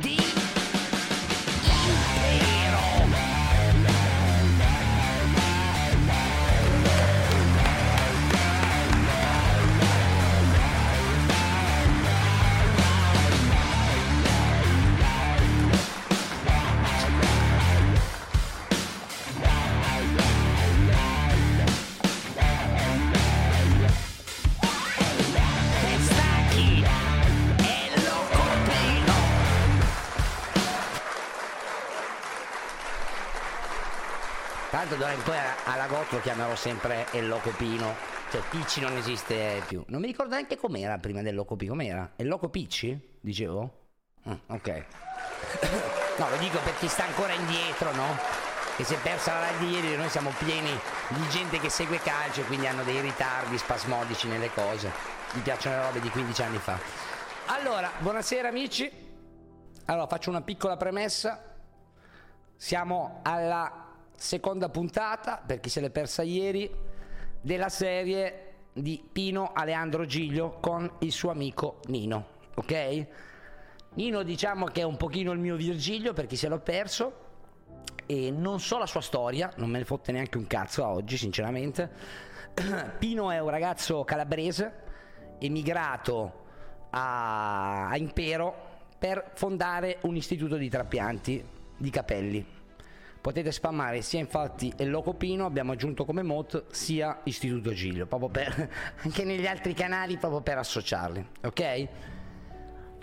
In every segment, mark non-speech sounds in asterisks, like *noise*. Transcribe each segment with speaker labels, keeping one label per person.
Speaker 1: di impero. Pestacchi è loco Pino.
Speaker 2: Tanto d'ora in poi a- alla Gott lo chiamerò sempre El Loco Pino. Cioè Picci non esiste più. Non mi ricordo neanche com'era prima del Loco Pino. Com'era? El Loco Picci? Dicevo? Ah, ok. *coughs* no, lo dico per chi sta ancora indietro, no? Che si è persa la live di ieri, noi siamo pieni di gente che segue calcio e quindi hanno dei ritardi spasmodici nelle cose. Gli piacciono le robe di 15 anni fa. Allora, buonasera amici. Allora, faccio una piccola premessa. Siamo alla seconda puntata, per chi se l'è persa ieri, della serie di Pino Aleandro Giglio con il suo amico Nino, ok? Nino diciamo che è un pochino il mio Virgilio per chi se l'ho perso e non so la sua storia, non me ne fotte neanche un cazzo a oggi sinceramente. *clears throat* Pino è un ragazzo calabrese emigrato a, a Impero per fondare un istituto di trapianti di capelli. Potete spammare sia infatti El Loco Pino, abbiamo aggiunto come mod, sia Istituto Giglio, proprio per, *laughs* anche negli altri canali, proprio per associarli, ok?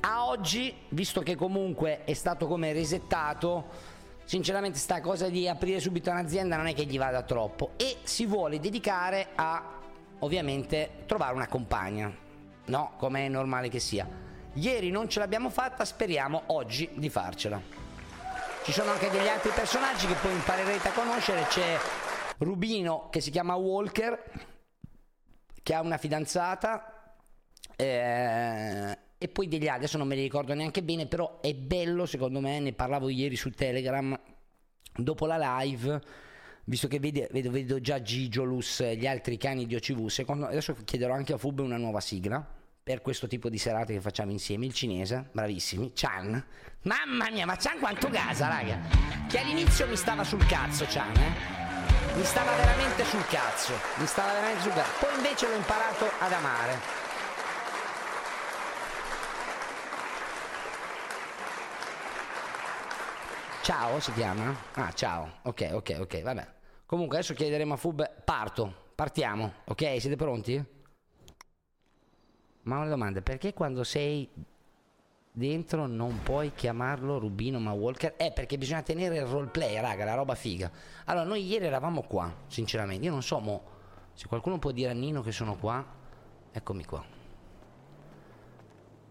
Speaker 2: a oggi, visto che comunque è stato come resettato, sinceramente sta cosa di aprire subito un'azienda non è che gli vada troppo e si vuole dedicare a ovviamente trovare una compagna, no? Come è normale che sia. Ieri non ce l'abbiamo fatta, speriamo oggi di farcela. Ci sono anche degli altri personaggi che poi imparerete a conoscere, c'è Rubino che si chiama Walker, che ha una fidanzata, eh, e poi degli altri, adesso non me li ricordo neanche bene, però è bello secondo me, ne parlavo ieri su Telegram, dopo la live, visto che vede- vedo, vedo già Gigiolus e gli altri cani di OCV, secondo, adesso chiederò anche a Fub una nuova sigla per questo tipo di serate che facciamo insieme, il cinese, bravissimi, Chan. Mamma mia, ma Chan quanto gasa, raga! Che all'inizio mi stava sul cazzo Chan, eh? Mi stava veramente sul cazzo, mi stava veramente sul cazzo. Poi invece l'ho imparato ad amare. Ciao si chiama? Ah, ciao. Ok, ok, ok, vabbè. Comunque adesso chiederemo a Fub. Parto, partiamo, ok? Siete pronti? Ma una domanda, perché quando sei dentro non puoi chiamarlo Rubino ma Walker? Eh, perché bisogna tenere il roleplay, raga, la roba figa. Allora, noi ieri eravamo qua, sinceramente. Io non so, mo, se qualcuno può dire a Nino che sono qua, eccomi qua.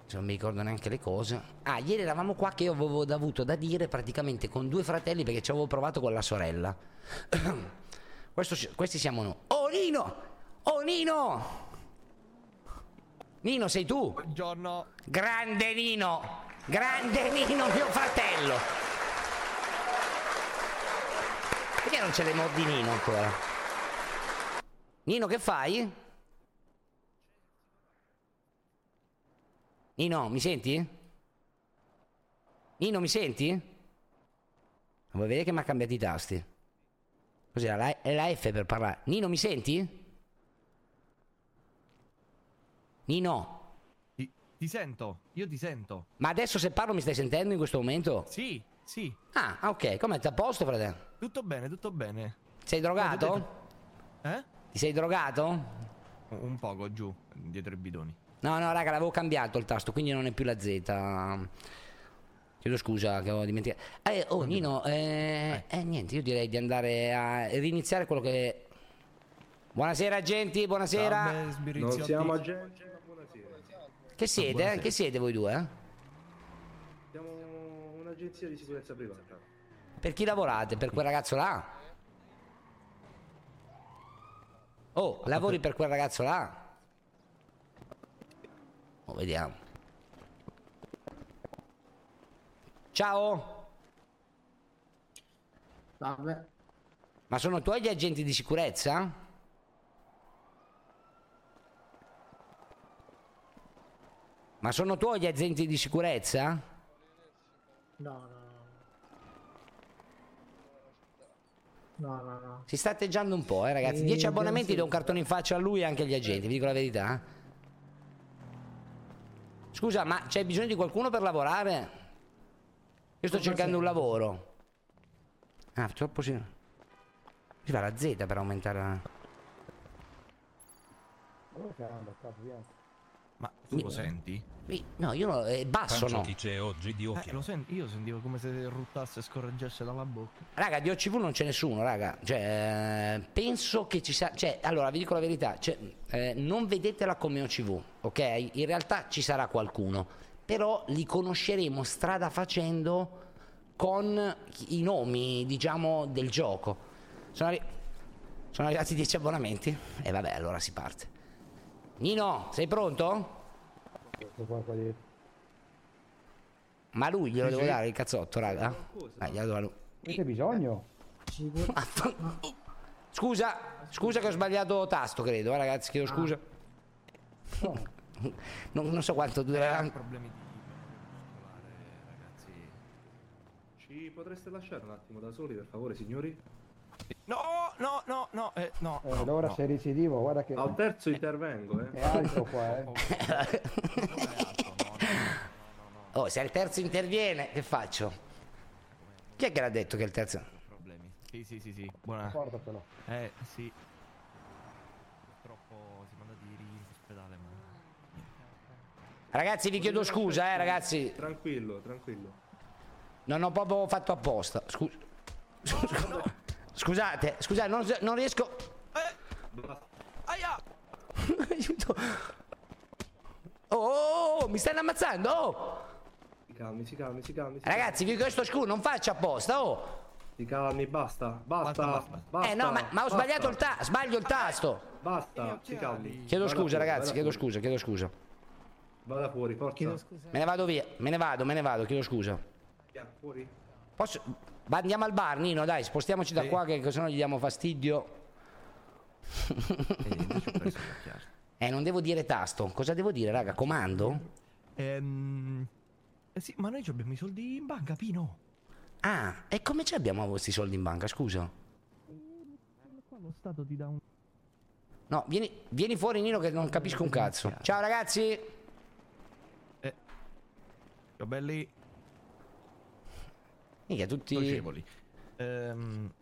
Speaker 2: Se non mi ricordo neanche le cose. Ah, ieri eravamo qua che io avevo avuto da dire praticamente con due fratelli perché ci avevo provato con la sorella. Questo ci- questi siamo noi. Oh Nino! Oh Nino! Nino sei tu?
Speaker 3: Buongiorno.
Speaker 2: Grande Nino! Grande Nino, mio fratello! Perché non c'è le mod di Nino ancora? Nino, che fai? Nino, mi senti? Nino, mi senti? Vuoi vedere che mi ha cambiato i tasti? Cos'era? La, è la F per parlare. Nino, mi senti? Nino,
Speaker 4: Ti, ti sento, io ti sento.
Speaker 2: ma adesso se parlo mi stai sentendo in questo momento?
Speaker 4: Sì, sì.
Speaker 2: Ah, ah, ok, come a posto, fratello?
Speaker 4: Tutto bene, tutto bene.
Speaker 2: Sei
Speaker 4: No, ti ho
Speaker 2: drogato?
Speaker 4: Eh?
Speaker 2: Ti sei drogato?
Speaker 4: Un- Un poco giù, dietro i bidoni.
Speaker 2: No, no, raga, l'avevo cambiato il tasto, quindi non è più la Z. Chiedo scusa che ho dimenticato. Eh, oh, Nino, eh, eh, niente, io direi di andare a riniziare quello che... Buonasera, agenti, buonasera.
Speaker 4: Salve,
Speaker 5: Non
Speaker 4: sbirriziotti.
Speaker 5: siamo agenti, ma buonasera.
Speaker 2: Che siete? eh? Che siete voi due?
Speaker 5: Siamo un'agenzia di sicurezza privata.
Speaker 2: eh? Per chi lavorate? Per quel ragazzo là? Oh, lavori per quel ragazzo là? Oh, vediamo. Ciao.
Speaker 6: Salve.
Speaker 2: Ma sono tuoi gli agenti di sicurezza? Ma sono tuoi gli agenti di sicurezza?
Speaker 6: No, no, no. No, no, no.
Speaker 2: Si sta atteggiando un po', eh, ragazzi.
Speaker 6: Eh,
Speaker 2: 10
Speaker 6: abbiamo
Speaker 2: abbonamenti do un
Speaker 6: sentito.
Speaker 2: cartone in faccia a lui e anche agli agenti, vi dico la verità. eh. Scusa, ma c'è bisogno di qualcuno per lavorare? Io sto
Speaker 6: Cosa
Speaker 2: cercando un
Speaker 6: serve?
Speaker 2: lavoro. Ah, purtroppo sì. Si fa la Z per aumentare la...
Speaker 4: Ma tu lo senti?
Speaker 2: Mi- No, io no, è basso no.
Speaker 4: Eh, lo senti? Io sentivo come se ruttasse e scorreggiasse dalla bocca.
Speaker 2: Raga, di OCV non c'è nessuno, raga. Cioè, eh, penso che ci sarà. Cioè, allora, vi dico la verità: cioè, eh, non vedetela come OCV, ok? In realtà ci sarà qualcuno, però li conosceremo strada facendo con i nomi, diciamo, del gioco. Sono, arri- sono arrivati 10 abbonamenti. E vabbè, allora si parte. Nino, sei pronto? Ma lui glielo devo dare il cazzotto, raga. Dai, glielo do a lui.
Speaker 6: Ci vuole-
Speaker 2: Affan- Scusa, scusa che ho sbagliato tasto, credo, eh, ragazzi,
Speaker 4: Ah.
Speaker 2: chiedo
Speaker 4: *laughs*
Speaker 2: scusa. Non, non so quanto durerà.
Speaker 4: Eh, Problemi di muscolare, ragazzi.
Speaker 5: Ci potreste lasciare un attimo da soli, per favore, signori?
Speaker 4: No, no, no, no, eh, no. no, no.
Speaker 7: recidivo, guarda che
Speaker 5: Al terzo intervengo, eh.
Speaker 7: alto
Speaker 4: *laughs*
Speaker 7: qua, eh.
Speaker 2: Oh, se il terzo interviene, che faccio? Chi è che l'ha detto che il terzo?
Speaker 4: Problemi. Sì, sì, sì, sì. Buona.
Speaker 7: Portatelo.
Speaker 4: Eh, sì. Purtroppo siamo andati ieri in ospedale, ma...
Speaker 2: Ragazzi, vi chiedo scusa, eh, ragazzi.
Speaker 5: Tranquillo, tranquillo.
Speaker 2: Non ho proprio fatto apposta. Scusa. *laughs* Scusate, scusate, non, non riesco.
Speaker 4: Eh, Aia!
Speaker 2: *laughs* Aiuto. Oh, oh, oh, mi stanno ammazzando. Oh.
Speaker 5: Si calmi, si calmi, si calmi. si
Speaker 2: Ragazzi, vi chiedo scusa, non faccio apposta. Oh.
Speaker 5: calmi. si calmi, basta, basta,
Speaker 4: Basta, basta.
Speaker 5: basta.
Speaker 2: Eh no, ma, ma
Speaker 5: basta,
Speaker 2: ho sbagliato il tasto, sbaglio il tasto.
Speaker 4: Eh,
Speaker 5: Basta, si calmi.
Speaker 2: Chiedo
Speaker 5: Vada
Speaker 2: scusa
Speaker 5: fuori,
Speaker 2: ragazzi,
Speaker 5: vada
Speaker 2: chiedo
Speaker 5: fuori.
Speaker 2: scusa, chiedo scusa.
Speaker 5: Vada fuori, forza.
Speaker 2: Me ne vado via, me ne vado, me ne vado, chiedo scusa.
Speaker 5: Via, fuori.
Speaker 2: Posso... va- andiamo al bar, Nino, dai, spostiamoci da
Speaker 4: Sì.
Speaker 2: qua che che sennò gli diamo fastidio.
Speaker 4: E invece Eh, ho perso la chiave.
Speaker 2: Eh, non devo dire tasto. Cosa devo dire, raga? Comando?
Speaker 4: Ehm... eh sì, ma noi ci abbiamo i soldi in banca, Pino.
Speaker 2: Ah, e come ci abbiamo questi soldi in banca, scusa?
Speaker 4: Qua lo Stato ti dà un...
Speaker 2: No, vieni, vieni fuori Nino che non capisco un cazzo. Ciao ragazzi!
Speaker 4: Ciao belli.
Speaker 2: Mica tutti...
Speaker 4: Piacevoli. Ehm...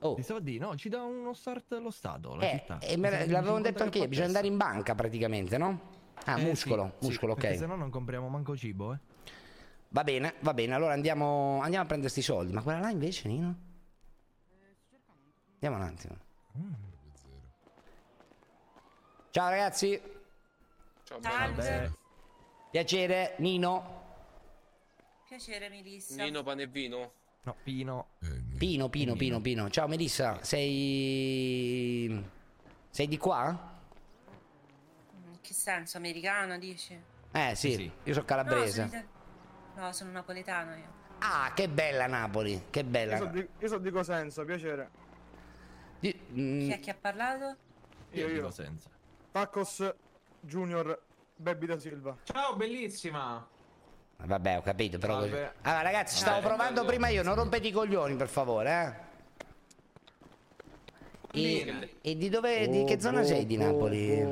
Speaker 2: Oh,
Speaker 4: Ti stavo a dire, no, ci dà uno start lo Stato, la
Speaker 2: eh,
Speaker 4: città.
Speaker 2: e me
Speaker 4: Bisogna-
Speaker 2: l'avevamo
Speaker 4: bisogna
Speaker 2: detto anche io,
Speaker 4: incontrare
Speaker 2: bisogna
Speaker 4: qua
Speaker 2: andare in banca praticamente, no? Ah,
Speaker 4: presto. Eh,
Speaker 2: muscolo,
Speaker 4: sì, sì,
Speaker 2: muscolo, ok.
Speaker 4: Perché se no non compriamo manco cibo, eh.
Speaker 2: Va bene, va bene, allora andiamo, andiamo a prendere sti soldi. Ma quella là invece, Nino? Andiamo un attimo. Ciao ragazzi,
Speaker 4: Vabbè.
Speaker 2: piacere, Nino.
Speaker 8: Piacere Melissa.
Speaker 9: Nino Panevino?
Speaker 4: No, Pino.
Speaker 2: Pino, Pino, Pino, Pino. Ciao Melissa, sei... Sei di qua?
Speaker 8: In che senso? Americano dici?
Speaker 2: Eh sì,
Speaker 4: Sì.
Speaker 2: io sono
Speaker 8: No, sono,
Speaker 2: calabrese.
Speaker 8: ita- no, sono napoletano io.
Speaker 2: Ah, che bella Napoli, che bella.
Speaker 7: di, io so di Cosenza, piacere.
Speaker 2: Di-
Speaker 8: Chi
Speaker 2: mm,
Speaker 8: è che ha parlato?
Speaker 4: Io,
Speaker 7: Io,
Speaker 4: dico
Speaker 7: io.
Speaker 4: senza.
Speaker 7: Tacos Junior, Baby da Silva.
Speaker 9: Ciao, bellissima!
Speaker 2: Vabbè, ho capito, però. così-
Speaker 8: Vabbè.
Speaker 2: Allora, ragazzi, stavo
Speaker 8: Eh,
Speaker 2: provando
Speaker 8: bello.
Speaker 2: prima io, non rompete i coglioni, per favore, eh. E, e di dove, di che zona sei di Napoli?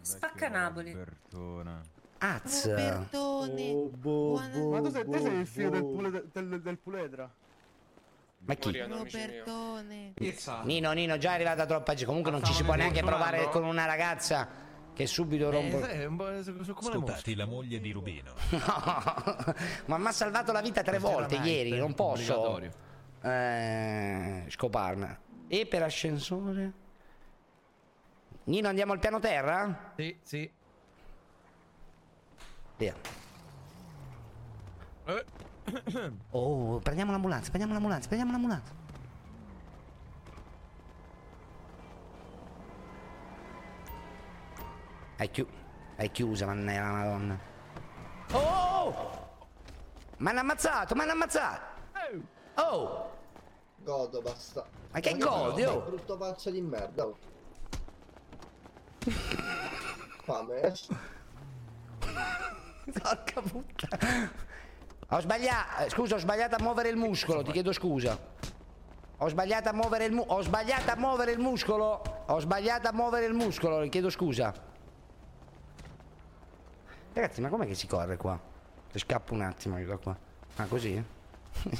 Speaker 10: Spacca Napoli.
Speaker 2: Az.
Speaker 6: Oh,
Speaker 8: Ma tu sei, te sei il figlio del, pule- del- del puledra?
Speaker 2: Ma chi?
Speaker 8: Robertone.
Speaker 2: Nino, Nino, già è arrivata troppa gente. Comunque non ci si può neanche provare con una ragazza che subito rompe.
Speaker 3: Eh, è un po'- sono- sono come le mosche.
Speaker 11: la moglie di Rubino.
Speaker 2: *laughs* No, ma mi ha salvato la vita tre volte ieri, non posso
Speaker 11: obbligatorio.
Speaker 2: eh, scoparne. E per ascensore? Nino, andiamo al piano terra?
Speaker 3: Sì, sì.
Speaker 2: Via.
Speaker 3: Eh.
Speaker 2: Oh, prendiamo l'ambulanza, prendiamo l'ambulanza, prendiamo l'ambulanza. È, chiu- è chiusa, mannella la madonna. Oh! Mi hanno ammazzato, mi hanno ammazzato! Oh!
Speaker 12: Godo, basta.
Speaker 2: Ma che godi, oh?
Speaker 12: Brutto pazzo di merda.
Speaker 2: *laughs*
Speaker 12: oh. Fame. eh.
Speaker 2: Porca puttana. Ho sbagliato, eh, scusa, ho sbagliato a muovere il muscolo, ti chiedo scusa. Ho sbagliato a muovere il mu- ho sbagliato a muovere il muscolo. Ho sbagliato a muovere il muscolo, ti chiedo scusa. Ragazzi, ma com'è che si corre qua? Che Scappo un attimo io da qua. Ah, così?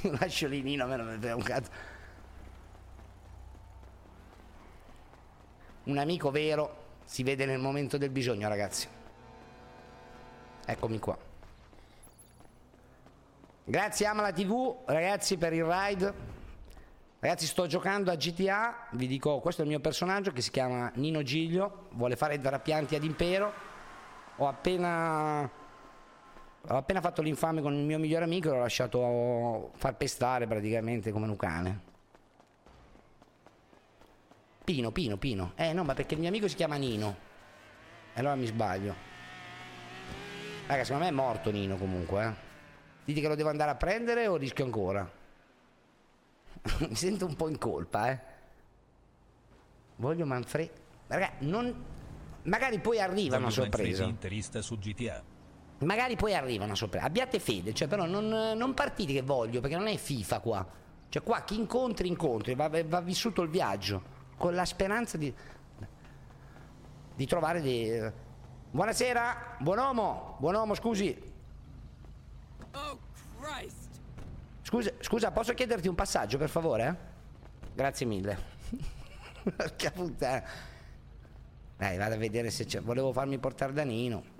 Speaker 2: Lascio lì Nino, a me non mi frega un cazzo. Un amico vero si vede nel momento del bisogno, ragazzi. Eccomi qua. Grazie Amala TV, ragazzi, per il ride. Ragazzi, sto giocando a GTA, vi dico, questo è il mio personaggio che si chiama Nino Giglio, vuole fare il drapianti ad impero. Ho appena ho appena fatto l'infame con il mio migliore amico e l'ho lasciato far pestare praticamente come un cane. Pino, Pino, Pino. Eh no, ma perché il mio amico si chiama Nino. E allora mi sbaglio. Raga, secondo me è morto Nino comunque, eh. Dite che lo devo andare a prendere o rischio ancora? *laughs* Mi sento un po' in colpa, eh. Voglio Manfred. Raga, non. Magari poi arriva una sorpresa.
Speaker 11: interista su GTA.
Speaker 2: Magari poi arriva una sorpresa. Abbiate fede, cioè, però non, non partite che voglio, perché non è FIFA qua. Cioè, qua chi incontri, incontri, va, va vissuto il viaggio, con la speranza di, di trovare dei... eh, Buonasera, buon uomo, buon uomo, scusi. Scusa, scusa, posso chiederti un passaggio, per favore? Grazie mille. *laughs* Porca puttana. Dai, vado a vedere se c'è... Volevo farmi portare da Nino.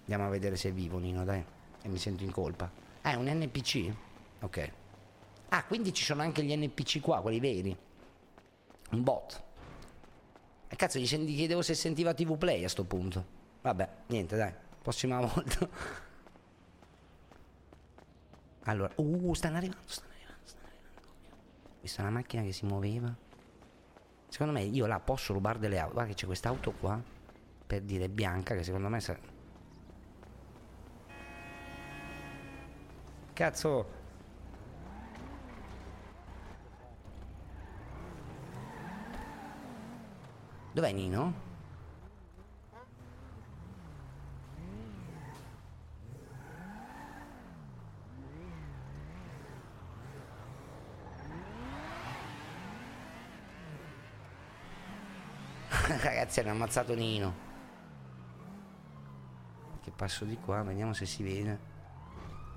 Speaker 2: Andiamo a vedere se è vivo Nino, dai. E mi sento in colpa. Ah, è un NPC? Ok. Ah, quindi ci sono anche gli NPC qua, quelli veri. Un bot. E cazzo, gli sen- gli chiedevo se sentiva TV Play a sto punto. Vabbè, niente, dai. Prossima *laughs* volta. Allora, uh, stanno arrivando, stanno arrivando, stanno arrivando. Ho visto una macchina che si muoveva. Secondo me io là posso rubare delle auto. Guarda che c'è quest'auto qua, per dire bianca, che secondo me... sa- Cazzo, Dov'è Nino? *laughs* Ragazzi hanno ammazzato Nino Che passo di qua Vediamo se si vede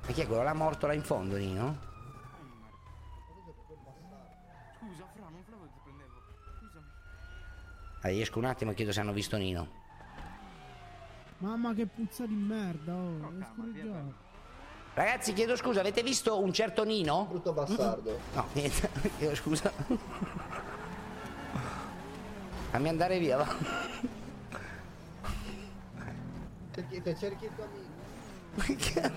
Speaker 2: Ma chi è quello là morto là in fondo Nino?
Speaker 1: Scusa, Fra, non volevo che ti prendevo. Scusami.
Speaker 2: Allora, esco un attimo e chiedo se hanno visto Nino
Speaker 4: Mamma che puzza di merda, oh, è scorreggiato.
Speaker 2: Ragazzi chiedo scusa Avete visto un certo Nino? Brutto
Speaker 12: bastardo.
Speaker 2: No niente *laughs* Chiedo scusa Fammi andare via va
Speaker 12: Cerchi, te cerchi il tuo amico.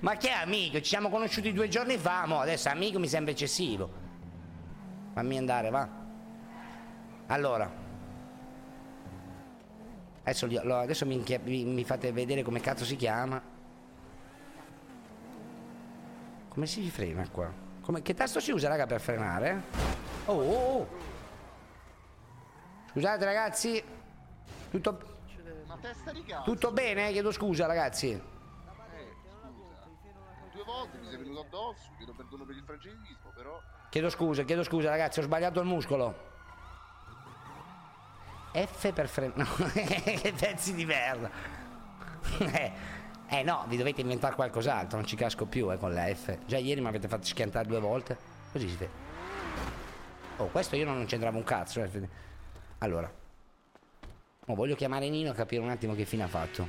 Speaker 2: Ma che amico? Ci siamo conosciuti due giorni fa, mo adesso amico mi sembra eccessivo. Fammi andare, va. Allora. Adesso, li- lo- adesso mi, inchia- mi- mi fate vedere come cazzo si chiama. Come si frena qua? Come- che tasto si usa, raga, per frenare? Oh, oh, oh. Scusate ragazzi. Tutto...
Speaker 1: Ma
Speaker 13: testa di cazzo.
Speaker 2: Tutto bene? Chiedo scusa, ragazzi.
Speaker 13: Eh, scusa. Due volte mi sei venuto addosso, chiedo perdono per il francesismo, però.
Speaker 2: Chiedo scusa, chiedo scusa, ragazzi, ho sbagliato il muscolo. F per fre... *laughs* No, che pezzi di merda. Eh, eh no, vi dovete inventare qualcos'altro, non ci casco più eh, con la F. Già ieri mi avete fatto schiantare due volte. Così si vede. Oh, questo io non c'entravo un cazzo. eh. Allora. Mo voglio chiamare Nino e capire un attimo che fine ha fatto.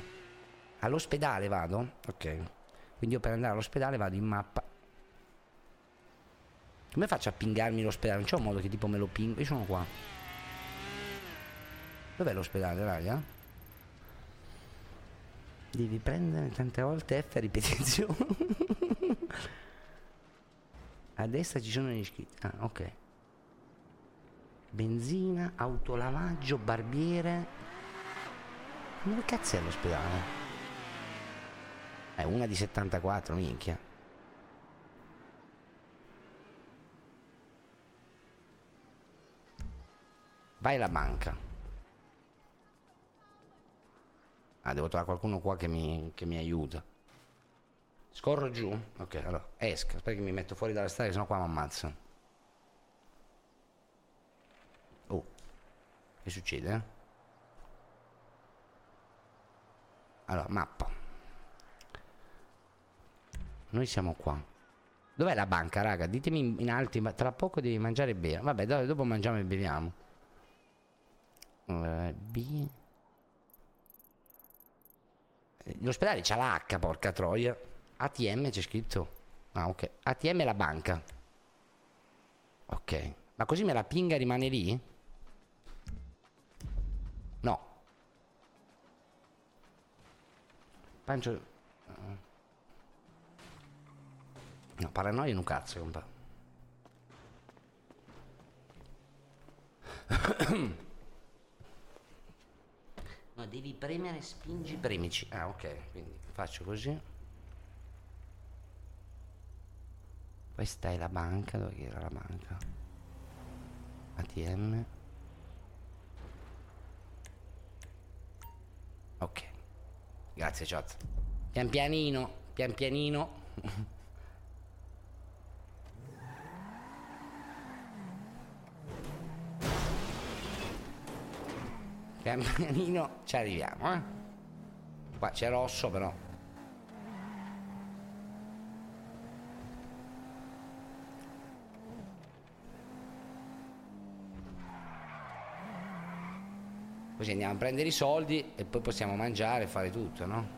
Speaker 2: All'ospedale vado? Ok. Quindi io per andare all'ospedale vado in mappa. Come faccio a pingarmi l'ospedale? Non c'è un modo che tipo me lo pingo. Io sono qua. Dov'è l'ospedale, raga? Devi prendere tante volte F a ripetizione. *laughs* a destra ci sono gli iscritti. Ah, ok. Benzina, autolavaggio, barbiere. Ma Dove cazzo è l'ospedale? È una di 74, minchia. Vai alla banca. Ah, devo trovare qualcuno qua che mi, che mi aiuta. Scorro giù? Ok, allora esco. Aspetta che mi metto fuori dalla strada, sennò qua mi ammazzano. Oh, che succede? eh? Allora, mappa. Noi siamo qua. Dov'è la banca, raga? Ditemi in, in alti, ma tra poco devi mangiare e bere. Vabbè, dai, dopo mangiamo e beviamo. Eh, B. L'ospedale Eh, c'ha l'H, porca troia. ATM c'è scritto. Ah, ok. ATM è la banca. Ok. Ma così me la pinga rimane lì? No. Pancio... No, paranoia in un cazzo, compa. No, devi premere, spingi, premici. Ah, ok, quindi faccio così. Questa è la banca, dove era la banca? ATM. Ok. Grazie, chat. Pian pianino, pian pianino. Pian pianino ci arriviamo, eh. Qua c'è rosso però. Così andiamo a prendere i soldi e poi possiamo mangiare e fare tutto, no?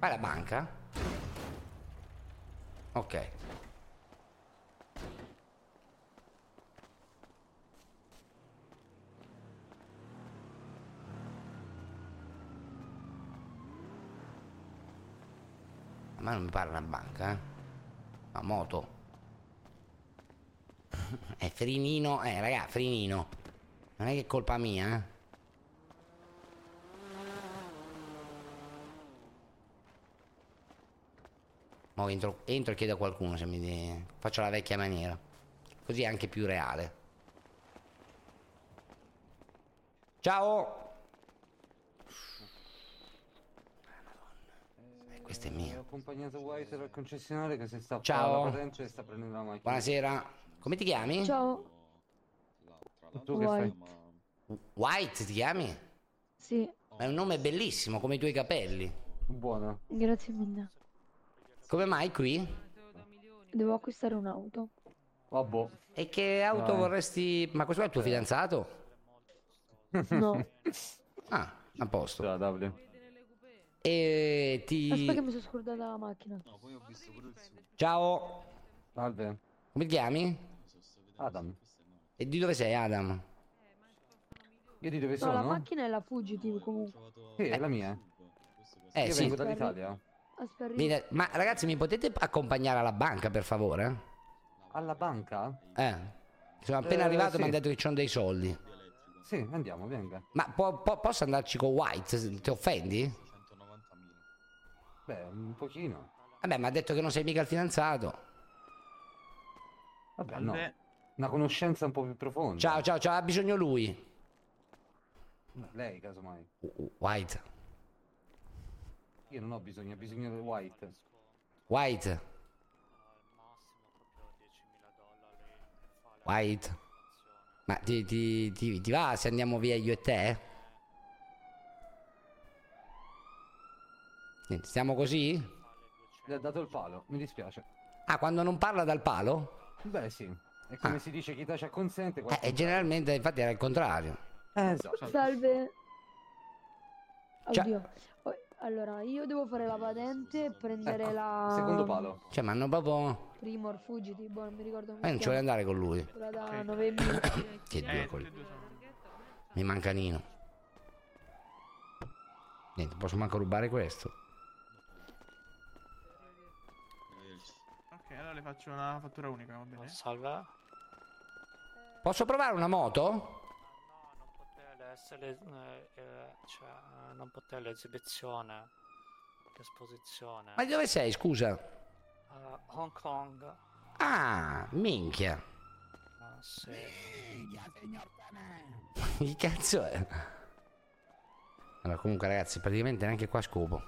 Speaker 2: Vai alla banca? Ok. Ma non mi pare una banca, eh. Ma moto. *laughs* È Frinino, eh raga, Frinino. Non è che è colpa mia, eh. Mo entro, entro e chiedo a qualcuno se mi. di- Faccio la vecchia maniera. Così è anche più reale. Ciao! Eh, questa è mia.
Speaker 14: Ho accompagnato White al concessionario che si sta
Speaker 2: Ciao.
Speaker 14: alla corrente e sta prendendo la macchina.
Speaker 2: Buonasera, come ti chiami?
Speaker 15: Ciao,
Speaker 14: Tu che fai?
Speaker 2: White ti chiami?
Speaker 15: sì,
Speaker 2: Ma è un nome bellissimo, come i tuoi capelli. Buono.
Speaker 15: grazie mille.
Speaker 2: Come mai qui?
Speaker 15: Devo acquistare un'auto.
Speaker 2: Vabbè. E che auto
Speaker 15: Dai.
Speaker 2: vorresti... Ma questo qua è il tuo fidanzato?
Speaker 15: No.
Speaker 2: *laughs* Ah, a posto. E
Speaker 15: Aspetta che
Speaker 2: ti...
Speaker 15: mi sono scordata la macchina.
Speaker 2: Ciao. Salve. Come ti chiami? Adam. E di dove sei, Adam? Io di dove
Speaker 15: no, la macchina è la Fugitive comunque.
Speaker 2: Sì, è la mia. Eh,
Speaker 14: Io
Speaker 2: sì.
Speaker 14: vengo dall'Italia.
Speaker 15: Aspetta, arrivo.
Speaker 2: Mi- Ma ragazzi, mi potete accompagnare alla banca, per favore?
Speaker 14: Alla banca?
Speaker 2: Eh. Sono appena
Speaker 14: Eh,
Speaker 2: arrivato e
Speaker 14: sì.
Speaker 2: mi hanno detto che c'ho dei soldi.
Speaker 14: Sì, andiamo, venga. Eh,
Speaker 2: Ma po- po- posso andarci con White? Se- Ti offendi?
Speaker 14: Beh, un pochino.
Speaker 2: Vabbè, mi ha detto che non sei mica il fidanzato.
Speaker 14: Vabbè, no. Una conoscenza un po' più profonda.
Speaker 2: Ciao, ciao, ciao, ha bisogno lui.
Speaker 14: Lei, casomai.
Speaker 2: White.
Speaker 14: Io non ho bisogno, ho bisogno del white.
Speaker 2: White. White. Ma ti, ti- ti- ti va se andiamo via io e te? Niente, stiamo così?
Speaker 14: Le ha dato il palo, mi dispiace.
Speaker 2: Ah, quando non parla dal palo?
Speaker 14: Beh, sì. È come si dice chi tace acconsente. qualcuno-
Speaker 2: Ah. Eh, generalmente infatti era il contrario.
Speaker 14: Eh,
Speaker 4: Ecco.
Speaker 14: esatto.
Speaker 15: Salve.
Speaker 2: Cioè-
Speaker 15: Oddio. Oh, Allora, io devo fare la patente e prendere
Speaker 2: Ecco,
Speaker 15: la...
Speaker 2: Cioè, ma hanno proprio...
Speaker 15: Primor, fuggiti, boh, non mi ricordo come
Speaker 2: Eh, non
Speaker 15: si
Speaker 2: ci vuole
Speaker 15: chiama.
Speaker 2: andare con lui.
Speaker 15: Quella da
Speaker 2: *coughs*
Speaker 15: 9000.
Speaker 2: Che due col... Mi manca Nino. Niente, posso manco rubare questo.
Speaker 1: Ok, allora le faccio una fattura unica, va bene? Salve.
Speaker 2: Posso provare una moto?
Speaker 16: essere, eh, eh, cioè, eh, non poter l'esibizione, l'esposizione.
Speaker 2: Ma di dove sei, scusa?
Speaker 16: Eh, Hong Kong.
Speaker 2: Ah, minchia. *laughs*
Speaker 16: eh, sì.
Speaker 2: Che cazzo è? Allora, comunque, ragazzi, praticamente neanche qua scopo.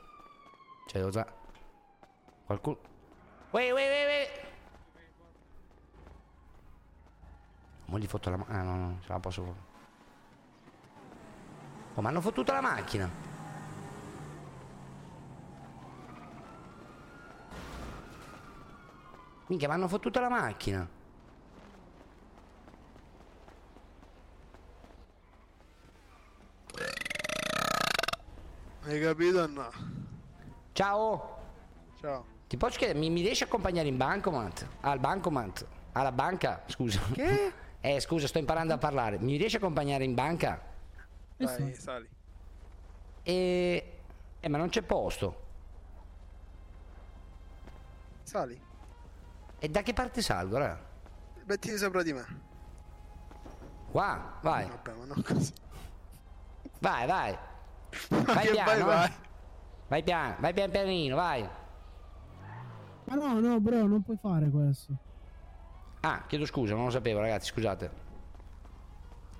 Speaker 2: Cioè, devo già. Qualcuno. Uè, uè, uè, uè. Mo gli fotto la macchina. Ah, no, no, ce la posso proprio. Oh, ma hanno fottuto la macchina. Minchia, ma hanno fottuto la macchina.
Speaker 12: Hai capito o no?
Speaker 2: Ciao.
Speaker 12: Ciao.
Speaker 2: Ti posso chiedere, mi, mi riesci a accompagnare in bancomat? Al bancomat? Alla banca? Scusa. Che? *laughs* Eh, scusa, sto imparando a parlare. Mi riesci a accompagnare in banca?
Speaker 12: Dai, sali.
Speaker 2: E... Eh, ma non c'è posto.
Speaker 12: Sali.
Speaker 2: E da che parte salgo, raga?
Speaker 12: Mettiti sopra di me.
Speaker 2: Qua, vai.
Speaker 12: Vabbè, ma non così.
Speaker 2: Vai, vai. Vai
Speaker 12: che *laughs*
Speaker 2: piano,
Speaker 12: vai,
Speaker 2: eh. Vai piano, vai pian pianino, vai.
Speaker 4: Ma no, no, bro, non puoi fare questo.
Speaker 2: Ah, chiedo scusa, non lo sapevo, ragazzi, scusate.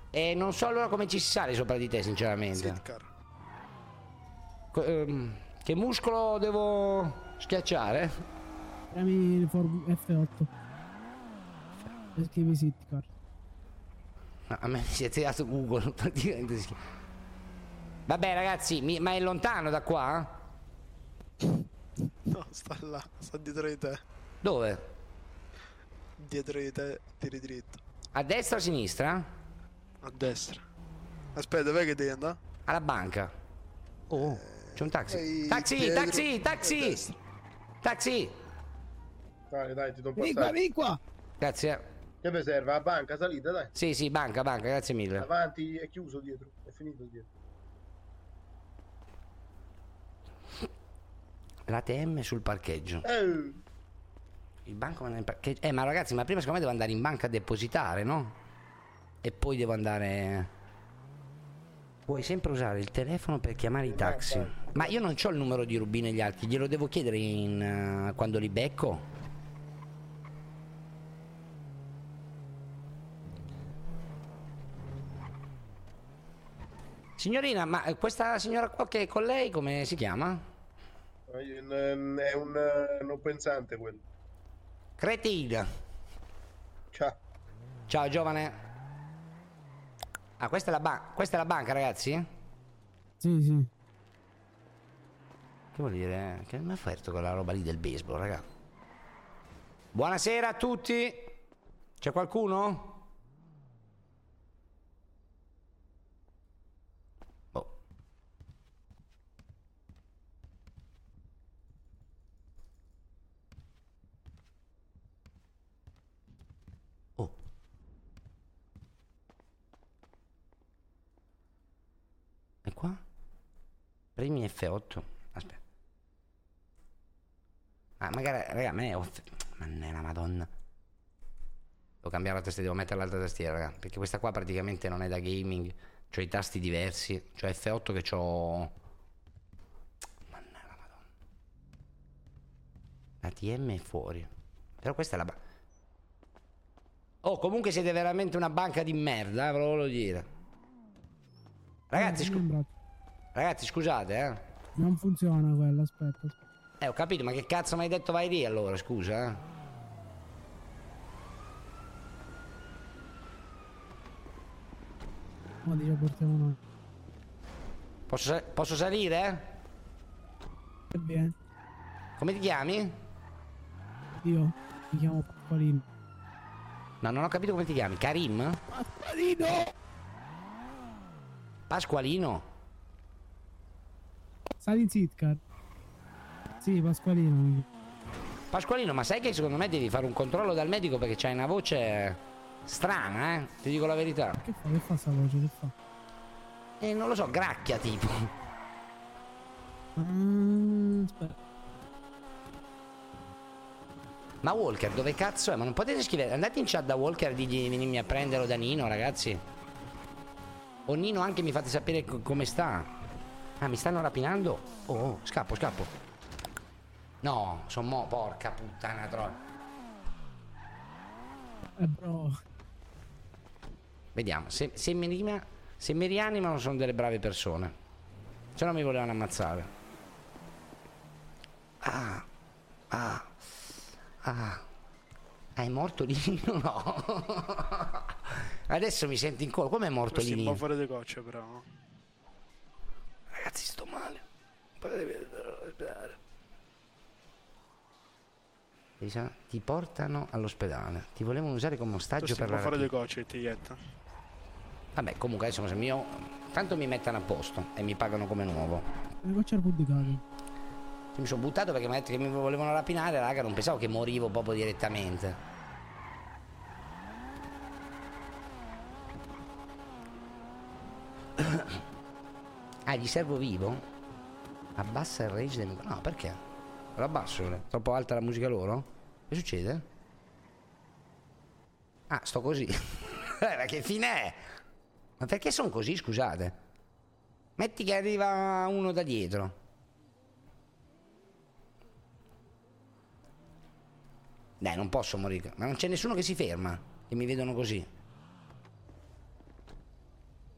Speaker 2: E non so allora come ci si sale sopra di te, sinceramente. Co- ehm, che muscolo devo schiacciare?
Speaker 4: Premi il for- F8. E scrivi sitcar.
Speaker 2: No, a me *laughs* si è tirato Google *laughs* praticamente. sì. Vabbè ragazzi, mi- ma è lontano da qua?
Speaker 12: No, sta là, sta dietro di te.
Speaker 2: Dove?
Speaker 12: Dietro di te, tiri dritto.
Speaker 2: A destra o a sinistra?
Speaker 12: A destra. Aspetta, dov'è che devi andare?
Speaker 2: Alla banca. Oh, c'è un taxi.
Speaker 12: Ehi,
Speaker 2: Taxi,
Speaker 12: Pietro.
Speaker 2: taxi, taxi! Taxi!
Speaker 17: Dai, dai, ti do un
Speaker 2: Vieni
Speaker 17: passaggio.
Speaker 2: qua, vieni qua. Grazie.
Speaker 17: Che vi serve? La banca, salite, dai.
Speaker 2: Sì, sì, banca, banca, grazie mille.
Speaker 17: Avanti, è chiuso dietro. È finito dietro.
Speaker 2: L'ATM sul parcheggio.
Speaker 17: Eh,
Speaker 2: Il banco nel parcheggio. Eh, ma ragazzi, ma prima secondo me devo andare in banca a depositare, no? E poi devo andare. Puoi sempre usare il telefono per chiamare i taxi. Ma io non ho il numero di Rubino e gli altri, glielo devo chiedere in, eh, quando li becco. Signorina, ma eh, questa signora qua che è con lei come si chiama?
Speaker 17: ehm, è un
Speaker 13: Uh,
Speaker 17: eh, non pensante quello.
Speaker 2: Cretina.
Speaker 17: Ciao.
Speaker 2: Ciao giovane. Ah, questa è la, ban- questa è la banca, ragazzi?
Speaker 4: Sì, sì.
Speaker 2: Che vuol dire? eh? Che mi ha offerto quella roba lì del baseball, raga. Buonasera a tutti. C'è qualcuno? Oh. Oh. E qua? Premi F8. Aspetta. Ah, magari, raga, me ne ho... Mannè la madonna. Devo cambiare la tastiera, devo mettere l'altra tastiera, raga. Perché questa qua praticamente non è da gaming. C'ho i tasti diversi. C'ho F8 che c'ho... Mannè la madonna. La TM è fuori. Però questa è la... ba- Oh, comunque siete veramente una banca di merda, eh, ve lo voglio dire. Ragazzi, scu- ragazzi, scusate, eh.
Speaker 10: Non funziona quella, aspetta. aspetta.
Speaker 2: Eh, ho capito, ma che cazzo mi hai detto vai lì allora, scusa? eh?
Speaker 10: Mo dice portiamo noi.
Speaker 2: Posso, sa- posso salire?
Speaker 10: E bene.
Speaker 2: Come ti chiami?
Speaker 10: Io mi chiamo Pacquarino.
Speaker 2: No, non ho capito come ti chiami. Karim?
Speaker 10: Pacquarino!
Speaker 2: Pasqualino?
Speaker 10: Sali in Zitcar. Sì, Pasqualino.
Speaker 2: Pasqualino, ma sai che secondo me devi fare un controllo dal medico perché c'hai una voce strana, eh? Ti dico la verità.
Speaker 10: Che fa? Che fa sta voce? Che fa?
Speaker 2: E non lo so, gracchia tipo.
Speaker 10: Mm, aspetta.
Speaker 2: Ma Walker, dove cazzo è? Ma non potete scrivere. Andate in chat da Walker e digli di venirmi a prenderlo da Nino, ragazzi. O Nino anche mi fate sapere co- come sta. Ah, mi stanno rapinando? Oh, oh, scappo, scappo. No, sono mo, porca puttana troia.
Speaker 10: Eh, bro.
Speaker 2: Vediamo, se, se mi rima- se mi rianimano sono delle brave persone. Se no mi volevano ammazzare. Ah, ah, ah. Ah, È morto Lino? *laughs* No. Adesso mi sento in colpo. Come è morto
Speaker 18: Questo è un po'
Speaker 2: Lino?
Speaker 18: fuori di goccia, però. no?
Speaker 2: Ragazzi, sto male. Devi sa- Ti portano all'ospedale. Ti volevano usare come ostaggio
Speaker 18: Questo è
Speaker 2: per
Speaker 18: un po'
Speaker 2: la
Speaker 18: fuori
Speaker 2: rapina.
Speaker 18: di goccia, etichetta.
Speaker 2: Vabbè, comunque adesso se mio. Tanto mi mettono a posto e mi pagano come nuovo.
Speaker 10: Le gocce al pubblicato.
Speaker 2: Mi sono buttato perché mi hanno detto che mi volevano rapinare, raga, non pensavo che morivo proprio direttamente. Ah, gli servo vivo? Abbassa il range del microfono. No, perché? Lo abbasso, è troppo alta la musica loro? Che succede? Ah, sto così. *laughs* Eh, Ma che fine è? Ma perché sono così, scusate? Metti che arriva uno da dietro. Dai, non posso morire. Ma non c'è nessuno che si ferma. Che mi vedono così.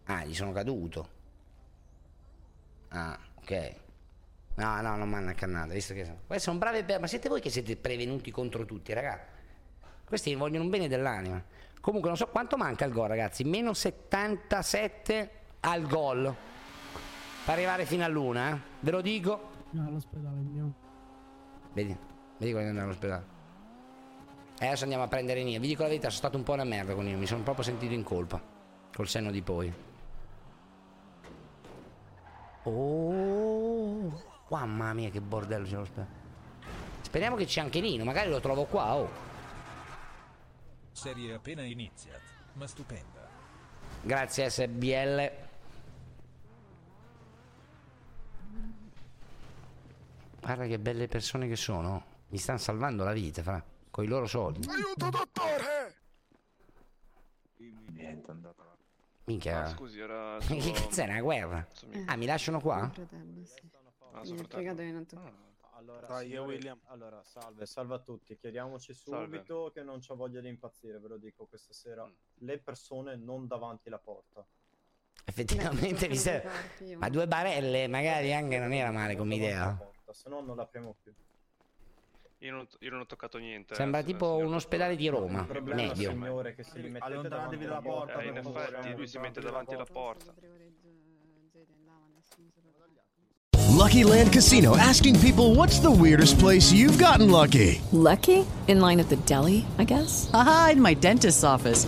Speaker 2: Ah, gli sono caduto. Ah, ok. No, no, non mi hanno accannato. Visto che sono. Poi sono brave per- Ma siete voi che siete prevenuti contro tutti, ragazzi. Questi vogliono un bene dell'anima. Comunque, non so quanto manca il gol, ragazzi. Meno 77 al gol. Per arrivare fino all'una, eh. Ve lo dico.
Speaker 10: No, all'ospedale andiamo.
Speaker 2: Vedi, vedi quando andiamo all'ospedale. E adesso andiamo a prendere Nino. Vi dico la verità, sono stato un po' una merda con Nino. Mi sono proprio sentito in colpa. Col senno di poi. Oh, mamma mia, che bordello c'è all'ospedale. Speriamo che c'è anche Nino. Magari lo trovo qua. Oh,
Speaker 19: Serie appena iniziata, ma stupenda.
Speaker 2: grazie SBL. Guarda che belle persone che sono. oh. Mi stanno salvando la vita, fra. Con i loro soldi.
Speaker 20: Aiuto, dottore!
Speaker 8: Niente, è andata là.
Speaker 2: Minchia.
Speaker 8: Ah, scusi, era
Speaker 2: *laughs* che
Speaker 8: solo-
Speaker 2: cazzo è una guerra?
Speaker 8: Insomma,
Speaker 2: Ah, mi lasciano qua?
Speaker 8: fratello, sì.
Speaker 4: Ah,
Speaker 8: Mi
Speaker 4: sono
Speaker 8: ha
Speaker 4: fratello.
Speaker 8: fregato in alto.
Speaker 4: Allora,
Speaker 18: Dai, io,
Speaker 4: signori,
Speaker 18: William.
Speaker 4: Allora, salve, salve a tutti. Chiariamoci
Speaker 8: Salve. Mm.
Speaker 4: subito che non c'ho voglia di impazzire, ve lo dico questa sera. Le persone non davanti la porta.
Speaker 2: Effettivamente mi serve. Ma due barelle magari anche non era male come idea.
Speaker 4: Se no non l'apriamo più.
Speaker 8: Io non, io non ho toccato niente.
Speaker 2: Sembra
Speaker 8: eh,
Speaker 2: tipo un ospedale di Roma,
Speaker 4: Il problema,
Speaker 2: medio. Ah,
Speaker 4: signore, che se li mettete davanti
Speaker 8: Allontanatevi
Speaker 4: la
Speaker 8: dalla
Speaker 4: porta,
Speaker 8: porta, eh, in
Speaker 4: per favore,
Speaker 8: effetti, lui si mette davanti alla porta.
Speaker 21: Lucky Land Casino asking people what's the weirdest place you've gotten lucky?
Speaker 22: Lucky? In line at the deli, I guess? Aha, in my dentist's office.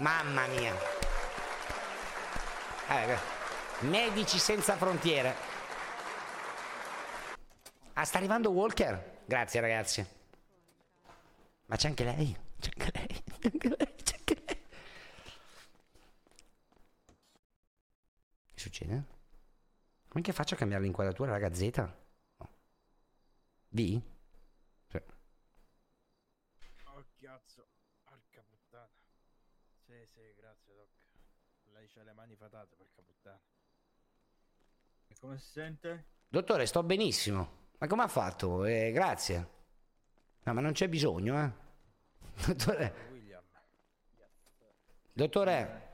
Speaker 2: Mamma mia. Eh, gu- Medici senza frontiere. Ah, sta arrivando Walker. Grazie ragazzi. Ma c'è anche lei. C'è anche lei. C'è anche lei. C'è anche lei. Che succede? Come che faccio a cambiare l'inquadratura, raga Z? No. V? Cioè,
Speaker 10: Oh cazzo, porca puttana. Sì, sì, grazie Doc. Lei c'ha le mani fatate, porca puttana. E come si sente?
Speaker 2: Dottore, sto benissimo. Ma come ha fatto? Eh, grazie. No, ma non c'è bisogno, eh. *laughs* Dottore,
Speaker 10: Eh, William,
Speaker 2: dottore,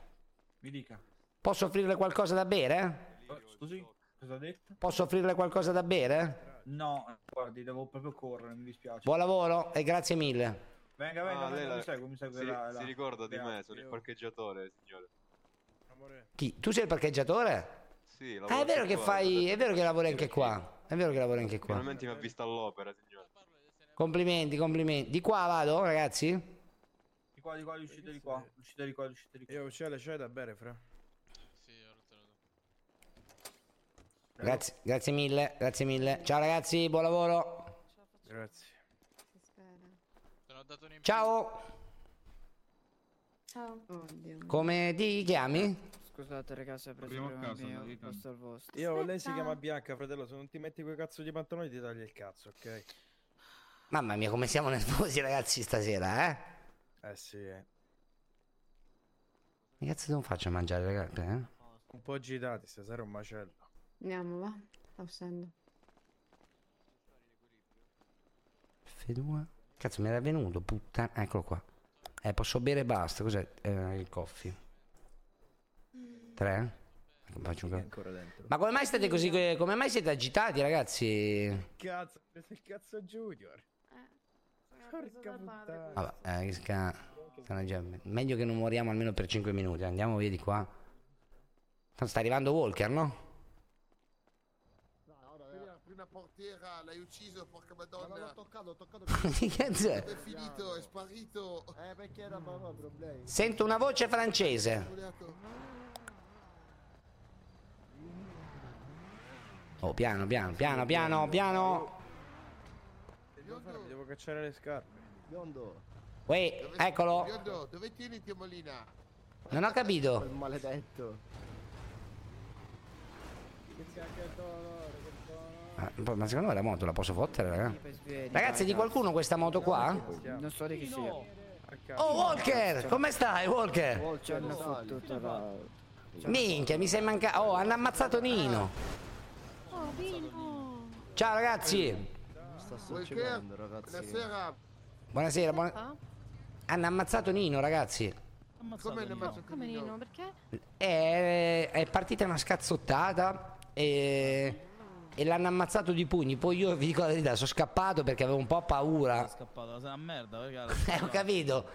Speaker 10: mi dica.
Speaker 2: posso offrirle qualcosa da bere?
Speaker 4: Oh, scusi, cosa ha detto?
Speaker 2: Posso offrirle qualcosa da bere?
Speaker 4: No, guardi, devo proprio correre, mi dispiace.
Speaker 2: Buon lavoro e grazie mille.
Speaker 4: Venga, venga,
Speaker 23: Ah, lei
Speaker 4: venga,
Speaker 23: la-
Speaker 4: mi segue, mi segue
Speaker 23: si,
Speaker 4: là,
Speaker 23: si
Speaker 4: là.
Speaker 23: ricorda di me,
Speaker 4: Grazie.
Speaker 23: sono il parcheggiatore, signore.
Speaker 2: Chi? Tu sei il parcheggiatore?
Speaker 23: Sì,
Speaker 2: Ah, è vero che fai. È vero che lavori anche qua. È vero che lavori anche qua.
Speaker 23: Finalmente mi
Speaker 10: Eh.
Speaker 23: ha vista all'opera, signore.
Speaker 2: Complimenti, complimenti. Di qua vado, ragazzi?
Speaker 4: Di qua, di qua, uscite di qua, uscite di qua, uscite di qua. Io c'è le c'è da bere, fra.
Speaker 2: Grazie, grazie mille, grazie mille. Ciao ragazzi, buon lavoro.
Speaker 4: Grazie.
Speaker 2: Ciao,
Speaker 8: Ciao.
Speaker 2: come ti chiami?
Speaker 8: Scusate ragazzi, ho preso
Speaker 4: Abbiamo
Speaker 8: prima
Speaker 4: caso,
Speaker 8: il mio
Speaker 4: no, di
Speaker 8: posto al vostro.
Speaker 4: Io, lei si chiama Bianca, fratello, se non ti metti quei cazzo di pantaloni ti tagli il cazzo, ok?
Speaker 2: Mamma mia, come siamo nervosi ragazzi stasera, eh?
Speaker 4: Eh sì, eh.
Speaker 2: Che cazzo devo faccio a mangiare, ragazzi? eh?
Speaker 4: Un po' agitati, stasera è un macello.
Speaker 8: Andiamo, va. Sta uscendo.
Speaker 2: F2. Cazzo, mi era venuto, puttana. Eccolo qua. Eh, posso bere e basta. Cos'è eh, il coffee? Ecco, 3? Ma come mai state così? eh, Come mai siete agitati, ragazzi?
Speaker 4: Cazzo, *laughs* ho preso il cazzo Junior. Porca puttana.
Speaker 2: Vabbè, eh, risca- stanno già- Meglio che non moriamo almeno per 5 minuti. Andiamo via di qua. Tanto sta arrivando Walker, no?
Speaker 24: La prima portiera l'hai ucciso, porca madonna. Ma l'ho toccato, l'ho
Speaker 2: *laughs*
Speaker 24: toccato.
Speaker 2: Che cazzo è?
Speaker 24: È finito, è sparito. Eh, perché era proprio problemi.
Speaker 2: Sento una voce francese. Oh, piano, piano, piano, piano, piano.
Speaker 4: Devo, fare- mi devo cacciare le scarpe. Biondo.
Speaker 2: Uè, eccolo.
Speaker 24: Biondo, dove tieni Tiemolina?
Speaker 2: Non ho capito.
Speaker 24: maledetto.
Speaker 2: Ah, poi- Ma secondo me la moto la posso fottere, raga?
Speaker 8: Svegli,
Speaker 2: Ragazzi, è di
Speaker 8: dai,
Speaker 2: qualcuno questa moto qua?
Speaker 8: dai. Non so di chi sia.
Speaker 2: Oh, Walker! Come stai, Walker?
Speaker 8: Ci
Speaker 24: Cioè,
Speaker 8: hanno fottuto la...
Speaker 2: Minchia, mi sei mancato. Oh, hanno ammazzato Nino.
Speaker 8: Oh,
Speaker 2: Ciao, ragazzi.
Speaker 24: Sta succedendo, ragazzi. Buonasera.
Speaker 2: Buonasera, buona- Hanno ammazzato Nino, ragazzi.
Speaker 24: Come l'hai mangiato? Come Nino,
Speaker 8: perché?
Speaker 2: È, è partita una scazzottata e... e l'hanno ammazzato di pugni. Poi io vi dico la verità, sono scappato perché avevo un po' paura.
Speaker 10: Scappato, la sei una merda,
Speaker 2: Ah. Eh, ho capito.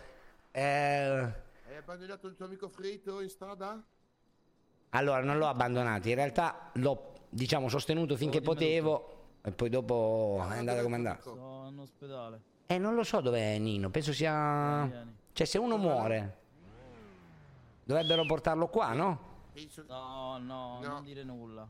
Speaker 2: Eh,
Speaker 24: Hai abbandonato il tuo amico Frito in strada?
Speaker 2: allora, non l'ho abbandonato. In realtà l'ho, diciamo, sostenuto finché potevo. E poi dopo è andata come è andata.
Speaker 10: Sono in ospedale.
Speaker 2: Eh, non lo so dov'è Nino. Penso sia. Cioè, se uno muore, dovrebbero portarlo qua, no?
Speaker 10: No, no, non dire nulla.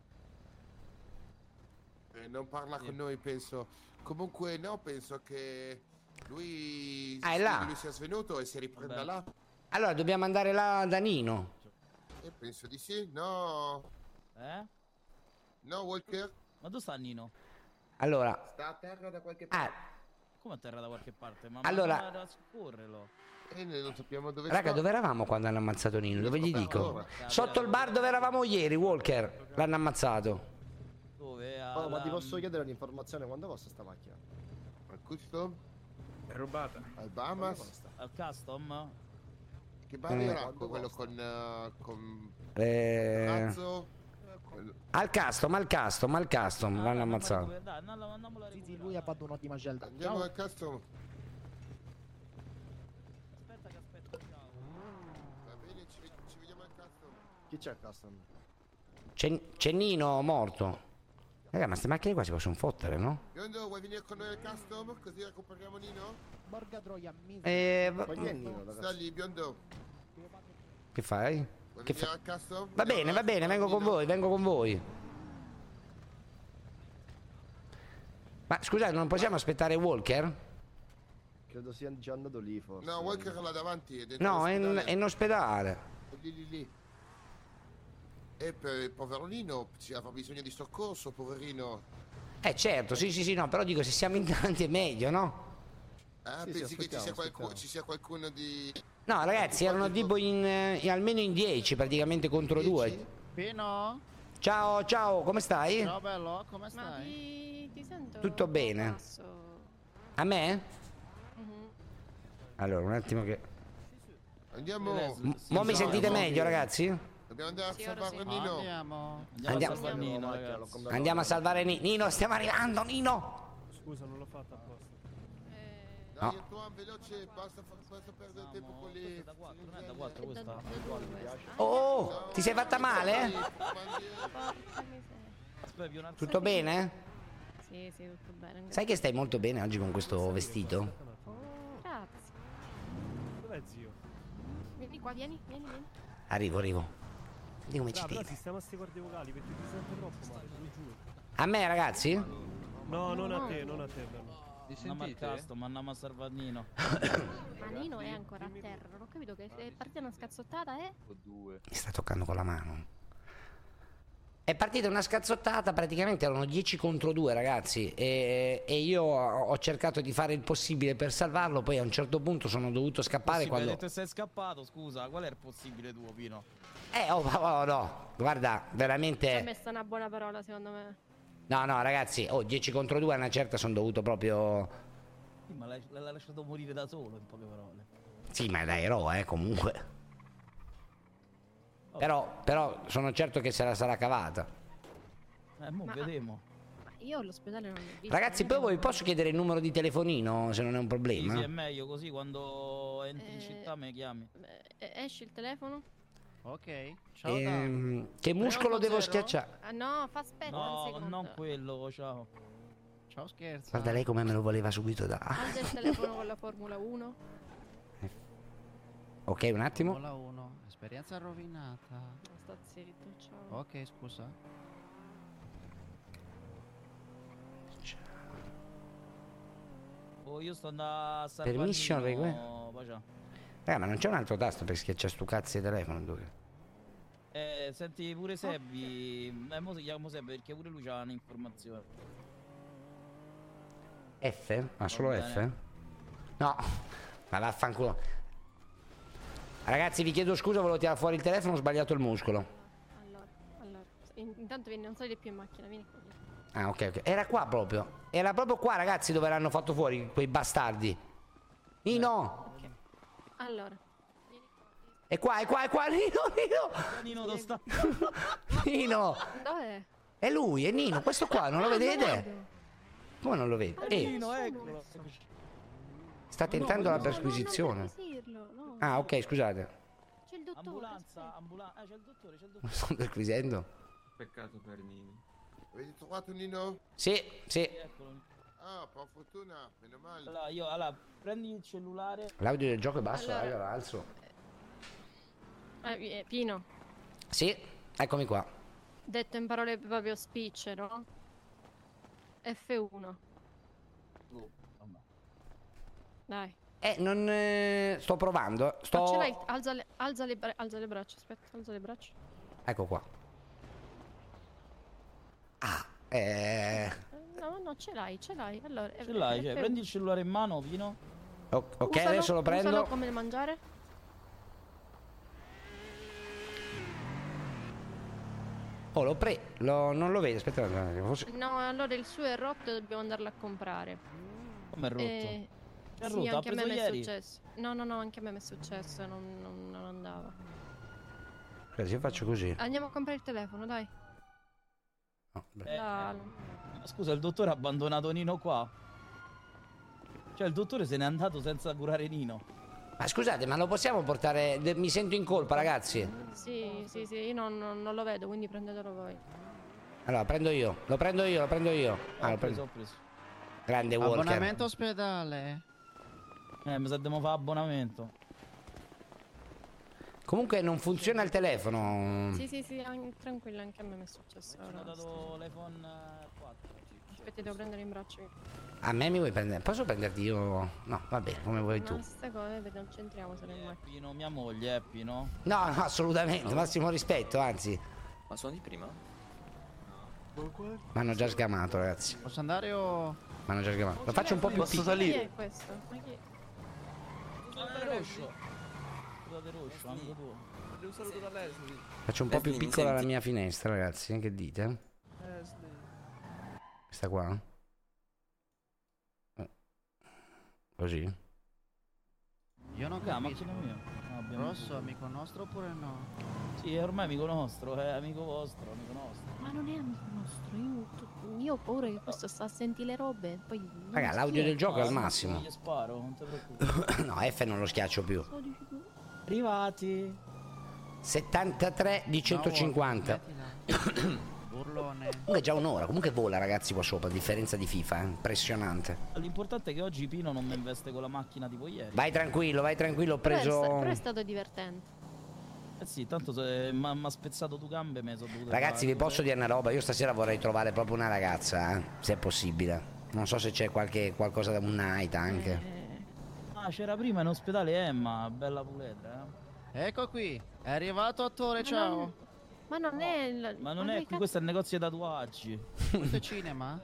Speaker 24: Eh, non parla con noi, penso. Comunque, no, penso che lui,
Speaker 2: Ah, è là.
Speaker 24: lui sia svenuto e si riprenda là.
Speaker 2: Allora, dobbiamo andare là da Nino.
Speaker 24: Eh, penso di sì, no.
Speaker 10: Eh?
Speaker 24: No, Walker?
Speaker 10: Ma dove sta Nino?
Speaker 2: Allora,
Speaker 24: Sta a terra da qualche
Speaker 2: parte.
Speaker 10: Come a terra da qualche parte? Ma
Speaker 2: Allora-
Speaker 10: ma- ma- soccorrelo.
Speaker 24: E Eh, noi non sappiamo dove
Speaker 2: raga,
Speaker 24: sta.
Speaker 2: dove eravamo quando hanno ammazzato Nino? Dove gli dico? Sotto il bar dove eravamo ieri, Walker. L'hanno ammazzato.
Speaker 25: Oh, ma ti posso chiedere un'informazione? Quando costa sta macchina?
Speaker 24: Questo?
Speaker 4: È rubata.
Speaker 24: Al Bahamas?
Speaker 10: Al custom?
Speaker 24: Che bar
Speaker 2: Eh.
Speaker 24: era? Quello con... eh, con...
Speaker 2: Eh,
Speaker 10: Ecco,
Speaker 24: Razzo?
Speaker 2: al custom, al custom, al custom. L'hanno ammazzato.
Speaker 10: Dai, andiamo, andiamo a
Speaker 26: Sì, sì, lui ha abbandonato di Magelda.
Speaker 24: Andiamo al custom.
Speaker 25: Chi c'è il custom?
Speaker 2: Cen- Cennino morto. Raga, ma queste macchine qua si possono fottere, no?
Speaker 13: Biondo, vuoi venire con noi al custom? Così recuperiamo Nino? Borga troia, mi.
Speaker 2: Eh, va-
Speaker 13: Sta lì, biondo.
Speaker 2: Che fai?
Speaker 13: Vuoi
Speaker 2: Che
Speaker 13: venire
Speaker 2: fa-
Speaker 13: al custom?
Speaker 2: Va bene, va bene, vengo con voi, vengo con voi. Ma scusate, non possiamo aspettare Walker?
Speaker 27: Credo sia già andato lì forse.
Speaker 13: No, Walker là davanti. È dentro
Speaker 2: No, è in,
Speaker 13: l'ospedale.
Speaker 2: è in ospedale.
Speaker 13: È Lì, lì, lì. E per il povero Nino ci aveva bisogno di soccorso, poverino.
Speaker 2: Eh certo, sì sì sì, no, però dico se siamo in tanti è meglio, no?
Speaker 13: Ah,
Speaker 27: Sì, sì,
Speaker 13: pensi che ci
Speaker 27: aspettiamo,
Speaker 13: sia, qualcuno, ci sia qualcuno di...
Speaker 2: No, ragazzi, erano tipo in, eh, in- almeno in 10 praticamente contro due.
Speaker 3: Pino?
Speaker 2: Ciao, ciao, come stai?
Speaker 3: Ciao bello, come stai? Ma ti, sento.
Speaker 2: Tutto bene? A me?
Speaker 13: Mhm.
Speaker 2: Allora, un attimo che...
Speaker 13: Andiamo.
Speaker 2: M- mo mi sentite meglio, ragazzi?
Speaker 13: Dobbiamo andare a salvare Nino.
Speaker 3: Andiamo.
Speaker 2: Andiamo. Andiamo a salvare Ni- Nino, stiamo arrivando, Nino!
Speaker 28: Scusa, non l'ho fatta apposta.
Speaker 13: Dai,
Speaker 2: No.
Speaker 13: Antoine, veloce, basta, fa- basta perdere tempo con le... Non è da
Speaker 2: Oh, ti sei fatta male? eh? Tutto bene?
Speaker 8: Sì, sì, tutto bene.
Speaker 2: Sai che stai molto bene oggi con questo vestito?
Speaker 8: Grazie.
Speaker 28: Dov'è zio?
Speaker 8: Vieni qua, vieni, vieni, vieni.
Speaker 2: Arrivo, arrivo. Vedi come ci
Speaker 28: Ah, però
Speaker 2: tiene.
Speaker 28: sistema ste corde vocali perché ti sento troppo male, te lo giuro.
Speaker 2: A me, ragazzi?
Speaker 28: No, non a te, non a te, bello.
Speaker 10: Ti sentite?
Speaker 28: ma andiamo a
Speaker 2: *coughs*
Speaker 28: salvarnino.
Speaker 8: Ma Nino è ancora a terra, non ho capito che è partita una scazzottata, eh?
Speaker 2: Mi sta toccando con la mano. È partita una scazzottata, praticamente erano 10 contro 2 ragazzi e, e io ho ho cercato di fare il possibile per salvarlo, poi a un certo punto sono dovuto scappare
Speaker 10: Possibile,
Speaker 2: quando...
Speaker 10: hai detto sei scappato, scusa, qual è il possibile tuo, Pino?
Speaker 2: Eh, oh, oh, oh, no, guarda,
Speaker 8: Ci ha
Speaker 2: veramente...
Speaker 8: messo una buona parola, secondo me.
Speaker 2: No, no ragazzi, oh, 10 contro 2 a una certa sono dovuto proprio...
Speaker 10: Sì, ma l'hai, l'hai lasciato morire da solo, in poche parole.
Speaker 2: Sì, ma da eroe eh, comunque. Però, però sono certo che se la sarà cavata.
Speaker 10: Eh, mo
Speaker 8: Ma-
Speaker 10: vedremo.
Speaker 8: Ma io all'ospedale non l'ho visto.
Speaker 2: Ragazzi,
Speaker 8: non è
Speaker 2: poi voi posso chiedere il numero di telefonino se non è un
Speaker 10: Sì, sì, è
Speaker 2: problema?
Speaker 10: meglio così, quando entri in
Speaker 8: Eh,
Speaker 10: città mi chiami.
Speaker 8: che- Eh, Esce il telefono?
Speaker 10: Ok,
Speaker 2: Ehm, che muscolo devo schiacciare?
Speaker 8: Ah no, fa aspetta un
Speaker 10: No,
Speaker 8: secondo.
Speaker 10: non quello, ciao. Ciao scherzo.
Speaker 2: Guarda lei come me lo voleva subito da...
Speaker 8: Alza il telefono con la Formula 1.
Speaker 2: Ok, un attimo.
Speaker 3: Formula 1, esperienza rovinata.
Speaker 8: Sta zitto, ciao.
Speaker 3: Ok, scusa.
Speaker 10: Oh, io sto andando a salvarnino.
Speaker 2: Permission
Speaker 10: Bacia.
Speaker 2: Eh, ma non c'è un altro tasto per schiacciare stu cazzo di telefono. dove?
Speaker 10: Eh, senti pure Sebbi. Eh, mo si chiama Sebbi perché pure lui c'ha un'informazione.
Speaker 2: F? Ma Ah, solo
Speaker 10: bene.
Speaker 2: F? No, ma vaffanculo. Ragazzi, vi chiedo scusa, volevo tirare fuori il telefono, ho sbagliato il muscolo.
Speaker 8: Allora, allora. In- Intanto vieni, non salire più in macchina, vieni qua. vieni.
Speaker 2: Ah, ok, ok. Era qua proprio. Era proprio qua, ragazzi, dove l'hanno fatto fuori quei bastardi. Nino!
Speaker 8: Allora,
Speaker 2: È qua, è qua, *laughs* è qua, Nino,
Speaker 10: Nino! Nino, sta...
Speaker 2: *laughs* Nino!
Speaker 8: dov'è?
Speaker 2: È lui, è Nino, questo qua, non lo
Speaker 8: Ah, non
Speaker 2: vedete?
Speaker 8: vedo.
Speaker 2: Come non lo
Speaker 10: Ah,
Speaker 2: vedi? Eh,
Speaker 10: Nino, eccolo.
Speaker 2: sta tentando
Speaker 10: No,
Speaker 2: la
Speaker 10: no,
Speaker 2: perquisizione.
Speaker 8: Dirlo, no.
Speaker 2: Ah, ok, scusate. *laughs*
Speaker 8: C'è il dottore.
Speaker 10: Ambulanza, ambulanza. Ah, c'è il dottore, c'è il dottore.
Speaker 2: Mi sto perquisendo.
Speaker 13: Peccato per Nino. Avete trovato Nino?
Speaker 2: Sì, sì.
Speaker 10: Eccolo.
Speaker 13: Ah, per fortuna, meno male.
Speaker 10: Allora, io, allora, prendi il cellulare.
Speaker 2: L'audio del gioco è basso,
Speaker 8: Allora.
Speaker 2: raga, lo alzo.
Speaker 8: Eh, eh, Pino,
Speaker 2: Sì, eccomi qua.
Speaker 8: detto in parole proprio spicce, no? F1. Dai.
Speaker 2: Eh, non... eh, sto provando. Sto...
Speaker 8: Ma Ah, ce l'hai? Alza le, alza le bra- alza le braccia, aspetta, alza le braccia.
Speaker 2: Ecco qua. Ah, eh...
Speaker 8: No, no, ce l'hai, ce l'hai. Allora, eh,
Speaker 10: Ce l'hai, cioè, prendi il cellulare in mano, Pino.
Speaker 2: o- ok, adesso lo prendo.
Speaker 8: Usalo come mangiare.
Speaker 2: Oh, l'ho preso. Non lo vedo, aspetta un attimo. forse-
Speaker 8: No, allora il suo è rotto e dobbiamo andarlo a comprare.
Speaker 2: Come è rotto?
Speaker 8: Eh,
Speaker 10: È
Speaker 8: sì,
Speaker 10: rotto, ha
Speaker 8: anche a me
Speaker 10: preso
Speaker 8: mi è
Speaker 10: ieri.
Speaker 8: successo. No, no, no, anche a me mi è successo, non, non- non andava.
Speaker 2: Guarda, se io faccio così...
Speaker 8: Andiamo a comprare il telefono, dai.
Speaker 10: Ah,
Speaker 2: no, beh.
Speaker 8: La-
Speaker 10: Ma Ah, Scusa, il dottore ha abbandonato Nino qua. Cioè, il dottore se n'è andato senza curare Nino.
Speaker 2: Ma scusate, ma lo possiamo portare. de- Mi sento in colpa, ragazzi.
Speaker 8: Sì, sì, sì, io non, non- non lo vedo, quindi prendetelo voi.
Speaker 2: Allora, prendo io, lo prendo io, lo prendo io. Ah, lo prendo. Grande Walker.
Speaker 3: Abbonamento ospedale.
Speaker 10: Eh, mi sa che devo fare abbonamento.
Speaker 2: Comunque non funziona il
Speaker 10: Mm.
Speaker 2: telefono.
Speaker 8: Sì, sì, sì, an- tranquilla, anche a me mi è successo.
Speaker 10: Ho
Speaker 8: ora.
Speaker 10: dato l'iPhone eh, 4.
Speaker 8: Aspetta, devo prendere in braccio. io.
Speaker 2: A me mi vuoi prendere? Posso prenderti io? No, vabbè, come vuoi tu.
Speaker 8: Ma sta cosa, vedi, non c'entriamo se non mai.
Speaker 10: Eh, Pino, mia moglie, eh, Pino.
Speaker 2: No, no, assolutamente, massimo rispetto, anzi.
Speaker 10: Ma sono di prima?
Speaker 2: Mi hanno già sgamato, ragazzi.
Speaker 3: Posso andare o...
Speaker 2: Mi hanno già sgamato. Lo faccio un po' più piccolo.
Speaker 8: Ma chi è questo? Ma chi è?
Speaker 10: Scusate, Roscio, amico tuo.
Speaker 29: Devo saluto da Leslie.
Speaker 2: Faccio un
Speaker 10: Eh,
Speaker 2: po' più piccola la mia finestra, ragazzi. eh, Che dite?
Speaker 28: Eh,
Speaker 29: Leslie.
Speaker 2: Questa qua? Eh, Così? *coughs*
Speaker 3: Io non
Speaker 10: Ah, ma
Speaker 3: capisco.
Speaker 10: chi non
Speaker 3: Rosso, amico nostro oppure no?
Speaker 10: Sì, è ormai amico nostro, è amico vostro, amico nostro.
Speaker 8: Ma non è amico nostro, io, tu- io ho paura che questo sta a sentire le robe. Poi non
Speaker 2: Raga,
Speaker 8: so
Speaker 2: l'audio
Speaker 8: chi è.
Speaker 2: del gioco è al massimo.
Speaker 10: Gli sparo, non ti preoccupare.
Speaker 2: no, F non lo schiaccio più.
Speaker 10: Arrivati.
Speaker 2: 73 di 150.
Speaker 3: Burlone.
Speaker 2: *coughs* Comunque è già un'ora, comunque vola ragazzi qua sopra, a differenza di FIFA, eh. impressionante.
Speaker 10: L'importante è che oggi Pino non mi investe con la macchina tipo ieri.
Speaker 2: Vai tranquillo, vai tranquillo, ho
Speaker 8: Però è sta-
Speaker 2: preso...
Speaker 8: Però è stato divertente.
Speaker 10: Eh sì, tanto se mi ha spezzato due gambe me sono dovuto...
Speaker 2: Ragazzi vi
Speaker 10: fare-
Speaker 2: posso dire una roba, io stasera vorrei trovare proprio una ragazza, eh, se è possibile. Non so se c'è qualche, qualcosa da un night anche.
Speaker 10: Ah, c'era prima in ospedale Emma, bella puletra, eh.
Speaker 3: Ecco qui, è arrivato attore,
Speaker 8: Ma non-
Speaker 3: ciao.
Speaker 8: Ma non è il...
Speaker 10: Ma non è
Speaker 8: che
Speaker 10: qui, questo è il negozio di tatuaggi.
Speaker 3: Questo è cinema?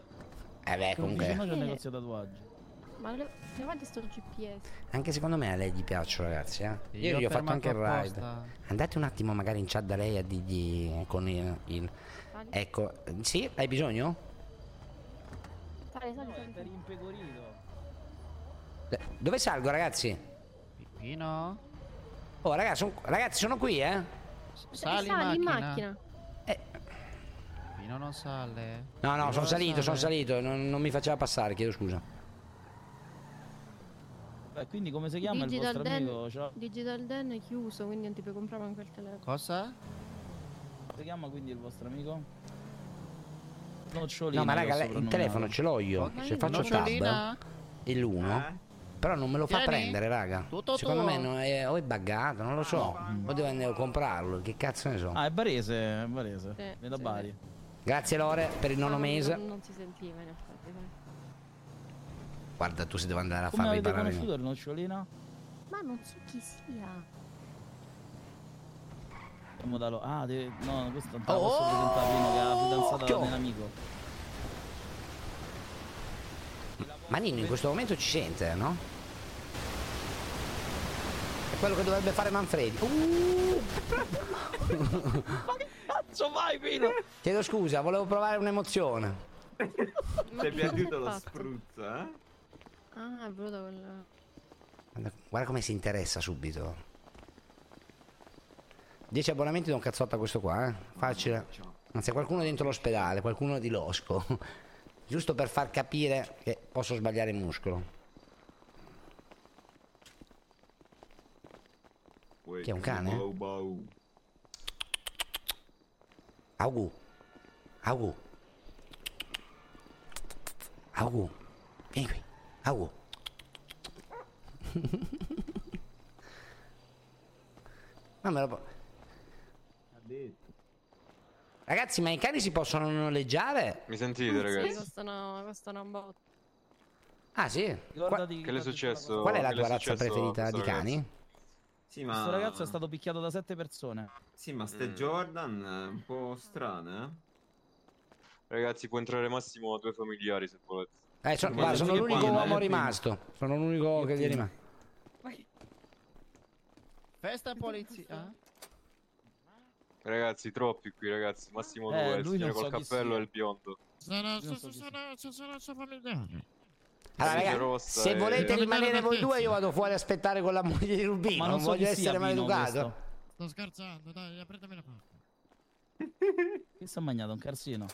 Speaker 2: Eh beh,
Speaker 10: Ma
Speaker 2: comunque...
Speaker 10: c'è il
Speaker 8: Eh.
Speaker 10: negozio di tatuaggi.
Speaker 8: cazzo- Ma le- levate sto GPS.
Speaker 2: Anche secondo me a lei gli piaccio ragazzi, eh.
Speaker 3: Io
Speaker 2: Io gli
Speaker 3: ho
Speaker 2: ho fatto anche il
Speaker 3: fermato
Speaker 2: ride.
Speaker 3: apposta.
Speaker 2: Andate un attimo magari in chat da lei a dirgli con il... il- Ecco, sì, hai bisogno?
Speaker 8: Sali, sali, sali,
Speaker 10: È rimpegorito.
Speaker 2: Eh, Dove salgo ragazzi?
Speaker 3: Pippino?
Speaker 2: Oh ragazzi, son- ragazzi sono qui eh.
Speaker 3: Sali,
Speaker 8: sali in
Speaker 3: macchina.
Speaker 8: macchina.
Speaker 3: Pippino non sale.
Speaker 2: No, no,
Speaker 3: Pippino
Speaker 2: sono
Speaker 3: non
Speaker 2: salito, sono
Speaker 3: sale.
Speaker 2: salito, non, non mi faceva passare, chiedo scusa.
Speaker 10: Beh, quindi come si chiama il vostro amico? Cioè,
Speaker 8: Digital Den è chiuso, quindi non ti puoi comprare anche il telefono.
Speaker 3: Cosa?
Speaker 10: si chiama quindi il vostro amico? Nocciolina.
Speaker 2: No, ma
Speaker 10: io
Speaker 2: raga,
Speaker 10: ho
Speaker 2: lei- il
Speaker 10: soprannominato.
Speaker 2: telefono ce l'ho io.
Speaker 10: Ma
Speaker 2: Se
Speaker 10: io
Speaker 2: faccio
Speaker 10: non ce l'ho.
Speaker 2: tab e l'1, però non me lo fa
Speaker 10: Tieni.
Speaker 2: prendere, raga.
Speaker 10: Tutto
Speaker 2: Secondo
Speaker 10: tuo.
Speaker 2: me non è, o è buggato, non lo so. O devo andare a comprarlo, che cazzo ne so.
Speaker 10: Ah, è barese, è barese.
Speaker 8: Sì,
Speaker 10: Viene da
Speaker 8: sì,
Speaker 10: Bari.
Speaker 2: Ah, Grazie Lore per il nono
Speaker 8: Ah, non-
Speaker 2: mese.
Speaker 8: Non, non si sentiva in effetti. dai.
Speaker 2: Guarda tu se devo andare a
Speaker 10: Come
Speaker 2: farmi
Speaker 10: avete
Speaker 2: parlare.
Speaker 10: conosciuto il nocciolina?
Speaker 8: Ma non so chi sia.
Speaker 10: Siamo da lo- Ah, de- no, questo non te la
Speaker 2: Oh,
Speaker 10: posso presentare prima che è la fidanzata
Speaker 2: occhio.
Speaker 10: del mio amico.
Speaker 2: Ma Nino in questo momento ci sente, no? È quello che dovrebbe fare Manfredi. Uh!
Speaker 10: Cazzo vai, Pino!
Speaker 2: *laughs* Chiedo scusa, volevo provare un'emozione.
Speaker 6: Se mi aiuta lo
Speaker 8: fatto?
Speaker 6: spruzza, eh?
Speaker 8: Ah, è voluto quel...
Speaker 2: Guarda, guarda come si interessa subito. 10 abbonamenti non cazzotta questo qua, eh. Facile. Anzi, qualcuno dentro l'ospedale, qualcuno di Losco. *laughs* Giusto per far capire che posso sbagliare il muscolo. Chi è un cane?
Speaker 6: Bau, bau.
Speaker 2: Augu. Augu. Augu. Vieni qui. Augu. *laughs* Ma me lo po- Ragazzi, ma i cani si possono noleggiare?
Speaker 6: Mi sentite,
Speaker 8: Sì,
Speaker 6: ragazzi?
Speaker 8: costano, costano un botto.
Speaker 2: Ah, sì.
Speaker 10: Ricordati
Speaker 6: Che le è successo?
Speaker 2: Qual è la
Speaker 6: che le
Speaker 2: tua razza
Speaker 6: successo a
Speaker 2: preferita
Speaker 6: questo
Speaker 2: di
Speaker 6: ragazzo?
Speaker 2: cani?
Speaker 1: Sì, ma...
Speaker 10: Questo ragazzo è stato picchiato da sette persone.
Speaker 1: Sì, ma
Speaker 6: Mm.
Speaker 1: ste Jordan è un po' strana, eh?
Speaker 6: Ragazzi, può entrare massimo due familiari se volete.
Speaker 2: Eh, so-
Speaker 6: Ma
Speaker 2: guarda,
Speaker 6: le
Speaker 2: sono
Speaker 6: zone
Speaker 2: l'unico
Speaker 6: quali?
Speaker 2: uomo
Speaker 6: Prima.
Speaker 2: rimasto. Sono l'unico che gli è rimasto.
Speaker 3: Festa e polizia. eh?
Speaker 6: Ragazzi, troppi qui, ragazzi. Massimo
Speaker 10: Eh,
Speaker 6: due, il
Speaker 10: lui
Speaker 6: signore
Speaker 10: non
Speaker 6: col
Speaker 10: so chi
Speaker 6: cappello
Speaker 10: sia.
Speaker 6: e il biondo.
Speaker 14: Sono, sono, sono, sono, sono, sono familiare.
Speaker 2: Allora,
Speaker 6: Sì,
Speaker 2: ragazzi,
Speaker 6: rossa
Speaker 2: se
Speaker 6: e-
Speaker 2: volete
Speaker 6: Capitano
Speaker 2: rimanere voi
Speaker 14: Martezzi.
Speaker 2: due, io vado fuori a aspettare con la moglie di Rubino.
Speaker 14: Ma
Speaker 2: non
Speaker 14: non so
Speaker 2: voglio
Speaker 14: chi sia
Speaker 2: essere
Speaker 14: Pino,
Speaker 2: maleducato.
Speaker 14: Sto scherzando, dai, apritemi la porta.
Speaker 10: Chi si è mangiato? Un carsino?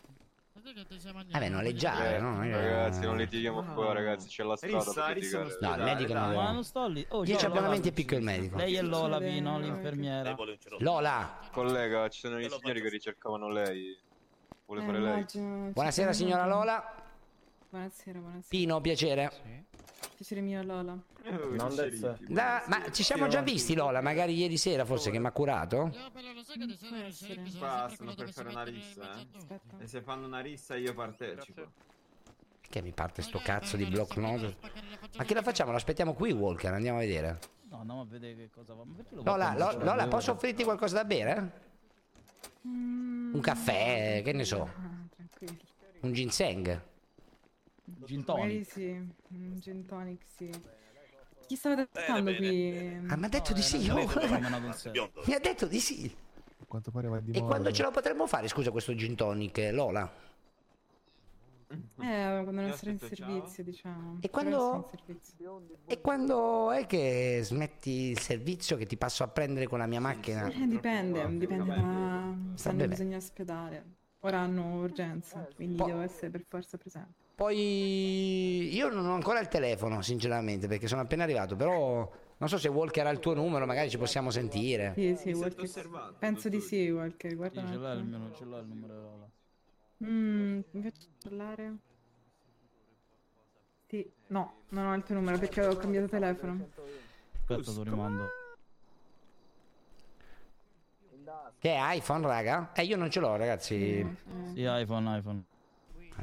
Speaker 2: Vabbè, noleggiare,
Speaker 6: Eh,
Speaker 2: no?
Speaker 6: Ragazzi, non litighiamo qua, ragazzi. C'è la strada.
Speaker 2: Rissa,
Speaker 6: per
Speaker 2: Rissa non
Speaker 6: litigare.
Speaker 2: sta- No, il medico non-
Speaker 10: Ma non sto lì. Oh,
Speaker 2: 10
Speaker 10: ciao, Lola.
Speaker 2: abbonamenti e picco il medico.
Speaker 10: Lei è Lola, Pino, l'infermiera.
Speaker 2: Lola!
Speaker 6: Collega, ci sono i signori che ricercavano lei. Vuole
Speaker 11: Eh,
Speaker 6: fare lei.
Speaker 11: immagino, ci
Speaker 2: Buonasera,
Speaker 11: sono-
Speaker 2: signora Lola.
Speaker 11: Buonasera, buonasera.
Speaker 2: Pino, piacere.
Speaker 11: Piacere mio Lola.
Speaker 1: Eh.
Speaker 22: Non del
Speaker 2: Da- ma ci siamo già visti, Lola, magari ieri sera forse che mi ha curato?
Speaker 1: Qua sono per fare una rissa, eh. E se fanno una rissa io partecipo.
Speaker 2: Perché mi parte sto cazzo di block note? Ma che la facciamo? L'aspettiamo qui, Walker, andiamo a vedere.
Speaker 10: No, andiamo a vedere che cosa va. Ma perché lo
Speaker 2: Lola,
Speaker 10: guardiamo
Speaker 2: Lo-
Speaker 10: solo?
Speaker 2: Lola, posso offrirti qualcosa da bere?
Speaker 10: Mm.
Speaker 11: Un
Speaker 2: caffè, che ne so.
Speaker 11: Ah, tranquillo.
Speaker 2: Un ginseng?
Speaker 10: Gin
Speaker 11: Magari sì, un gin tonic, sì. Chi
Speaker 10: Eh,
Speaker 11: stava trattando qui?
Speaker 2: Ah, mi ha detto di sì, oh. *laughs* Mi ha detto di sì.
Speaker 27: A quanto pare va di
Speaker 2: E
Speaker 27: moda.
Speaker 2: quando ce lo potremmo fare, scusa, questo gin tonic, Lola?
Speaker 11: Eh, quando non
Speaker 2: Io
Speaker 11: sarò in
Speaker 2: aspetto,
Speaker 11: servizio, diciamo.
Speaker 2: E
Speaker 11: Però
Speaker 2: quando-
Speaker 11: sono in servizio.
Speaker 2: E quando è che smetti il servizio che ti passo a prendere con la mia macchina?
Speaker 11: Eh, dipende, dipende da se hanno
Speaker 2: bene.
Speaker 11: bisogno di ospedale. Ora hanno urgenza, quindi
Speaker 2: Po-
Speaker 11: devo essere per forza presente.
Speaker 2: Poi io non ho ancora il telefono, sinceramente, perché sono appena arrivato, però non so se Walker ha il tuo numero, magari ci possiamo sentire.
Speaker 11: Sì, sì,
Speaker 1: Mi sento
Speaker 11: Walker.
Speaker 1: osservato,
Speaker 11: Penso di sì, Walker, guarda
Speaker 10: Sì,
Speaker 11: un
Speaker 10: ce l'ha il
Speaker 11: attimo.
Speaker 10: mio, non ce l'ha il numero di Lola.
Speaker 11: Mm, mi faccio parlare? Sì, no, non ho il tuo numero perché ho cambiato telefono.
Speaker 2: Ah,
Speaker 10: Aspetta, lo rimando.
Speaker 2: Che è iPhone, raga? Eh, io non ce l'ho, ragazzi.
Speaker 10: Sì, iPhone, iPhone.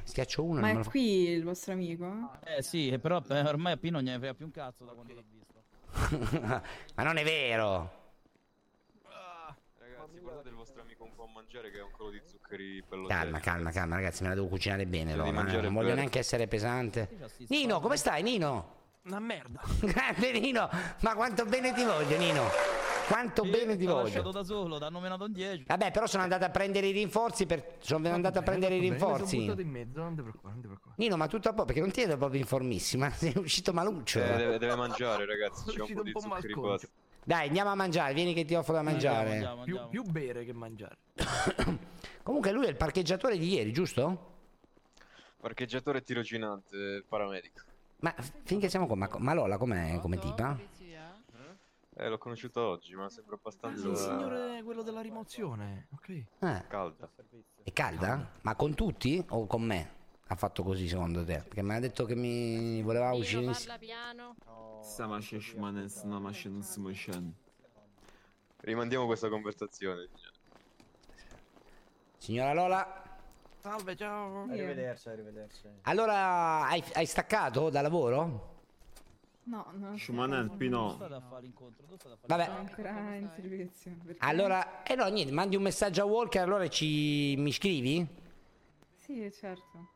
Speaker 2: Schiaccio
Speaker 11: Ma
Speaker 2: uno e me
Speaker 11: è
Speaker 2: lo fa-
Speaker 11: qui il vostro amico?
Speaker 6: Ah,
Speaker 10: Eh sì, eh, però eh, ormai a Pino non gliene frega più un cazzo da quando l'ha visto.
Speaker 2: Ma non è vero!
Speaker 6: Ragazzi, guardate il vostro amico un po' a mangiare che è un collo di zuccheri bello
Speaker 2: Calma,
Speaker 6: serio.
Speaker 2: calma, calma, ragazzi, me la devo cucinare bene,
Speaker 6: Devi
Speaker 2: Lola. eh,
Speaker 6: Cioè, mangiare
Speaker 2: Non voglio
Speaker 6: bene.
Speaker 2: neanche essere pesante. Nino, come stai, Nino? *laughs*
Speaker 12: Una merda.
Speaker 2: Grande Nino, ma quanto bene ti voglio, Nino. Quanto bene ti
Speaker 10: L'ho lasciato
Speaker 2: voglio.
Speaker 10: da solo, l'hanno menato in 10.
Speaker 2: Vabbè, però sono andato a prendere i rinforzi per... Sono andato a prendere i rinforzi.
Speaker 4: in mezzo, non ti preoccupare, non ti preoccupare.
Speaker 2: Nino, ma tutto a poco, perché non ti vedo proprio informissima. *laughs* Sei uscito maluccio.
Speaker 6: Eh, deve, deve mangiare, ragazzi. C'è un
Speaker 4: uscito
Speaker 6: po'
Speaker 4: un
Speaker 6: di
Speaker 4: po'
Speaker 6: zuccheri qua.
Speaker 4: malconcio.
Speaker 2: Dai, andiamo a mangiare, vieni che ti offro
Speaker 4: Eh,
Speaker 2: da mangiare.
Speaker 4: Più- Più, bere che mangiare.
Speaker 2: Comunque lui è il parcheggiatore di ieri, giusto?
Speaker 6: Parcheggiatore tirocinante, paramedico.
Speaker 2: Ma f- finché siamo qua, ma, co- ma Lola com'è come tipa?
Speaker 6: Eh, l'ho conosciuta oggi, ma sembra abbastanza.
Speaker 4: Il signore quello della rimozione, ok?
Speaker 2: Eh,
Speaker 6: Calda.
Speaker 2: è calda? Ma con tutti o con me? Ha fatto così secondo te? Perché mi ha detto che mi voleva uccidere.
Speaker 8: piano.
Speaker 1: Sama shishmanes nama shin smushan.
Speaker 6: Rimandiamo questa conversazione.
Speaker 2: Signora Lola,
Speaker 4: Salve, ciao.
Speaker 22: Arrivederci, arrivederci.
Speaker 2: allora hai, hai staccato da lavoro?
Speaker 11: No, non lo so.
Speaker 1: Shumanen, Pino.
Speaker 11: Sono
Speaker 2: Vabbè,
Speaker 14: Ecco,
Speaker 11: ancora in servizio. perché-
Speaker 2: allora, eh no, niente, mandi un messaggio a Walker, allora ci mi scrivi?
Speaker 11: Sì, certo.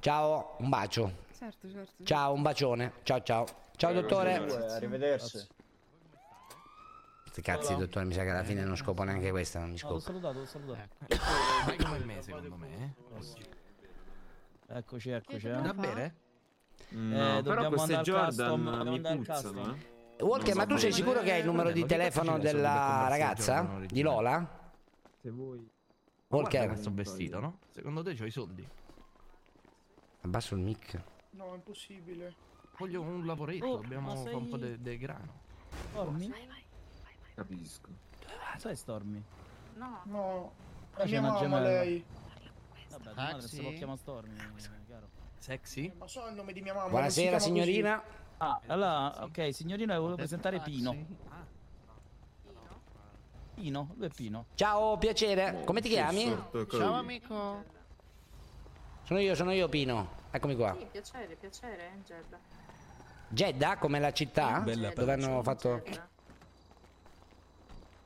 Speaker 2: Ciao, un bacio.
Speaker 11: Certo, certo.
Speaker 2: Ciao, un bacione. Ciao, ciao. Ciao, dottore.
Speaker 22: Arrivederci.
Speaker 2: Sti cazzi, dottore, mi sa che alla fine non scopo neanche questa, non mi
Speaker 10: No, l'ho
Speaker 2: scopo.
Speaker 10: salutato, l'ho salutato.
Speaker 4: Ma Ecco. come me, secondo me? eh.
Speaker 10: Eccoci,
Speaker 14: Ecco,
Speaker 10: eccoci. eh.
Speaker 4: Da bere?
Speaker 1: Mm, No,
Speaker 10: Eh,
Speaker 1: però
Speaker 10: dobbiamo
Speaker 1: queste
Speaker 10: andare al custom,
Speaker 1: Jordan
Speaker 10: dobbiamo
Speaker 1: mi
Speaker 10: andare al
Speaker 1: puzzano,
Speaker 10: custom.
Speaker 1: eh.
Speaker 2: Walker,
Speaker 1: Non
Speaker 2: ma
Speaker 1: so
Speaker 2: tu sei
Speaker 1: voi.
Speaker 2: sicuro che hai il numero di
Speaker 1: Guarda, che cazzo
Speaker 2: telefono
Speaker 1: ce ne sono per
Speaker 2: della
Speaker 1: conversazioni,
Speaker 2: ragazza?
Speaker 4: Jordan,
Speaker 2: Di Lola?
Speaker 1: Se vuoi.
Speaker 2: Walker.
Speaker 4: Guarda questo vestito, no? Secondo te c'ho i soldi?
Speaker 2: Abbasso il mic.
Speaker 4: No, è impossibile. Voglio un lavoretto,
Speaker 10: Oh,
Speaker 4: dobbiamo
Speaker 10: ma sei-
Speaker 4: fare un po' di grano.
Speaker 10: Stormy?
Speaker 1: Capisco.
Speaker 10: Ah, Sai Stormy?
Speaker 4: No.
Speaker 10: No.
Speaker 4: La mia mamma, lei.
Speaker 10: Vabbè, tua madre
Speaker 4: Taxi?
Speaker 10: se lo chiama Stormy, eh, chiaro.
Speaker 4: Sexy?
Speaker 14: Ma so il nome di mia mamma.
Speaker 4: Buonasera,
Speaker 14: non si chiama
Speaker 4: signorina.
Speaker 14: così. Ah,
Speaker 10: Ah, allora, ok, signorina, volevo presentare Pino. Pino, lui è Pino.
Speaker 2: Ciao, piacere. Come ti chiami?
Speaker 3: Ciao amico.
Speaker 2: Sono io, sono io Pino. Eccomi qua.
Speaker 15: Sì, piacere, piacere, Gerda.
Speaker 2: Jeddah, come la città?
Speaker 15: Bella
Speaker 2: dove hanno fatto...
Speaker 15: Gerda.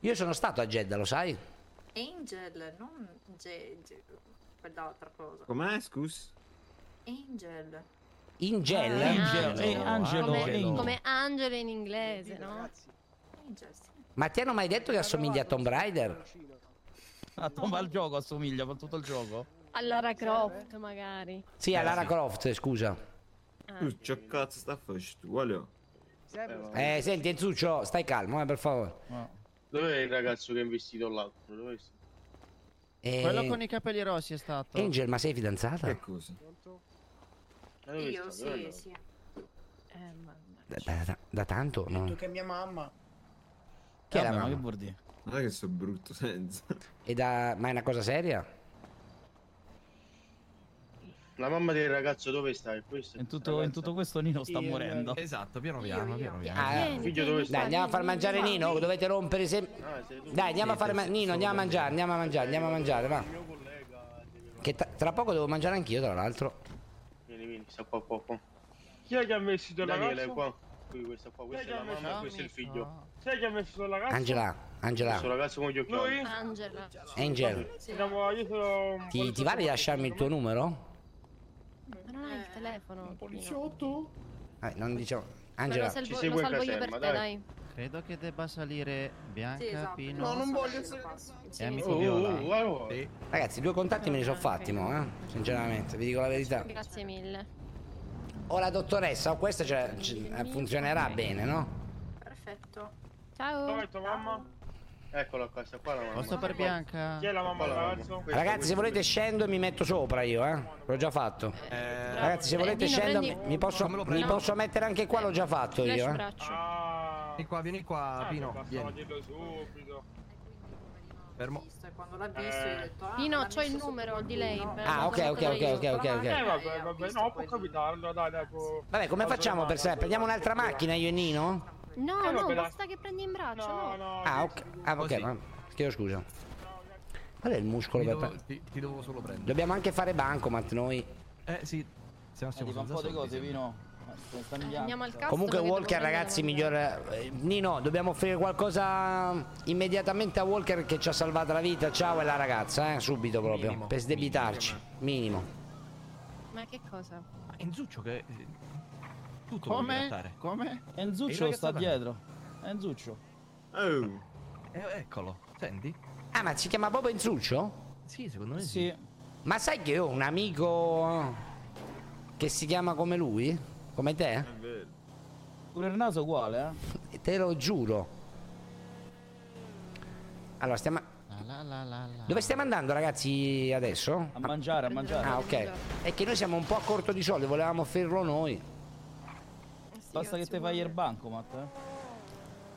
Speaker 2: Io sono stato a Jeddah, lo sai?
Speaker 15: Angel, non Ge... Ge- quell'altra cosa.
Speaker 1: Com'è, scus?
Speaker 15: Angel.
Speaker 2: In gel?
Speaker 15: Ah,
Speaker 2: Angelo.
Speaker 15: eh, Angelo,
Speaker 8: Come, come Angelo in inglese, no?
Speaker 15: Angel, sì.
Speaker 2: Ma ti hanno mai detto che assomigli a Tomb Raider?
Speaker 10: Ah, Tom al gioco assomiglia, fa tutto il gioco.
Speaker 8: Allora Croft, magari.
Speaker 2: Sì, a Lara Croft, scusa.
Speaker 1: Tu che cazzo sta facendo? Guaglio.
Speaker 2: Eh, senti, Enzuccio, stai calmo, eh, per favore.
Speaker 16: Dov'è il ragazzo che ha investito l'altro? Dov'è?
Speaker 2: Eh,
Speaker 3: Quello con i capelli rossi è stato.
Speaker 2: Angel, ma sei fidanzata? Che cosa?
Speaker 15: Io sì, Eh, sì.
Speaker 2: Da, da- da tanto? No.
Speaker 15: che mia mamma.
Speaker 2: Chi è la
Speaker 10: Vabbè, ma
Speaker 2: mamma?
Speaker 10: che vuol dire?
Speaker 1: Non è che so brutto senza.
Speaker 2: E da... Ma è una cosa seria?
Speaker 16: La mamma del ragazzo dove sta?
Speaker 10: In tutto, in tutto questo Nino sta
Speaker 16: Io-
Speaker 10: morendo.
Speaker 4: Esatto, piano piano, piano piano.
Speaker 2: Ah,
Speaker 16: Figlio dove
Speaker 2: dai,
Speaker 16: sta?
Speaker 2: andiamo a far mangiare
Speaker 16: Vieni,
Speaker 2: Nino, dovete rompere se... Dai, andiamo a fare... ma- Nino, andiamo a mangiare, andiamo a mangiare, andiamo a mangiare, va. Che tra- tra poco devo mangiare anch'io, tra l'altro.
Speaker 16: Vieni, vieni, sta qua, qua, qua. Chi è che ha messo il
Speaker 17: ragazzo?
Speaker 16: Daniele qua. Qui, questa qua, questa è la mamma, questo è il figlio. Sai che ha messo il ragazzo?
Speaker 2: Angela, Angela,
Speaker 16: Questo ragazzo con gli
Speaker 10: Eh,
Speaker 16: occhiali.
Speaker 15: Angela.
Speaker 2: Angel,
Speaker 16: Siamo, io sono...
Speaker 2: ti, ti va di lasciarmi il tuo numero?
Speaker 8: Ma non
Speaker 15: Eh.
Speaker 8: hai il telefono. Un
Speaker 15: poliziotto?
Speaker 2: Eh, non diciamo... Angela,
Speaker 8: lo salvo, lo salvo io per te, dai.
Speaker 3: Credo che debba salire Bianca,
Speaker 8: Sì, esatto.
Speaker 3: Pino.
Speaker 15: No, non
Speaker 8: voglio
Speaker 3: E amico
Speaker 2: Oh,
Speaker 3: Viola.
Speaker 2: oh, Ragazzi, due contatti me li sono fatti, mo, eh? sinceramente, vi dico la verità.
Speaker 8: Grazie mille.
Speaker 2: O Oh, la dottoressa o questa cioè, c- eh, funzionerà bene, no?
Speaker 15: Perfetto.
Speaker 8: Ciao.
Speaker 16: Dove è tua mamma? Eccola qua, sta qua la mamma.
Speaker 3: Posso per Bianca?
Speaker 16: Chi è la mamma del ragazzo?
Speaker 2: Ragazzi, se volete scendo mi metto sopra io, eh? L'ho già fatto. Ragazzi, se
Speaker 16: Eh,
Speaker 2: volete
Speaker 16: Dino,
Speaker 2: scendo mi,
Speaker 16: prendi-
Speaker 2: mi posso,
Speaker 16: Fammelo
Speaker 2: mi
Speaker 16: prendere.
Speaker 2: posso mettere anche qua, l'ho già fatto io, eh?
Speaker 16: Ah.
Speaker 4: Vieni qua, vieni qua, Pino. Vieni.
Speaker 16: Dillo subito.
Speaker 4: Fermo.
Speaker 15: Quando l'ha
Speaker 2: Eh.
Speaker 15: visto, io ho detto. Ah,
Speaker 8: Pino,
Speaker 15: l'ha
Speaker 8: c'ho il
Speaker 15: messo
Speaker 8: numero di lei. me lo
Speaker 2: Ah,
Speaker 8: sono
Speaker 2: ok,
Speaker 8: fatta
Speaker 2: ok,
Speaker 8: io.
Speaker 2: ok, ok, ok, ok.
Speaker 16: Eh, vabbè, vabbè, no, può capitarlo, dai, dai, può...
Speaker 2: Vabbè, come facciamo per sé? Prendiamo un'altra macchina io e Nino?
Speaker 8: No,
Speaker 16: Eh,
Speaker 8: no,
Speaker 16: vabbè, la-
Speaker 8: basta che prendi in braccio. No, no.
Speaker 2: Ah, ok, ah, ok, ma chiedo scusa. Qual è il muscolo
Speaker 4: Ti
Speaker 2: per
Speaker 4: dovevo,
Speaker 2: pre-
Speaker 4: ti- ti dovevo solo prendere.
Speaker 2: Dobbiamo anche fare bancomat noi.
Speaker 4: Eh sì. Se no
Speaker 10: Eh,
Speaker 4: siamo
Speaker 10: dico un
Speaker 4: senza
Speaker 10: po' di
Speaker 4: soldi,
Speaker 10: cose,
Speaker 4: sembra.
Speaker 10: Pino. Ma sto-
Speaker 4: Eh,
Speaker 10: sta in bianco.
Speaker 8: Andiamo al cazzo.
Speaker 2: Comunque
Speaker 8: perché
Speaker 2: Walker
Speaker 8: devo
Speaker 2: ragazzi miglior eh, Nino dobbiamo offrire qualcosa immediatamente a Walker che ci ha salvato la vita Ciao e la ragazza eh, subito proprio
Speaker 4: Minimo,
Speaker 2: Per sdebitarci Minimo,
Speaker 8: prendere- Ma che cosa?
Speaker 4: Ma Enzuccio che... eh, Tutto
Speaker 10: Come?
Speaker 4: vuole grattare.
Speaker 10: Come?
Speaker 4: E il
Speaker 10: Enzuccio
Speaker 4: ragazzo
Speaker 10: sta
Speaker 4: là.
Speaker 10: dietro. Enzuccio.
Speaker 4: Oh. Eh, eccolo, senti?
Speaker 2: Ah ma si chiama proprio Inzuccio?
Speaker 4: Sì, secondo me sì.
Speaker 10: Sì.
Speaker 2: Ma sai che io ho un amico Che si chiama come lui? Come te?
Speaker 10: Pure il naso uguale,
Speaker 2: eh? Te lo giuro Allora stiamo
Speaker 3: La, la, la, la.
Speaker 2: Dove stiamo andando ragazzi adesso?
Speaker 10: A mangiare, a mangiare.
Speaker 2: Ah ok È che noi siamo un po' a corto di soldi Volevamo offrirlo noi
Speaker 10: Basta che te fai il bancomat. eh.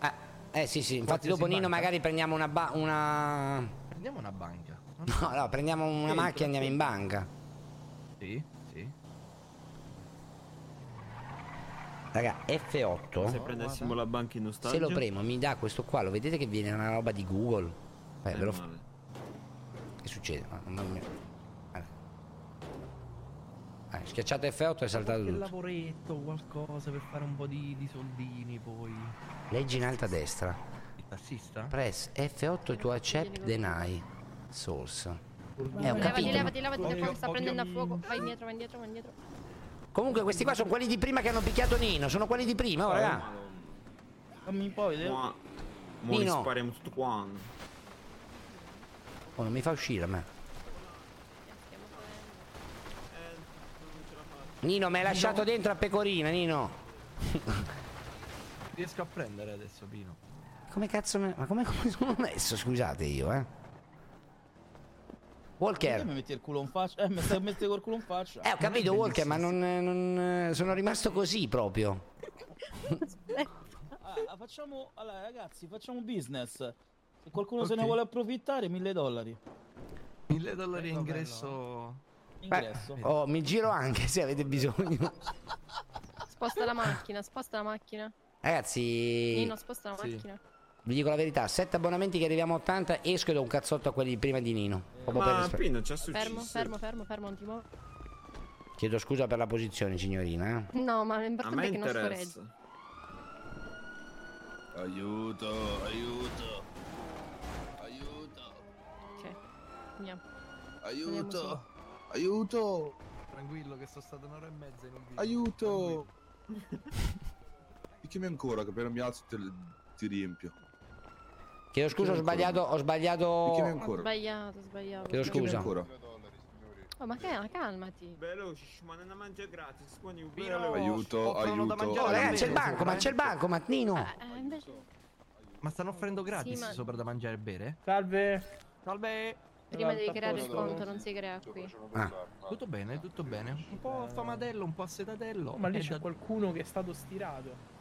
Speaker 2: Ah, eh sì sì, infatti
Speaker 10: Qualsiasi
Speaker 2: dopo Nino
Speaker 10: banca.
Speaker 2: magari prendiamo una... ba- una...
Speaker 4: Prendiamo una banca.
Speaker 2: No, no, prendiamo una
Speaker 4: Sì,
Speaker 2: macchina e andiamo in banca.
Speaker 4: Sì, sì.
Speaker 2: Raga, F8.
Speaker 1: Se prendessimo la banca in ostaggio.
Speaker 2: Se lo premo mi dà questo qua, lo vedete che viene una roba di Google? Beh, ve lo fa- Che succede? Ma- ma- ma- Guarda. Eh, schiacciato F8 è saltato
Speaker 4: Qualche
Speaker 2: tutto.
Speaker 4: lavoretto, qualcosa per fare un po' di, di soldini poi.
Speaker 2: Leggi in alta a destra. Il
Speaker 4: tassista?
Speaker 2: Press F8 to accept deny source. Eh, ho
Speaker 8: Levati,
Speaker 2: capito.
Speaker 8: levati, levati, da fuoco, sta prendendo a fuoco. Vai indietro, vai indietro, vai indietro.
Speaker 2: Comunque questi qua sono quelli di prima che hanno picchiato Nino, sono quelli di prima, oh, raga.
Speaker 10: Fammi un po' vedere.
Speaker 1: Qua. Mo
Speaker 2: Nino.
Speaker 1: li spariamo tutto quanto.
Speaker 2: Oh, non mi fa uscire a me. Nino, mi hai lasciato dentro a pecorina, Nino.
Speaker 4: Riesco a prendere adesso, Pino.
Speaker 2: Come cazzo me... Ma come, *laughs* come sono messo? Scusate io, eh. Walker.
Speaker 10: Perché Eh, mi metti il culo in faccia? Eh, mi stai mettendo col culo in faccia.
Speaker 2: Eh, ho capito Walker, ma non, eh, non, eh, Sono rimasto così proprio.
Speaker 10: Ah, facciamo, allora ragazzi, facciamo business. Se qualcuno se ne vuole approfittare, mille dollari.
Speaker 4: 1000 dollari ingresso.
Speaker 10: Ingresso.
Speaker 2: Oh, mi giro anche *laughs* se avete bisogno.
Speaker 8: Sposta la macchina, sposta la macchina.
Speaker 2: Ragazzi...
Speaker 8: Nino, sposta la macchina.
Speaker 2: Vi dico la verità, 7 abbonamenti che arriviamo a 80, esco e do un cazzotto a quelli di prima di Nino. Proprio per
Speaker 1: Ma
Speaker 2: rispetto.
Speaker 1: Pino c'è
Speaker 8: Fermo,
Speaker 1: successo.
Speaker 8: fermo, fermo, fermo, non ti muovo.
Speaker 2: Chiedo scusa per la posizione, signorina. eh.
Speaker 8: No, ma
Speaker 1: A
Speaker 8: l'importante
Speaker 1: me
Speaker 8: è che non
Speaker 1: interessa.
Speaker 8: sforeggi.
Speaker 17: Aiuto, aiuto. Aiuto,
Speaker 8: Ok, andiamo. Andiamo
Speaker 17: aiuto.
Speaker 8: su.
Speaker 17: Aiuto,
Speaker 4: Tranquillo che sono stato un'ora e mezza in un video.
Speaker 17: aiuto. Dichimi ancora che appena mi
Speaker 2: Ah,
Speaker 17: alzo te- ti riempio.
Speaker 2: Chiedo scusa, ho sbagliato, ho
Speaker 17: Chiami
Speaker 2: sbagliato...
Speaker 8: Ho
Speaker 17: ancora.
Speaker 8: sbagliato, ho sbagliato.
Speaker 2: Chiedo
Speaker 17: Chiami
Speaker 2: scusa.
Speaker 17: ancora.
Speaker 8: Oh, ma che è? Calmati.
Speaker 1: Veloce, ci mandano a mangiare gratis, disponibile.
Speaker 17: Aiuto, aiuto.
Speaker 2: Oh, ragazzi, c'è il
Speaker 17: aiuto.
Speaker 2: banco, ma c'è il banco, Mattino.
Speaker 8: Eh, invece...
Speaker 4: Ma stanno offrendo gratis
Speaker 8: ma-
Speaker 4: sopra da mangiare e bere?
Speaker 10: Salve.
Speaker 4: Salve.
Speaker 8: Prima devi creare il conto, non si crea qui.
Speaker 2: Ah.
Speaker 4: Tutto bene, tutto bene. Un po' affamadello, un po' assetatello.
Speaker 30: Ma lì
Speaker 4: e
Speaker 30: c'è
Speaker 4: da-
Speaker 30: qualcuno che è stato stirato.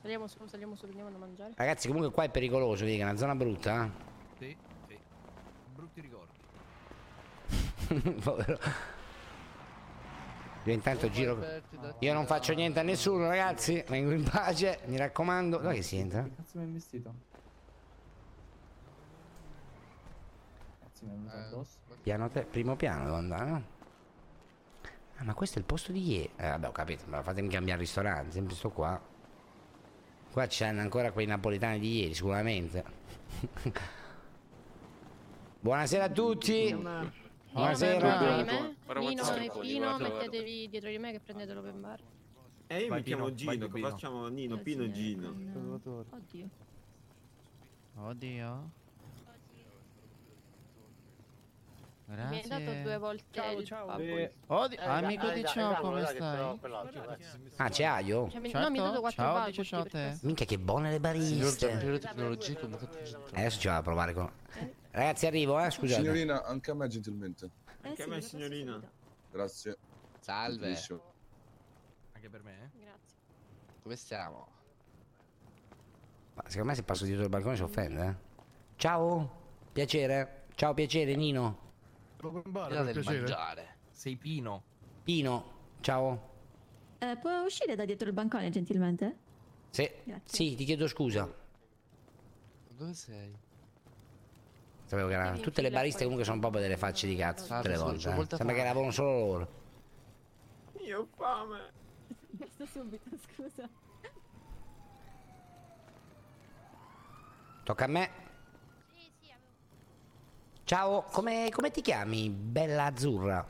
Speaker 8: Saliamo su, saliamo su, andiamo a mangiare.
Speaker 2: Ragazzi, comunque qua è pericoloso, vedi che è una zona brutta.
Speaker 4: Sì, sì. Brutti ricordi.
Speaker 2: eh. *laughs* Povero. Io intanto giro. Io non faccio niente a nessuno, ragazzi. Vengo in pace, mi raccomando. Dove che si entra?
Speaker 4: Cazzo mi hai vestito? Cazzo mi hai
Speaker 13: Eh,
Speaker 4: messo addosso?
Speaker 2: Piano te- primo piano devo andare, no? Ah, ma questo è il posto di ieri. Eh, vabbè, ho capito, ma fatemi cambiare ristorante, sempre sto qua. Qua c'hanno ancora quei napoletani di ieri, sicuramente. *laughs* Buonasera a tutti. Buonasera.
Speaker 8: Eh? Nino e Pino, mettetevi dietro di me che prendete l'open bar.
Speaker 13: E io
Speaker 31: Vai,
Speaker 13: mi chiamo
Speaker 31: Pino, vai,
Speaker 13: Gino, che
Speaker 31: Pino.
Speaker 13: facciamo
Speaker 8: Oh,
Speaker 13: Nino, Pino, Gino.
Speaker 8: eh, Oddio.
Speaker 32: Oddio.
Speaker 8: Mi hai dato due
Speaker 32: Grazie.
Speaker 8: volte il babbo.
Speaker 32: Oddio,
Speaker 8: Eh,
Speaker 32: amico
Speaker 8: dai,
Speaker 32: di
Speaker 8: dai,
Speaker 32: ciao,
Speaker 8: bravo,
Speaker 32: come
Speaker 8: dai, che
Speaker 32: stai?
Speaker 2: Ah, c'è Aio?
Speaker 8: Cioè, mi- no, mi ha dato
Speaker 32: Certo.
Speaker 8: quattro
Speaker 32: ciao,
Speaker 8: babbo,
Speaker 32: dice ciao a te.
Speaker 2: Minchia, che buone le bariste.
Speaker 4: eh,
Speaker 2: Adesso ci vado a provare con. Ragazzi, arrivo, eh, scusate.
Speaker 10: Signorina, anche a me gentilmente.
Speaker 17: Eh,
Speaker 13: Anche a me, signorina.
Speaker 10: Grazie.
Speaker 4: Salve.
Speaker 10: Bellissimo.
Speaker 4: Anche per me? eh.
Speaker 8: Grazie.
Speaker 4: Come stiamo?
Speaker 2: Ma secondo me se passo dietro il balcone si offende. eh. Ciao, piacere. Ciao, piacere, Nino.
Speaker 4: Era del mangiare. Sei Pino.
Speaker 2: Pino, ciao.
Speaker 24: Eh, può uscire da dietro il bancone gentilmente?
Speaker 2: Se... Sì, ti chiedo scusa.
Speaker 4: Dove sei?
Speaker 2: Sapevo che erano. Tutte le bariste comunque sono proprio delle facce di cazzo tutte le
Speaker 4: adesso
Speaker 2: volte.
Speaker 4: c'ho
Speaker 2: eh.
Speaker 4: Ah, molta
Speaker 2: Sembra che
Speaker 4: fame.
Speaker 2: lavorano solo loro.
Speaker 33: Io ho fame.
Speaker 24: Questo subito, *laughs* scusa.
Speaker 2: Tocca a me. Ciao, come, come ti chiami? Bella azzurra.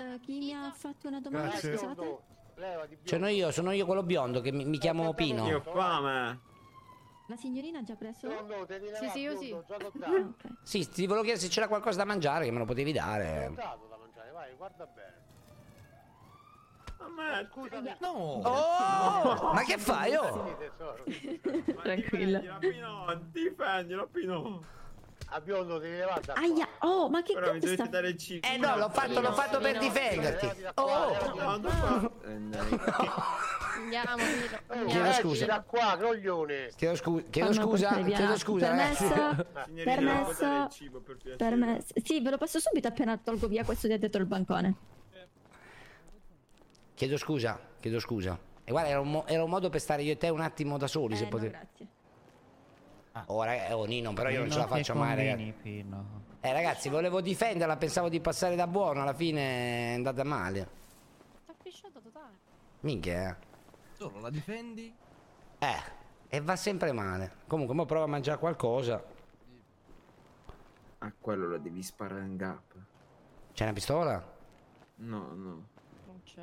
Speaker 24: Eh, chi mi ha fatto una domanda,
Speaker 2: Grazie.
Speaker 24: scusate?
Speaker 2: Sono io, sono io quello biondo che mi, mi chiamo Pino.
Speaker 13: Io ho fame.
Speaker 24: La signorina ha già preso?
Speaker 8: Sì, sì, io sì.
Speaker 24: *laughs*
Speaker 2: Sì, ti volevo chiedere se c'era qualcosa da mangiare che me lo potevi
Speaker 4: Eh.
Speaker 2: dare.
Speaker 6: dato da mangiare, vai, guarda bene.
Speaker 13: A me,
Speaker 6: scusami.
Speaker 13: No!
Speaker 2: Oh! Ma che fai, oh?
Speaker 6: Sì, tesoro.
Speaker 24: Tranquilla.
Speaker 13: Pino, difendilo, Pino.
Speaker 6: A biondo devi levare da
Speaker 24: Aia, oh, ma che
Speaker 13: Però mi
Speaker 24: cazzo
Speaker 13: dovete
Speaker 24: sta...
Speaker 13: dare il cibo.
Speaker 2: Eh no, l'ho fatto, l'ho fatto per difenderti. Oh!
Speaker 8: Andiamo, Pino.
Speaker 2: Chiedo
Speaker 8: Andiamo.
Speaker 2: Eh, scusa. da
Speaker 6: qua, coglione.
Speaker 2: Chiedo, scu- chiedo
Speaker 24: Fanno
Speaker 2: scusa,
Speaker 24: portare via.
Speaker 2: chiedo scusa,
Speaker 24: Permesso?
Speaker 2: *laughs* ragazzi.
Speaker 13: Signorina, devo dare il
Speaker 24: Permesso?
Speaker 13: cibo, per piacere.
Speaker 24: Permesso? Sì, ve lo passo subito appena tolgo via questo di dietro il bancone.
Speaker 2: Chiedo scusa, chiedo scusa. E guarda, era un, mo- era un modo per stare io e te un attimo da soli,
Speaker 24: Eh,
Speaker 2: se potevi. Oh, raga- oh, Nino, però io non ce la faccio mai, ragazzi.
Speaker 32: Pino.
Speaker 2: Eh, ragazzi, volevo difenderla, pensavo di passare da buono, alla fine è andata male.
Speaker 8: Sta frisciato totale.
Speaker 2: Minchia, eh.
Speaker 4: Solo la difendi?
Speaker 2: Eh, e va sempre male. Comunque, mo prova a mangiare qualcosa.
Speaker 13: A Ah, quello lo devi sparare in gap.
Speaker 2: C'è una pistola?
Speaker 13: No, no.
Speaker 8: Non c'è,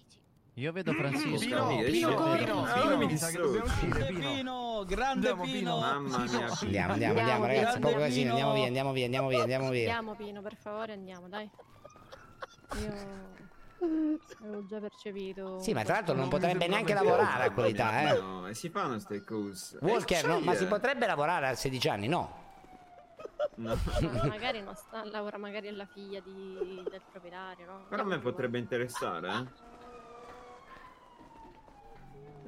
Speaker 3: Io vedo Francisco.
Speaker 1: Pino, Pino, Pino, Pino, Pino, mi sa che dobbiamo uscire, Pino.
Speaker 10: Pino, grande Pino.
Speaker 1: Mamma mia,
Speaker 2: Andiamo, andiamo, andiamo, ragazzi. Poco casino, andiamo via, andiamo via, andiamo via, andiamo via.
Speaker 8: Andiamo Pino, per favore, andiamo, dai. Io avevo già percepito.
Speaker 2: Sì, ma tra l'altro non
Speaker 1: mi
Speaker 2: potrebbe
Speaker 1: sembrava
Speaker 2: neanche
Speaker 1: che-
Speaker 2: lavorare a quell'età, eh.
Speaker 1: No, e si fanno queste cose.
Speaker 2: Walker, no,
Speaker 1: Sì,
Speaker 2: ma si
Speaker 1: eh.
Speaker 2: potrebbe lavorare a 16 anni, no? *laughs*
Speaker 1: No.
Speaker 8: Ma magari non sta Laura, magari è la figlia di- del proprietario, no?
Speaker 1: Però a me potrebbe interessare, eh.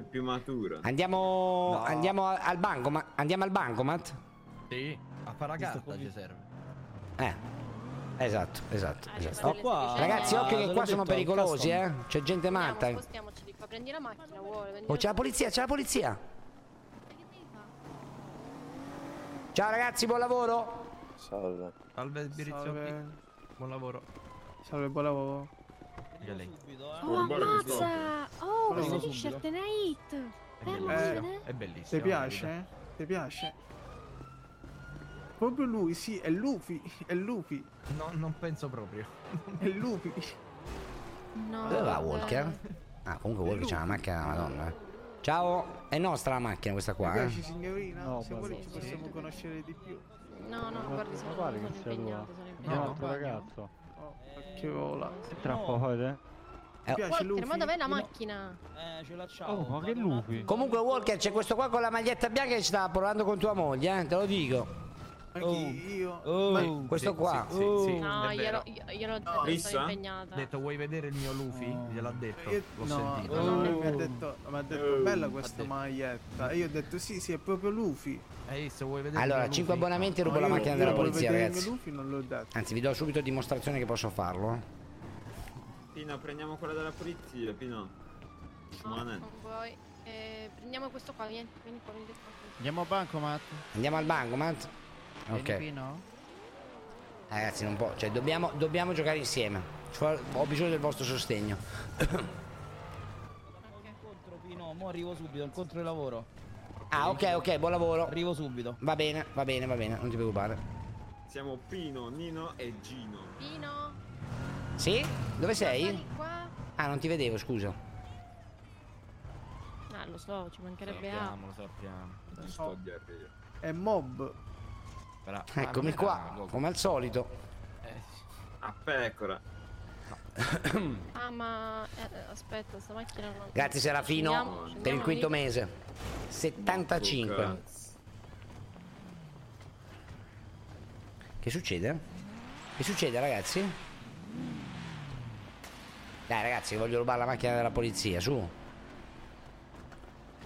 Speaker 1: È più matura.
Speaker 2: Andiamo, andiamo a- al banco, ma andiamo al bancomat?
Speaker 4: Sì, a paracarta ci serve.
Speaker 2: Eh. Esatto,
Speaker 8: Ah,
Speaker 2: esatto. esatto.
Speaker 10: sono qua.
Speaker 2: Oh, Ragazzi, occhio
Speaker 10: te
Speaker 2: che
Speaker 10: l'ho
Speaker 2: qua sono
Speaker 10: detto, è un
Speaker 2: pericolosi, eh.
Speaker 10: custom.
Speaker 2: C'è gente matta.
Speaker 8: Andiamo, spostiamoci di qua, prendi la macchina, vuole. prendi
Speaker 2: Oh, c'è la polizia, c'è la polizia. Ciao ragazzi, buon lavoro.
Speaker 28: Salve.
Speaker 4: Salve Birizzocchi. Buon lavoro.
Speaker 28: Salve, buon lavoro.
Speaker 4: Dica lei.
Speaker 10: eh.
Speaker 8: Oh, ammazza! Oh,
Speaker 28: Guarda,
Speaker 8: questa
Speaker 28: subito.
Speaker 8: t-shirt è una hit!
Speaker 28: Eh,
Speaker 8: Perlone!
Speaker 4: è bellissimo.
Speaker 28: Ti piace? eh? Ti piace? Proprio lui, sì, è Luffy, è Luffy.
Speaker 4: No, non penso proprio.
Speaker 28: È
Speaker 4: *laughs*
Speaker 28: Luffy.
Speaker 8: No.
Speaker 2: Dove va
Speaker 8: vabbè.
Speaker 2: Walker? Ah, comunque Walker c'ha una macchina della Madonna. eh. Ciao, è nostra la macchina questa
Speaker 28: Mi
Speaker 2: qua, eh.
Speaker 28: piace signorina?
Speaker 8: No,
Speaker 28: Se vuole ci
Speaker 8: sì, sì.
Speaker 28: possiamo conoscere di più.
Speaker 8: No, no, guardi, sono, sono impegnato, sono impegnato.
Speaker 28: altro
Speaker 13: ragazzo.
Speaker 28: Oh, che vola.
Speaker 13: Tra poco, eh.
Speaker 2: Eh,
Speaker 8: Walker, ma dov'è la macchina?
Speaker 10: Eh, ce la c'ho.
Speaker 13: Oh, ma che lupi.
Speaker 2: Comunque Walker c'è questo qua con la maglietta bianca che ci sta provando con tua moglie, eh, te lo dico. Oh.
Speaker 28: Io.
Speaker 13: Oh.
Speaker 2: Ma- questo qua. Oh.
Speaker 4: Sì, sì, sì,
Speaker 8: No,
Speaker 4: è vero.
Speaker 8: glielo, io- gliel'ho detto,
Speaker 4: No, visto?
Speaker 8: sono impegnata.
Speaker 4: Ha detto vuoi vedere il mio Luffy? Gliel'ha detto. L'ho
Speaker 28: No,
Speaker 4: sentito.
Speaker 28: no, no,
Speaker 8: Oh.
Speaker 28: mi ha detto, mi ha detto
Speaker 2: Oh.
Speaker 28: bella questa maglietta. E io ho detto sì, sì, è proprio Luffy.
Speaker 4: Hai visto, Eh, vuoi vedere il
Speaker 2: Allora,
Speaker 4: mio
Speaker 2: 5
Speaker 4: Luffy?
Speaker 2: abbonamenti e rubo
Speaker 28: No,
Speaker 2: la
Speaker 28: io-
Speaker 2: macchina
Speaker 28: io
Speaker 2: della
Speaker 28: volevo
Speaker 2: polizia,
Speaker 28: vedere il
Speaker 2: ragazzi.
Speaker 28: mio Luffy, non l'ho detto.
Speaker 2: Anzi, vi do subito dimostrazione che posso farlo. eh.
Speaker 1: Pino, prendiamo quella della polizia, Pino. Simone.
Speaker 8: Non vuoi. Eh, prendiamo questo qua, vieni, vieni qua, vieni qua.
Speaker 3: Andiamo a bancomat.
Speaker 2: Andiamo al bancomat?
Speaker 3: Vieni,
Speaker 2: Ok.
Speaker 3: Pino.
Speaker 2: Ragazzi, non può, cioè dobbiamo, dobbiamo giocare insieme. Ci vuole- Ho bisogno del vostro sostegno.
Speaker 10: Incontro, Pino, mo arrivo subito, incontro di lavoro.
Speaker 2: ah, ok, ok, buon lavoro.
Speaker 10: Arrivo subito.
Speaker 2: Va bene, va bene, va bene, non ti preoccupare.
Speaker 1: Siamo Pino, Nino e Gino.
Speaker 8: Pino,
Speaker 2: Sì? Dove sei?
Speaker 8: vieni qua.
Speaker 2: Ah, non ti vedevo, scusa.
Speaker 8: Ah, lo so, ci mancherebbe altro.
Speaker 34: Sappiamo, lo sappiamo.
Speaker 1: Ci
Speaker 8: Oh.
Speaker 1: sto dietro io.
Speaker 28: È mob.
Speaker 34: Però-
Speaker 2: Eccomi
Speaker 34: Ah,
Speaker 2: qua,
Speaker 34: logo.
Speaker 2: come al solito.
Speaker 3: *coughs*
Speaker 2: *coughs*
Speaker 34: Eh,
Speaker 1: A pecora.
Speaker 8: Ah, ma eh, aspetta, sta macchina non...
Speaker 2: Grazie
Speaker 8: Scendiamo,
Speaker 2: Serafino per il
Speaker 8: scendiamo
Speaker 2: quinto
Speaker 8: lì.
Speaker 2: mese. 75. Che succede? Che succede ragazzi? Dai ragazzi, voglio rubare la macchina della polizia, su.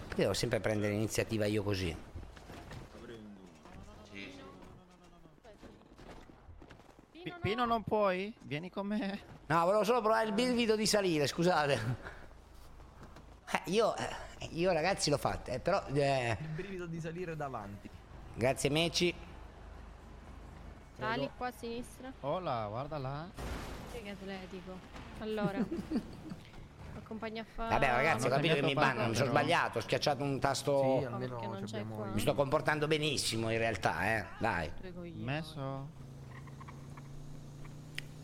Speaker 2: Perché devo sempre prendere l'iniziativa io così?
Speaker 3: Pi- Pino non puoi? Vieni con me.
Speaker 2: No, volevo solo provare il brivido di salire, scusate. *laughs* Eh, io, eh, io ragazzi l'ho fatta, eh, però... eh,
Speaker 34: Il brivido di salire davanti.
Speaker 2: grazie Meci.
Speaker 8: Sali qua a sinistra.
Speaker 3: Hola, guarda là.
Speaker 8: Che atletico.
Speaker 2: *laughs*
Speaker 8: Allora. Accompagna a fare...
Speaker 2: Vabbè ragazzi, ho
Speaker 3: hanno
Speaker 2: capito che
Speaker 3: cambiato
Speaker 2: mi
Speaker 3: paga,
Speaker 2: bannano, mi sono
Speaker 3: però.
Speaker 2: sbagliato, ho schiacciato un tasto...
Speaker 8: Sì, almeno Perché non ci c'è abbiamo qua. il-
Speaker 2: Mi sto comportando benissimo in realtà, eh. Dai.
Speaker 3: Messo.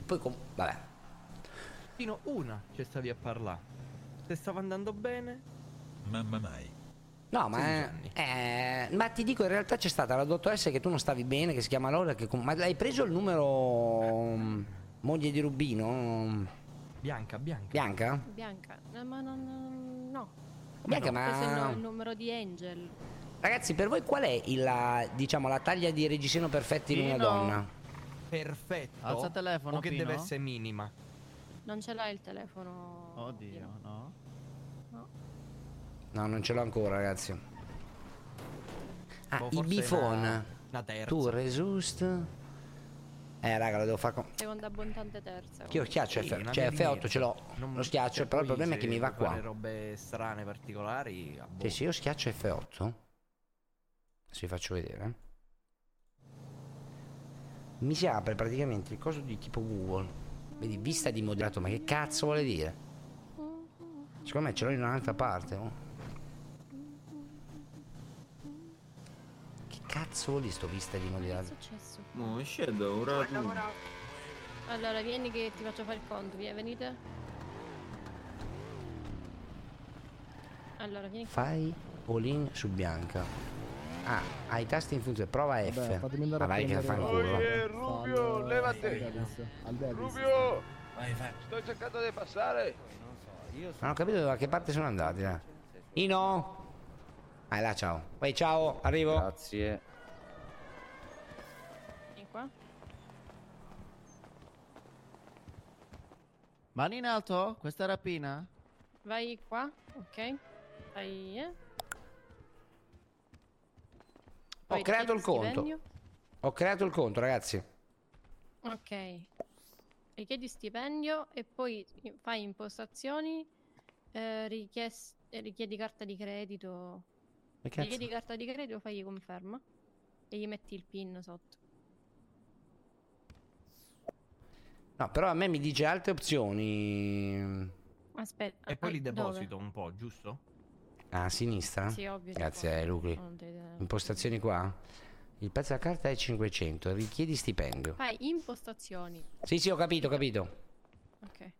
Speaker 2: Poi com- vabbè.
Speaker 34: Fino una ci stavi a parlare. Se stava andando bene.
Speaker 17: Mamma mai.
Speaker 2: No, ma,
Speaker 34: Quindici
Speaker 2: eh, ma ti dico, in realtà c'è stata la dottoressa che tu non stavi bene, che si chiama Laura, che com- ma hai preso il numero mm, moglie di Rubino?
Speaker 34: Bianca, bianca.
Speaker 2: Bianca?
Speaker 8: Bianca. Eh, ma non... non- No.
Speaker 2: Bianca,
Speaker 8: Questo è il, no- il
Speaker 2: ma...
Speaker 8: numero di Angel.
Speaker 2: Ragazzi, per voi qual è il- la, diciamo, la taglia di reggiseno perfetta in una
Speaker 3: Pino.
Speaker 2: donna?
Speaker 34: Perfetto.
Speaker 3: Alza il telefono,
Speaker 34: O che
Speaker 3: Pino.
Speaker 34: deve essere minima.
Speaker 8: Non ce l'hai il telefono.
Speaker 3: Oddio, no.
Speaker 2: No, non ce l'ho ancora, ragazzi. Ah,
Speaker 34: Boh,
Speaker 2: i
Speaker 34: forse
Speaker 2: bifon.
Speaker 34: una- una terza.
Speaker 2: Tu resust. Eh, raga, lo devo fare con...
Speaker 8: Seconda abbondante terza.
Speaker 2: Che io schiaccio
Speaker 34: Sì,
Speaker 2: F,
Speaker 34: una
Speaker 2: cioè
Speaker 34: via di
Speaker 2: F8 ce l'ho,
Speaker 34: mezzo. Non-
Speaker 2: lo schiaccio,
Speaker 34: cioè,
Speaker 2: però il
Speaker 34: poi
Speaker 2: problema è
Speaker 34: se
Speaker 2: che mi va
Speaker 34: vuoi fare
Speaker 2: qua.
Speaker 34: robe strane, particolari. a boh.
Speaker 2: Cioè, se io schiaccio F8, se vi faccio vedere, mi si apre praticamente il coso di tipo Google. Vedi, vista di moderato, ma che cazzo vuole dire? Secondo me ce l'ho in un'altra parte. oh. Che cazzo vuol dire sto vista di moderato?
Speaker 8: Successo.
Speaker 1: No, Shadow, ora tu.
Speaker 8: Allora, vieni che ti faccio fare il conto. vie- Venite. Allora, vieni qua.
Speaker 2: Fai all in su bianca. Ah, hai i tasti in funzione. Prova F.
Speaker 27: Vabbè, fatemi andare
Speaker 2: Ma
Speaker 27: a
Speaker 2: vai che
Speaker 27: prendere-
Speaker 2: fanculo.
Speaker 27: Eh, Rubio,
Speaker 10: Eh,
Speaker 27: levate! Rubio! Sto cercando di passare!
Speaker 2: Non Ah, ho capito da che parte sono andati. Eh. Ino! Ah, là, ciao. Poi ciao, arrivo. Grazie.
Speaker 8: Vieni qua.
Speaker 3: Mani in alto? Questa è rapina?
Speaker 8: Vai qua. Ok. Vai, eh. Poi
Speaker 2: Ho creato il
Speaker 8: richiedi
Speaker 2: conto.
Speaker 8: stipendio.
Speaker 2: Ho creato il conto, ragazzi.
Speaker 8: Ok. Richiedi stipendio e poi fai impostazioni. eh, richies- eh, richiedi carta di credito.
Speaker 2: Che cazzo?
Speaker 8: Richiedi carta di credito, fagli conferma. E gli metti il pin sotto.
Speaker 2: No, però a me mi dice altre opzioni.
Speaker 8: Aspetta.
Speaker 34: E poi
Speaker 8: ah,
Speaker 34: li
Speaker 8: dove?
Speaker 34: deposito un po', giusto?
Speaker 2: Ah, a sinistra?
Speaker 8: Sì, ovvio, c'è
Speaker 2: Grazie,
Speaker 8: qua.
Speaker 2: eh, Lucri.
Speaker 8: Ah, Non devi dare-
Speaker 2: Impostazioni qua. Il pezzo della carta è 500. Richiedi stipendio.
Speaker 8: Fai impostazioni.
Speaker 2: Sì, sì, ho capito, ho capito.
Speaker 8: Ok.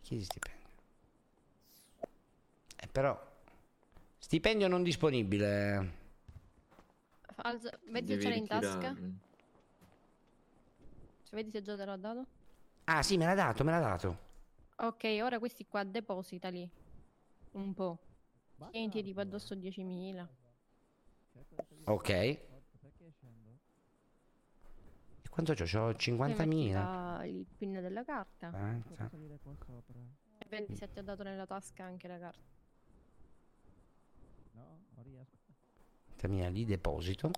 Speaker 2: Richiedi stipendio. Eh, però. Stipendio non disponibile.
Speaker 8: Fa- alza- Vedi se
Speaker 2: Devi
Speaker 8: ce l'hai in tasca.
Speaker 2: ritirarli.
Speaker 8: Cioè, vedi se già te l'ho dato.
Speaker 2: Ah, sì, me l'ha dato, me l'ha dato.
Speaker 8: Ok, ora questi qua depositali. Un po'. Tieniti tipo addosso 10.000.
Speaker 2: Ok. E quanto c'ho? C'ho
Speaker 8: Poi metti
Speaker 2: 50.000.
Speaker 8: la- il pin della carta.
Speaker 2: 40.
Speaker 8: E vedi se ti ho dato nella tasca anche la carta.
Speaker 3: No, non riesco.
Speaker 2: 40.000 di deposito.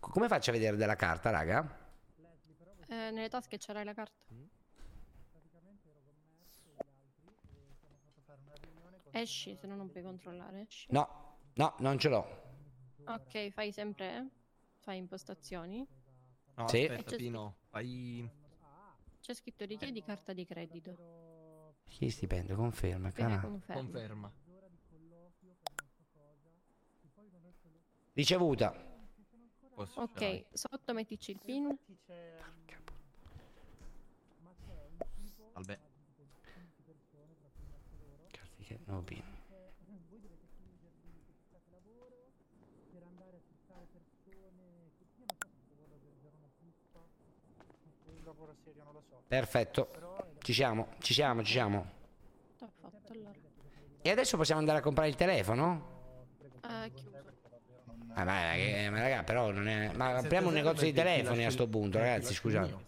Speaker 2: Co- Come faccio a vedere della carta, raga?
Speaker 8: Eh, nelle tasche c'era la carta. Esci, se no non puoi controllare. Esci.
Speaker 2: No, no, non ce l'ho.
Speaker 8: Ok, fai sempre. eh. Fai impostazioni.
Speaker 34: No,
Speaker 2: Sì.
Speaker 8: E
Speaker 34: aspetta,
Speaker 8: c'è,
Speaker 34: Pino. Fai.
Speaker 8: c'è scritto richiedi carta di credito.
Speaker 2: Chi stipendio? Conferma,
Speaker 8: Appena
Speaker 2: canale.
Speaker 8: confermi.
Speaker 34: Conferma.
Speaker 2: Ricevuta.
Speaker 8: Ok, sotto mettici il pin. Eh,
Speaker 2: Vabbè. Che nuovo pin.
Speaker 11: Il lavoro serio non lo so.
Speaker 2: Perfetto. Ci siamo, ci siamo, ci siamo.
Speaker 8: T'ho fatto allora.
Speaker 2: E adesso possiamo andare a comprare il telefono?
Speaker 8: Ah, chiuso.
Speaker 2: Ah, ma, eh, ma raga, però non è. Ma
Speaker 8: Sette
Speaker 2: apriamo un
Speaker 8: zero
Speaker 2: negozio di
Speaker 8: perché ti
Speaker 2: telefoni a
Speaker 8: lasci-
Speaker 2: sto punto,
Speaker 8: perché ti
Speaker 2: ragazzi,
Speaker 8: lasci il
Speaker 2: scusate.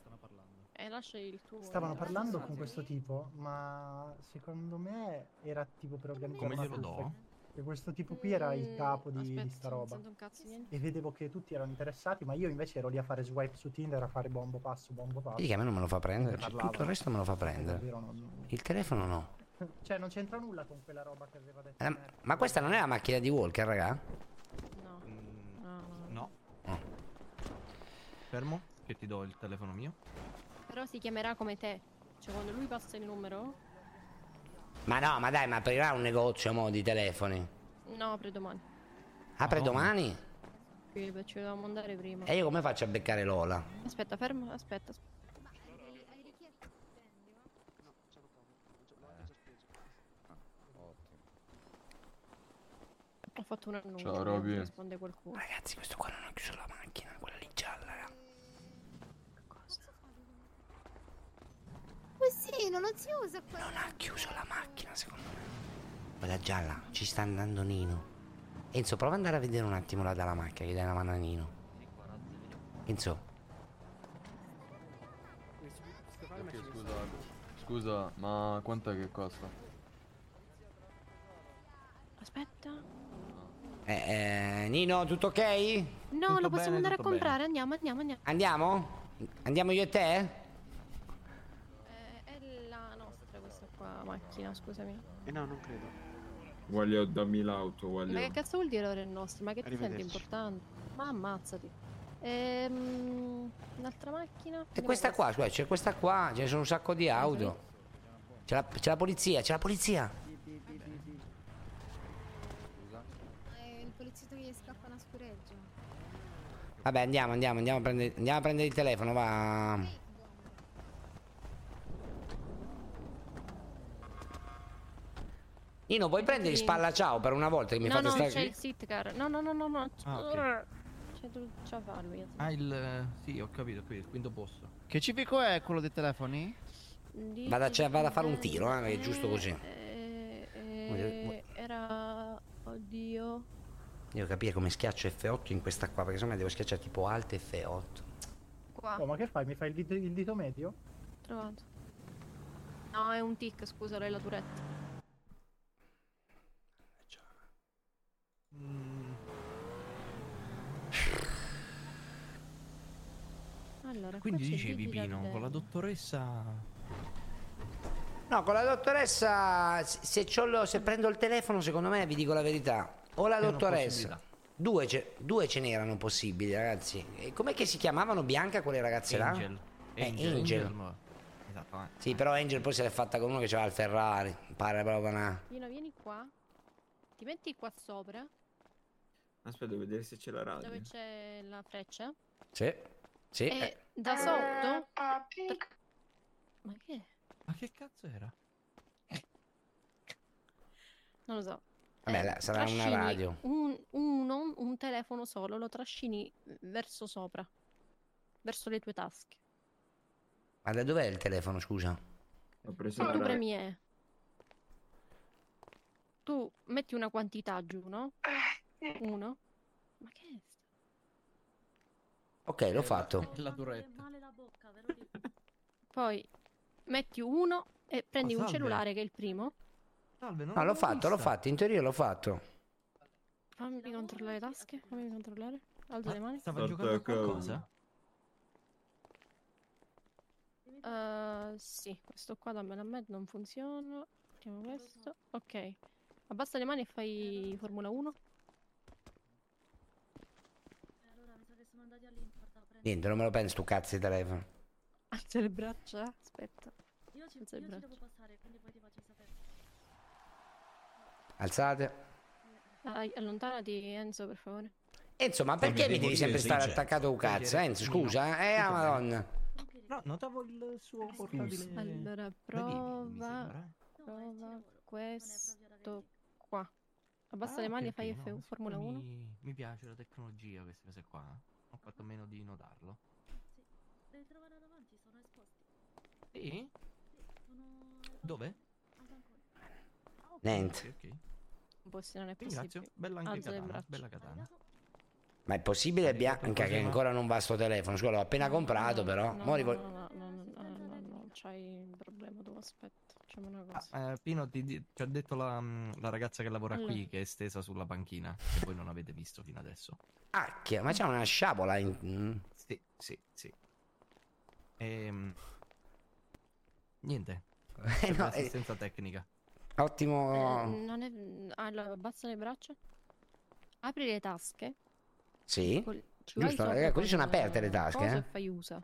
Speaker 8: E eh, lascia il tuo.
Speaker 11: Stavano parlando con questo tipo, ma secondo me era tipo per organizzare
Speaker 4: Come
Speaker 11: una
Speaker 4: glielo do?
Speaker 11: truffa. E questo tipo qui era il capo di, di sta roba.
Speaker 8: Mm, un cazzo
Speaker 11: E vedevo che tutti erano interessati, ma io invece ero lì a fare swipe su Tinder, a fare bombo passo, bombo passo.
Speaker 2: Vedi che a me non me lo fa prendere. cioè,
Speaker 11: Parlavano.
Speaker 2: tutto il resto me lo fa
Speaker 11: Davvero
Speaker 2: prendere.
Speaker 11: non-
Speaker 2: Il telefono no.
Speaker 11: Cioè, non c'entra nulla con quella roba che aveva detto.
Speaker 2: Eh, Ma questa non è la macchina di Walker, raga?
Speaker 4: No.
Speaker 2: mm, No.
Speaker 4: Fermo, che ti do il telefono mio.
Speaker 8: Però si chiamerà come te. Cioè, quando lui passa il numero?
Speaker 2: Ma no, ma dai, ma aprirà un negozio mo di telefoni.
Speaker 8: No, predomani.
Speaker 2: Apre domani?
Speaker 8: Qui beh, ci dovevamo andare prima.
Speaker 2: E io come faccio a beccare Lola?
Speaker 8: Aspetta, fermo, aspetta. aspetta. Ho fatto un annuncio.
Speaker 6: Ciao,
Speaker 8: vediamo se
Speaker 6: Roby.
Speaker 8: Risponde qualcuno.
Speaker 2: Ragazzi, questo qua non ha chiuso la macchina, quella lì gialla. raga.
Speaker 12: Così, non lo si usa qua. Non
Speaker 2: ha chiuso la macchina, secondo me. Quella gialla, ci sta andando Nino. Enzo, prova ad andare a vedere un attimo là dalla macchina, che dai una mano a Nino. Enzo,
Speaker 13: scusa, scusa, ma quanto è Ah, che costa?
Speaker 8: Aspetta.
Speaker 2: eh, eh, Nino, tutto ok?
Speaker 8: No, lo possiamo andare a comprare. Andiamo, andiamo, andiamo.
Speaker 2: Andiamo? Andiamo io e te?
Speaker 8: Eh, è la nostra questa qua macchina, scusami.
Speaker 1: Eh no, non credo.
Speaker 15: Voglio dammi l'auto,
Speaker 8: Ma
Speaker 12: Eh,
Speaker 15: voglio.
Speaker 8: che cazzo vuol dire ora il nostro? Ma che ti senti
Speaker 15: Arrivederci.
Speaker 8: importante? Ma ammazzati. Ehm, un'altra macchina?
Speaker 2: E questa qua, scusa, c'è questa qua, ce ne sono un sacco di auto. C'è la, c'è la polizia, c'è la polizia.
Speaker 12: Eh, il poliziotto che gli scappa una scureggia.
Speaker 2: Vabbè, andiamo, andiamo, andiamo a prendere, andiamo a prendere il telefono, va. Nino, puoi prendere il spalla ciao per una volta che mi
Speaker 8: no,
Speaker 2: fate
Speaker 8: no,
Speaker 2: stare
Speaker 8: c'è il sitcar. No, no, no, no, no.
Speaker 4: Ah,
Speaker 8: C'è tu c'ha farlo io.
Speaker 4: Ah, il. eh, Sì, ho capito, qui, il quinto posto.
Speaker 3: Che civico è quello dei telefoni?
Speaker 2: Vado a, cioè, vado a fare un tiro, eh, è giusto così.
Speaker 8: Eh,
Speaker 2: Vuoi-
Speaker 8: eh, era... Oddio.
Speaker 2: Devo capire come schiaccio F8 in questa qua, perché sennò devo schiacciare tipo Alt F8.
Speaker 8: Qua.
Speaker 11: Oh, ma che fai? Mi fai il dito, il dito medio?
Speaker 8: Trovato. No, è un tic, scusa, lei la Tourette.
Speaker 4: Mm,
Speaker 8: Allora,
Speaker 4: Quindi
Speaker 8: qua c'è
Speaker 4: dicevi,
Speaker 8: Vivi da
Speaker 4: Pino, con la dottoressa.
Speaker 2: No, con la dottoressa, se, se c'ho lo- se prendo il telefono, secondo me vi dico la verità. O la
Speaker 4: È una
Speaker 2: dottoressa.
Speaker 4: possibilità.
Speaker 2: Due ce, due ce n'erano possibili, ragazzi. E com'è che si chiamavano Bianca quelle ragazze là?
Speaker 4: Angel.
Speaker 2: Eh, Angel.
Speaker 4: Angel. ma- Esatto, eh.
Speaker 2: Sì, però Angel poi se l'è fatta con uno che c'aveva il Ferrari. Pare proprio una.
Speaker 8: Vieni, vieni qua. Ti metti qua sopra,
Speaker 1: Aspetta, devo vedere se c'è la radio.
Speaker 8: dove c'è la freccia.
Speaker 2: Sì.
Speaker 4: Eh,
Speaker 2: Sì.
Speaker 8: E da sotto... per- Ma che è?
Speaker 4: Ma che cazzo era?
Speaker 8: Non lo so.
Speaker 2: Vabbè, la- sarà una
Speaker 8: trascini
Speaker 2: radio.
Speaker 8: Un, uno, un telefono solo, lo trascini verso sopra. Verso le tue tasche.
Speaker 2: Ma da dov'è il telefono, scusa? Ho preso
Speaker 8: Tu premi E. Tu metti una quantità giù, no? Uno. Ma che è? sta-
Speaker 2: Ok, l'ho fatto.
Speaker 4: La duretta.
Speaker 8: Poi metti uno e prendi un
Speaker 2: salve.
Speaker 8: cellulare che è il primo.
Speaker 4: Salve,
Speaker 2: No, l'ho fatto, l'ho fatto, in teoria l'ho fatto.
Speaker 8: Fammi controllare le tasche, fammi controllare. Alzo le mani.
Speaker 4: Ah, Stava giocando a qualcosa?
Speaker 8: Eh, sì, questo qua dammelo a me, non funziona. Mettiamo questo. Ok. Abbassa le mani e fai Formula 1.
Speaker 2: Niente, non me lo prendo sto cazzo di telefono.
Speaker 8: Alza le braccia. Aspetta.
Speaker 14: Io ci,
Speaker 8: Alza il
Speaker 14: io ci
Speaker 8: braccio.
Speaker 14: devo passare, quindi poi ti faccio sapere.
Speaker 2: Alzate.
Speaker 8: Dai, allontanati Enzo, per favore.
Speaker 2: Enzo, ma Eh, perché
Speaker 4: devo
Speaker 2: mi devi
Speaker 4: dire
Speaker 2: sempre stare
Speaker 4: sincero.
Speaker 2: attaccato a un cazzo, Enzo? Scusa, eh, la madonna.
Speaker 4: No, notavo il suo portatile.
Speaker 8: Allora, prova, prova questo qua. Abbassa
Speaker 4: Ah,
Speaker 8: le mani
Speaker 4: ok,
Speaker 8: e fai
Speaker 4: ok, no,
Speaker 8: F-
Speaker 4: questo
Speaker 8: Formula
Speaker 4: mi-
Speaker 8: 1.
Speaker 4: Mi, piace la tecnologia, queste cose qua. Ho fatto a meno di notarlo.
Speaker 10: Devi trovare davanti, sono esposti.
Speaker 4: Sì? Dove?
Speaker 2: Niente.
Speaker 4: Ok, ok.
Speaker 8: Un po' se non è possibile.
Speaker 4: Ringrazio. Bella anche
Speaker 8: Alzo le
Speaker 4: katana.
Speaker 8: braccio.
Speaker 4: Bella katana.
Speaker 2: Ma è possibile Bianca che ancora non va sto telefono? Scusa, l'ho appena comprato però.
Speaker 8: No,
Speaker 2: Mo
Speaker 8: no,
Speaker 2: rivol-
Speaker 8: no, no, no, no, no, no, no, c'hai un problema, tu aspetta, facciamo una cosa.
Speaker 4: Eh, Pino, ti, di- ci ha detto la, mm, la ragazza che lavora
Speaker 8: Allora.
Speaker 4: qui, che è stesa sulla panchina, che voi non avete visto fino adesso.
Speaker 2: Cacchio, ma c'è una sciabola in... mm.
Speaker 4: Sì, sì, sì. Ehm, niente.
Speaker 2: Eh,
Speaker 4: Serve
Speaker 2: no, eh,
Speaker 4: assistenza tecnica.
Speaker 8: Eh,
Speaker 2: Ottimo...
Speaker 8: non è... Allora, abbassa le braccia. Apri le tasche.
Speaker 2: Sì?
Speaker 8: Col- ci vai
Speaker 2: Giusto,
Speaker 8: sopra
Speaker 2: ragazzi, così sono
Speaker 8: con,
Speaker 2: aperte le
Speaker 8: eh,
Speaker 2: tasche,
Speaker 8: coso
Speaker 2: eh.
Speaker 8: e fai usa.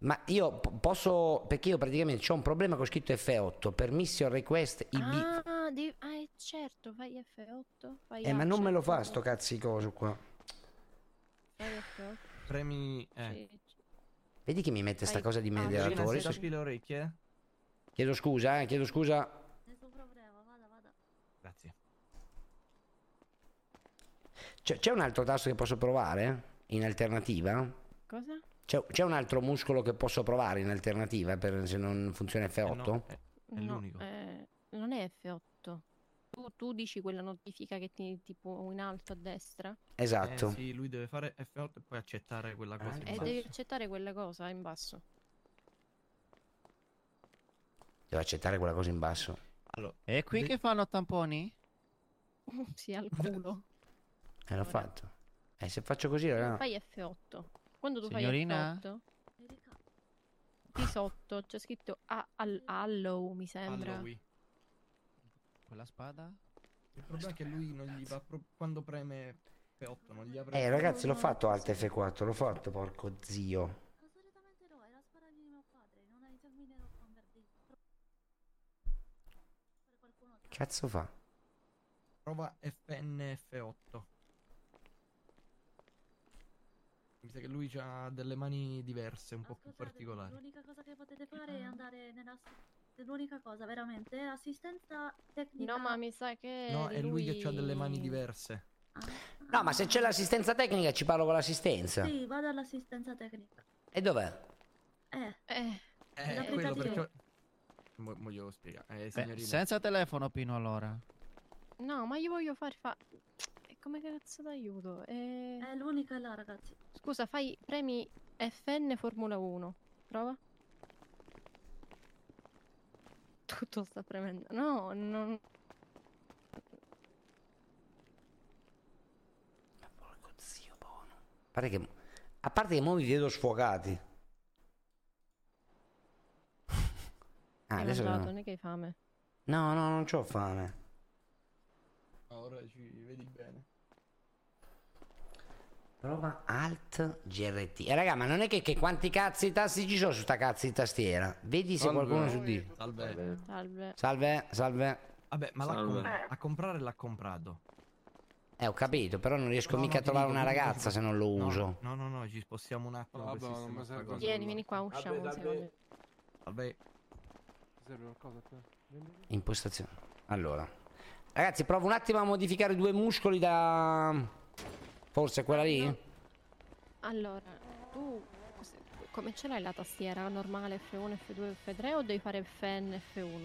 Speaker 2: Ma io po- posso... Perché io praticamente ho un problema con scritto F8, permission request IB.
Speaker 8: Ah, devi- ah, eh, certo, fai F8, fai
Speaker 2: Eh ma non me lo fa
Speaker 8: accetto,
Speaker 2: sto cazzicoso qua.
Speaker 8: fai F8.
Speaker 4: Premi... Eh.
Speaker 2: Vedi che mi mette sta
Speaker 8: Fai-
Speaker 2: cosa di
Speaker 8: ah,
Speaker 2: moderatore?
Speaker 4: Sì, le orecchie?
Speaker 2: Chiedo scusa, eh, chiedo scusa.
Speaker 10: Nessun problema, vada, vada.
Speaker 4: Grazie.
Speaker 2: C'è, c'è un altro tasto che posso provare? In alternativa?
Speaker 8: Cosa?
Speaker 2: C'è, c'è un altro muscolo che posso provare in alternativa per se non funziona F8?
Speaker 4: È
Speaker 8: No,
Speaker 4: l'unico.
Speaker 8: eh, non è F8. Tu, tu dici quella notifica che ti tipo in alto a destra
Speaker 2: Esatto.
Speaker 4: Eh, sì, lui deve fare F8 e poi accettare quella cosa. in
Speaker 8: Eh, e
Speaker 4: basso.
Speaker 8: devi accettare quella cosa in basso.
Speaker 2: Devo accettare quella cosa in basso.
Speaker 4: Allora,
Speaker 35: E Eh, qui che fanno tamponi?
Speaker 8: *laughs* sì, al culo.
Speaker 2: E Eh, l'ho fatto. E se faccio così, raga.
Speaker 8: Fai F8. Quando tu
Speaker 2: Signorina?
Speaker 8: fai F8 di sotto c'è scritto a- al- Allow, mi sembra.
Speaker 4: Allow.
Speaker 35: Quella spada?
Speaker 4: Il problema è che lui non gli va pro- quando preme P8 non gli apre.
Speaker 2: Eh, ragazzi, l'ho fatto Alt F4, l'ho fatto, porco zio. Cazzo fa?
Speaker 4: Prova FNF8. Mi sa che lui ha delle mani diverse, un po' più particolari.
Speaker 10: L'unica cosa che potete fare è andare nella... L'unica cosa, veramente, assistenza tecnica.
Speaker 8: No, ma mi sa che
Speaker 4: No, è lui che ha delle mani
Speaker 8: lui-
Speaker 4: diverse.
Speaker 2: No, ma se c'è l'assistenza tecnica, ci parlo con l'assistenza.
Speaker 10: Sì, vado all'assistenza tecnica.
Speaker 2: E dov'è?
Speaker 10: Eh,
Speaker 8: eh.
Speaker 4: Eh, quello perciò... Mo, mo glielo spiega. Eh,
Speaker 35: Beh,
Speaker 4: signorina.
Speaker 35: senza telefono, Pino, allora.
Speaker 8: No, ma io voglio fare fa... E come cazzo d'aiuto? Eh,
Speaker 10: È l'unica là, ragazzi.
Speaker 8: Scusa, fai premi FN Formula 1. Prova. Tutto sta premendo. No, non...
Speaker 2: Pare che... A parte che mo vi vedo sfogati. Ah,
Speaker 8: hai
Speaker 2: adesso che
Speaker 8: mangiato,
Speaker 2: no.
Speaker 8: non è che hai fame.
Speaker 2: No, no, non c'ho fame.
Speaker 4: Ah, Ora ci vedi bene.
Speaker 2: Prova Alt GRT. E Eh, raga, ma non è che, che quanti cazzi di tasti ci sono su sta cazzo di tastiera? Vedi se
Speaker 4: Salve.
Speaker 2: qualcuno su di.
Speaker 4: Salve.
Speaker 8: Salve.
Speaker 2: Salve, salve.
Speaker 4: Vabbè, ma l'ha
Speaker 2: Salve.
Speaker 4: com- a comprare l'ha comprato.
Speaker 2: Eh, ho capito, però non riesco
Speaker 4: No,
Speaker 2: mica
Speaker 4: no,
Speaker 2: a
Speaker 4: ti
Speaker 2: trovare
Speaker 4: dico,
Speaker 2: una
Speaker 4: quindi-
Speaker 2: ragazza se non lo
Speaker 4: No,
Speaker 2: uso.
Speaker 4: No, no, no, ci spostiamo un attimo.
Speaker 36: Vabbè,
Speaker 4: per
Speaker 36: non
Speaker 4: sistemare
Speaker 36: mi serve
Speaker 4: sta cosa.
Speaker 8: Vieni, vieni qua, usciamo un secondo.
Speaker 4: Vabbè.
Speaker 36: serve qualcosa a te? Vieni.
Speaker 2: Impostazione. Allora. Ragazzi, provo un attimo a modificare due muscoli da... Forse quella lì?
Speaker 8: Allora, tu se- come ce l'hai la tastiera normale F1, F2, F3 o devi fare FN, F1?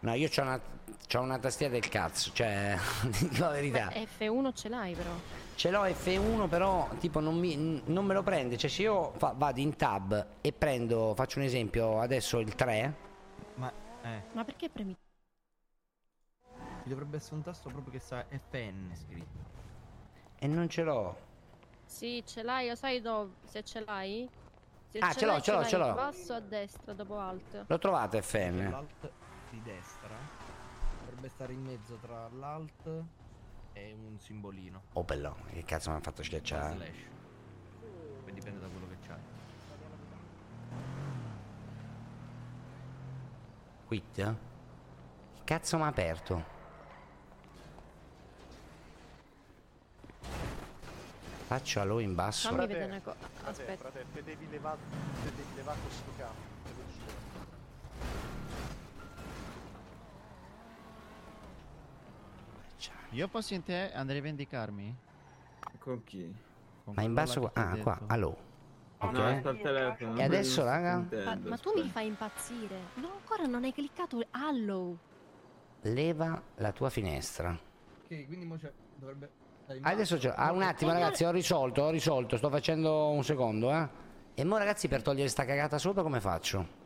Speaker 2: No, io c'ho una, c'ho una tastiera del cazzo, cioè... *laughs* dico la verità.
Speaker 8: Beh, F1 Eh, ce l'hai però.
Speaker 2: Ce l'ho F1 però tipo non, mi- n- non me lo prende Cioè se io fa- vado in tab e prendo Faccio un esempio adesso il 3
Speaker 4: Ma, eh,
Speaker 8: Ma perché premi?
Speaker 4: ci dovrebbe essere un tasto proprio che sa FN scritto.
Speaker 2: E non ce l'ho
Speaker 8: Sì, ce l'hai, lo sai dove? Se ce l'hai? Se
Speaker 2: Ah, ce l'ho,
Speaker 8: l'hai,
Speaker 2: ce l'ho,
Speaker 8: l'hai
Speaker 2: ce
Speaker 8: in
Speaker 2: l'ho.
Speaker 8: basso a destra, dopo alt.
Speaker 2: L'ho trovato
Speaker 4: C'è
Speaker 2: FN
Speaker 4: L'alt di destra dovrebbe stare in mezzo tra l'alt e un simbolino.
Speaker 2: Oh bello Che cazzo mi ha fatto schiacciare
Speaker 4: Slash. Poi dipende da quello che c'hai.
Speaker 2: Quit Che cazzo mi ha aperto Faccialo in basso.
Speaker 8: Fammi vedere una cosa. Aspetta.
Speaker 37: Frate, te devi levare, te devi levare questo campo. te lo giuro.
Speaker 38: Io fossi in te andrei a vendicarmi?
Speaker 10: Con chi?
Speaker 2: Ma in basso qua. Ah, qua. Allo.
Speaker 10: No,
Speaker 2: Ok.
Speaker 10: sta il telefono.
Speaker 2: E adesso,
Speaker 10: non
Speaker 2: raga?
Speaker 10: intendo.
Speaker 8: Ma, ma tu
Speaker 4: eh.
Speaker 8: mi fai impazzire. No, ancora non hai cliccato Allow.
Speaker 2: Leva la tua finestra.
Speaker 39: Ok, quindi mo c'è. Dovrebbe. stare in
Speaker 2: Ah, Adesso
Speaker 39: basso.
Speaker 2: c'è. Ah, un attimo, ragazzi, ho risolto, ho risolto. Sto facendo un secondo, eh. E mo, ragazzi, per togliere sta cagata sopra, come faccio?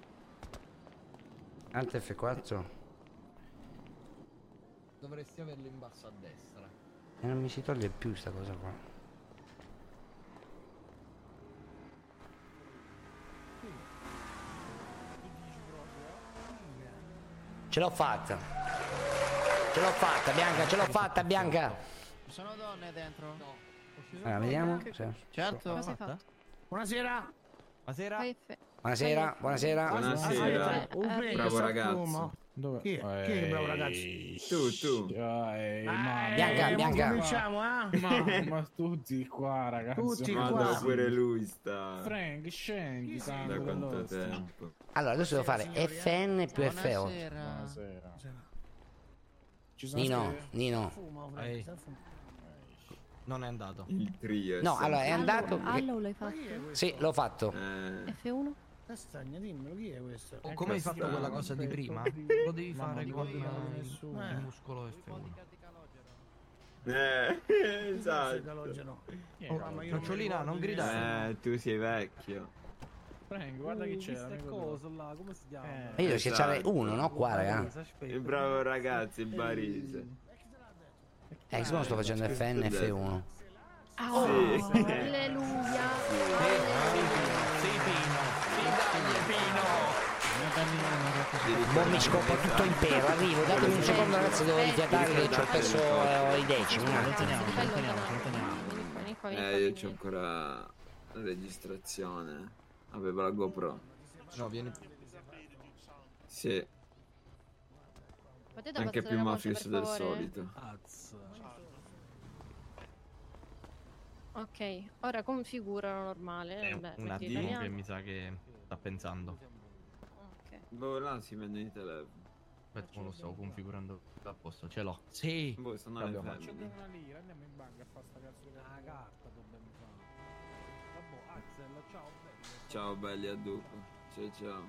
Speaker 2: Alt F4.
Speaker 39: Dovresti averlo in basso a destra.
Speaker 2: E non mi si toglie più sta cosa qua. Ce l'ho fatta. Ce l'ho fatta, Bianca, ce l'ho fatta, Bianca.
Speaker 38: Sono donne dentro? No.
Speaker 2: Allora, Eh, vediamo. se-
Speaker 38: Certo.
Speaker 8: Cosa hai fatto?
Speaker 39: Buonasera.
Speaker 8: Buonasera.
Speaker 2: Buonasera, buonasera.
Speaker 10: Buonasera. Bravo
Speaker 4: Oh,
Speaker 10: ragazzo.
Speaker 39: Dove?
Speaker 10: Chi
Speaker 4: Eh,
Speaker 39: è? Chi è bravo ragazzo?
Speaker 10: Tu, tu.
Speaker 2: Bianca,
Speaker 39: Eh,
Speaker 2: Bianca.
Speaker 39: Ma cominciamo, eh?
Speaker 40: Ma,
Speaker 4: *laughs*
Speaker 40: ma tutti qua, ragazzi.
Speaker 39: Tutti
Speaker 10: Vado
Speaker 39: qua.
Speaker 10: pure lui sta.
Speaker 40: Frank, scendi tanto
Speaker 10: Da quanto
Speaker 40: veloce.
Speaker 10: tempo?
Speaker 2: Allora, adesso devo fare
Speaker 40: Buonasera,
Speaker 2: FN più F8.
Speaker 40: Buonasera.
Speaker 39: Ci
Speaker 2: Nino, Nino.
Speaker 40: Eh,
Speaker 39: Ehi. Non è andato.
Speaker 10: Il trio. Eh,
Speaker 2: No, allora è andato.
Speaker 8: Allow l'hai fatto?
Speaker 2: Sì, l'ho fatto.
Speaker 8: F1?
Speaker 39: Castagna, dimmelo chi è questo?
Speaker 4: Eh. Oh, come hai fatto quella cosa di prima? Lo *laughs* devi fare con il il muscolo F1.
Speaker 10: Eh,
Speaker 39: Calogero.
Speaker 10: esatto.
Speaker 4: Oh, nocciolina, non gridare.
Speaker 10: Eh, tu sei vecchio.
Speaker 40: Frank, guarda che c'è.
Speaker 39: Mister Coso là, come si chiama?
Speaker 2: Eh, Io devo schiacciare
Speaker 10: Esatto.
Speaker 2: uno, no? Qua, raga.
Speaker 10: Il bravo ragazzo, il barise.
Speaker 2: Eh, siccome sto facendo FN F1.
Speaker 24: Ah,
Speaker 10: *laughs*
Speaker 8: Oh,
Speaker 10: Sì.
Speaker 8: Alleluia.
Speaker 2: Boh, mi scopre tutto impero. Arrivo, datemi un secondo, ragazzi,
Speaker 4: Eh.
Speaker 2: devo rifiatare che ci ho perso eh, i decimi. un attimo.
Speaker 8: Vieni qua, vieni qua.
Speaker 10: Eh, io c'ho ancora la registrazione. Avevo la GoPro.
Speaker 4: No, vieni.
Speaker 10: Sì,
Speaker 8: Potete
Speaker 10: anche
Speaker 8: abbassare
Speaker 10: più
Speaker 8: la voce,
Speaker 10: mafioso
Speaker 8: per
Speaker 10: del
Speaker 8: favore?
Speaker 10: solito.
Speaker 8: Ok, ora configura la normale.
Speaker 4: È
Speaker 8: vabbè,
Speaker 4: un
Speaker 8: metti
Speaker 4: attimo che
Speaker 8: Eh italiano.
Speaker 4: mi sa che sta pensando.
Speaker 10: Boh, là si vendono i telefoni.
Speaker 4: Aspetta, mo lo stavo configurando da posto. Ce l'ho. Sì.
Speaker 10: Boh, sono
Speaker 4: ce
Speaker 10: le
Speaker 4: l'abbiamo.
Speaker 10: femmine.
Speaker 40: una lira, andiamo in banca a fare sta cazzo di La carta dobbiamo fare. Vabbè, Axel, ciao, bello.
Speaker 10: Ciao belli a dopo. Ciao ciao.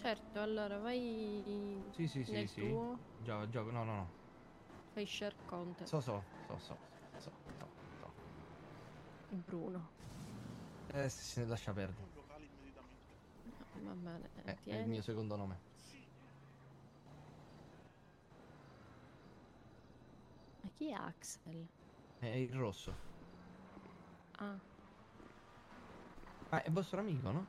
Speaker 8: Certo, allora vai
Speaker 4: Sì, sì, sì,
Speaker 8: nel
Speaker 4: sì.
Speaker 8: tuo, Eh.
Speaker 4: Già, già, no, no, no.
Speaker 8: fai share content.
Speaker 4: So, so, so, so, so, so.
Speaker 8: Bruno.
Speaker 4: Eh, sì, sì, lascia perdere.
Speaker 8: Va bene,
Speaker 4: Eh,
Speaker 8: eh,
Speaker 4: è il
Speaker 8: tieni.
Speaker 4: mio secondo nome.
Speaker 8: Ma chi è Axel?
Speaker 4: È il rosso.
Speaker 8: Ah,
Speaker 4: Ma Ah, è vostro amico, no?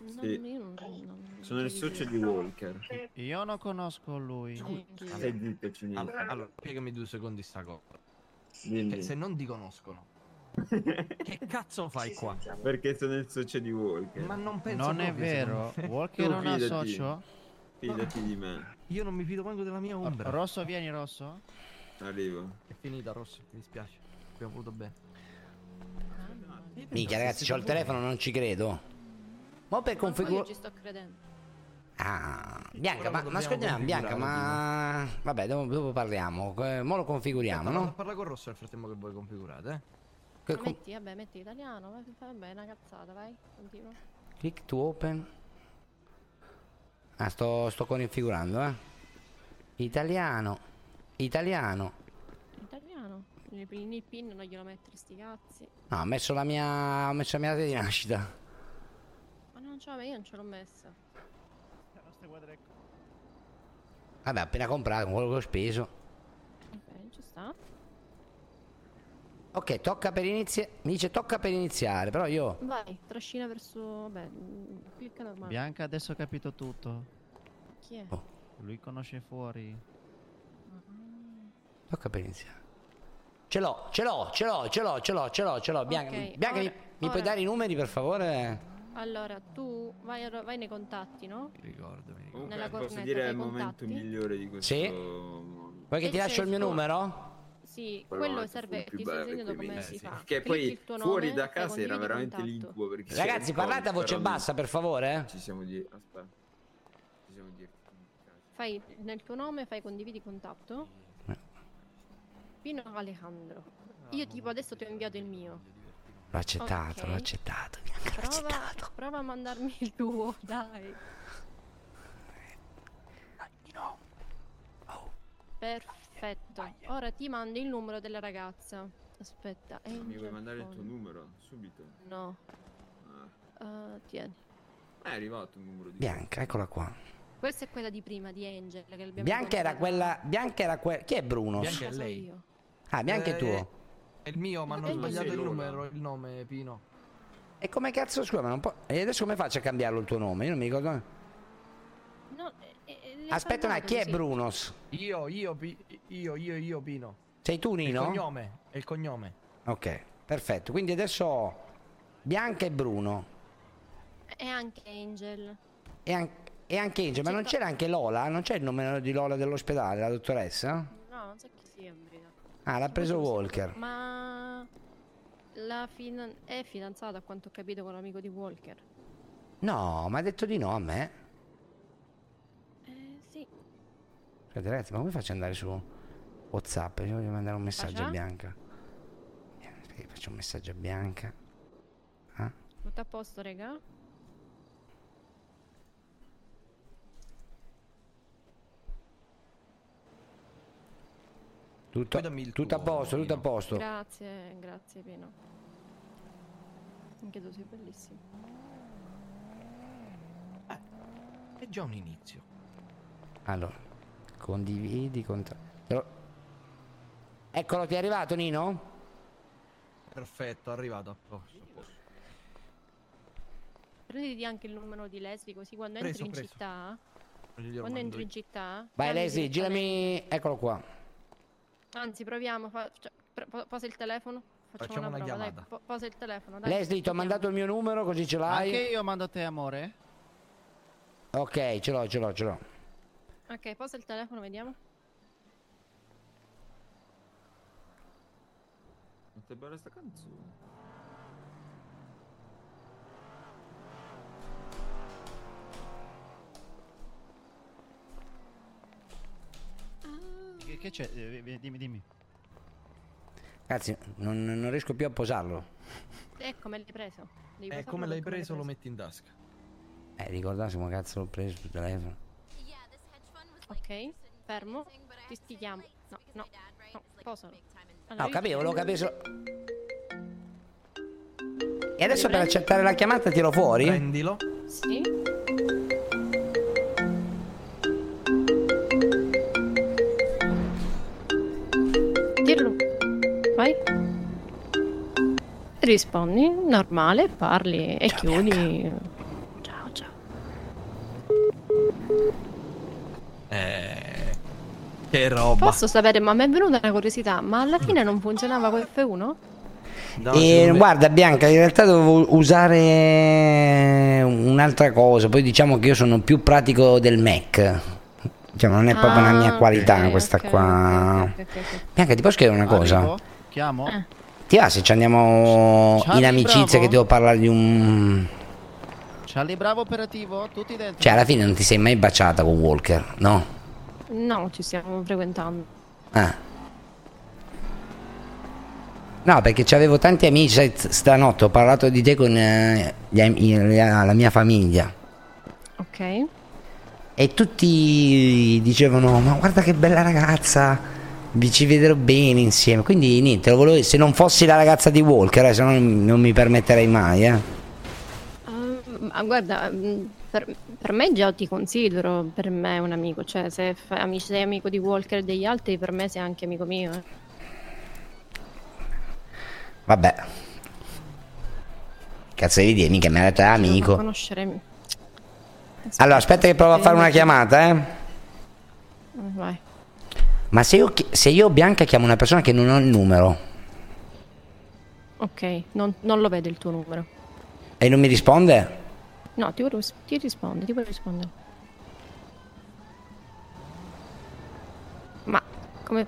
Speaker 8: non,
Speaker 10: Sì.
Speaker 8: io non, non-
Speaker 10: Sono il socio di Walker.
Speaker 38: Io non conosco lui.
Speaker 10: Stai zitto, c'è niente.
Speaker 4: Allora, allora, spiegami due secondi sta cosa.
Speaker 10: Dimmi.
Speaker 4: Che se non ti
Speaker 2: *laughs*
Speaker 4: conoscono. che cazzo fai qua?
Speaker 10: Perché sono il socio di Walker.
Speaker 4: Ma non penso
Speaker 38: Non è
Speaker 4: proprio,
Speaker 38: vero.
Speaker 4: secondo me.
Speaker 38: Walker
Speaker 10: Tu
Speaker 38: non ha
Speaker 10: fidati.
Speaker 38: socio?
Speaker 10: Fidati di me.
Speaker 4: Io non mi fido manco della mia ombra.
Speaker 38: Rosso, vieni, Rosso.
Speaker 10: Arrivo.
Speaker 4: È finita, Rosso, mi dispiace. Abbiamo voluto bene.
Speaker 2: Minchia ragazzi, c'ho il telefono, non ci credo. Ma per
Speaker 8: Io
Speaker 2: configurare...
Speaker 8: ci sto credendo.
Speaker 2: Ah,
Speaker 34: Però
Speaker 2: Bianca, ma,
Speaker 34: lo dobbiamo
Speaker 2: ma ascoltiamo, Bianca, ma... Vabbè, dopo, dopo parliamo. Eh, Mo lo configuriamo,
Speaker 34: Parla-
Speaker 2: no?
Speaker 34: Parla con Rosso nel frattempo che voi configurate, eh.
Speaker 2: Che
Speaker 8: Ma Metti, vabbè, metti italiano, vai, fai- vabbè, è una cazzata, vai, continua.
Speaker 2: Click to open. Ah, sto, sto configurando, eh. Italiano. Italiano.
Speaker 8: Italiano. Il pin, il pin non glielo mettere sti cazzi.
Speaker 2: No, ho messo la mia... ho messo la mia data di nascita.
Speaker 8: Ma non ce l'ho, io non ce l'ho messa.
Speaker 2: Vabbè, appena comprato, con quello che ho speso.
Speaker 8: Ok, ci sta.
Speaker 2: Ok, tocca per iniziare. Mi dice tocca per iniziare, però io...
Speaker 8: Vai, trascina verso. Vabbè, mm, clicca normale.
Speaker 3: Bianca adesso ha capito tutto.
Speaker 8: Chi è?
Speaker 3: Lui conosce fuori.
Speaker 2: Tocca per iniziare. Ce l'ho, ce l'ho, ce l'ho, ce l'ho, ce l'ho, ce l'ho, ce l'ho. Bianca,
Speaker 8: Ok,
Speaker 2: Bianca, mi,
Speaker 8: ora-
Speaker 2: mi puoi
Speaker 8: ora.
Speaker 2: dare i numeri per favore?
Speaker 8: Allora, tu vai, a- vai nei contatti, no?
Speaker 34: Ricordo, mi
Speaker 8: ricordo. Nella
Speaker 15: Posso
Speaker 8: cornetta
Speaker 15: dire è
Speaker 8: dei
Speaker 15: il momento
Speaker 8: contatti.
Speaker 15: migliore di questo
Speaker 2: Sì. Vuoi che
Speaker 8: E
Speaker 2: ti lascio il mio
Speaker 8: c'è-
Speaker 2: numero?
Speaker 8: Sì,
Speaker 15: Poi non è
Speaker 8: quello
Speaker 15: che
Speaker 8: serve,
Speaker 15: fu più
Speaker 8: ti sto
Speaker 15: bello
Speaker 8: insegnando
Speaker 15: quei
Speaker 8: come
Speaker 15: mesi.
Speaker 8: si fa.
Speaker 15: Che
Speaker 8: Clicchi
Speaker 15: poi
Speaker 8: il tuo
Speaker 15: fuori
Speaker 8: nome,
Speaker 15: da
Speaker 8: fai
Speaker 15: casa era
Speaker 8: condividi
Speaker 15: veramente
Speaker 8: contatto.
Speaker 15: l'incubo perché c'era
Speaker 2: Ragazzi,
Speaker 15: il
Speaker 2: parlate a
Speaker 15: Covid,
Speaker 2: voce
Speaker 15: però
Speaker 2: bassa, per favore.
Speaker 15: Ci siamo di aspetta. Ci siamo di
Speaker 8: Fai nel tuo nome, fai condividi contatto.
Speaker 2: Eh.
Speaker 8: Pino Alejandro. Io tipo adesso ti ho inviato il mio.
Speaker 2: L'ho accettato,
Speaker 8: Ok.
Speaker 2: l'ho accettato.
Speaker 8: Prova, prova a mandarmi il tuo, *laughs* dai.
Speaker 2: Oh.
Speaker 8: Perfetto.
Speaker 2: eh.
Speaker 8: Ora ti mando il numero della ragazza. Aspetta, è
Speaker 15: Mi
Speaker 8: in
Speaker 15: vuoi mandare il tuo
Speaker 8: Giappone.
Speaker 15: numero? Subito.
Speaker 8: No. Eh, tieni.
Speaker 15: Ah, È arrivato il numero di
Speaker 2: Bianca, eccola qua.
Speaker 8: Questa è quella di prima, di Angel. Che abbiamo
Speaker 2: Bianca era quella. Bianca era quella. Chi è Bruno?
Speaker 34: Bianca è lei.
Speaker 2: Ah, Bianca è
Speaker 34: Eh,
Speaker 2: tuo.
Speaker 34: È il mio, ma hanno
Speaker 15: Ma sei
Speaker 34: sbagliato il
Speaker 15: loro.
Speaker 34: numero, il nome, Pino.
Speaker 2: E come cazzo scusa, ma non può. E adesso come faccio a cambiarlo il tuo nome? Io non mi ricordo.
Speaker 8: No, eh, eh, l'hai
Speaker 2: Aspetta un attimo, chi è
Speaker 8: salvato così.
Speaker 2: Brunos?
Speaker 34: Io, io, Pi- io, io, io, Pino.
Speaker 2: Sei tu,
Speaker 34: È il
Speaker 2: Nino?
Speaker 34: cognome, è il cognome.
Speaker 2: Ok, perfetto. Quindi adesso ho Bianca e Bruno.
Speaker 8: E anche Angel.
Speaker 2: E, an- e anche Angel, ma non c'era anche Lola? Non c'è il nome di Lola dell'ospedale, la dottoressa?
Speaker 8: No, non so chi sia in verità.
Speaker 2: Ah, l'ha preso Walker.
Speaker 8: Ma la finan- è fidanzata a quanto ho capito con l'amico di Walker.
Speaker 2: No, ma ha detto di no a me.
Speaker 8: Eh sì.
Speaker 2: Aspetta, ragazzi, ma come faccio ad andare su WhatsApp? Io voglio mandare un messaggio a
Speaker 8: Faccia?
Speaker 2: Bianca. Vediamo, Aspetta, che faccio un messaggio a Bianca. Ah,
Speaker 8: Tutto a posto, raga?
Speaker 2: Tutto, tutto a posto, tutto a posto.
Speaker 8: Grazie, grazie Pino. Anche tu sei bellissimo.
Speaker 34: È già un inizio.
Speaker 2: Allora, condividi contra- te lo- Eccolo, ti è arrivato Nino?
Speaker 34: Perfetto, è arrivato a posto. a posto.
Speaker 8: Prenditi anche il numero di Leslie così quando
Speaker 34: Preso,
Speaker 8: entri in
Speaker 34: preso.
Speaker 8: città.
Speaker 34: Glielo mando
Speaker 8: Quando entri
Speaker 34: io.
Speaker 8: in città.
Speaker 2: Vai
Speaker 8: chiami
Speaker 2: Leslie,
Speaker 8: direttamente-
Speaker 2: girami... Eccolo qua.
Speaker 8: Anzi, proviamo. fa- cioè, pre- po- posa il telefono. Facciamo,
Speaker 2: Facciamo una
Speaker 8: prova. dai,
Speaker 2: chiamata.
Speaker 8: po- posa il telefono. Dai.
Speaker 2: Leslie, ti ho mandato il mio numero così ce l'hai.
Speaker 3: Anche io mando te amore.
Speaker 2: Ok, ce l'ho, ce l'ho, ce l'ho.
Speaker 8: Ok, posa il telefono, vediamo.
Speaker 15: Quanto è bella sta canzone.
Speaker 3: Che, che c'è? Eh, vi- Dimmi, dimmi.
Speaker 2: Ragazzi, non, non riesco più a posarlo.
Speaker 8: E come l'hai preso? Devi
Speaker 34: Eh,
Speaker 8: posarlo
Speaker 34: come
Speaker 8: per
Speaker 34: l'hai preso lo metti in tasca.
Speaker 2: Eh, ricordate come cazzo l'ho preso sul telefono.
Speaker 8: Ok, fermo. Ti sti chiamo. No, no, no, posalo.
Speaker 2: Ah, ho
Speaker 8: io-
Speaker 2: capito, volevo capire solo- E adesso per accettare la chiamata tiro fuori?
Speaker 34: Prendilo.
Speaker 8: Sì. Dirlo. Vai. Rispondi, normale, parli e chiudi. Ciao, ciao.
Speaker 34: Eh, che roba.
Speaker 8: Posso sapere, ma mi è venuta una curiosità, ma alla fine non funzionava con F1?
Speaker 34: No,
Speaker 2: E
Speaker 34: secondo me-
Speaker 2: guarda Bianca, in realtà dovevo usare un'altra cosa, poi diciamo che io sono più pratico del Mac. Diciamo, non è proprio una
Speaker 3: Ah,
Speaker 2: mia
Speaker 3: ok,
Speaker 2: qualità questa qua. Bianca, ti posso chiedere una cosa? Eh.
Speaker 3: Arrivo? Chiamo?
Speaker 2: Ti va se ci andiamo
Speaker 3: Ciao,
Speaker 2: in amicizia
Speaker 3: bravo.
Speaker 2: che devo parlare di un...
Speaker 3: Charlie Bravo operativo, tutti dentro.
Speaker 2: Cioè alla fine non ti sei mai baciata con Walker, no?
Speaker 8: No, ci stiamo frequentando.
Speaker 2: Ah. No, perché c'avevo tanti amici sai, s- stanotte, ho parlato di te con eh, gli am- i- la la mia famiglia
Speaker 8: Ok.
Speaker 2: e tutti dicevano ma guarda che bella ragazza, vi ci vedrò bene insieme, quindi niente, lo volevo- se non fossi la ragazza di Walker, eh, se no non non mi permetterei mai, eh.
Speaker 8: Ehm, ma guarda, mm, per, per me già ti considero per me un amico. Cioè, se fa- ami- sei amico di Walker e degli altri, per me sei anche amico mio. eh.
Speaker 2: Vabbè. Cazzo devi dire, mica mi ha detto "Ah, amico.
Speaker 8: Conoscere.
Speaker 2: Allora, aspetta che provo a fare una chiamata, eh.
Speaker 8: eh, Vai.
Speaker 2: Ma se io, chi- se io Bianca chiamo una persona che non ho il numero
Speaker 8: Ok, non, non lo vedo il tuo numero.
Speaker 2: e non mi risponde,
Speaker 8: No, ti, ris- ti rispondo, ti puoi rispondere. Ma come,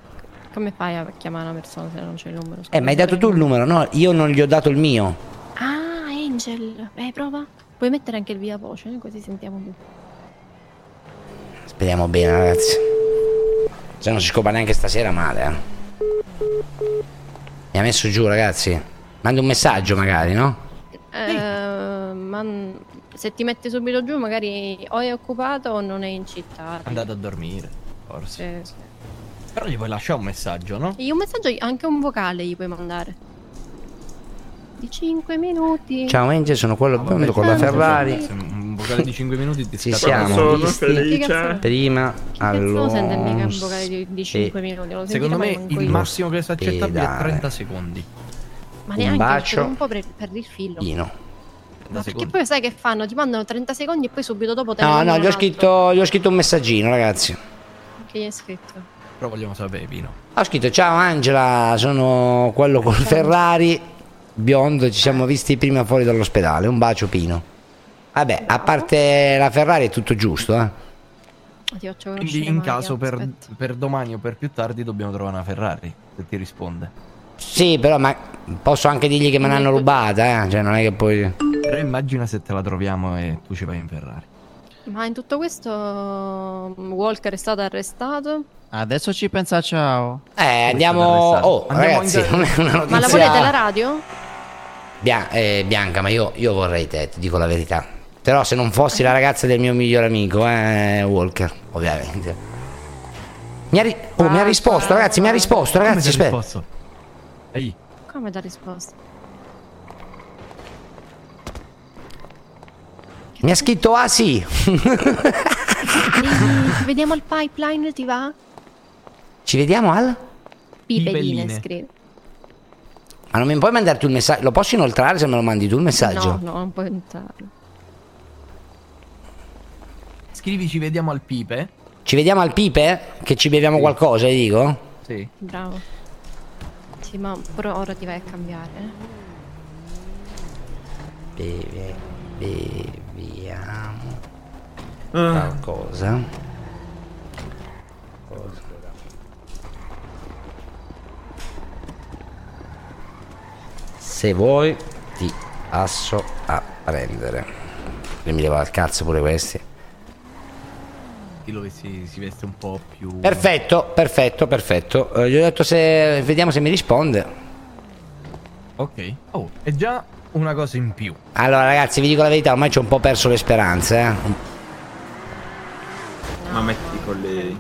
Speaker 8: come fai a chiamare una persona se non c'è il numero?
Speaker 2: eh, ma hai dato tu il numero, no? Io non gli ho dato il mio.
Speaker 8: Ah, Angel! Eh, prova. Puoi mettere anche il via voce, eh, così sentiamo più.
Speaker 2: Speriamo bene, ragazzi. Se non si scopa neanche stasera male, eh. Mi ha messo giù, ragazzi. Manda un messaggio, magari, no?
Speaker 8: Eh, ma n- se ti mette subito giù, magari o è occupato o non è in città.
Speaker 34: È andato a dormire, forse.
Speaker 8: Sì, sì.
Speaker 34: Però gli puoi lasciare un messaggio, no?
Speaker 8: E un messaggio, anche un vocale gli puoi mandare. Di 5 minuti.
Speaker 2: Ciao Angel, sono quello biondo con la
Speaker 8: Ciao,
Speaker 2: Ferrari.
Speaker 8: Angel.
Speaker 34: Un vocale di 5 minuti ti
Speaker 2: Ci
Speaker 34: scatta-
Speaker 2: siamo.
Speaker 34: Sono
Speaker 2: visti?
Speaker 34: felice.
Speaker 8: Che cazzo-
Speaker 2: Prima
Speaker 8: Non
Speaker 2: allora.
Speaker 8: lo sente mica un vocale di, 5 minuti. Lo
Speaker 34: Secondo
Speaker 8: sentite
Speaker 34: me
Speaker 8: poi con
Speaker 34: il
Speaker 8: quei-
Speaker 34: massimo che è accettabile è
Speaker 2: Pedale.
Speaker 34: 30 secondi.
Speaker 8: Ma
Speaker 2: un
Speaker 8: neanche
Speaker 2: bacio.
Speaker 8: perché un po' per, perdi il filo.
Speaker 34: Da
Speaker 8: Che
Speaker 34: secondo.
Speaker 8: poi sai che fanno? Ti mandano 30 secondi e poi subito dopo te ne
Speaker 2: No, no,
Speaker 8: mandano
Speaker 2: gli ho
Speaker 8: un altro.
Speaker 2: scritto, gli ho scritto un messaggino, ragazzi.
Speaker 8: Che gli hai scritto?
Speaker 34: Però vogliamo sapere, Pino.
Speaker 2: Ho scritto ciao Angela, sono quello col Ferrari, biondo, ci siamo visti prima fuori dall'ospedale, un bacio Pino. Vabbè, a parte la Ferrari è tutto giusto, eh.
Speaker 8: Ti faccio conoscere
Speaker 34: Quindi in
Speaker 8: Maria,
Speaker 34: caso per,
Speaker 8: aspetta.
Speaker 34: per domani o per più tardi dobbiamo trovare una Ferrari, se ti risponde.
Speaker 2: Sì, però ma posso anche dirgli che me l'hanno rubata, eh. Cioè non è che poi...
Speaker 34: Però immagina se te la troviamo e tu ci vai in Ferrari.
Speaker 8: Ma in tutto questo mm, Walker è stato arrestato.
Speaker 3: Adesso ci pensa ciao.
Speaker 2: Eh, andiamo... Oh, ragazzi, una notizia...
Speaker 8: Ma la volete la radio?
Speaker 2: Bia- eh, Bianca, ma io, io vorrei te, ti dico la verità. Però se non fossi la ragazza del mio migliore amico, eh, Walker, ovviamente. Mi ha, ri- oh, mi ha risposto, ragazzi, mi ha risposto, ragazzi,
Speaker 34: Come ti ha
Speaker 2: aspetta.
Speaker 34: risposto? Ehi,
Speaker 8: Come da risposta?
Speaker 2: Mi ha scritto, ah sì. *laughs*
Speaker 8: Ehi, *laughs* Vediamo il pipeline, ti va?
Speaker 2: Ci vediamo al...
Speaker 8: Pipeline,
Speaker 2: Pipeline.
Speaker 8: scrive.
Speaker 2: Ma non mi puoi mandare tu il messaggio? Lo posso inoltrare se me lo mandi tu il messaggio?
Speaker 8: No, no, non puoi entrare.
Speaker 34: scrivi ci vediamo al pipe.
Speaker 2: Ci vediamo al pipe? Che ci beviamo qualcosa, gli dico?
Speaker 34: Sì.
Speaker 8: Bravo. Sì, ma però ora ti vai a cambiare. eh.
Speaker 2: Beve- beviamo qualcosa. Se vuoi ti passo a prendere. Io mi levo al cazzo pure questi.
Speaker 34: Dillo che si, si veste un po' più...
Speaker 2: Perfetto, perfetto, perfetto. Eh, gli ho detto se vediamo se mi risponde.
Speaker 34: Ok. Oh, è già una cosa in più.
Speaker 2: Allora ragazzi, vi dico la verità, ormai ci ho un po' perso le speranze, eh. Un
Speaker 15: Ma metti con lei.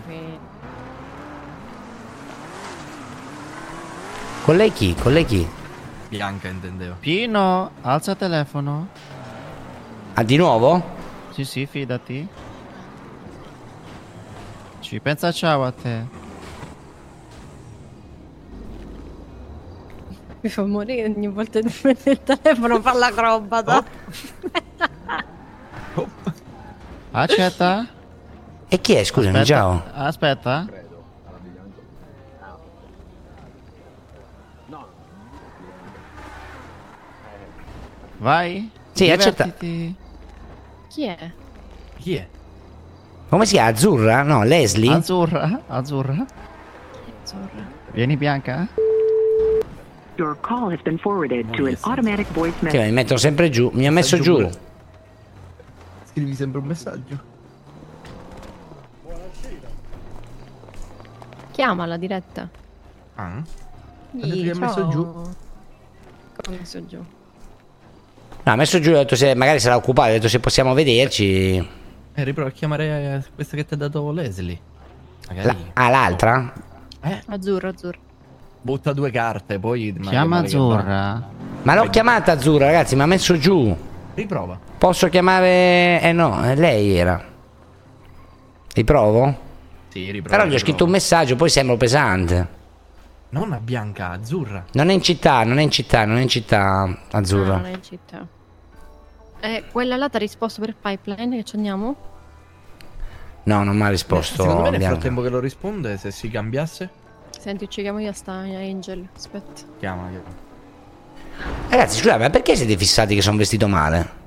Speaker 2: Con lei chi? Con lei chi?
Speaker 34: Bianca intendevo.
Speaker 3: Pino, alza il
Speaker 17: Oh,
Speaker 3: telefono.
Speaker 2: Ah, di nuovo?
Speaker 3: Sì, sì, fidati. Ci pensa ciao a te.
Speaker 8: Mi fa morire ogni volta che prende il telefono, fa
Speaker 17: Oh.
Speaker 8: l'acrobata.
Speaker 3: Accetta.
Speaker 2: E chi è? Scusami,
Speaker 3: Aspetta,
Speaker 2: ciao.
Speaker 3: Aspetta. Vai.
Speaker 2: Sì, accetta.
Speaker 3: Divertiti.
Speaker 8: Chi è?
Speaker 34: Chi è?
Speaker 2: Come si chiama? Azzurra? No, Leslie?
Speaker 3: Azzurra, azzurra.
Speaker 8: Azzurra.
Speaker 3: eh? Vieni bianca.
Speaker 41: Your call has been forwarded to an automatic voice
Speaker 2: Che
Speaker 41: message.
Speaker 2: mi mettono sempre giù. Mi ha messo giù.
Speaker 17: Scrivi sempre un messaggio.
Speaker 8: Chiama la diretta.
Speaker 17: Ah. detto
Speaker 8: Gli,
Speaker 17: che ha messo
Speaker 8: ciao.
Speaker 17: giù.
Speaker 8: Come ha messo giù?
Speaker 2: No, ha messo giù e ho detto se magari sarà occupato. Ho detto se possiamo vederci.
Speaker 4: Eh, riprova a chiamare eh, questa che ti ha dato Leslie. Magari.
Speaker 2: La- ah, l'altra?
Speaker 17: Eh.
Speaker 8: Azzurro, azzurro.
Speaker 4: Butta due carte, poi.
Speaker 2: Chiama
Speaker 4: Azzurra.
Speaker 2: Ma l'ho chiamata Azzurra, ragazzi, mi ha messo giù.
Speaker 4: Riprova.
Speaker 2: Posso chiamare. Eh no, eh, lei era. Riprovo?
Speaker 4: Sì, riprova.
Speaker 2: Però gli ho
Speaker 4: riprova.
Speaker 2: scritto un messaggio, poi sembro pesante.
Speaker 4: Nonna bianca, azzurra.
Speaker 2: Non è in città, non è in città, non è in città
Speaker 8: Ah,
Speaker 2: azzurra.
Speaker 8: non è in città. Eh, quella là ti ha risposto per pipeline che ci andiamo?
Speaker 2: No, non mi ha risposto.
Speaker 4: Secondo me nel
Speaker 2: Bianca.
Speaker 4: frattempo che lo risponde, se si cambiasse.
Speaker 8: Senti, ci chiamo io a sta Angel. Aspetta.
Speaker 4: Chiama, chiama.
Speaker 2: Ragazzi, scusate, ma perché siete fissati che sono vestito male?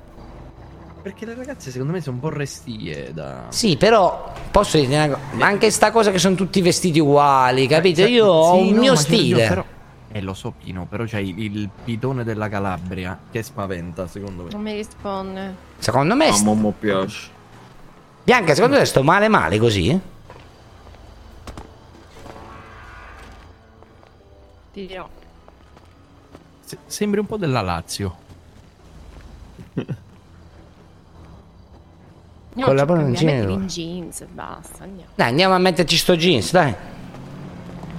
Speaker 4: Perché le ragazze secondo me sono un po' restie da...
Speaker 2: Sì, però posso dirti una cosa. Ma anche sta cosa che sono tutti vestiti uguali, capito?
Speaker 4: Cioè,
Speaker 2: Io ho
Speaker 4: sì,
Speaker 2: un
Speaker 4: no,
Speaker 2: mio
Speaker 4: ma ce l'ho io,
Speaker 2: stile.
Speaker 4: però- Eh, lo so Pino, però c'è il, il pitone della Calabria che spaventa, secondo me.
Speaker 8: Non mi risponde.
Speaker 2: Secondo me.
Speaker 15: A Momo piace.
Speaker 2: Bianca, secondo te sto male male così?
Speaker 8: Ti dirò.
Speaker 4: Se- sembri un po' della Lazio.
Speaker 8: No,
Speaker 2: Con la
Speaker 8: ci
Speaker 2: parola in
Speaker 8: cambiamo, mettili
Speaker 2: giro.
Speaker 8: in jeans e basta. Andiamo.
Speaker 2: Dai, andiamo a metterci sto jeans, dai.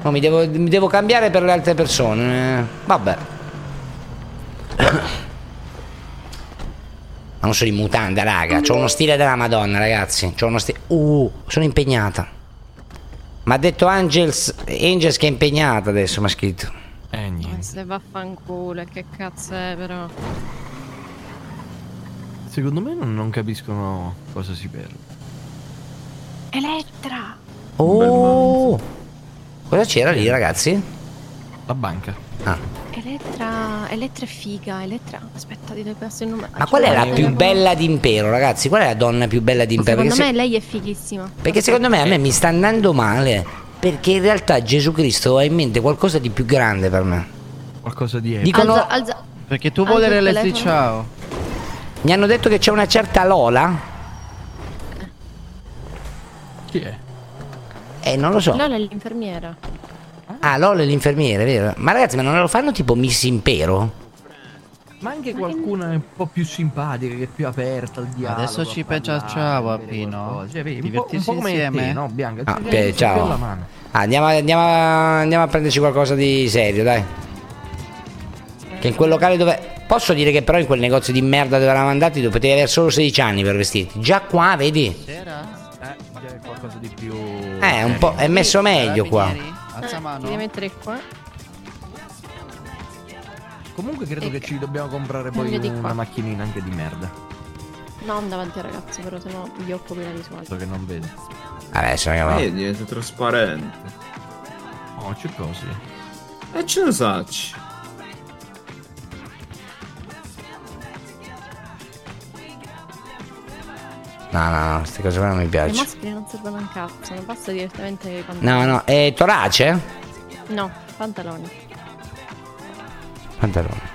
Speaker 2: No, mi devo, mi devo cambiare per le altre persone. eh. Vabbè. *coughs* Ma non sono in mutanda, raga. C'ho uno stile della Madonna, ragazzi. C'ho uno stile. Uh, sono impegnata. Ma ha detto Angels, Angels che è impegnata adesso, mi ha scritto.
Speaker 4: Eh, niente.
Speaker 8: Ma se vaffanculo, che cazzo è però?
Speaker 4: Secondo me non, non capiscono cosa si perde.
Speaker 8: Elettra!
Speaker 2: Oh! Cosa c'era lì, ragazzi?
Speaker 4: La banca.
Speaker 2: Ah.
Speaker 8: Elettra, Elettra è figa, Elettra. Aspetta, ti devo passare il numero.
Speaker 2: Ma qual è la più
Speaker 8: Telefono.
Speaker 2: bella d'impero, ragazzi? Qual è la donna più bella d'impero?
Speaker 8: Secondo
Speaker 2: Perché
Speaker 8: me
Speaker 2: se-
Speaker 8: lei è fighissima.
Speaker 2: Perché secondo me a me mi sta andando male. Perché in realtà Gesù Cristo ha in mente qualcosa di più grande per me.
Speaker 4: Qualcosa di
Speaker 2: Dicono-
Speaker 8: Alza, alza.
Speaker 3: Perché tu
Speaker 8: Alza
Speaker 3: vuoi
Speaker 8: il
Speaker 3: delle
Speaker 8: telefono.
Speaker 3: Leslie ciao.
Speaker 2: Mi hanno detto che c'è una certa Lola.
Speaker 4: Chi è?
Speaker 2: Eh, non lo so.
Speaker 8: Lola è l'infermiera.
Speaker 2: Ah, Lola è l'infermiere, vero? Ma ragazzi, ma non lo fanno tipo Miss Impero?
Speaker 4: Ma anche qualcuna un po' più simpatica, che è più aperta al dialogo.
Speaker 3: Adesso ci
Speaker 4: a parlare,
Speaker 3: peggiacciamo,
Speaker 4: a vedere
Speaker 3: Pino.
Speaker 4: qualcosa. Cioè, vedi, un po',
Speaker 3: Divertirsi
Speaker 4: un po' come
Speaker 3: insieme.
Speaker 4: te, no, Bianca?
Speaker 2: Ah,
Speaker 4: Cioè,
Speaker 2: ok,
Speaker 4: ci abbiamo la
Speaker 2: ciao.
Speaker 4: mano.
Speaker 2: Ah, andiamo, andiamo a- andiamo a prenderci qualcosa di serio, dai. Che in quel locale dove. Posso dire che però in quel negozio di merda dove eravamo andati tu potevi avere solo 16 anni per vestirti. Già qua, vedi?
Speaker 4: Eh, c'è qualcosa di più...
Speaker 2: Eh, un po'. È messo meglio qua.
Speaker 3: Alza
Speaker 8: Ti Eh, devi mettere qua.
Speaker 4: Comunque credo che ci dobbiamo comprare poi
Speaker 8: Cambio di qua.
Speaker 4: una macchinina anche di merda.
Speaker 8: Non davanti al ragazzo, però sennò gli occupi la visuale.
Speaker 4: So che non vedo.
Speaker 2: Adesso, raga.
Speaker 15: Eh, diventa trasparente.
Speaker 4: Oh, c'è cose.
Speaker 15: E ce lo sacci.
Speaker 2: No, no, no, queste cose qua non mi
Speaker 8: Le
Speaker 2: piacciono.
Speaker 8: maschere non servono a un cazzo, ne basta direttamente i
Speaker 2: No,
Speaker 8: pantaloni.
Speaker 2: no, è torace?
Speaker 8: No, no. pantaloni.
Speaker 2: Pantalone.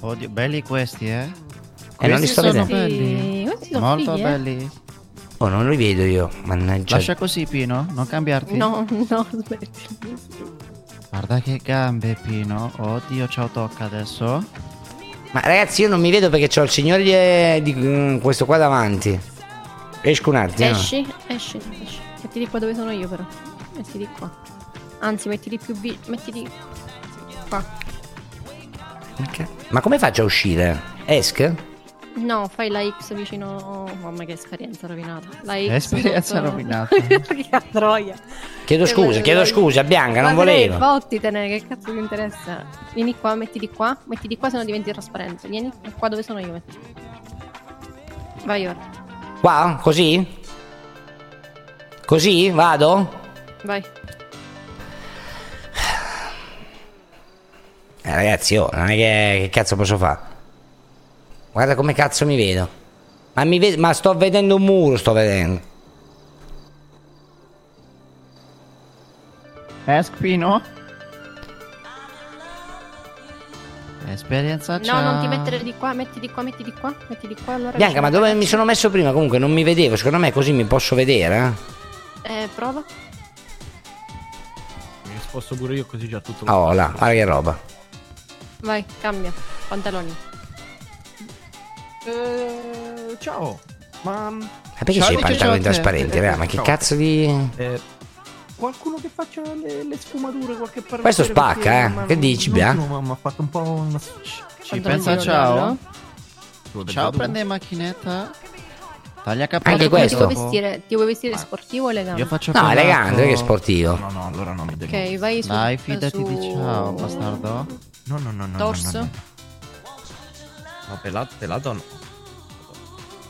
Speaker 3: Oddio, belli questi, eh.
Speaker 2: Eh, non li
Speaker 3: Questi
Speaker 2: sto
Speaker 3: sono
Speaker 2: vedendo.
Speaker 3: belli.
Speaker 8: Sì, questi sono
Speaker 3: Molto
Speaker 8: fighi, eh.
Speaker 3: belli.
Speaker 2: Oh, non li vedo io. Mannaggia.
Speaker 3: Lascia così, Pino, non cambiarti.
Speaker 8: No, *laughs* no, smetti.
Speaker 3: Guarda che gambe, Pino. Oddio, ciao, tocca adesso.
Speaker 2: Ma ragazzi, io non mi vedo perché c'ho il signore di, di- mm, questo qua davanti. Esco un attimo.
Speaker 8: Esci, esci, esci. Mettiti qua dove sono io però. Mettiti qua. Anzi, mettiti più vi... mettiti qua.
Speaker 2: Ok. Ma come faccio a uscire? Esc?
Speaker 8: No, fai la X vicino... oh, Mamma che esperienza rovinata. La X
Speaker 3: Esperienza
Speaker 8: sotto-
Speaker 3: rovinata.
Speaker 8: *laughs* che troia.
Speaker 2: Chiedo
Speaker 8: Eh,
Speaker 2: scusa,
Speaker 8: guarda,
Speaker 2: chiedo
Speaker 8: dai.
Speaker 2: scusa, Bianca, non
Speaker 8: Ma dai,
Speaker 2: volevo.
Speaker 8: Fottitene, che cazzo ti interessa? Vieni qua, mettiti qua, mettiti qua, se no diventi trasparente. Vieni qua dove sono io. mettiti. Vai ora,
Speaker 2: Qua? Così? Così? Vado?
Speaker 8: vai.
Speaker 2: Eh, ragazzi, oh, non è che, che cazzo posso fare? Guarda come cazzo mi vedo. Ma, mi ve- ma sto vedendo un muro, sto vedendo.
Speaker 3: Ask Pino. Esperienza
Speaker 8: No,
Speaker 3: c'ha.
Speaker 8: non ti mettere di qua, metti di qua, metti di qua, metti di qua. Allora
Speaker 2: Bianca, ma dove mi sono messo prima? Comunque non mi vedevo, secondo me così mi posso vedere.
Speaker 8: Eh, prova.
Speaker 4: Mi sposto pure io così già tutto.
Speaker 2: eh? Oh là, guarda che roba.
Speaker 8: Vai, cambia. Pantaloni.
Speaker 34: Eh, ciao. Ma
Speaker 2: Ma perché c'è i pantaloni trasparenti, raga? Ma che cazzo di.
Speaker 34: Qualcuno che faccia le, le sfumature, qualche parola.
Speaker 2: Questo spacca, eh. Che dici, Bea?
Speaker 34: Mi ha fatto un po' una.
Speaker 3: Ci pensa ciao. Ciao, prende macchinetta. Taglia capelli.
Speaker 2: Anche
Speaker 8: Ma Ti
Speaker 2: questo.
Speaker 8: vuoi vestire, ti vuoi vestire sportivo o elegante?
Speaker 3: Io faccio
Speaker 2: No,
Speaker 3: filato.
Speaker 2: elegante, che sportivo.
Speaker 4: No, no, allora no, mi devo.
Speaker 8: Ok, vai su.
Speaker 3: Dai, fidati
Speaker 8: su-
Speaker 3: di ciao, bastardo.
Speaker 4: No, no, no, no.
Speaker 8: Torso.
Speaker 4: No, pelato, pelato no.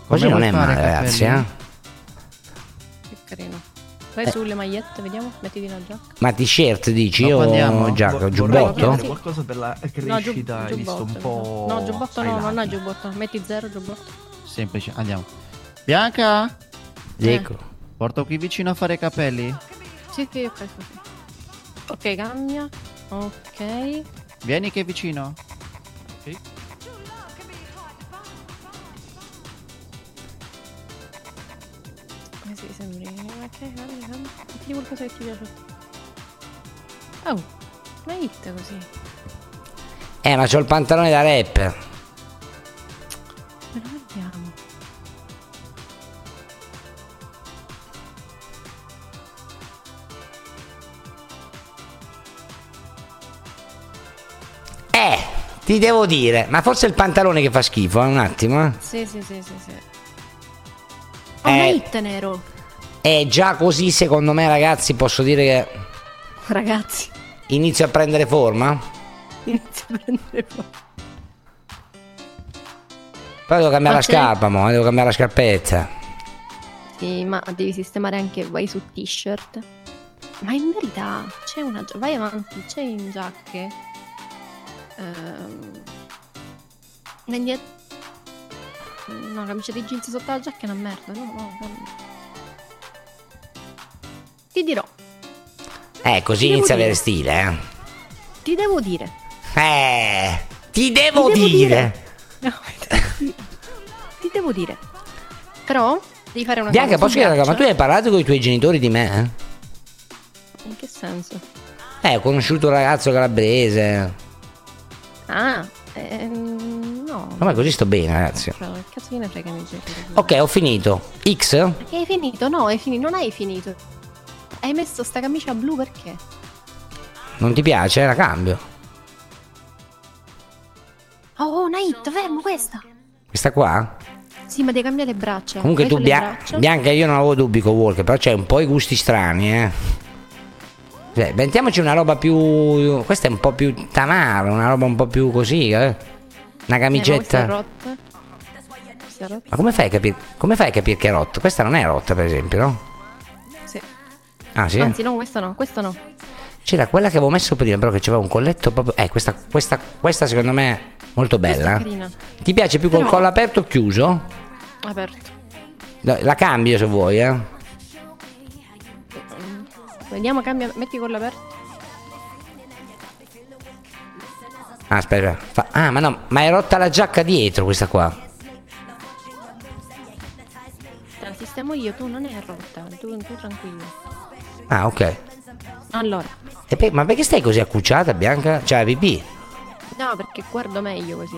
Speaker 2: Così
Speaker 4: Come
Speaker 2: non è
Speaker 4: vuoi fare,
Speaker 2: male, ragazzi, eh.
Speaker 4: capelli?
Speaker 8: Che carino. Vai
Speaker 2: Eh.
Speaker 8: sulle magliette, vediamo. Mettiti una giacca.
Speaker 2: Ma t-shirt dici?
Speaker 4: Dopo
Speaker 2: Io
Speaker 4: andiamo.
Speaker 2: giacca,
Speaker 4: Vorrei
Speaker 2: giubbotto?
Speaker 4: vedere Qualcosa per la
Speaker 8: No, giub-
Speaker 4: crescita, hai visto
Speaker 8: giubbotto.
Speaker 4: un po'.
Speaker 8: No, giubbotto no,
Speaker 4: ai
Speaker 8: non hai
Speaker 4: lati.
Speaker 8: giubbotto. Metti zero giubbotto.
Speaker 3: Semplice, andiamo. Bianca?
Speaker 8: Dico.
Speaker 3: Porto qui vicino a fare i capelli.
Speaker 8: Sì, sì, ok, sì. sì. Ok, cambia. Ok.
Speaker 3: Vieni che è vicino.
Speaker 8: Eh sì, sembri. Ok, cambia, cambia. Mettiti qualcosa che ti piace. Oh, una hit così.
Speaker 2: Eh, ma c'ho il pantalone da rapper.
Speaker 8: Ma non abbiamo.
Speaker 2: Eh, ti devo dire, ma forse è il pantalone che fa schifo, eh, un attimo. eh.
Speaker 8: Sì, sì, sì, sì, sì. Oh, una
Speaker 2: Eh,
Speaker 8: hit nero.
Speaker 2: è già così, secondo me, ragazzi, posso dire che
Speaker 8: Ragazzi, *laughs*
Speaker 2: inizio a prendere forma.
Speaker 8: inizia a prendere fuoco.
Speaker 2: Però devo cambiare la
Speaker 8: Ma c'è-
Speaker 2: scarpa, mo, eh, devo cambiare la scarpetta.
Speaker 8: Sì, ma devi sistemare anche, vai su t-shirt. Ma in verità c'è una gia- vai avanti, c'è in giacche. Ehm... vai indietro. No, la camicia di jeans sotto la giacca è una merda, no, no. no. Ti dirò,
Speaker 2: Eh, così
Speaker 8: Devo
Speaker 2: inizia ad
Speaker 8: dire.
Speaker 2: avere stile,
Speaker 8: ti devo dire.
Speaker 2: eh. Eh, ti devo,
Speaker 8: Ti devo
Speaker 2: dire.
Speaker 8: dire. Ti devo dire. Però devi fare una
Speaker 2: Bianca,
Speaker 8: cosa.
Speaker 2: posso
Speaker 8: su
Speaker 2: chiedere, raga, ma tu
Speaker 8: Gaccia.
Speaker 2: hai parlato con i tuoi genitori di me?
Speaker 8: In che senso?
Speaker 2: Eh, Eh, ho conosciuto un ragazzo calabrese.
Speaker 8: Ah, ehm, no.
Speaker 2: Ma così sto bene, ragazzi.
Speaker 8: Però Che cazzo gliene frega mi genitori?
Speaker 2: Ok, ho finito. X?
Speaker 8: Hai finito? No, hai finito. Non hai finito. Hai messo sta camicia blu perché?
Speaker 2: Non ti piace? La cambio.
Speaker 8: Oh, oh, Nait, fermo questa.
Speaker 2: Questa qua?
Speaker 8: Sì, ma devi cambiare le braccia.
Speaker 2: Comunque
Speaker 8: Vai
Speaker 2: tu,
Speaker 8: sulle
Speaker 2: Bia-
Speaker 8: braccia.
Speaker 2: Bianca, io non avevo dubbi con Walker, però c'è un po' i gusti strani, eh. Cioè, mettiamoci una roba più... Questa è un po' più tamara, una roba un po' più così, eh. Una
Speaker 8: Eh, ma questa
Speaker 2: camicetta...
Speaker 8: è rotta. Questa è rotta.
Speaker 2: Ma come fai a capire? Come fai a capire che è rotta? Questa non è rotta, per esempio, no?
Speaker 8: Sì.
Speaker 2: Ah, sì?
Speaker 8: Anzi, no, questa no, questa no.
Speaker 2: C'era quella che avevo messo prima, però che c'aveva un colletto proprio. Eh, questa, questa, questa secondo me è molto bella.
Speaker 8: Carina.
Speaker 2: Ti piace più col
Speaker 8: Però-
Speaker 2: collo aperto o chiuso?
Speaker 8: Aperto.
Speaker 2: La la cambio se vuoi, eh.
Speaker 8: Vediamo, cambia. Metti quello aperto.
Speaker 2: Ah, aspetta. fa- Ah, ma no, ma è rotta la giacca dietro questa qua.
Speaker 8: Te la sistemo io, tu non è rotta. Tu, tu tranquillo.
Speaker 2: Ah, ok.
Speaker 8: Allora,
Speaker 2: E pe- ma perché stai così accucciata, Bianca? Cioè, pipì.
Speaker 8: no, perché guardo meglio così.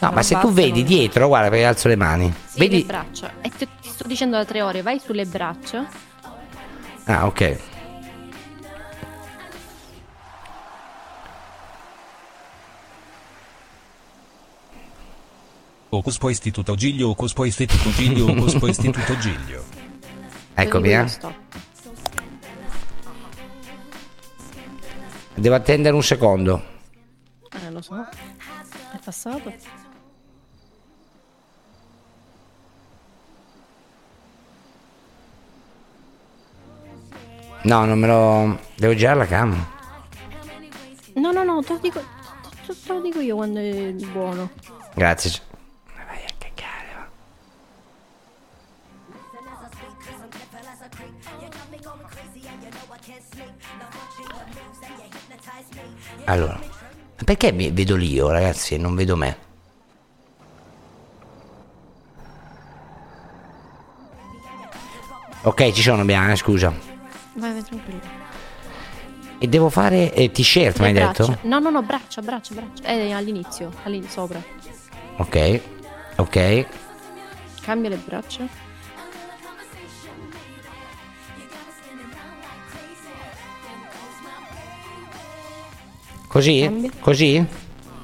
Speaker 2: No, ma
Speaker 8: Non
Speaker 2: se tu
Speaker 8: basta,
Speaker 2: vedi
Speaker 8: non-
Speaker 2: dietro, guarda perché alzo le mani.
Speaker 8: Sì,
Speaker 2: vedi?
Speaker 8: le braccia. E te- ti sto dicendo da tre ore, vai sulle braccia.
Speaker 2: Ah, ok.
Speaker 27: Ocuspo Istituto Giglio, Ocuspo Istituto Giglio, Ocuspo Istituto Giglio.
Speaker 2: Eccomi, eh. Devo attendere un secondo.
Speaker 8: Eh, lo so. È passato.
Speaker 2: No, non me lo. Devo girare la cam.
Speaker 8: No, no, no, te lo dico, te- te- te lo dico io quando è buono.
Speaker 2: Grazie. Allora, perché vi- vedo l'io, ragazzi, e non vedo me? Ok, ci sono Bianca, scusa.
Speaker 8: Vai, vai tranquillo.
Speaker 2: E devo fare eh, t-shirt, mi hai
Speaker 8: Le
Speaker 2: detto?
Speaker 8: braccia. No, no, no, braccia, braccia, braccia. Eh, all'inizio, all'inizio, sopra.
Speaker 2: Ok, ok.
Speaker 8: Cambia le braccia.
Speaker 2: Così?
Speaker 8: Cambia.
Speaker 2: Così?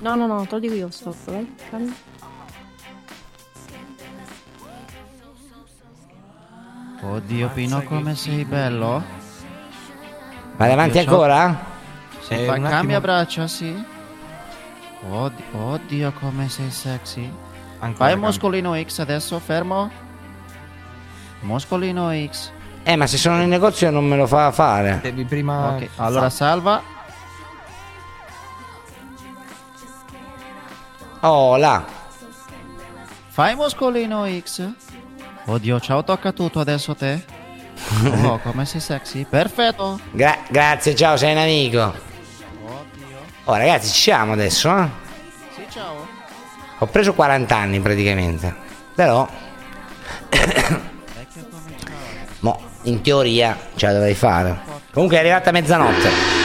Speaker 8: No, no, no, te lo dico io, stop, vai. Cambia.
Speaker 4: *laughs* Oddio Pino come sei bello.
Speaker 2: Va davanti
Speaker 4: Oddio, ciao.
Speaker 2: ancora?
Speaker 4: Sì,
Speaker 2: Eh,
Speaker 4: fa-
Speaker 2: un attimo.
Speaker 4: cambia braccia, sì. Oddio, oddio come sei sexy. Fai
Speaker 2: cambia.
Speaker 4: muscolino X adesso, fermo. Muscolino X.
Speaker 2: Eh, ma se sono nel negozio non me lo fa fare.
Speaker 4: Devi prima... allora salva.
Speaker 2: Oh, là.
Speaker 4: Fai muscolino X. Oddio, ciao, tocca tutto adesso a
Speaker 2: *laughs*
Speaker 4: te. Oh, come sei sexy. Perfetto.
Speaker 2: Gra- grazie, ciao, sei un amico. Oh, ragazzi, ci siamo adesso, eh?
Speaker 4: Sì, ciao.
Speaker 2: Ho preso 40 anni praticamente.
Speaker 4: *coughs*
Speaker 2: Però, *coughs* eh,
Speaker 4: Vecchio come ciao.
Speaker 2: mo, in teoria ce la dovrei fare. Comunque è arrivata mezzanotte.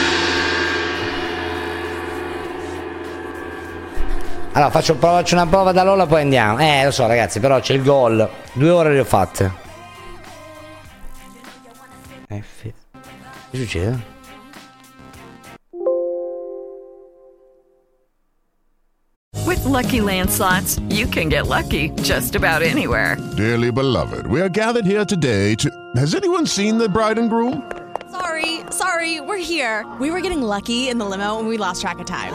Speaker 2: Allora, faccio, prova- faccio una prova da Lola, poi andiamo. Eh, lo so, ragazzi, però c'è il gol. Due ore le ho fatte. F. Che succede?
Speaker 22: With Lucky Land slots, you can get lucky just about anywhere.
Speaker 13: Dearly beloved, we are gathered here today to. Has anyone seen the bride and groom?
Speaker 28: Sorry, sorry, we're here. We were getting lucky in the limo and we lost track of time.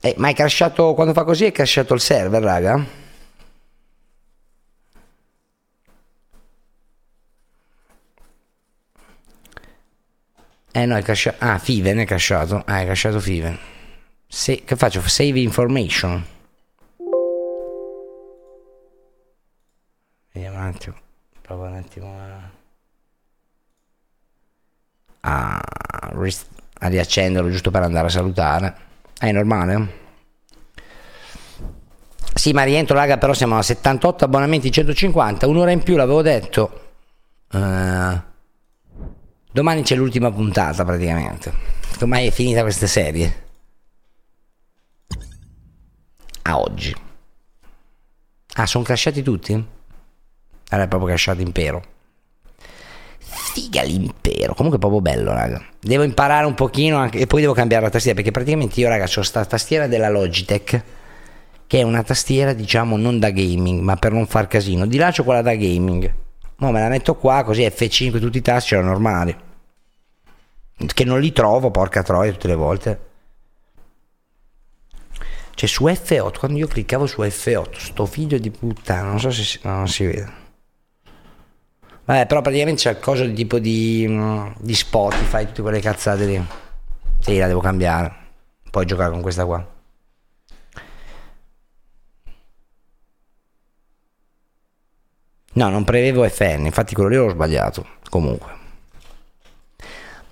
Speaker 2: Eh, ma è crashato, quando fa così è crashato il server, raga? Eh no, è crashato, ah, Fiven è crashato, ah, è crashato Fiven. Se- che faccio? Save information. Vediamo un attimo. Provo un attimo a. a ris- a riaccenderlo giusto per andare a salutare. Ah, È normale? Sì, ma rientro, raga, però siamo a 78 abbonamenti, 150, un'ora in più, l'avevo detto. Eh, domani c'è l'ultima puntata, praticamente. Ormai è finita questa serie. A oggi. Ah, sono crashati tutti? Era proprio crashato impero. Figa l'impero. Comunque è proprio bello, raga. Devo imparare un pochino anche- e poi devo cambiare la tastiera perché praticamente io, raga, ho sta tastiera della Logitech che è una tastiera, diciamo, non da gaming, ma per non far casino. Di là c'ho quella da gaming. Mo me la metto qua, così F5 tutti i tasti erano normali. Che non li trovo, porca troia, tutte le volte. Cioè su F8, quando io cliccavo su F8, sto figlio di puttana, non so se si, no, non si vede. Vabbè, però praticamente c'è il coso di tipo di, mm, di Spotify, tutte quelle cazzate lì. Sì, la devo cambiare. Poi giocare con questa qua. No, non prevevo FN, infatti quello lì l'ho sbagliato. Comunque.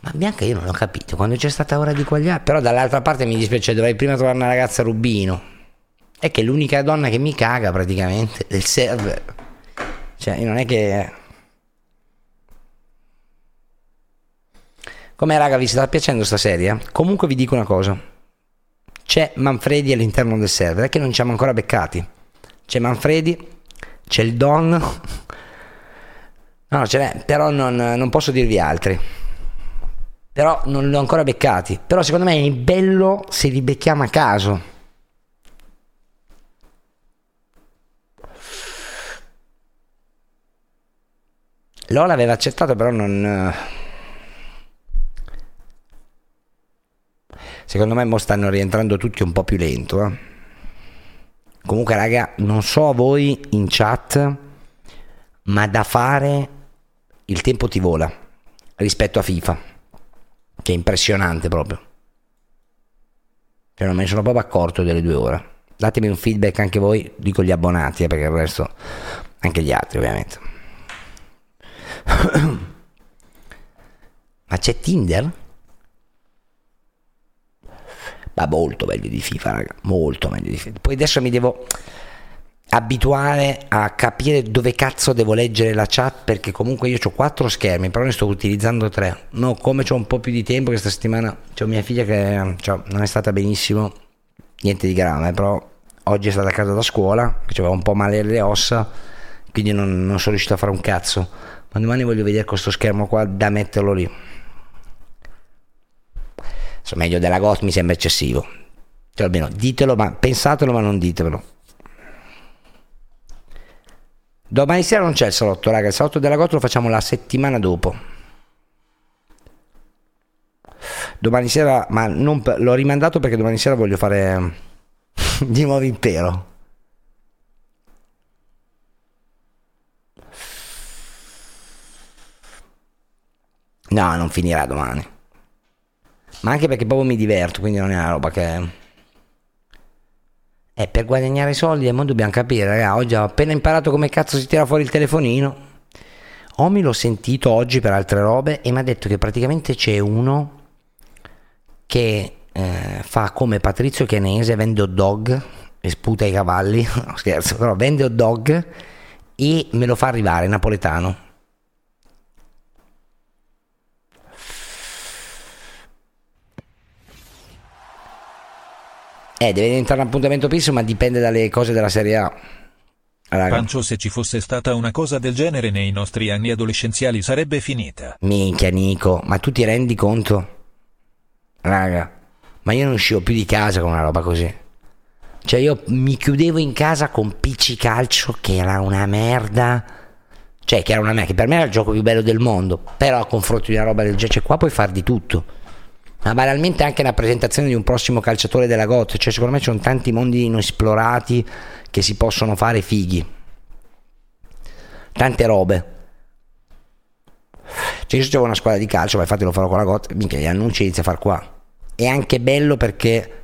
Speaker 2: Ma Bianca io non l'ho capito, quando c'è stata ora di quagliare, però dall'altra parte mi dispiace, dovrei prima trovare una ragazza Rubino. È che è l'unica donna che mi caga praticamente del server. Cioè, io non è che... eh? Come raga, vi sta piacendo sta serie? Comunque vi dico una cosa. C'è Manfredi all'interno del server, è che non ci siamo ancora beccati. C'è Manfredi, c'è il Don. *laughs* No, ce n'è, però non, non posso dirvi altri. Però non li ho ancora beccati. Però secondo me è bello se li becchiamo a caso. Lola aveva accettato, però non. eh, Secondo me mo stanno rientrando tutti un po' più lento. eh. Comunque, raga, non so voi in chat, ma da fare il tempo ti vola rispetto a FIFA, che è impressionante proprio. Cioè, non me ne sono proprio accorto delle due ore. Datemi un feedback anche voi, dico gli abbonati, eh, perché il resto, anche gli altri ovviamente. *coughs* Ma c'è Tinder? Ma molto meglio di FIFA, raga. Molto meglio di FIFA. Poi adesso mi devo abituare a capire dove cazzo devo leggere la chat perché comunque io ho quattro schermi, però ne sto utilizzando tre. No, come ho un po' più di tempo questa settimana, c'ho mia figlia che cioè, non è stata benissimo, niente di grave, però oggi è stata a casa da scuola, che aveva un po' male alle ossa, quindi non, non sono riuscito a fare un cazzo. Ma domani voglio vedere questo schermo qua da metterlo lì. So, meglio della GOT mi sembra eccessivo. Cioè, almeno ditelo, ma pensatelo, ma non ditevelo. Domani sera non c'è il salotto, raga. Il salotto della GOT lo facciamo la settimana dopo. Domani sera, ma non per- l'ho rimandato perché domani sera voglio fare *laughs* di nuovo impero. No, non finirà domani. Ma anche perché proprio mi diverto, quindi non è una roba che... Eh, per guadagnare soldi, e mo dobbiamo capire, raga, oggi ho appena imparato come cazzo si tira fuori il telefonino. Omi l'ho sentito oggi per altre robe e mi ha detto che praticamente c'è uno che eh, fa come Patrizio Chianese, vende hot dog e sputa i cavalli, *laughs* no scherzo, però vende hot dog e me lo fa arrivare, napoletano. Eh, deve diventare un appuntamento fisso, ma dipende dalle cose della Serie A. Raga.
Speaker 27: Pancio se ci fosse stata una cosa del genere nei nostri anni adolescenziali sarebbe finita.
Speaker 2: Minchia Nico, ma tu ti rendi conto? Raga, ma io non uscivo più di casa con una roba così. Cioè io mi chiudevo in casa con PC calcio che era una merda. Cioè che era una merda, che per me era il gioco più bello del mondo. Però a confronto di una roba del genere, cioè qua puoi far di tutto. Ma banalmente anche la presentazione di un prossimo calciatore della GOT. Cioè secondo me ci sono tanti mondi non esplorati che si possono fare fighi. Tante robe. Cioè, io c'avevo una squadra di calcio, ma infatti lo farò con la GOT. Minchia, gli annunci inizia a far qua. È anche bello perché,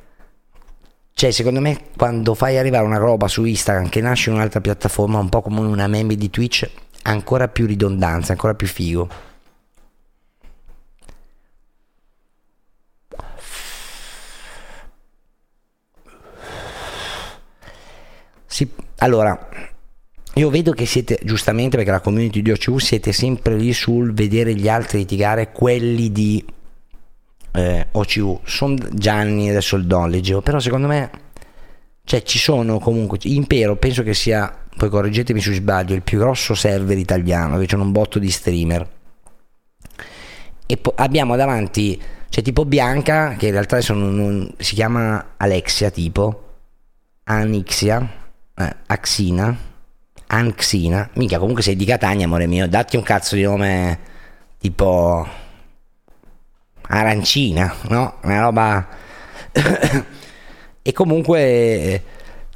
Speaker 2: cioè, secondo me, quando fai arrivare una roba su Instagram che nasce in un'altra piattaforma, un po' come una meme di Twitch, ha ancora più ridondanza, ancora più figo. Sì, allora, io vedo che siete, giustamente perché la community di OCU siete sempre lì sul vedere gli altri litigare, quelli di eh, OCU. Sono Gianni, adesso il Don, leggevo, però secondo me, cioè ci sono comunque, Impero penso che sia, poi correggetemi se sbaglio, il più grosso server italiano, che c'è un botto di streamer. E po- abbiamo davanti, c'è tipo Bianca, che in realtà adesso non- non- si chiama Alexia tipo, Anixia, eh, Axina, Anxina, minchia comunque sei di Catania amore mio, datti un cazzo di nome tipo Arancina, no? Una roba... *coughs* e comunque eh,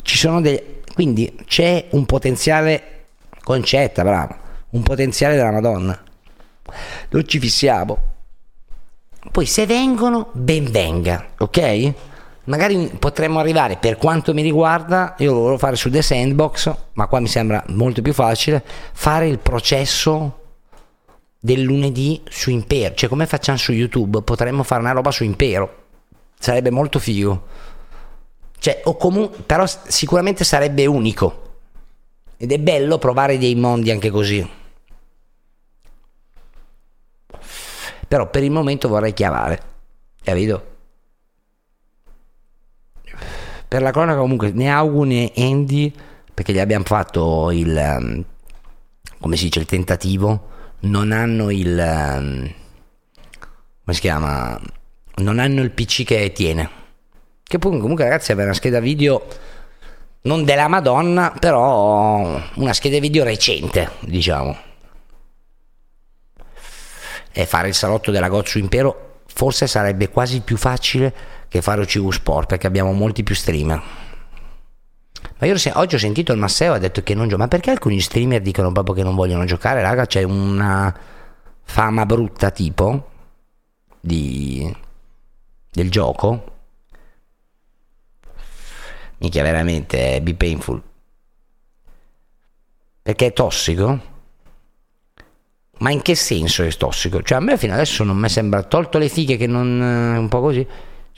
Speaker 2: ci sono dei... quindi c'è un potenziale, concetta bravo, un potenziale della Madonna, non ci fissiamo. Poi se vengono, ben venga, ok? Magari potremmo arrivare, per quanto mi riguarda, io lo volevo fare su The Sandbox, ma qua mi sembra molto più facile, fare il processo del lunedì su Impero. Cioè come facciamo su YouTube, potremmo fare una roba su Impero. Sarebbe molto figo. Cioè, o comunque, però s- sicuramente sarebbe unico. Ed è bello provare dei mondi anche così. Però per il momento vorrei chiamare. Capito? Per la cronaca comunque né Augune né Andy, perché gli abbiamo fatto il, ehm, come si dice, il tentativo, non hanno il... ehm, come si chiama? Non hanno il PC che tiene. Che poi comunque ragazzi aveva una scheda video non della Madonna, però una scheda video recente, diciamo. E fare il salotto della Gozzu Impero forse sarebbe quasi più facile che fare OCU Sport perché abbiamo molti più streamer. Ma io se- oggi ho sentito il Masseo ha detto che non gioca. Ma perché alcuni streamer dicono proprio che non vogliono giocare, raga? C'è una fama brutta tipo di, del gioco. Minchia, veramente, eh, be painful. Perché è tossico? Ma in che senso è tossico? Cioè, a me fino adesso non mi sembra, tolto le fighe che non... eh, un po' così,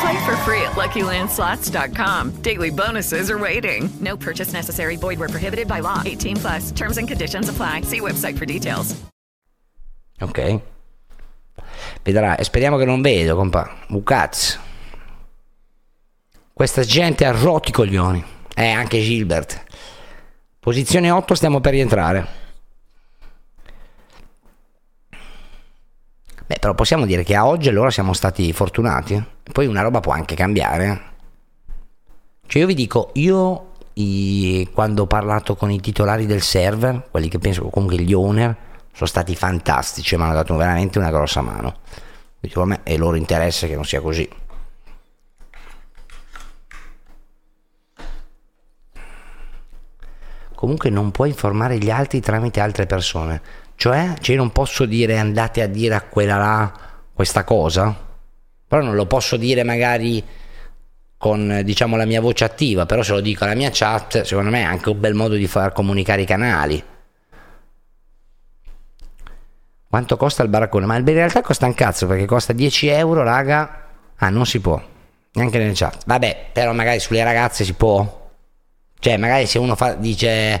Speaker 22: Play for free at LuckyLandSlots.com. Daily bonuses are waiting. No purchase necessary. Void were prohibited by law. 18 plus. Terms and conditions apply. See website for details.
Speaker 2: Ok? Vedrà, e speriamo che non vedo, compa. Un cazzo. Questa gente ha rotto i coglioni. Eh, anche Gilbert. Posizione 8, stiamo per rientrare. Beh, però possiamo dire che a oggi allora siamo stati fortunati. E Poi una roba può anche cambiare. eh. Cioè io vi dico, io i- quando ho parlato con i titolari del server, quelli che penso comunque gli owner, sono stati fantastici, mi hanno dato veramente una grossa mano. Quindi secondo me è loro interesse che non sia così. Comunque non puoi informare gli altri tramite altre persone. Cioè, cioè io non posso dire andate a dire a quella là questa cosa, però non lo posso dire magari con eh, diciamo la mia voce attiva, però se lo dico alla mia chat, secondo me è anche un bel modo di far comunicare i canali. Quanto costa il baraccone? Ma in realtà costa un cazzo perché costa 10 euro, raga. Ah, non si può. Neanche nelle chat. Vabbè, però magari sulle ragazze si può. Cioè, magari se uno fa, dice...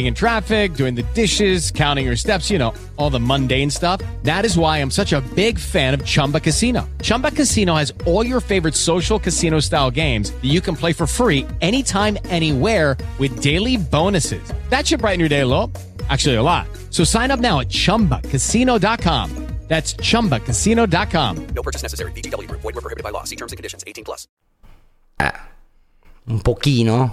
Speaker 24: in traffic, doing the dishes, counting your steps, you know, all the mundane stuff. That is why I'm such a big fan of Chumba Casino. Chumba Casino has all your favorite social casino style games that you can play for free anytime, anywhere with daily bonuses. That should brighten your day, a little. Actually, a lot. So sign up now at chumbacasino.com. That's chumbacasino.com.
Speaker 42: No purchase necessary. VGW Group. Void were prohibited by law. See terms and conditions. 18 plus.
Speaker 2: un pochino.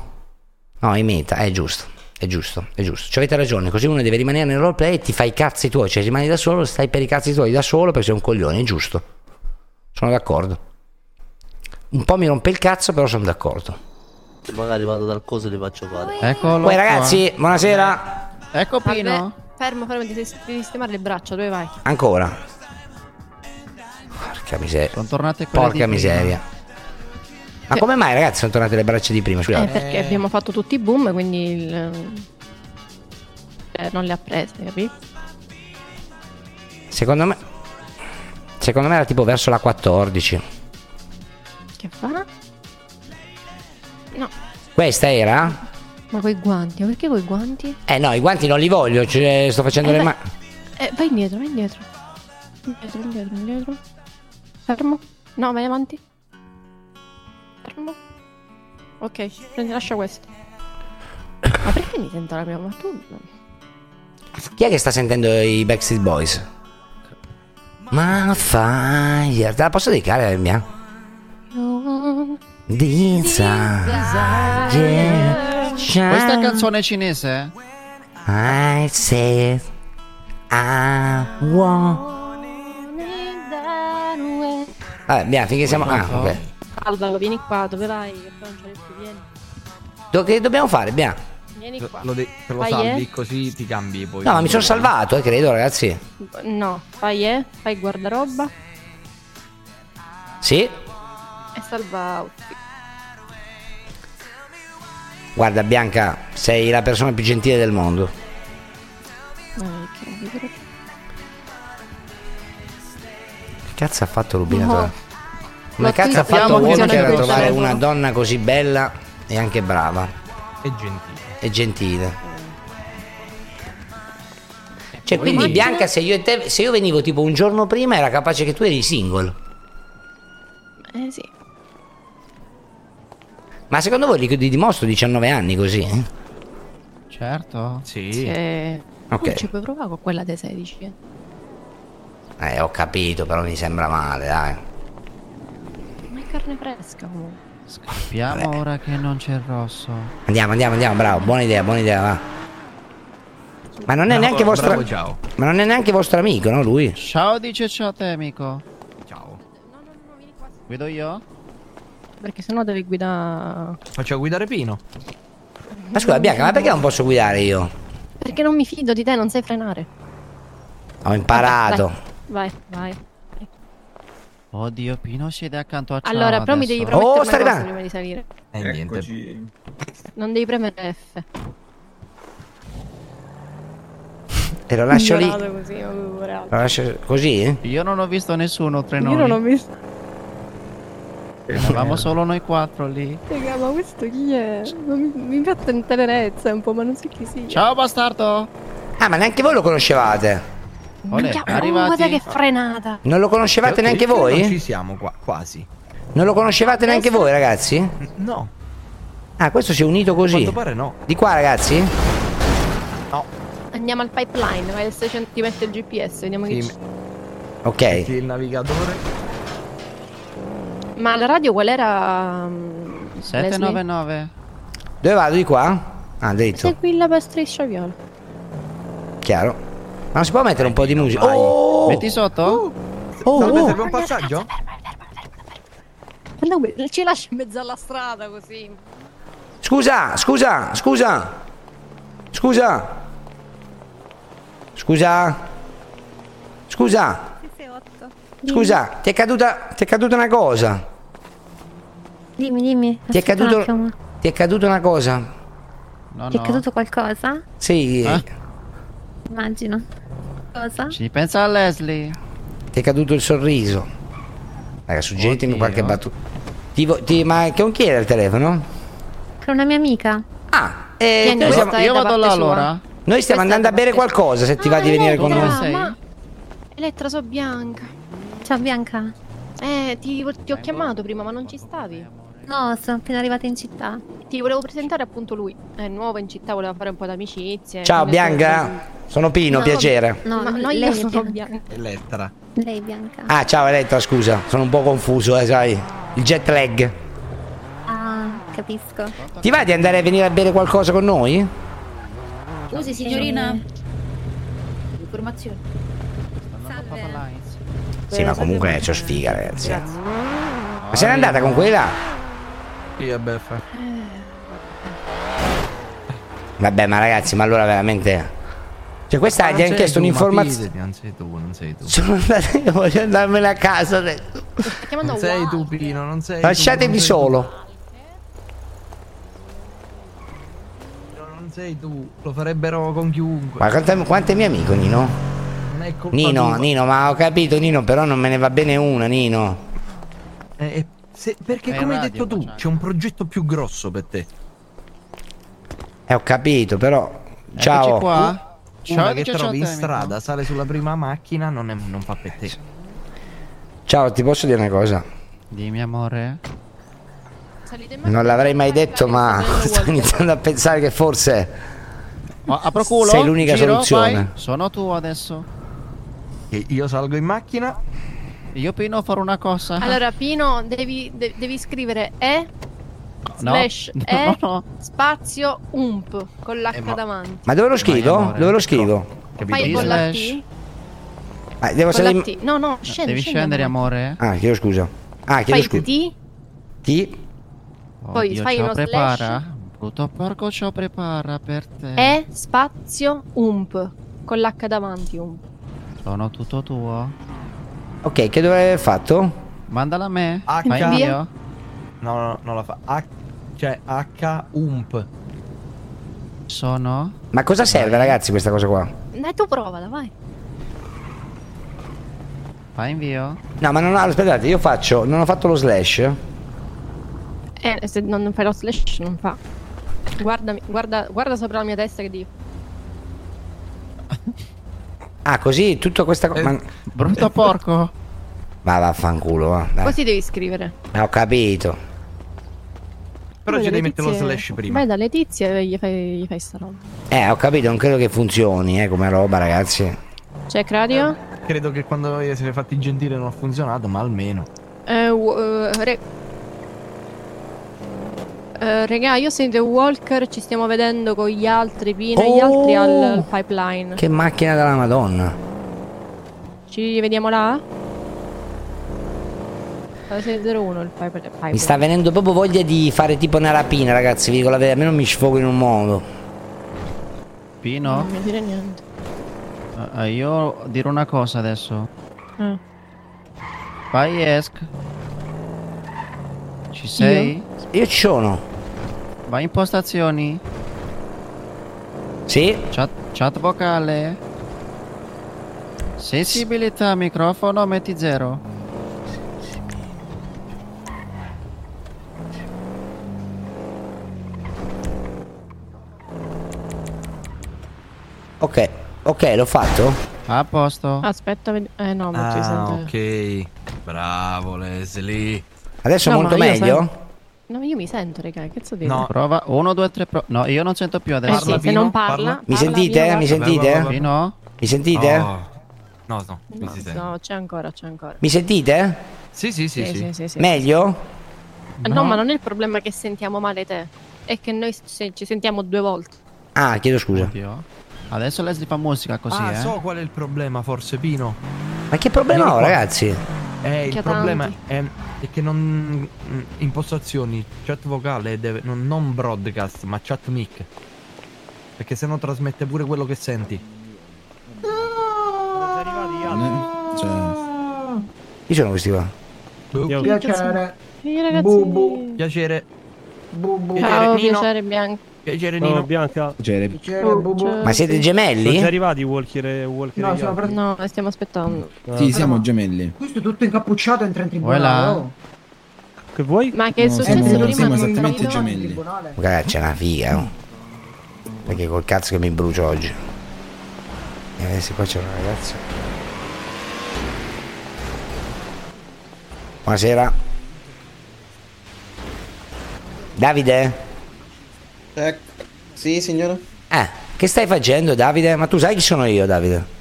Speaker 2: No, è meta, è giusto, è giusto, è giusto. Ci avete ragione, così uno deve rimanere nel roleplay e ti fai i cazzi tuoi, cioè rimani da solo, stai per i cazzi tuoi da solo perché sei un coglione, è giusto. Sono d'accordo. Un po' mi rompe il cazzo, però sono d'accordo.
Speaker 11: Magari vado dal coso e li faccio fare.
Speaker 2: Eccolo Poi, qua. ragazzi, buonasera.
Speaker 3: Ecco
Speaker 8: Pino. Fermo, fermo, devi sis- devi sistemare le braccia, dove vai?
Speaker 2: Ancora. Porca miseria.
Speaker 3: Sono tornate quelle di
Speaker 2: Porca
Speaker 3: prima. Eh.
Speaker 2: miseria. Ma come mai ragazzi sono tornate le braccia di prima?
Speaker 8: Eh,
Speaker 2: Scusate.
Speaker 8: perché abbiamo fatto tutti i boom, quindi il- eh, non le ha prese, capito?
Speaker 2: Secondo me Secondo me era tipo verso la 14.
Speaker 8: Che fa? No,
Speaker 2: Questa era?
Speaker 8: ma coi guanti, ma perché coi guanti?
Speaker 2: Eh no, i guanti non li voglio, cioè, sto facendo
Speaker 8: Eh,
Speaker 2: le
Speaker 8: vai-
Speaker 2: mani.
Speaker 8: Eh, vai indietro, vai indietro. Indietro, indietro, indietro. Fermo. No, vai avanti. Fermo. Ok, prendi, lascia questo. Ma perché mi sento la mia? Ma tu.
Speaker 2: Chi è che sta sentendo i Backstreet Boys? Ma fire, te la posso dedicare la mia? Desire.
Speaker 3: Questa è canzone cinese? eh?
Speaker 2: I said I want. Vabbè, via, finché siamo. Ah, ok.
Speaker 8: Alvaro, vieni qua, dove vai? Che poi non c'è più, vieni.
Speaker 2: Do- che dobbiamo fare? Via.
Speaker 8: Vieni qua.
Speaker 4: Lo de- te lo
Speaker 8: Vai,
Speaker 4: salvi
Speaker 8: eh?
Speaker 4: così ti cambi poi.
Speaker 2: No, ma mi sono salvato, eh, credo, ragazzi.
Speaker 8: No, fai eh, fai guardaroba
Speaker 2: Sì.
Speaker 8: e salva outfit.
Speaker 2: Guarda, Bianca, sei la persona più gentile del mondo.
Speaker 8: Ah, che-
Speaker 2: Che cazzo ha fatto Rubinatore?
Speaker 8: No.
Speaker 2: Come
Speaker 8: Ma
Speaker 2: cazzo ha
Speaker 8: qui sappiamo
Speaker 2: fatto
Speaker 8: che
Speaker 2: Walker
Speaker 8: funziona
Speaker 2: a
Speaker 8: il
Speaker 2: trovare
Speaker 8: telefono.
Speaker 2: una donna così bella e anche brava
Speaker 4: E gentile.
Speaker 2: e gentile? Cioè,
Speaker 4: Poi-
Speaker 2: quindi Bianca, se io, e te- se io venivo tipo un giorno prima, era capace che tu eri single.
Speaker 8: Eh sì.
Speaker 2: Ma secondo voi li, li dimostro 19 anni così? eh?
Speaker 3: Certo.
Speaker 4: Sì.
Speaker 8: Eh,
Speaker 2: Ok.
Speaker 8: oh, ci puoi provare con quella dei 16. eh.
Speaker 2: Eh, ho capito, però mi sembra male, dai.
Speaker 8: Ma è carne fresca comunque.
Speaker 3: Sappiamo ora che non c'è il rosso.
Speaker 2: Andiamo, andiamo, andiamo, bravo, buona idea, buona idea, va. Ma non è
Speaker 3: Bravo,
Speaker 2: neanche vostro.
Speaker 3: bravo, ciao.
Speaker 2: Ma non è neanche vostro amico, no? Lui?
Speaker 3: Ciao dice ciao a te amico.
Speaker 4: Ciao.
Speaker 3: Guido io?
Speaker 8: Perché sennò devi guidare.
Speaker 4: Faccio guidare Pino.
Speaker 2: Ma scusa, Bianca, ma perché non posso guidare io?
Speaker 8: Perché non mi fido di te, non sai frenare.
Speaker 2: Ho imparato.
Speaker 8: Vai, vai.
Speaker 3: Oddio, Pino siede accanto a ciao
Speaker 8: Allora, però mi
Speaker 3: adesso.
Speaker 8: devi
Speaker 2: Oh,
Speaker 8: promettere una cosa prima di salire.
Speaker 4: Eh, niente.
Speaker 8: Non devi premere F.
Speaker 2: Te lo lascio lì.
Speaker 8: Ignorato Così, ma
Speaker 2: Lo
Speaker 8: figurati.
Speaker 2: lascio così?
Speaker 3: Io non ho visto nessuno tre
Speaker 8: Io
Speaker 3: noi.
Speaker 8: non ho visto.
Speaker 3: Eravamo solo noi quattro lì.
Speaker 8: Raga, ma questo chi è? Non Mi, mi piace in tenerezza un po', ma non so chi sia.
Speaker 3: Ciao bastardo!
Speaker 2: Ah, ma neanche voi lo conoscevate.
Speaker 3: Olè,
Speaker 8: Minchia,
Speaker 3: arrivati.
Speaker 8: guarda che frenata!
Speaker 2: Non lo conoscevate
Speaker 4: Ok,
Speaker 2: neanche
Speaker 4: credo
Speaker 2: voi?
Speaker 4: Ci siamo qua, quasi.
Speaker 2: Non lo conoscevate neanche voi, ragazzi?
Speaker 4: No.
Speaker 2: Ah, questo si è unito
Speaker 4: A
Speaker 2: così.
Speaker 4: quanto pare no.
Speaker 2: Di qua, ragazzi?
Speaker 8: Andiamo al pipeline, vai adesso ci- ti mette il GPS, vediamo che
Speaker 4: Sì,
Speaker 8: ci-
Speaker 2: Ok.
Speaker 4: il navigatore.
Speaker 8: Ma la radio qual era? mm, Leslie?
Speaker 3: 799.
Speaker 2: Dove vado? Di qua? Ah, dritto.
Speaker 8: Segui la striscia viola.
Speaker 2: Chiaro. Ma non si può mettere un po' di musica?
Speaker 3: vai.
Speaker 2: Oh!
Speaker 3: Metti sotto?
Speaker 2: Oh,
Speaker 4: Uh. Salve,
Speaker 2: oh.
Speaker 4: serve un passaggio?
Speaker 8: Guarda come- Ci lascia in mezzo alla strada così.
Speaker 2: Scusa, scusa, scusa. Scusa. Scusa. Scusa. Scusa, ti è caduta, ti è caduta una cosa.
Speaker 12: Dimmi, dimmi.
Speaker 2: Ti è
Speaker 12: aspetta un
Speaker 2: caduto,
Speaker 12: attimo.
Speaker 2: ti è caduta una cosa.
Speaker 3: No,
Speaker 12: Ti è
Speaker 3: no.
Speaker 12: caduto qualcosa?
Speaker 2: Sì, eh.
Speaker 12: Immagino. Cosa?
Speaker 3: Ci pensa a Leslie.
Speaker 2: ti è caduto il sorriso. Raga, suggeritemi
Speaker 3: Oddio.
Speaker 2: qualche battuta. Ti vo- ti- ma con chi era il telefono?
Speaker 12: Con una mia amica.
Speaker 2: Ah, eh,
Speaker 12: Tieni,
Speaker 2: noi,
Speaker 12: questa
Speaker 2: siamo-
Speaker 12: è
Speaker 3: Io
Speaker 12: da parte
Speaker 3: vado là
Speaker 12: sua.
Speaker 3: allora.
Speaker 2: noi stiamo andando a bere qualcosa se ti va
Speaker 12: Ah,
Speaker 2: di venire con
Speaker 8: Elettra,
Speaker 2: noi.
Speaker 8: ma- Elettra, so bianca.
Speaker 12: Ciao Bianca.
Speaker 8: Eh, ti, ti ho chiamato prima, ma non ci stavi.
Speaker 12: No, sono appena arrivata in città.
Speaker 8: Ti volevo presentare appunto lui. È nuovo in città, voleva fare un po' d'amicizie.
Speaker 2: Ciao
Speaker 8: Mi ha detto-
Speaker 2: Bianca, sono Pino,
Speaker 12: No,
Speaker 2: piacere.
Speaker 12: No,
Speaker 8: Ma no,
Speaker 12: lei,
Speaker 8: io
Speaker 12: è
Speaker 8: sono
Speaker 12: Bianca.
Speaker 8: bianca.
Speaker 4: Elettra.
Speaker 12: lei è Bianca.
Speaker 2: Ah, ciao Elettra, scusa, sono un po' confuso, eh, sai. Il jet lag.
Speaker 12: Ah, capisco.
Speaker 2: Ti va di andare a venire a bere qualcosa con noi?
Speaker 12: Scusi signorina.
Speaker 13: Informazioni.
Speaker 2: Sì, ma comunque eh, c'ho sfiga, ragazzi. Ma se n'è andata con quella?
Speaker 4: Sì, è beffa.
Speaker 2: Vabbè, ma ragazzi, ma allora veramente. Cioè,
Speaker 4: Ah,
Speaker 2: questa
Speaker 4: certo,
Speaker 2: gli hanno chiesto un'informazione.
Speaker 4: Non sei tu, non sei tu.
Speaker 2: Sono andata io, voglio andarmene a casa adesso.
Speaker 8: chiamando
Speaker 4: Non sei tu, Pino, non sei
Speaker 2: Lasciatemi
Speaker 4: tu, non sei
Speaker 2: solo.
Speaker 4: tu, Pino, Non sei tu, lo farebbero con chiunque.
Speaker 2: Ma quanto è, quanto è mio amico, Nino?
Speaker 4: Non è colpa
Speaker 2: Nino,
Speaker 4: tua.
Speaker 2: Nino, ma ho capito, Nino, però non me ne va bene una, Nino.
Speaker 4: Eh, eh, se- perché
Speaker 3: È
Speaker 4: come hai
Speaker 3: radio,
Speaker 4: detto tu, c'è un progetto più grosso per te.
Speaker 2: Eh, ho capito, però. Ciao.
Speaker 3: Eccoci qua.
Speaker 4: Ciao,
Speaker 3: Uh, Ciao,
Speaker 4: che
Speaker 3: dice ciao
Speaker 4: trovi
Speaker 3: a
Speaker 4: in
Speaker 3: te, amico.
Speaker 4: strada, sale sulla prima macchina, non, è- non fa per te.
Speaker 2: Ciao, ti posso dire una cosa?
Speaker 3: Dimmi amore.
Speaker 2: Non l'avrei mai detto, ma *laughs* sto iniziando a pensare che forse.
Speaker 3: Oh, apro culo.
Speaker 2: Sei l'unica
Speaker 3: Giro,
Speaker 2: soluzione.
Speaker 3: vai. Sono tu adesso.
Speaker 4: E io salgo in macchina.
Speaker 3: Io Pino farò una cosa.
Speaker 4: Ah.
Speaker 8: Allora, Pino, devi, de- devi scrivere E
Speaker 3: No.
Speaker 8: slash
Speaker 3: No,
Speaker 8: E
Speaker 3: no.
Speaker 8: spazio ump con l'H
Speaker 4: ma-
Speaker 8: davanti.
Speaker 2: Ma dove lo scrivo? Dove lo scrivo?
Speaker 8: Fai con la T?
Speaker 2: Ah, devo
Speaker 8: Con la
Speaker 2: salire-
Speaker 8: T. No, no, scendi.
Speaker 3: Devi
Speaker 8: scendi,
Speaker 3: scendere,
Speaker 8: amore.
Speaker 3: amore.
Speaker 2: Ah, chiedo scusa. Ah, chiedo
Speaker 8: Fai
Speaker 2: scusa.
Speaker 8: T,
Speaker 2: Ti?
Speaker 8: Poi
Speaker 3: Oddio,
Speaker 8: fai
Speaker 3: ciao,
Speaker 8: uno slash.
Speaker 3: prepara. Brutto porco ciò prepara per te.
Speaker 8: E spazio ump con l'H davanti ump.
Speaker 3: Sono tutto tuo.
Speaker 2: Ok, che dovrei aver fatto?
Speaker 3: Mandala a me.
Speaker 34: H.
Speaker 3: Fai il
Speaker 34: Invia.
Speaker 3: mio.
Speaker 34: No, no, non la fa. H, cioè H ump.
Speaker 3: Sono.
Speaker 2: Ma cosa serve, ragazzi, questa cosa qua?
Speaker 8: Dai, tu provala, vai.
Speaker 3: Fai invio.
Speaker 2: No, ma non aspettate, io faccio. Non ho fatto lo slash.
Speaker 8: Eh, se non fai lo slash non fa. Guardami, guarda, guarda sopra la mia testa che dico.
Speaker 2: Ah, così tutta questa cosa. Ma...
Speaker 3: Eh,
Speaker 2: eh,
Speaker 3: Brutto porco.
Speaker 2: Ma vaffanculo, va. dai.
Speaker 8: Così devi scrivere.
Speaker 2: Eh, Ho capito.
Speaker 4: Però
Speaker 8: Poi
Speaker 4: ci
Speaker 8: le
Speaker 4: devi mettere lo
Speaker 8: tizie-
Speaker 4: slash prima.
Speaker 8: Vai da Letizia e gli fai, gli fai sta roba.
Speaker 2: Eh, ho capito, non credo che funzioni, eh, come roba, ragazzi.
Speaker 8: C'è Cradio?
Speaker 4: Credo che quando vi siete fatti gentile non ha funzionato, ma almeno.
Speaker 8: Eh, wo- eh, re- Eh, regà, io sento Walker, ci stiamo vedendo con gli altri, Pino e gli altri al al pipeline.
Speaker 2: Oh! Che macchina della Madonna.
Speaker 8: Ci rivediamo là? Eh, 601 il pipe- pipeline.
Speaker 2: Mi sta venendo proprio voglia di fare tipo una rapina, ragazzi. Vi dico la verità, almeno mi sfogo in un modo.
Speaker 3: Pino.
Speaker 8: Non mi dire niente.
Speaker 3: eh, eh, io dirò una cosa adesso.
Speaker 8: Eh.
Speaker 3: Fai ESC. Ci sei?
Speaker 2: Io ci sono.
Speaker 3: Vai impostazioni.
Speaker 2: Sì?
Speaker 3: Chat, chat vocale. Sensibilità microfono metti zero.
Speaker 2: Ok, ok, l'ho fatto.
Speaker 3: A posto.
Speaker 8: Aspetta, ved- eh no, ma ci
Speaker 4: Ah,
Speaker 8: sente.
Speaker 4: ok. Bravo, Leslie.
Speaker 2: Adesso
Speaker 8: No,
Speaker 2: molto
Speaker 8: ma io
Speaker 2: meglio?
Speaker 8: sento- No, io mi sento, regà, che cazzo dire?
Speaker 3: Prova 1, 2, 3. No, io non sento più adesso.
Speaker 8: Eh sì, se Parla, non Pino, parla, parla.
Speaker 2: Mi sentite? eh?
Speaker 8: Pino,
Speaker 2: mi
Speaker 8: guarda.
Speaker 2: sentite?
Speaker 8: Vabbè, vabbè, vabbè.
Speaker 3: No?
Speaker 2: Mi sentite?
Speaker 4: Oh. No, no, mi
Speaker 8: No,
Speaker 4: si sente.
Speaker 8: no, c'è ancora, c'è ancora.
Speaker 2: Mi sentite?
Speaker 4: Sì, sì, sì,
Speaker 8: Sì,
Speaker 4: sì.
Speaker 8: sì, sì, sì.
Speaker 2: Meglio?
Speaker 8: Ah, No, ma non è il problema che sentiamo male te, è che noi se- ci sentiamo due volte.
Speaker 2: Ah, chiedo scusa.
Speaker 3: Adesso Leslie fa musica così,
Speaker 4: ah,
Speaker 3: eh.
Speaker 4: so qual è il problema, forse, Pino.
Speaker 2: Ma che problema
Speaker 4: Vieni
Speaker 2: ho,
Speaker 4: qua.
Speaker 2: ragazzi?
Speaker 4: Eh,
Speaker 8: Minchia,
Speaker 4: il problema è, è che non. mm, Impostazioni, chat vocale, deve- non, non broadcast, ma chat mic. Perché sennò trasmette pure quello che senti.
Speaker 8: cioè-
Speaker 2: Chi sono questi qua?
Speaker 8: Ah, Piacere. Io eh, ragazzi. Bubu.
Speaker 4: Piacere.
Speaker 8: Ciao,
Speaker 4: Piacere, Nino.
Speaker 8: piacere bianco.
Speaker 4: Piacere,
Speaker 1: Ciao,
Speaker 4: Nino.
Speaker 1: Bianca.
Speaker 8: Oh, ciao.
Speaker 2: Ma siete gemelli?
Speaker 1: Sono già arrivati Walker e Walker Ah. e Ian.
Speaker 8: No, stiamo aspettando.
Speaker 1: Sì,
Speaker 14: siamo gemelli. Questo è tutto incappucciato entra in
Speaker 1: Voilà.
Speaker 14: tribunale. oh.
Speaker 1: Che vuoi?
Speaker 8: Ma che è
Speaker 14: No,
Speaker 8: successo
Speaker 14: siamo-
Speaker 8: prima?
Speaker 14: siamo
Speaker 8: non
Speaker 14: esattamente
Speaker 8: capito.
Speaker 14: gemelli.
Speaker 2: Guarda, c'è una figa, oh. Perché col cazzo che mi brucio oggi. E adesso qua c'è una ragazza. Buonasera. Davide?
Speaker 16: Ecco. sì, signora?
Speaker 2: Eh, che stai facendo, Davide? Ma tu sai chi sono io, Davide?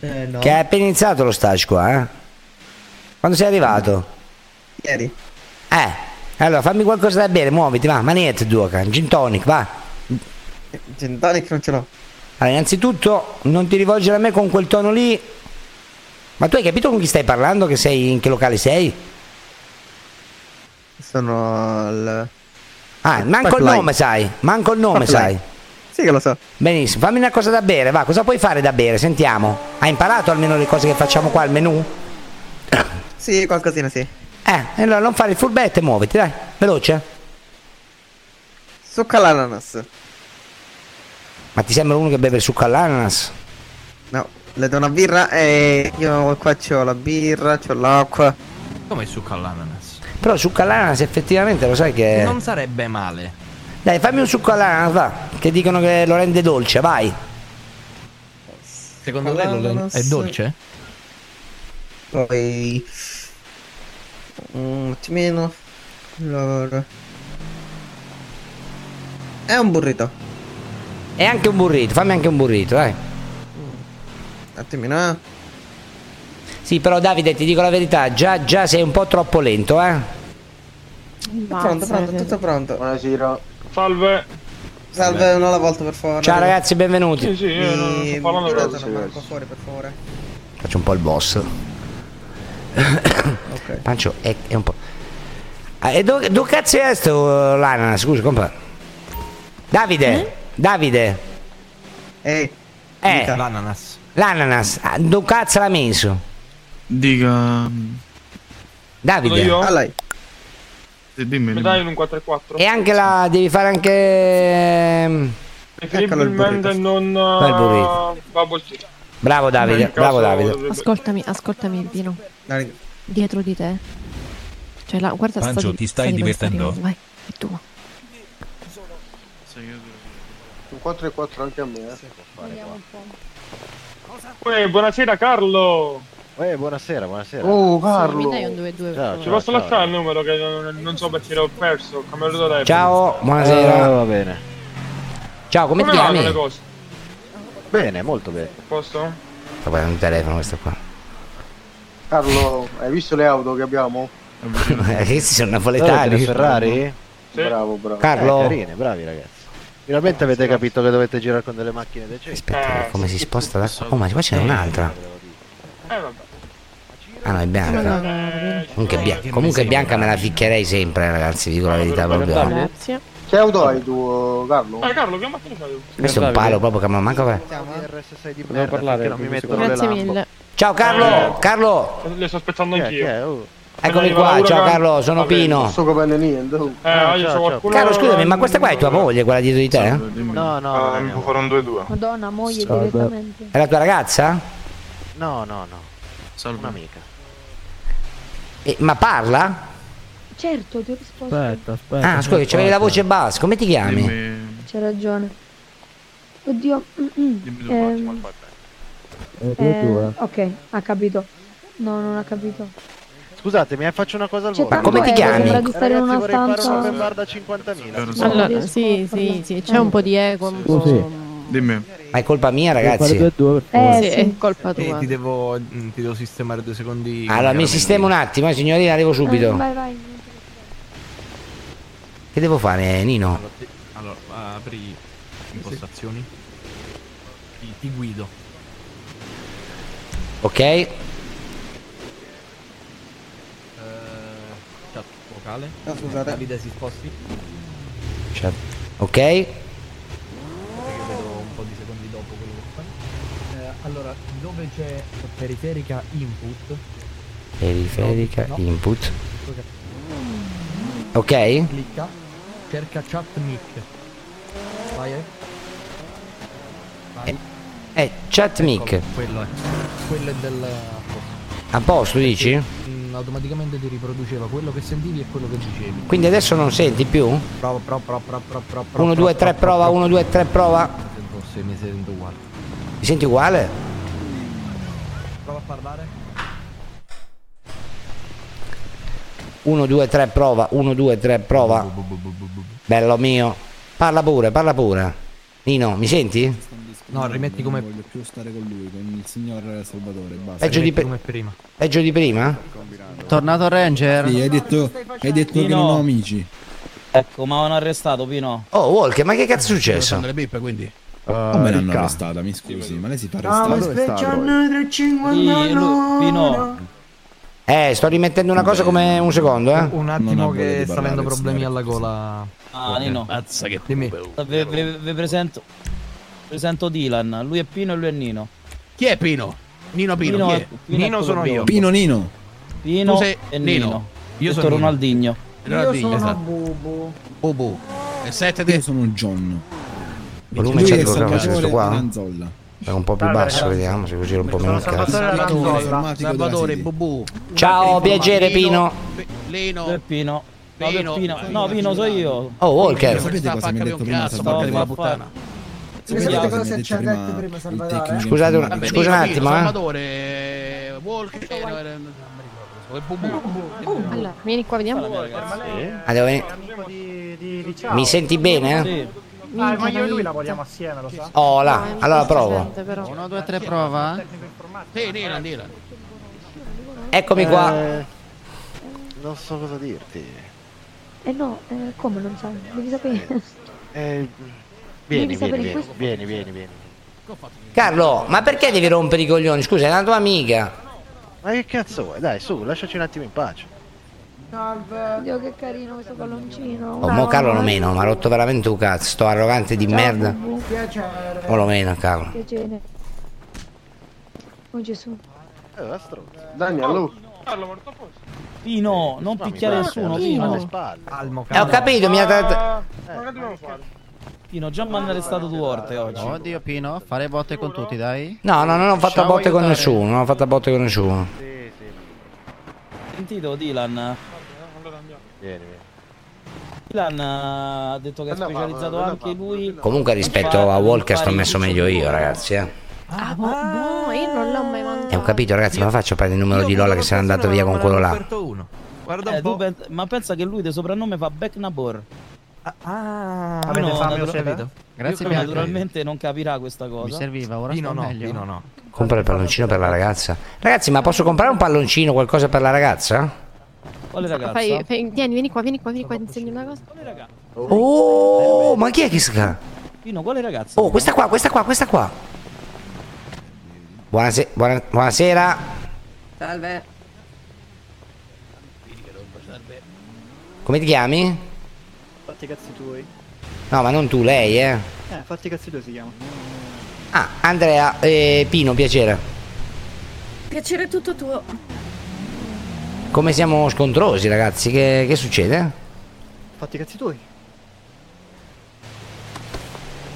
Speaker 16: Eh, no.
Speaker 2: Che hai appena iniziato lo stage qua, eh? Quando sei arrivato?
Speaker 16: Ieri.
Speaker 2: Eh, allora fammi qualcosa da bere, muoviti, va, maniette due, can, gin tonic, va.
Speaker 16: Gin tonic non ce l'ho.
Speaker 2: Allora, innanzitutto non ti rivolgere a me con quel tono lì. Ma tu hai capito con chi stai parlando? Che sei in che locale sei?
Speaker 16: Sono al...
Speaker 2: Ah, manco il
Speaker 16: Pipeline.
Speaker 2: nome, sai. Manco il nome,
Speaker 16: Pipeline.
Speaker 2: sai.
Speaker 16: Sì che lo so.
Speaker 2: Benissimo, fammi una cosa da bere, va, cosa puoi fare da bere? Sentiamo. Hai imparato almeno le cose che facciamo qua al menù?
Speaker 16: Sì, qualcosina sì.
Speaker 2: Eh, e allora non fare il furbetto e muoviti, dai, veloce.
Speaker 16: Succa all'ananas.
Speaker 2: Ma ti sembra uno che beve il succo all'ananas?
Speaker 16: No, le do una birra e io qua c'ho la birra, c'ho l'acqua.
Speaker 4: Come il succo all'ananas?
Speaker 2: Però il succo all'ananas effettivamente lo sai che...
Speaker 4: Non sarebbe male.
Speaker 2: Dai, fammi un succo all'ananas, va, che dicono che lo rende dolce, vai.
Speaker 4: Secondo lei lo-
Speaker 16: All'ananas.
Speaker 4: è dolce?
Speaker 16: Poi... Un attimino. Allora... È un burrito.
Speaker 2: E anche un burrito, fammi anche un burrito, dai.
Speaker 16: Un attimino, eh.
Speaker 2: Sì, però Davide, ti dico la verità, già, già sei un po' troppo lento, eh.
Speaker 16: Pronto, pronto, tutto pronto.
Speaker 41: Buonasera. Salve.
Speaker 16: Salve uno alla volta per favore.
Speaker 2: Ciao ragazzi, benvenuti.
Speaker 41: Sì, sì, io non sto
Speaker 16: Mi-
Speaker 41: parlando
Speaker 16: mi
Speaker 41: però
Speaker 16: date
Speaker 41: sì,
Speaker 16: una mano
Speaker 41: sì.
Speaker 16: qua fuori per favore.
Speaker 2: Faccio un po' il boss. Pancio è, è un po'. Ah, e dove, dove cazzo è sto eh, l'ananas? Scusa, compa. Davide, Davide.
Speaker 16: Eh,
Speaker 2: eh.
Speaker 4: Dica. L'ananas.
Speaker 2: L'ananas, ah, dove cazzo l'ha messo? Dica. Davide.
Speaker 41: Sono io? Eh, Ah,
Speaker 16: lei.
Speaker 41: Mi dai un 4-4?
Speaker 2: E anche la. devi fare anche. ehm,
Speaker 41: Preferibilmente non.
Speaker 2: Bel burrito.
Speaker 41: Bubble tea.
Speaker 2: Bravo Davide,
Speaker 41: Nel caso
Speaker 2: bravo Davide.
Speaker 41: dovrebbe-
Speaker 8: Ascoltami, ascoltami, Pino. Dietro di te. Cioè, la, guarda sta
Speaker 27: Pancio,
Speaker 8: di-
Speaker 27: ti stai
Speaker 8: sta di questa
Speaker 27: divertendo?
Speaker 8: riva, Vai, è tuo.
Speaker 41: Un 4 e 4 anche a me. eh. Uè, Eh, buonasera Carlo!
Speaker 15: Eh, buonasera, buonasera.
Speaker 41: Oh, Carlo.
Speaker 8: Mi dai un 2-2?
Speaker 15: Ciao,
Speaker 41: Ci
Speaker 15: ciao,
Speaker 41: posso
Speaker 15: ciao.
Speaker 41: lasciare il numero che non,
Speaker 10: Eh,
Speaker 41: non so perché l'ho perso, ho cambiato telefono.
Speaker 2: Ciao, buonasera.
Speaker 15: Eh, va bene.
Speaker 2: Oh, Ciao, come,
Speaker 41: Come
Speaker 2: ti
Speaker 41: vanno le
Speaker 2: chiami?
Speaker 41: cose?
Speaker 15: Bene, molto bene.
Speaker 41: A Posto?
Speaker 2: Sta guardando il telefono questo qua.
Speaker 41: Carlo, hai visto le auto che abbiamo?
Speaker 2: *laughs* Questi Eh, sono
Speaker 15: Avete
Speaker 2: napoletani.
Speaker 15: le Ferrari?
Speaker 41: Bravo, bravo.
Speaker 2: Carlo.
Speaker 15: Eh, carine, bravi ragazzi. Eh, Finalmente avete capito che dovete girare con delle macchine decenti.
Speaker 2: Aspetta, Eh, come si sposta da qua? Oh, ma qua c'è un'altra.
Speaker 41: Eh, vabbè.
Speaker 2: Ah no,
Speaker 41: No,
Speaker 2: è
Speaker 41: no,
Speaker 2: bianca. Comunque, bia- comunque bianca me la ficcherei sempre, ragazzi, vi dico
Speaker 15: Ah,
Speaker 2: la verità proprio.
Speaker 8: Grazie.
Speaker 41: Che auto hai tu, Carlo? Eh, Carlo, che macchina fai?
Speaker 2: Questo è un palo proprio che mi manca per-
Speaker 15: RS6 Eh, di
Speaker 41: Volevo
Speaker 15: merda,
Speaker 41: parlare
Speaker 15: perché non mi
Speaker 41: con questo
Speaker 15: mettono le
Speaker 8: Grazie
Speaker 15: lampo.
Speaker 8: mille.
Speaker 2: Ciao Carlo,
Speaker 41: Eh.
Speaker 2: Carlo,
Speaker 41: Le sto aspettando
Speaker 15: Chi è,
Speaker 41: anch'io.
Speaker 15: chi è? Oh.
Speaker 2: eccomi qua, ciao Carlo, sono Pino.
Speaker 41: capendo niente. Eh, io so qualcuno.
Speaker 2: Carlo, scusami, ma questa qua è tua moglie, quella dietro di te? eh?
Speaker 15: No, no, non è mia moglie.
Speaker 41: fare Ah, un 2-2.
Speaker 13: Madonna, moglie
Speaker 2: Salve.
Speaker 13: direttamente.
Speaker 2: È la tua ragazza?
Speaker 15: no, no, no. Salve. Un'amica.
Speaker 2: Eh, ma parla?
Speaker 13: Certo, ti ho risposto.
Speaker 1: Aspetta, aspetta.
Speaker 2: Ah, scusa, c'avevi la voce bassa, come ti chiami?
Speaker 13: C'è ragione. Oddio. mm-mm, ehm, eh, ok, ha capito. No, non ha capito.
Speaker 15: Scusatemi, eh, faccio una cosa al volo.
Speaker 13: Ma Cioè, tanto come ti è, chiami? sembra di stare in
Speaker 15: Ragazzi,
Speaker 13: una
Speaker 15: vorrei fare
Speaker 13: stanza-
Speaker 15: una bombarda
Speaker 4: Eh,
Speaker 15: 50.000.
Speaker 8: Allora, sì, sì, sì, c'è un po' di eco. un
Speaker 17: Oh,
Speaker 8: po'-
Speaker 2: Dimmi. Ma è colpa mia, ragazzi.
Speaker 8: Eh, sì, è colpa
Speaker 4: Eh,
Speaker 8: tua.
Speaker 4: ti, devo, mm, ti devo sistemare due secondi.
Speaker 2: Allora, mi sistemo un attimo, eh, signorina, arrivo subito.
Speaker 13: Vai, vai.
Speaker 2: Che devo fare, Nino?
Speaker 4: Allora, ti- allora, apri impostazioni. Ti, ti guido.
Speaker 2: Ok?
Speaker 4: Eh, chat vocale.
Speaker 8: Ah,
Speaker 16: No, scusate.
Speaker 4: Davide si sposti.
Speaker 17: Cioè.
Speaker 2: Chat. Ok?
Speaker 4: Perché vedo un po' di secondi dopo quello che fai. Eh, allora, dove c'è periferica input,
Speaker 2: Periferica
Speaker 4: No, no.
Speaker 2: input.
Speaker 4: ok,
Speaker 2: Ok? Eh,
Speaker 4: clicca, cerca chat mic. Vai, eh. Vai.
Speaker 2: Eh,
Speaker 17: Ecco.
Speaker 2: chat mic.
Speaker 4: Eccolo, Quello è. Quello è del.
Speaker 2: A posto, dici?
Speaker 4: Mm, automaticamente ti riproduceva quello che sentivi e quello che dicevi.
Speaker 2: Quindi adesso non senti più?
Speaker 4: Prova, prova, prova, prova, prova, prova.
Speaker 2: 1, 2, 3, prova, 1, 2, 3, prova.
Speaker 4: Se mi sento uguale.
Speaker 2: Mi senti uguale?
Speaker 4: Prova a parlare.
Speaker 2: 1, 2, 3, prova, 1, 2, 3, prova. Bello mio. Parla pure, parla pure. Nino, mi senti?
Speaker 4: No, rimetti come.
Speaker 17: Non voglio più stare con lui, con il signor Salvatore. Basta.
Speaker 2: Peggio di, pe- peggio di prima?
Speaker 3: Tornato Ranger.
Speaker 17: Sì, hai detto, hai detto che
Speaker 29: Nino.
Speaker 17: non ho amici.
Speaker 29: Ecco, ma hanno arrestato Pino.
Speaker 2: Oh, Walker, ma che cazzo è successo?
Speaker 17: Sono beppe, quindi. Come l'hanno
Speaker 29: ricca.
Speaker 17: arrestata? Mi scusi, ma lei si fa
Speaker 2: Ciao,
Speaker 17: arrestare.
Speaker 2: Eh, sto rimettendo una cosa come un secondo, eh.
Speaker 4: Un attimo che sta avendo problemi alla gola.
Speaker 29: Ah, Nino.
Speaker 4: Mazza che Dimmi.
Speaker 29: Vi, vi- vi presento. Presento Dylan. Lui è Pino e lui è Nino.
Speaker 43: Chi è Pino? Nino Pino, chi è? Nino sono io.
Speaker 17: Pino Nino.
Speaker 29: Pino
Speaker 43: Tu sei
Speaker 29: e
Speaker 43: Nino.
Speaker 29: Nino.
Speaker 43: Io
Speaker 29: Detto
Speaker 43: sono Nino.
Speaker 29: Ronaldinho.
Speaker 43: Ronaldinho, esatto.
Speaker 17: Bobo.
Speaker 43: Bobo. E sette
Speaker 17: Io sono John.
Speaker 2: Volume
Speaker 17: Lui
Speaker 2: c'è
Speaker 17: è
Speaker 2: di quello che faccio
Speaker 17: Salvatore
Speaker 2: questo qua?
Speaker 17: Ranzolla.
Speaker 2: È un po' più basso, vediamo se così era un po' meno il cazzo.
Speaker 17: Salvatore,
Speaker 29: Bobo. Ecco,
Speaker 2: Ciao, piacere Pino.
Speaker 29: Lino. Tu è Pino. No, tu è Pino. No, Pino sono io.
Speaker 2: Oh, Walker.
Speaker 17: Sapete cosa mi ha detto prima Salvatore?
Speaker 29: Porca puttana.
Speaker 4: Esatto,
Speaker 17: Sapete
Speaker 29: Vediamo.
Speaker 17: cosa mi ha detto prima Salvatore?
Speaker 2: Scusate un-
Speaker 43: Vabbè,
Speaker 2: scusa
Speaker 43: Nino
Speaker 2: un
Speaker 43: Pino,
Speaker 2: attimo, eh.
Speaker 43: Salvatore, Walker, eh, no, era- non mi ricordo, e Bobo.
Speaker 8: Allora, vieni qua, vediamo.
Speaker 2: Ah, devo venire- eh. Mi senti bene? eh?
Speaker 10: Ah,
Speaker 8: Minchia, Ah, ma io e lui
Speaker 44: lavoriamo assieme, lo sa?
Speaker 2: Oh, là, allora provo.
Speaker 3: 1, 2, 3, prova.
Speaker 43: Sì, eh. Dylan, Dylan.
Speaker 2: Eccomi qua.
Speaker 43: Eh, non so cosa dirti.
Speaker 45: Eh no, eh, come non sai? Devi sapere.
Speaker 43: Eh, vieni,
Speaker 45: Devi sapere
Speaker 43: vieni,
Speaker 45: in
Speaker 43: vieni,
Speaker 45: questo-
Speaker 43: vieni, vieni, vieni.
Speaker 2: Carlo, ma perché devi rompere i coglioni? Scusa, è una tua amica.
Speaker 43: Ma che cazzo vuoi? Dai, su, lasciaci un attimo in pace.
Speaker 45: Salve. Dio che carino questo palloncino.
Speaker 2: Oh, mo Carlo lo meno, mi ha rotto veramente un cazzo, sto arrogante di merda.
Speaker 45: Piacere.
Speaker 2: O lo meno, Carlo.
Speaker 45: Piacere. Oh Gesù.
Speaker 43: Eh, la strozza.
Speaker 46: Daniel,
Speaker 47: uh.
Speaker 46: oh.
Speaker 10: Pino, non picchiare nessuno,
Speaker 43: Alle
Speaker 10: Pino.
Speaker 43: spalle.
Speaker 48: Calmo,
Speaker 2: Eh, ho capito, mi ha dato...
Speaker 10: Pino, già mi hanno arrestato due volte oggi.
Speaker 47: Oddio Pino, fare botte con tutti, dai.
Speaker 2: No, no, non ho fatto a
Speaker 47: Possiamo
Speaker 2: botte con
Speaker 47: aiutare.
Speaker 2: nessuno, non ho fatto a botte con nessuno.
Speaker 10: Sentito Dylan?
Speaker 43: Vieni, vieni.
Speaker 10: Dylan eh, ha detto che ha specializzato anche lui.
Speaker 2: Comunque rispetto a Walker sto messo meglio io, ragazzi. Eh.
Speaker 8: Ah, boh, no, io non l'ho mai mandato.
Speaker 2: E Eh, ho capito, ragazzi, ma faccio per il numero di Lola che se n'è andato via con quello là.
Speaker 10: Eh, tu pen- ma pensa che lui di soprannome fa Beck Nabor.
Speaker 48: Ah,
Speaker 47: avete fame o
Speaker 10: natura-
Speaker 47: sete?
Speaker 10: eh,
Speaker 47: Grazie
Speaker 10: Luca
Speaker 47: per-
Speaker 10: naturalmente non capirà questa cosa.
Speaker 47: Mi serviva, ora
Speaker 10: Pino
Speaker 47: sto
Speaker 10: no,
Speaker 47: meglio.
Speaker 10: Pino
Speaker 48: no.
Speaker 2: Compra il palloncino per la ragazza. Ragazzi, ma posso comprare un palloncino, qualcosa per la ragazza?
Speaker 10: Quale ragazza?
Speaker 8: Fai, fai- vieni, vieni qua, vieni qua, vieni qua, ti insegno una cosa.
Speaker 2: Oh, ma chi è che sta?
Speaker 10: Pino, quale ragazza?
Speaker 2: Oh, questa qua, questa qua, questa qua. Buonase- buona- buonasera.
Speaker 4: Salve.
Speaker 2: Come ti chiami?
Speaker 4: Fatti i cazzi tuoi.
Speaker 2: No, ma non tu, lei, eh.
Speaker 4: Eh, fatti i cazzi tuoi si chiama.
Speaker 2: Ah, Andrea, eh, Pino, piacere.
Speaker 4: Piacere tutto tuo.
Speaker 2: Come siamo scontrosi, ragazzi? Che, che succede?
Speaker 4: Fatti i cazzi tuoi.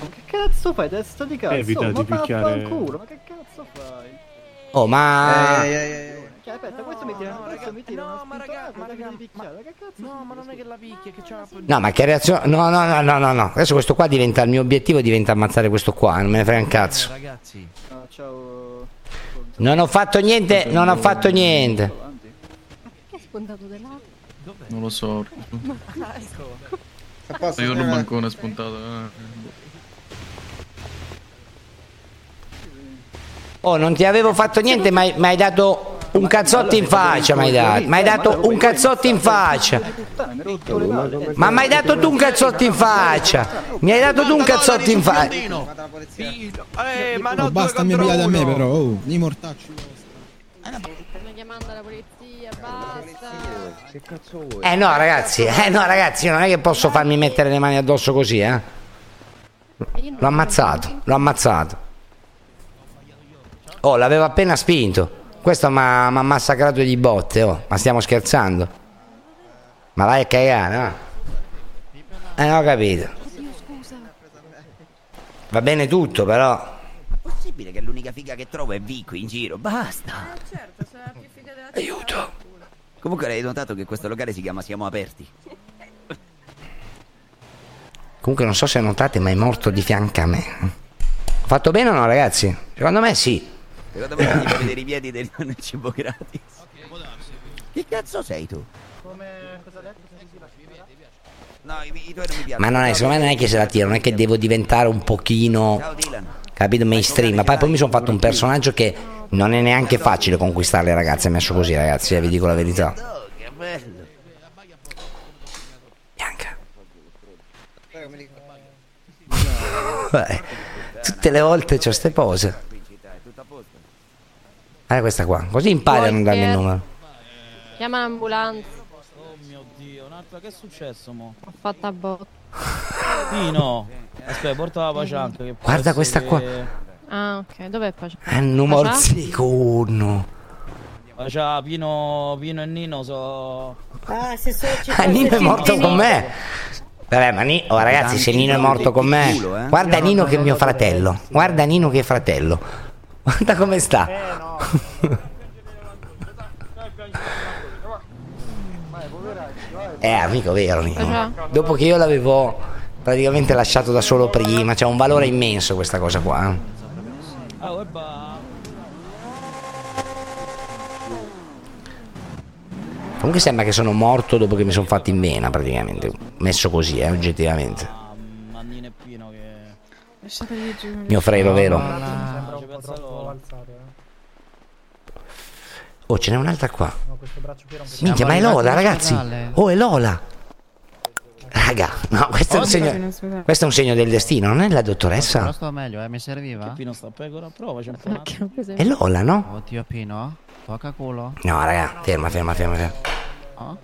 Speaker 4: Ma che cazzo fai? Testa di cazzo.
Speaker 2: Evita
Speaker 4: ma
Speaker 2: di picchiare-
Speaker 4: vaffanculo, ma che cazzo fai?
Speaker 2: Oh, ma...
Speaker 4: Eh,
Speaker 49: Eh,
Speaker 4: Che, aspetta, questo mi tira, questo mi tira. No, ma raga, ma raga, ma, che cazzo?
Speaker 48: No, ma non è che la picchia, che c'ha la
Speaker 2: No, ma che reazione? No, no, no, no, no, no. Adesso questo qua diventa il mio obiettivo diventa ammazzare questo qua, non me ne frega un cazzo.
Speaker 48: Ragazzi.
Speaker 4: No, ciao.
Speaker 2: Non ho fatto niente, non ho fatto niente.
Speaker 8: Che hai spuntato dell'altro?
Speaker 50: Non lo so.
Speaker 8: Ma ecco.
Speaker 50: Io ero un bancone spuntato. eh.
Speaker 2: Oh, non ti avevo fatto niente, ma mi hai dato un cazzotto in faccia, mi hai dato. Mi hai dato un cazzotto in faccia. Ma mi hai dato tu un cazzotto in faccia. Mi hai dato tu un cazzotto in faccia.
Speaker 49: ma no, basta mi abbiate a me però, oh, i mortacci.
Speaker 8: Stanno chiamando la polizia, basta.
Speaker 49: Che cazzo vuoi?
Speaker 2: Eh no, ragazzi, eh no, ragazzi, io non è che posso farmi mettere le mani addosso così, eh. L'ho ammazzato, l'ho ammazzato. Oh, l'avevo appena spinto. Questo mi ha m'ha massacrato di botte, oh. Ma stiamo scherzando? Ma vai a cagare, no? Eh, non ho capito.
Speaker 8: Oddio, scusa.
Speaker 2: Va bene tutto, però.
Speaker 34: Possibile che l'unica figa che trovo è V qui in giro. Basta. Aiuto. Comunque hai notato che questo locale si chiama Siamo Aperti.
Speaker 2: Comunque non so se notate, ma è morto di fianco a me. Ho fatto bene o no, ragazzi? Secondo me sì.
Speaker 34: Secondo me ti puoi vedere i piedi del *laughs* nonno il cibo gratis. Che cazzo sei tu?
Speaker 4: Come cosa ha detto?
Speaker 34: No, i, i tuoi non mi piacciono.
Speaker 2: Ma non è, secondo me non è che se la tiro, non è che devo diventare un pochino.
Speaker 34: Ciao Dylan.
Speaker 2: Capito? Mainstream. Ma poi, poi mi sono fatto un personaggio che non è neanche facile conquistare le ragazze. Messo così, ragazzi, eh, vi dico la verità.
Speaker 34: Oh, che bello.
Speaker 2: Eh, Tutte le volte c'ho ste pose. Guarda questa qua. Così impari a non darmi il numero.
Speaker 8: *laughs* Chiama l'ambulanza.
Speaker 10: Oh mio dio, un'altra, che è successo mo?
Speaker 8: Ho fatto a botto.
Speaker 10: Pino, aspetta, porta la pacianca. che può
Speaker 2: Guarda
Speaker 10: essere
Speaker 2: questa qua.
Speaker 10: che-
Speaker 8: Ah, ok, dov'è Paciano?
Speaker 2: È il Eh, numero secondo.
Speaker 10: Ma ciao, Pino, Pino e Nino so...
Speaker 51: Ah, se so, ci
Speaker 2: Ah, Nino è morto con me. Vabbè, ma Ni- oh, ragazzi, se Nino è morto con me, guarda Nino che è mio fratello. Guarda Nino che è fratello. *laughs* Guarda come sta. Eh, amico, vero Nino.
Speaker 8: Cosa?
Speaker 2: Dopo che io l'avevo praticamente lasciato da solo prima, c'è un valore immenso questa cosa qua. eh.
Speaker 10: Ah, ebba.
Speaker 2: Comunque sembra che sono morto dopo che mi sono fatto in vena, praticamente. Messo così, eh, oggettivamente.
Speaker 10: Nino e Pino che...
Speaker 51: Lasciateli giù.
Speaker 2: Mio frelo, vero?
Speaker 51: Sembra un po' troppo alzato, eh.
Speaker 2: Oh, ce n'è un'altra qua.
Speaker 4: questo braccio qui era un
Speaker 2: Minchia, ma è Lola, ragazzi. Oh, è Lola. Raga, no, questo è, un
Speaker 13: Oggi
Speaker 2: segno,
Speaker 13: la fine-
Speaker 2: questo è un segno del destino, non è la dottoressa?
Speaker 13: Però sto meglio, eh, mi serviva. Pino sta pecora, prova, c'è un po'.
Speaker 2: È Lola, no?
Speaker 13: Oddio Pino, tocca culo.
Speaker 2: No, raga, ferma, ferma, ferma. ferma.
Speaker 13: Oh.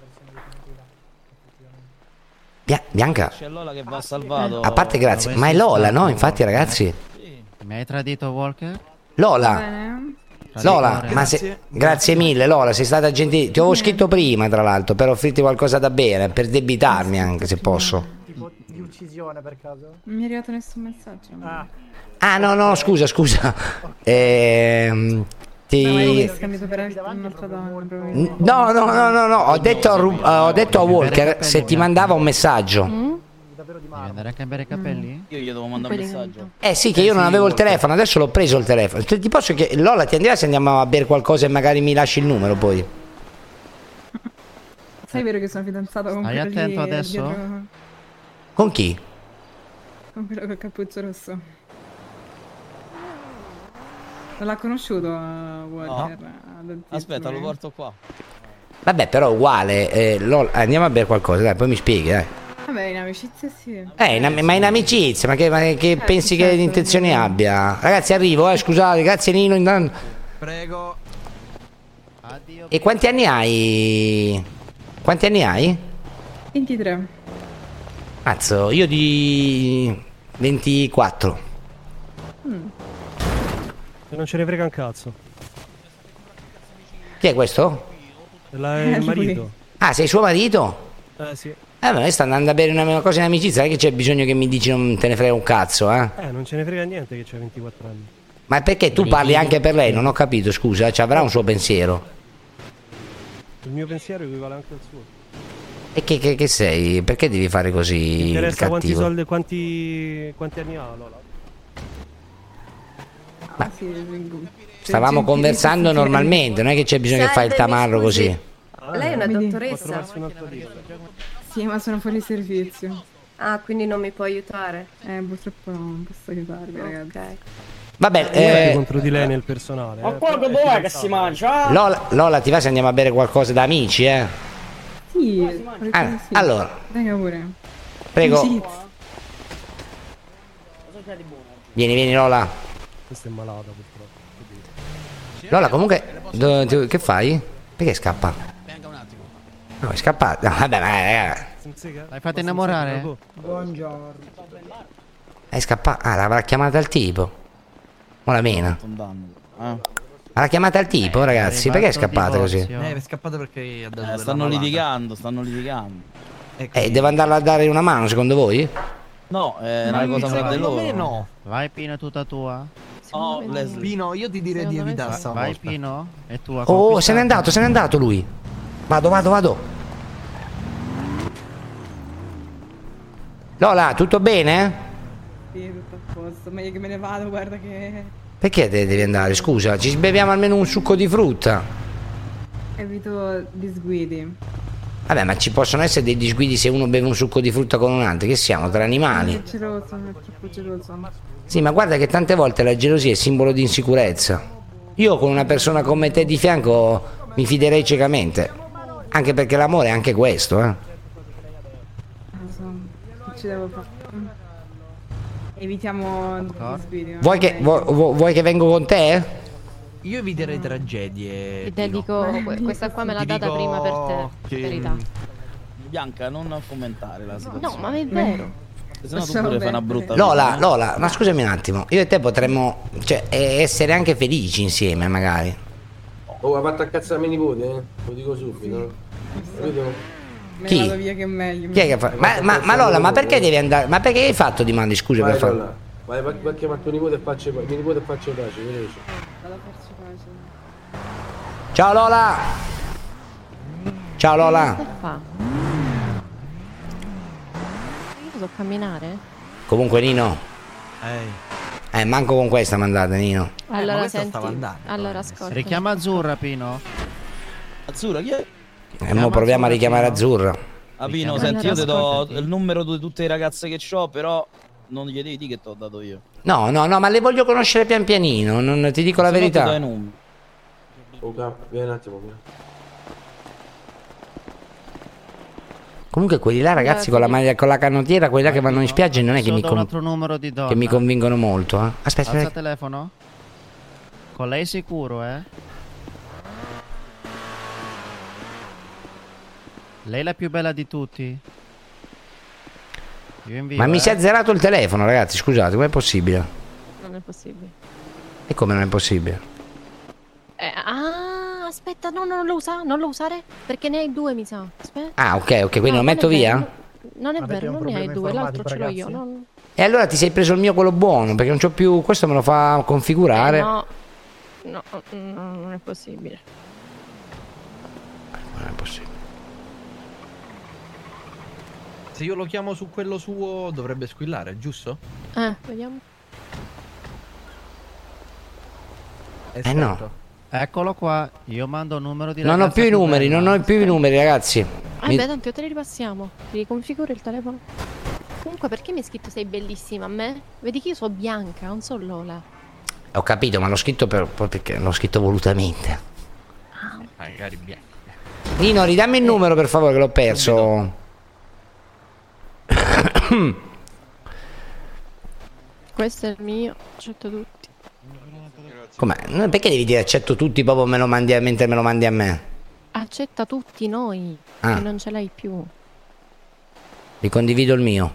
Speaker 2: Bia- Bianca,
Speaker 10: C'è Lola che
Speaker 13: Ah,
Speaker 10: va salvato.
Speaker 2: a parte grazie, ma è Lola, no? Infatti, ragazzi.
Speaker 13: Mi hai tradito Walker?
Speaker 2: Lola, Lola, ma se- grazie mille Lola, sei stata gentile. Ti avevo scritto prima, tra l'altro, per offrirti qualcosa da bere, per debitarmi anche se posso.
Speaker 4: tipo di uccisione per caso? Non mi è arrivato nessun messaggio. Ah,
Speaker 2: Ah, no, no, scusa, scusa. Ehm, ti...
Speaker 4: scambiato per un'altra donna.
Speaker 2: No, no, no, no, no, ho detto a, Ru- eh, ho detto a Walker se ti mandava un messaggio.
Speaker 13: Devi andare a cambiare i capelli?
Speaker 10: Mm. Io gli devo mandare un messaggio.
Speaker 2: Eh sì, che io non avevo il telefono, adesso l'ho preso il telefono. Ti ti posso che Lola ti andrà se andiamo a bere qualcosa e magari mi lasci il numero poi.
Speaker 4: Sai vero che sono fidanzato con
Speaker 13: Stai
Speaker 4: quello lì
Speaker 13: attento adesso?
Speaker 4: dietro-
Speaker 2: Con chi?
Speaker 4: con quello col cappuccio rosso. Non l'ha conosciuto eh, Walker. eh, dal tizio,
Speaker 10: Aspetta, lo
Speaker 4: eh.
Speaker 10: porto qua.
Speaker 2: Vabbè, però uguale, eh, Lola, andiamo a bere qualcosa, dai, poi mi spieghi, dai.
Speaker 4: Vabbè, in amicizia sì.
Speaker 2: Eh, in am- ma in amicizia, ma che, ma che pensi che intenzioni abbia? Ragazzi, arrivo, eh, scusate, grazie Nino. Intanto.
Speaker 4: Prego.
Speaker 2: E quanti anni hai? Quanti anni hai?
Speaker 4: 23.
Speaker 2: Mazzo, io di 24.
Speaker 4: Mm.
Speaker 52: Non ce ne frega un cazzo.
Speaker 2: Chi è questo?
Speaker 4: Eh,
Speaker 52: La, il marito.
Speaker 2: Ah, sei suo marito?
Speaker 52: Eh sì.
Speaker 2: Eh, ma lei sta andando a bere una, una cosa in amicizia, non è che c'è bisogno che mi dici non te ne frega un cazzo, eh?
Speaker 52: Eh, non ce ne frega niente che c'è 24 anni.
Speaker 2: Ma perché tu parli anche per lei? Non ho capito, scusa, eh, ci avrà un suo pensiero.
Speaker 52: Il mio pensiero equivale anche al suo.
Speaker 2: E che, che- che sei? Perché devi fare così il
Speaker 52: Interessa quanti
Speaker 2: cattivo?
Speaker 52: soldi, quanti, quanti anni ha Lola?
Speaker 4: Ah, sì, vengo-
Speaker 2: Stavamo
Speaker 4: Cioè,
Speaker 2: conversando
Speaker 4: gentili,
Speaker 2: normalmente, non è che c'è bisogno che fai il tamarro così.
Speaker 52: Ah,
Speaker 4: Lei è una
Speaker 53: dottoressa?
Speaker 4: Sì, ma sono fuori servizio.
Speaker 53: Ah, quindi non mi può aiutare?
Speaker 4: Eh, purtroppo non posso aiutarvi, ragazzi.
Speaker 2: Vabbè,
Speaker 52: Niente
Speaker 2: eh,
Speaker 52: contro di lei nel personale. eh, però è
Speaker 4: dov'è
Speaker 52: fidanzata.
Speaker 4: mangia? ah?
Speaker 2: Lola, Lola, ti va se andiamo a bere qualcosa da amici, eh?
Speaker 4: Sì,
Speaker 2: Ah, allora,
Speaker 4: Venga pure.
Speaker 2: prego,
Speaker 4: Sì.
Speaker 2: vieni, vieni Lola.
Speaker 52: Questa è malata purtroppo.
Speaker 2: Lola, comunque, do- ti- che fai? Perché scappa? No, è scappata. No, vabbè, ma eh,
Speaker 13: L'hai fatto innamorare?
Speaker 4: Buongiorno.
Speaker 2: è scappata. Ah, l'avrà chiamata il tipo. Ma la mena.
Speaker 10: Un danno.
Speaker 2: L'ha chiamata il tipo, ragazzi. Perché è scappata così?
Speaker 54: Eh, è scappata perché ha dato della
Speaker 10: Eh, stanno
Speaker 54: malata.
Speaker 10: litigando, stanno litigando.
Speaker 2: Eh, devo andarla a dare una mano, secondo voi?
Speaker 10: No, è
Speaker 54: Ma
Speaker 10: una Eh, cosa
Speaker 54: secondo
Speaker 10: per loro.
Speaker 54: me no.
Speaker 13: Vai Pino, tutta tua.
Speaker 10: No, Leslie.
Speaker 54: Pino, io ti direi di evitare sta
Speaker 13: Vai
Speaker 54: cosa.
Speaker 13: Pino, è tua.
Speaker 2: Oh, se n'è andato, se n'è andato lui. Vado, vado, vado. Lola, tutto bene?
Speaker 4: Sì, tutto a posto. Meglio che me ne vado, guarda che
Speaker 2: Perché te devi andare? Scusa, ci beviamo almeno un succo di frutta.
Speaker 4: evito disguidi.
Speaker 2: Vabbè, ma ci possono essere dei disguidi se uno beve un succo di frutta con un altro. Che siamo, tra animali?
Speaker 4: È geloso, sono troppo geloso.
Speaker 2: Sì, ma guarda che tante volte la gelosia è simbolo di insicurezza. Io con una persona come te di fianco mi fiderei ciecamente. Anche perché l'amore è anche questo, eh.
Speaker 4: Non so, che ci devo fare. Mm. Evitiamo disguidi.
Speaker 2: Vuoi che, vu- vu- vuoi che vengo con te?
Speaker 54: Io
Speaker 8: Mm.
Speaker 54: eviterei tragedie.
Speaker 8: Ti dedico,
Speaker 53: *laughs*
Speaker 8: que- questa qua me l'ha
Speaker 54: Ti
Speaker 8: data
Speaker 54: dico
Speaker 8: prima per te,
Speaker 54: che-
Speaker 8: per verità.
Speaker 10: Bianca, non commentare la situazione.
Speaker 8: No, ma è vero.
Speaker 10: Se no tu pure fai una brutta
Speaker 2: Lola, Lola, ma scusami un attimo, io e te potremmo cioè, eh, essere anche felici insieme, magari.
Speaker 55: Oh, ha fatto a cazzare mio nipote, eh? Lo dico subito. Capito?
Speaker 4: Me
Speaker 2: Chi?
Speaker 4: ne vado via che è meglio.
Speaker 2: Chi è che ha fatto- Ma, ma- ma Lola, ma perché devi andare? Ma perché hai fatto di mandi scusa
Speaker 55: Vai,
Speaker 2: per
Speaker 55: Lola.
Speaker 2: farlo?
Speaker 55: Vai, vai, vai a chiamare tuo nipote e faccio pace. Mio nipote e faccio pace, veloce.
Speaker 4: Vado a farci
Speaker 54: Eh,
Speaker 4: pace.
Speaker 2: Ciao Lola! Ciao Lola!
Speaker 8: Fa. Io so camminare?
Speaker 2: Comunque Nino,
Speaker 54: Ehi.
Speaker 2: eh, manco con questa mandata Nino.
Speaker 8: allora
Speaker 13: questa
Speaker 8: senti,
Speaker 13: stava andando,
Speaker 8: allora ascolta.
Speaker 13: Richiama Azzurra Pino.
Speaker 10: Azzurra, chi è?
Speaker 2: E Eh, mo proviamo a richiamare Azzurra.
Speaker 10: Apino, senti, io ti do il numero di tutte le ragazze che ho, però non gli devi dire che ti ho dato io.
Speaker 2: No, no, no, ma le voglio conoscere pian pianino, non, ti dico la
Speaker 10: Se no ti do i
Speaker 2: verità.
Speaker 10: numeri.
Speaker 24: Oh, cap, vieni un attimo via.
Speaker 2: Comunque quelli là ragazzi con la, maglia- con la canottiera, quelli là che vanno in spiaggia non è che
Speaker 3: Sono
Speaker 2: mi,
Speaker 3: da
Speaker 2: con-
Speaker 3: un altro numero di donna.
Speaker 2: che mi convincono molto. eh. Aspetta,
Speaker 3: Alza il
Speaker 2: aspetta.
Speaker 3: telefono. Con lei sicuro, eh? Lei è la più bella di tutti. Io invio,
Speaker 2: Ma mi
Speaker 3: eh.
Speaker 2: si è azzerato il telefono ragazzi, scusate, com'è possibile?
Speaker 8: Non è possibile.
Speaker 2: E come non è possibile?
Speaker 8: Eh, ah, aspetta, no, no, non lo usa, non lo usare perché ne hai due, mi sa. Aspetta.
Speaker 2: Ah ok, ok, quindi
Speaker 8: No,
Speaker 2: lo
Speaker 8: non
Speaker 2: metto
Speaker 8: è vero,
Speaker 2: via?
Speaker 8: Non è
Speaker 27: Avete
Speaker 8: vero,
Speaker 27: un
Speaker 8: non ne hai
Speaker 27: problema
Speaker 8: due, l'altro ce l'ho
Speaker 27: informatico,
Speaker 8: io.
Speaker 27: ragazzi?
Speaker 8: non-
Speaker 2: E allora ti sei preso il mio quello buono, perché non c'ho più... Questo me lo fa configurare.
Speaker 8: Eh No, no, no, non è possibile.
Speaker 2: Non è possibile.
Speaker 4: Se io lo chiamo su quello suo dovrebbe squillare, giusto?
Speaker 8: Eh, vediamo.
Speaker 3: Eh no. Eccolo qua, io mando un numero di
Speaker 2: Non ho
Speaker 3: ragazza
Speaker 2: più i
Speaker 3: più
Speaker 2: numeri,
Speaker 3: bella.
Speaker 2: non ho più i numeri ragazzi.
Speaker 8: Ah,
Speaker 2: Mi-
Speaker 8: beh, tanto te li ripassiamo. Ti riconfiguro il telefono. Comunque, perché mi hai scritto sei bellissima a me? Vedi che io sono bianca, non so Lola.
Speaker 2: Ho capito, ma l'ho scritto per... perché l'ho scritto volutamente.
Speaker 4: Ah, Magari bianco.
Speaker 2: Nino, ridammi il numero per favore che l'ho perso.
Speaker 8: Questo è il mio, accetto tutti.
Speaker 2: *coughs* Com'è? No, Perché devi dire accetto tutti proprio me lo mandi a, mentre me lo mandi a me?
Speaker 8: Accetta tutti noi,
Speaker 2: Ah.
Speaker 8: che non ce l'hai più.
Speaker 2: Li condivido il mio.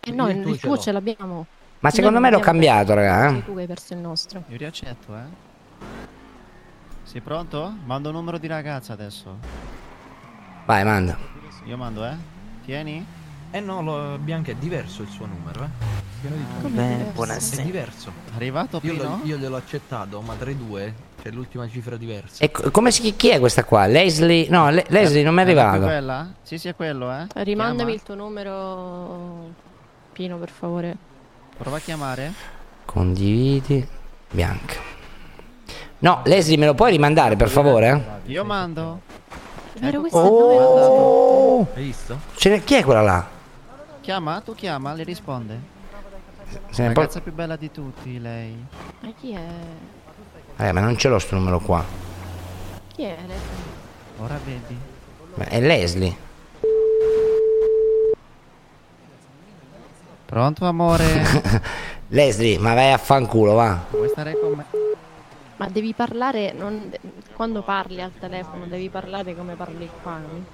Speaker 8: E Eh no,
Speaker 3: Io il tuo
Speaker 8: il,
Speaker 3: ce
Speaker 8: tuo
Speaker 3: l'ho.
Speaker 8: ce l'abbiamo.
Speaker 2: Ma secondo me
Speaker 8: Noi non
Speaker 2: l'ho
Speaker 8: abbiamo
Speaker 2: cambiato, raga.
Speaker 8: perso-
Speaker 2: eh.
Speaker 8: Tu che hai perso il nostro.
Speaker 3: Io riaccetto, eh. Sei pronto? Mando un numero di ragazza adesso.
Speaker 2: Vai, manda.
Speaker 3: Io mando, eh. Tieni?
Speaker 4: Eh no, lo- Bianca è diverso il suo numero, eh.
Speaker 3: Come Beh, Ah, diverso? buonasera.
Speaker 4: È diverso.
Speaker 3: Arrivato
Speaker 4: io
Speaker 3: Pino?
Speaker 4: l'ho- Io gliel'ho accettato, ma tra i due c'è l'ultima cifra diversa.
Speaker 2: E co- come si chi è questa qua? Leslie? No, Le- Leslie non mi
Speaker 4: Eh,
Speaker 2: è
Speaker 3: È la più
Speaker 2: arrivata.
Speaker 3: bella? Sì, sì, è quello, eh.
Speaker 8: Rimandami
Speaker 3: Chiama.
Speaker 8: il tuo numero, Pino, per favore.
Speaker 3: Prova a chiamare.
Speaker 2: Condividi Bianca. No, Leslie me lo puoi rimandare per favore?
Speaker 3: Io mando. Eh,
Speaker 8: Vero
Speaker 2: questo? Oh!
Speaker 4: Hai visto?
Speaker 2: Ce n'è- chi è quella là?
Speaker 3: Chiama, tu chiama, le risponde.
Speaker 2: Se ne
Speaker 3: la
Speaker 2: può-
Speaker 3: ragazza più bella di tutti, lei.
Speaker 8: Ma chi è?
Speaker 2: Eh, ma non ce l'ho sto numero qua.
Speaker 8: Chi è? Alessio?
Speaker 3: Ora vedi.
Speaker 2: Ma è Leslie.
Speaker 3: Pronto, amore?
Speaker 2: *laughs* Leslie, ma vai a fanculo, va.
Speaker 3: Vuoi stare con me?
Speaker 8: Ma devi parlare, non- quando parli al telefono devi parlare come parli qua. no?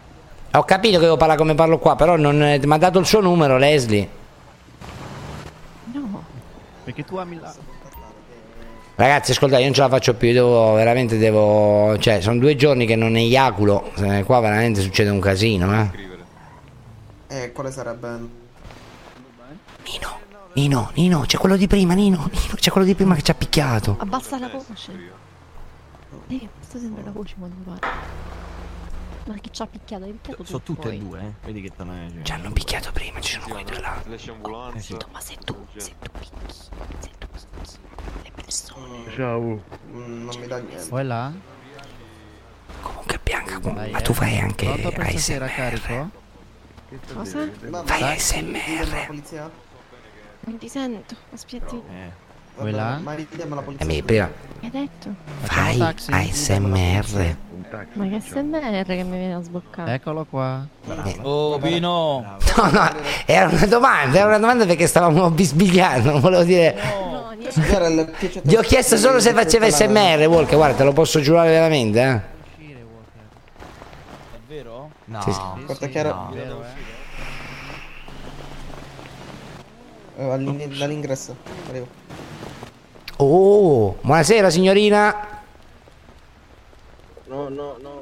Speaker 2: Ho capito che devo parlare come parlo qua, però non eh, mi ha dato il suo numero, Leslie.
Speaker 8: No.
Speaker 3: Perché tu ami la...
Speaker 2: Ragazzi, ascoltate, io non ce la faccio più, devo veramente devo, cioè, sono due giorni che non eiaculo, eh, qua veramente succede un casino, eh.
Speaker 16: E quale sarebbe?
Speaker 2: Nino, Nino, c'è quello di prima, Nino, Nino, c'è quello di prima che ci ha picchiato.
Speaker 8: Abbassa la voce. Eh, sta sempre la voce quando parli. Ma chi ci ha picchiato? Hai picchiato
Speaker 4: Sono
Speaker 8: tu
Speaker 4: tutte e
Speaker 8: poi.
Speaker 4: due, eh. Vedi che te ne
Speaker 2: Ci hanno picchiato prima, ci sono quelli due là.
Speaker 4: Eh,
Speaker 8: Ma se tu, se tu picchi, se tu picchi le persone.
Speaker 15: Ciao.
Speaker 16: Mm, Non mi dà niente.
Speaker 3: Vuoi là?
Speaker 2: Comunque bianca, com-
Speaker 3: Dai,
Speaker 2: ma
Speaker 3: eh.
Speaker 2: tu fai anche
Speaker 3: Pronto per stasera,
Speaker 2: ASMR.
Speaker 3: carico?
Speaker 8: Cosa?
Speaker 2: Fai
Speaker 3: Dai.
Speaker 2: ASMR.
Speaker 16: Polizia?
Speaker 8: Non ti sento, aspetti.
Speaker 3: Vuoi là?
Speaker 16: Ma vediamo la
Speaker 2: Eh,
Speaker 16: polizia.
Speaker 2: mi- prima,
Speaker 8: Hai detto?
Speaker 2: fai
Speaker 3: taxi?
Speaker 2: ASMR.
Speaker 8: Ma che SMR che mi viene a
Speaker 2: Eh.
Speaker 8: sboccare?
Speaker 3: Eccolo qua.
Speaker 29: Oh, Pino.
Speaker 2: No, no, era una domanda, era una domanda perché stavamo bisbigliando, non volevo dire... Gli ho chiesto solo se faceva ASMR, Walker, guarda, te lo posso giurare veramente, eh.
Speaker 29: È vero?
Speaker 4: No,
Speaker 2: Sì, sì.
Speaker 16: Guarda che era-
Speaker 4: no.
Speaker 16: Vero, Eh, all'in- Dall'ingresso. Arrivo.
Speaker 2: Oh, buonasera signorina.
Speaker 16: No, no, no.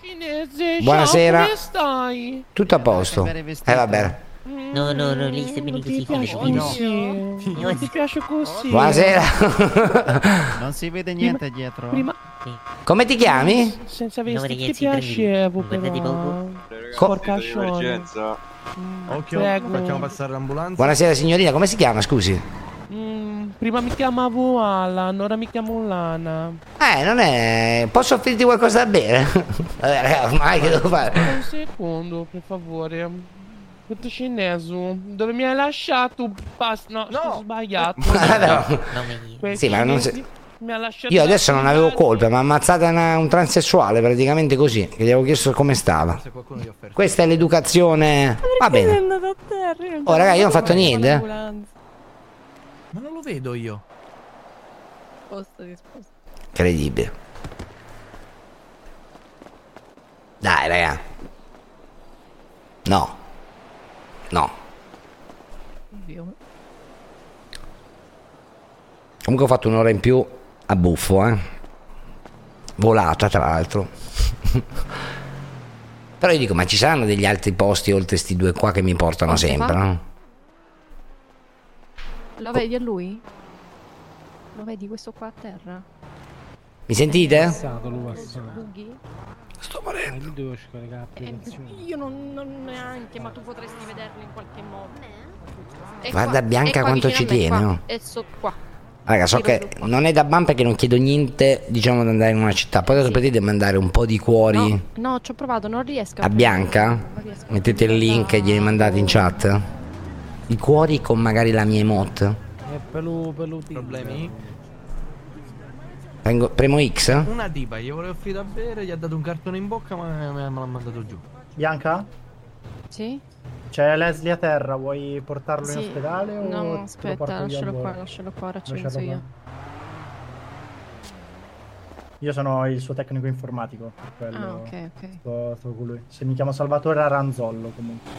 Speaker 12: Cinese,
Speaker 2: Buonasera.
Speaker 12: Ciao, come stai?
Speaker 2: Tutto a posto.
Speaker 12: cambiare
Speaker 2: Eh,
Speaker 12: vestito.
Speaker 2: va bene.
Speaker 12: No, no, no, lì stai bene così. così. Non ti piace così.
Speaker 2: Buonasera.
Speaker 3: *laughs* Non si vede niente dietro.
Speaker 12: Prima...
Speaker 2: Come ti chiami?
Speaker 12: Senza
Speaker 3: No,
Speaker 12: vestiti ti eh,
Speaker 3: ragazzi, tranquilli.
Speaker 12: piacevo
Speaker 3: Guardate
Speaker 12: però.
Speaker 2: Co-
Speaker 12: Porcascione.
Speaker 4: Occhio,
Speaker 12: Mm. Prego.
Speaker 4: facciamo passare l'ambulanza.
Speaker 2: Buonasera signorina, come si chiama, scusi?
Speaker 12: Mm, prima mi chiamavo Alan, ora mi chiamo Lana.
Speaker 2: Eh, non è... Posso offrirti qualcosa da bere? *laughs* Vabbè, raga, ormai che devo fare?
Speaker 12: Un secondo, per favore. Questo cinese, dove
Speaker 2: *laughs*
Speaker 12: mi hai lasciato? Basta, no, ho sbagliato.
Speaker 2: Ma no. Sì, ma non si...
Speaker 27: mi ha lasciato.
Speaker 2: Io adesso non avevo colpe, ma ha ammazzato una- un transessuale praticamente così, che gli avevo chiesto come stava. Questa è l'educazione. Va
Speaker 27: È
Speaker 2: bene.
Speaker 27: andato a terra. io
Speaker 2: Oh, raga, io non ho fatto
Speaker 27: chiamato
Speaker 2: niente, eh.
Speaker 27: l'ambulanza.
Speaker 4: Ma non lo vedo io.
Speaker 27: Posto risposto.
Speaker 2: Incredibile. Dai, raga. No. No.
Speaker 27: Oddio.
Speaker 2: Comunque ho fatto un'ora in più a buffo, eh. Volata, tra l'altro. *laughs* Però io dico, ma ci saranno degli altri posti oltre sti due qua che mi portano
Speaker 8: Quanto
Speaker 2: sempre,
Speaker 8: fa?
Speaker 2: no?
Speaker 8: Lo vedi a lui? Lo vedi questo qua a terra?
Speaker 2: Mi sentite?
Speaker 8: Bughi?
Speaker 2: Sto morendo.
Speaker 1: Devo scaricare
Speaker 12: Eh,
Speaker 1: l'applicazione.
Speaker 8: Io non, non neanche, ma tu potresti vederlo in qualche modo. È
Speaker 2: Guarda
Speaker 8: qua,
Speaker 2: Bianca
Speaker 8: è qua
Speaker 2: quanto ci
Speaker 8: vicino a me,
Speaker 2: tiene,
Speaker 8: qua.
Speaker 2: oh.
Speaker 8: È sotto qua.
Speaker 2: Raga, so che non è da ban perché non chiedo niente, diciamo, di andare in una città. Poi adesso potete mandare un po' di cuori
Speaker 8: No, ci ho provato, non riesco
Speaker 2: a Bianca. Mettete il link e glieli mandate in chat. I cuori con magari la mia emote.
Speaker 1: È per lo, per lo Problemi?
Speaker 2: Prego- premo X?
Speaker 4: Una diva, gli volevo offrire da bere, gli ha dato un cartone in bocca, ma me me l'ha mandato giù.
Speaker 14: Bianca?
Speaker 8: Sì?
Speaker 14: C'è Leslie a terra, vuoi portarlo in
Speaker 8: Sì.
Speaker 14: ospedale o te
Speaker 8: No,
Speaker 14: lo porto
Speaker 8: aspetta,
Speaker 14: io
Speaker 8: lascialo
Speaker 14: al
Speaker 8: qua,
Speaker 14: volo?
Speaker 8: lascialo qua, ora ci
Speaker 14: Lascialo
Speaker 8: penso
Speaker 14: qua.
Speaker 8: io.
Speaker 14: Io sono il suo tecnico informatico. Quello...
Speaker 8: Ah, ok, ok.
Speaker 14: Sto, sto con lui. Se mi chiamo Salvatore Aranzollo
Speaker 8: *laughs*
Speaker 14: comunque.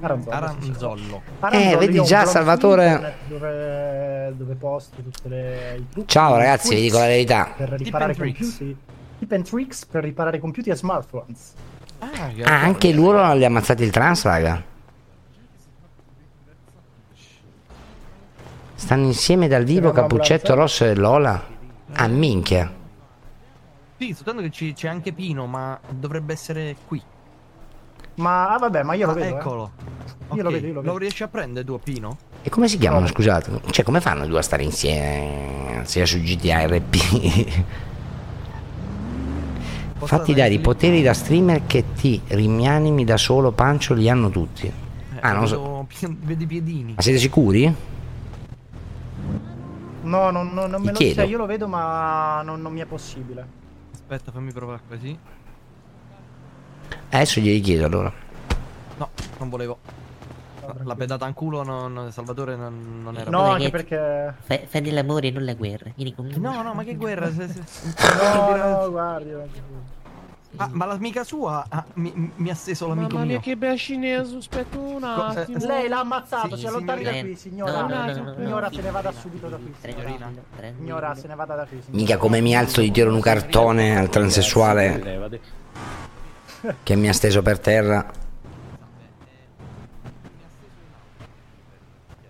Speaker 14: Aranzollo.
Speaker 4: Aranzollo.
Speaker 2: Eh, vedi
Speaker 14: io ho un
Speaker 2: già,
Speaker 14: blog su
Speaker 2: Salvatore-
Speaker 14: internet Dove, dove posto tutte le... i trucchi,
Speaker 2: Ciao,
Speaker 14: i
Speaker 2: ragazzi, vi
Speaker 14: quiz
Speaker 2: dico la verità.
Speaker 14: Per
Speaker 2: Tip
Speaker 14: riparare
Speaker 2: and tricks.
Speaker 14: computer. Tip and tricks per riparare computer e smartphones. Ah,
Speaker 2: Ah, anche loro li ha ammazzati il trans, raga. Stanno insieme dal vivo Cappuccetto Rosso e Lola. Ah, minchia.
Speaker 4: Sì, soltanto che ci- c'è anche Pino, ma dovrebbe essere qui.
Speaker 14: Ma ah, vabbè, ma io lo
Speaker 4: Ah,
Speaker 14: vedo. eh.
Speaker 4: Eccolo.
Speaker 14: Io lo
Speaker 4: Ok,
Speaker 14: vedo, io lo vedo.
Speaker 4: riesci a prendere tu, a Pino?
Speaker 2: E come si chiamano, scusate? Cioè, come fanno i due a stare insieme? Sia su GTA RP. Fatti dare i poteri da streamer che ti rimianimi da solo, pancio, li hanno tutti.
Speaker 4: Eh,
Speaker 2: Ah, non lo so.
Speaker 4: Vedo- pi- Vedi i piedini.
Speaker 2: Ma siete sicuri?
Speaker 14: No, no, no, non
Speaker 2: Ti
Speaker 14: me lo
Speaker 2: chiedo.
Speaker 14: cioè, io lo vedo, ma non, non mi è possibile.
Speaker 4: Aspetta, fammi provare così.
Speaker 2: Adesso glieli chiedo allora.
Speaker 4: No, non volevo. La pedata in culo, non- Salvatore non, non era.
Speaker 14: No, anche perché.
Speaker 12: Fai, fai dell'amore e non la guerra. Vieni con me.
Speaker 4: No, no,
Speaker 14: *laughs*
Speaker 4: ma che guerra? se- se-
Speaker 14: No, no, guardi.
Speaker 4: Ah, ma l'amica sua ah, mi, mi ha steso l'amico
Speaker 27: Mamma mia,
Speaker 4: mio.
Speaker 27: che bel cinese, aspetta un
Speaker 4: eh,
Speaker 27: attimo.
Speaker 14: Lei l'ha ammazzato,
Speaker 4: Sì,
Speaker 14: si allontani da
Speaker 4: signora.
Speaker 14: qui, signora.
Speaker 27: No, no, no, no,
Speaker 14: signora,
Speaker 27: no.
Speaker 14: se ne vada subito da qui. Signora, Signora, se ne vada da qui. signora.
Speaker 2: Mica come mi alzo gli tiro un cartone al transessuale
Speaker 14: Levati.
Speaker 2: che mi ha steso per terra.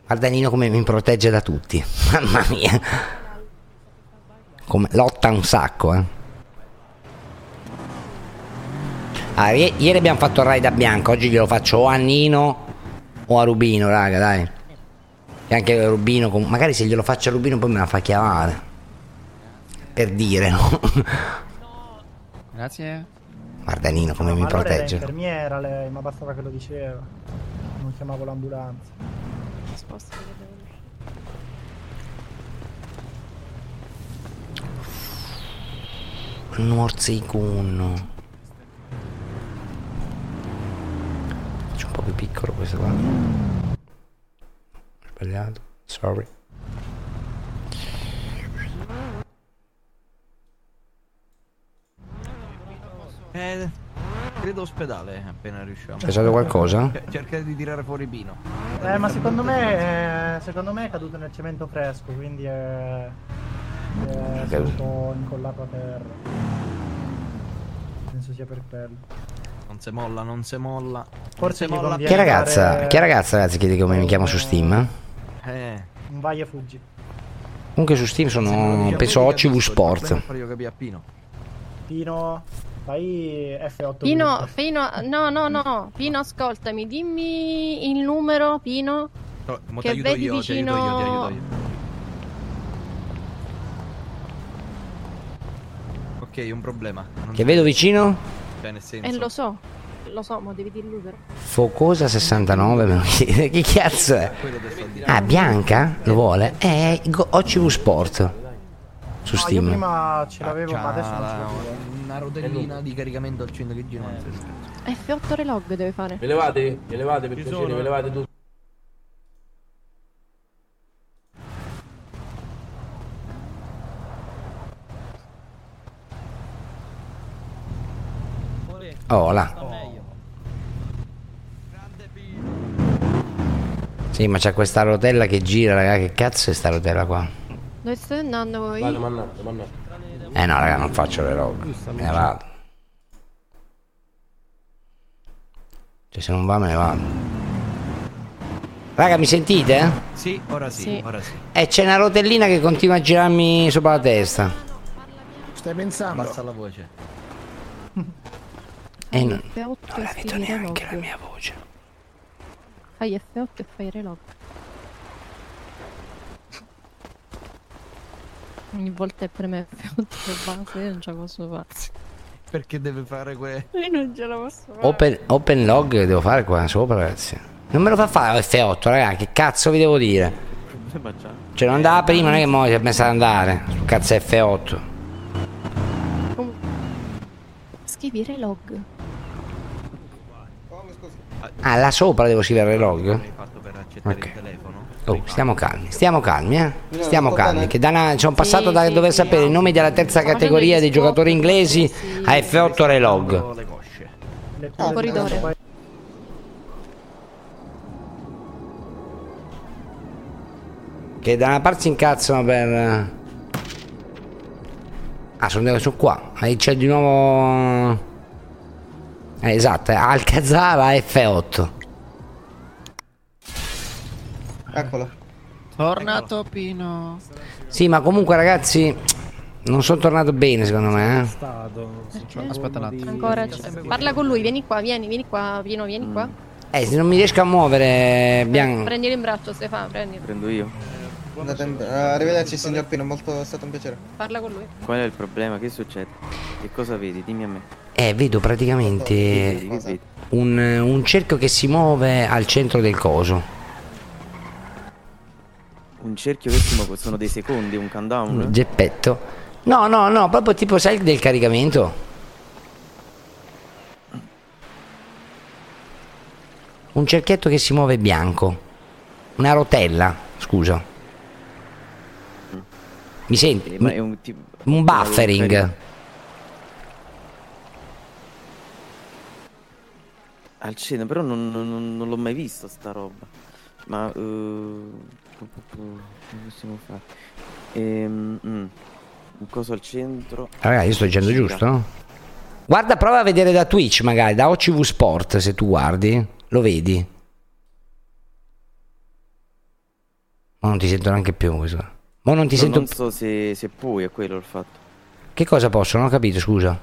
Speaker 2: Guarda Nino come mi protegge da tutti. *laughs* Mamma mia. Come- lotta un sacco, eh. Ah, i- ieri abbiamo fatto il raid a Bianca, oggi glielo faccio o a Nino o a Rubino, raga, dai. E anche Rubino, com- magari se glielo faccio a Rubino poi me la fa chiamare. Per dire, no? *laughs*
Speaker 3: Grazie.
Speaker 2: Guarda Nino come mi
Speaker 14: Ma allora era
Speaker 2: protegge.
Speaker 14: infermiera lei, ma bastava che lo diceva. Non chiamavo l'ambulanza.
Speaker 2: Norzicun. Faccio un po' più piccolo questo qua. Sbagliato, sorry.
Speaker 4: Eh, credo ospedale appena riusciamo.
Speaker 2: C'è stato qualcosa?
Speaker 4: C- cerca di tirare fuori Pino.
Speaker 14: Eh, ma secondo me, eh, secondo me è caduto nel cemento fresco, quindi è. è
Speaker 2: Ok.
Speaker 14: stato incollato a terra. Penso sia per quello.
Speaker 4: Non si molla, non si molla.
Speaker 14: Forse
Speaker 4: non si
Speaker 14: gli
Speaker 4: molla.
Speaker 14: conviene
Speaker 2: Che ragazza,
Speaker 14: dare-
Speaker 2: che ragazza ragazzi chiede come mi chiamo su Steam? eh?
Speaker 4: Eh.
Speaker 14: Un vai e fuggi.
Speaker 2: Comunque su Steam sono, penso, OCV Sport.
Speaker 4: Io capì a Pino.
Speaker 14: Pino, fai F8.
Speaker 8: Pino, Pino, no, no, no, Pino, ascoltami, dimmi il numero, Pino.
Speaker 4: No, mo
Speaker 8: Che
Speaker 4: t'aiuto
Speaker 8: vedi
Speaker 4: io,
Speaker 8: vicino-
Speaker 4: t'aiuto io, t'aiuto io. Ok, un problema. Non
Speaker 2: Che vedo vicino?
Speaker 4: c'è nel senso.
Speaker 8: E Eh, lo so, lo so, ma devi dirlo però.
Speaker 2: Focosa 69 me lo chiede. *laughs* Chi cazzo è? Ah, Bianca lo vuole? È Go- OCV Sport
Speaker 14: No,
Speaker 2: su
Speaker 14: io
Speaker 2: Steam.
Speaker 14: prima ce l'avevo, ma adesso non ce
Speaker 34: C'ha
Speaker 14: l'ho più.
Speaker 34: Una rotellina di caricamento al 100 che gira.
Speaker 8: F8 relog deve fare.
Speaker 24: Ve levate? Ve levate per piacere, ve levate tutti.
Speaker 2: Oh là. Sì, ma c'è questa rotella che gira, raga. Che cazzo è sta rotella qua?
Speaker 8: Dove state andando voi?
Speaker 24: Vado, mannate, mannate.
Speaker 2: Eh no, raga, non faccio le robe. Me ne vado. Cioè, se non va, me ne vado. Raga, mi sentite?
Speaker 34: Sì, ora sì,
Speaker 2: Sì.
Speaker 34: ora sì.
Speaker 2: Eh, c'è una rotellina che continua a girarmi sopra la testa.
Speaker 34: Stai pensando? Basta la voce.
Speaker 2: E non...
Speaker 8: F8 non avete neanche la mia
Speaker 2: voce.
Speaker 8: Fai F8 e fai relog. Ogni volta è per me F8 e basta, io non ce la posso fare.
Speaker 34: Perché deve fare que...
Speaker 8: Io non ce la posso fare.
Speaker 2: Open, open log che devo fare qua sopra, ragazzi. Non me lo fa fare F8, raga, che cazzo vi devo dire? Cioè, non andava prima, non è che mo' si è messo ad andare. Sto Cazzo F8.
Speaker 8: Scrivi relog.
Speaker 2: Ah, là sopra devo scrivere il log? Ok. Oh, stiamo calmi, stiamo calmi, eh. Stiamo calmi. Che da una- sono passato da dover sapere i nomi della terza categoria dei giocatori inglesi a F8 Relog.
Speaker 8: Un corridore.
Speaker 2: Che da una parte si incazzano per. eh, Ah, sono, sono qua. Ahí c'è di nuovo. Eh, esatto, eh, Alcazar a F8.
Speaker 16: Eccolo.
Speaker 3: Torna Topino.
Speaker 2: Sì, ma comunque, ragazzi, non sono tornato bene, secondo me, eh.
Speaker 3: Aspetta un attimo.
Speaker 8: Ancora c'è. Parla con lui, vieni qua, vieni, vieni qua, Pino, vieni qua.
Speaker 2: Eh, se non mi riesco a muovere, Bianco.
Speaker 8: Prendilo in braccio, Stefano, prendilo.
Speaker 13: Prendo io.
Speaker 16: Andate in- eh, arrivederci signor Pino, molto, è stato un piacere.
Speaker 8: Parla con lui.
Speaker 13: Qual è il problema? Che succede? Che cosa vedi? Dimmi a me.
Speaker 2: Eh, vedo praticamente un, un cerchio che si muove al centro del coso.
Speaker 13: Un cerchio che si muove, sono dei secondi, un countdown?
Speaker 2: Un geppetto. No, no, no, proprio tipo, sai, del caricamento. Un cerchietto che si muove bianco. Una rotella, scusa. Mi senti?
Speaker 13: Ma è un tipo-
Speaker 2: Un buffering.
Speaker 13: Al centro, però non, non- non l'ho mai visto sta roba. Ma... eh, pu- pu- pu- come possiamo fare? Ehm, mm, un coso al centro.
Speaker 2: Ragazzi, io sto dicendo
Speaker 13: Sì,
Speaker 2: giusto, no? Guarda, prova a vedere da Twitch, magari, da OCV Sport, se tu guardi. Lo vedi. Ma non ti sento neanche più questo. Ma non ti
Speaker 13: No,
Speaker 2: sento
Speaker 13: Non so se, se puoi, è quello il fatto.
Speaker 2: Che cosa posso? Non ho capito, scusa.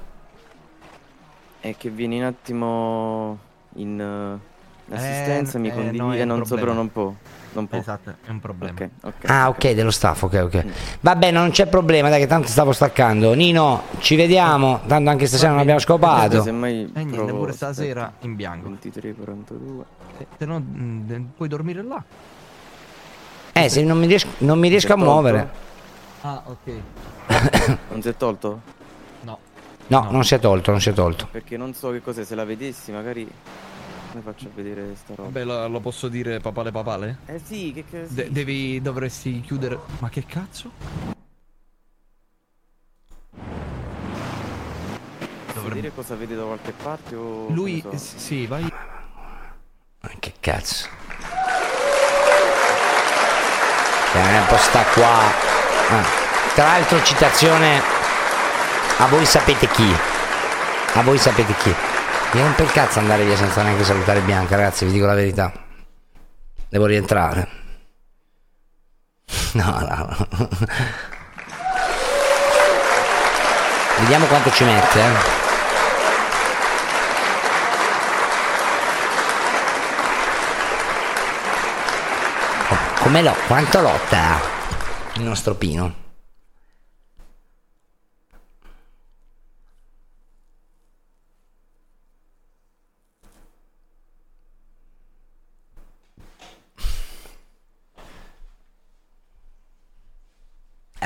Speaker 13: È che vieni un attimo in, eh, in
Speaker 34: Eh,
Speaker 13: assistenza, mi
Speaker 34: eh,
Speaker 13: condividi
Speaker 34: no, è
Speaker 13: eh,
Speaker 34: un
Speaker 13: non so, però
Speaker 34: problema.
Speaker 13: non può. Non può.
Speaker 34: Esatto, è un problema.
Speaker 13: Ok, ok.
Speaker 2: Ah, ok, dello staff, ok, ok. Vabbè, non c'è problema, dai, che tanto stavo staccando. Nino, ci vediamo. Tanto anche stasera non abbiamo
Speaker 4: *laughs*
Speaker 13: Aspetta,
Speaker 2: scopato.
Speaker 13: Semmai
Speaker 34: E niente,
Speaker 13: provo-
Speaker 34: pure stasera
Speaker 13: aspetta.
Speaker 34: in bianco.
Speaker 13: 23, 42.
Speaker 4: Eh,
Speaker 34: Se, se no,
Speaker 4: mm,
Speaker 34: mh, de- puoi dormire là.
Speaker 2: Eh, se non mi riesco, non mi riesco a
Speaker 13: Sei tolto?
Speaker 2: muovere.
Speaker 34: Ah, ok.
Speaker 13: *coughs* Non si è tolto?
Speaker 2: No, non si è tolto, non si è tolto.
Speaker 13: Perché non so che cos'è, se la vedessi magari come faccio a vedere sta roba.
Speaker 4: Beh, lo, lo posso dire papale papale?
Speaker 13: Eh sì, che cazzo.
Speaker 4: De- devi, dovresti chiudere. Ma che cazzo?
Speaker 13: vedere cosa vede da qualche parte o
Speaker 4: Lui,
Speaker 13: come so.
Speaker 4: s- sì, vai.
Speaker 2: Che cazzo. Che non è un po' sta qua. Ah, Tra l'altro citazione a voi sapete chi. A voi sapete chi. Mi rompe il cazzo andare via senza neanche salutare Bianca, ragazzi, vi dico la verità. Devo rientrare. *laughs* No, no, no. *laughs* Vediamo quanto ci mette, eh. Come lo, quanto lotta il nostro Pino?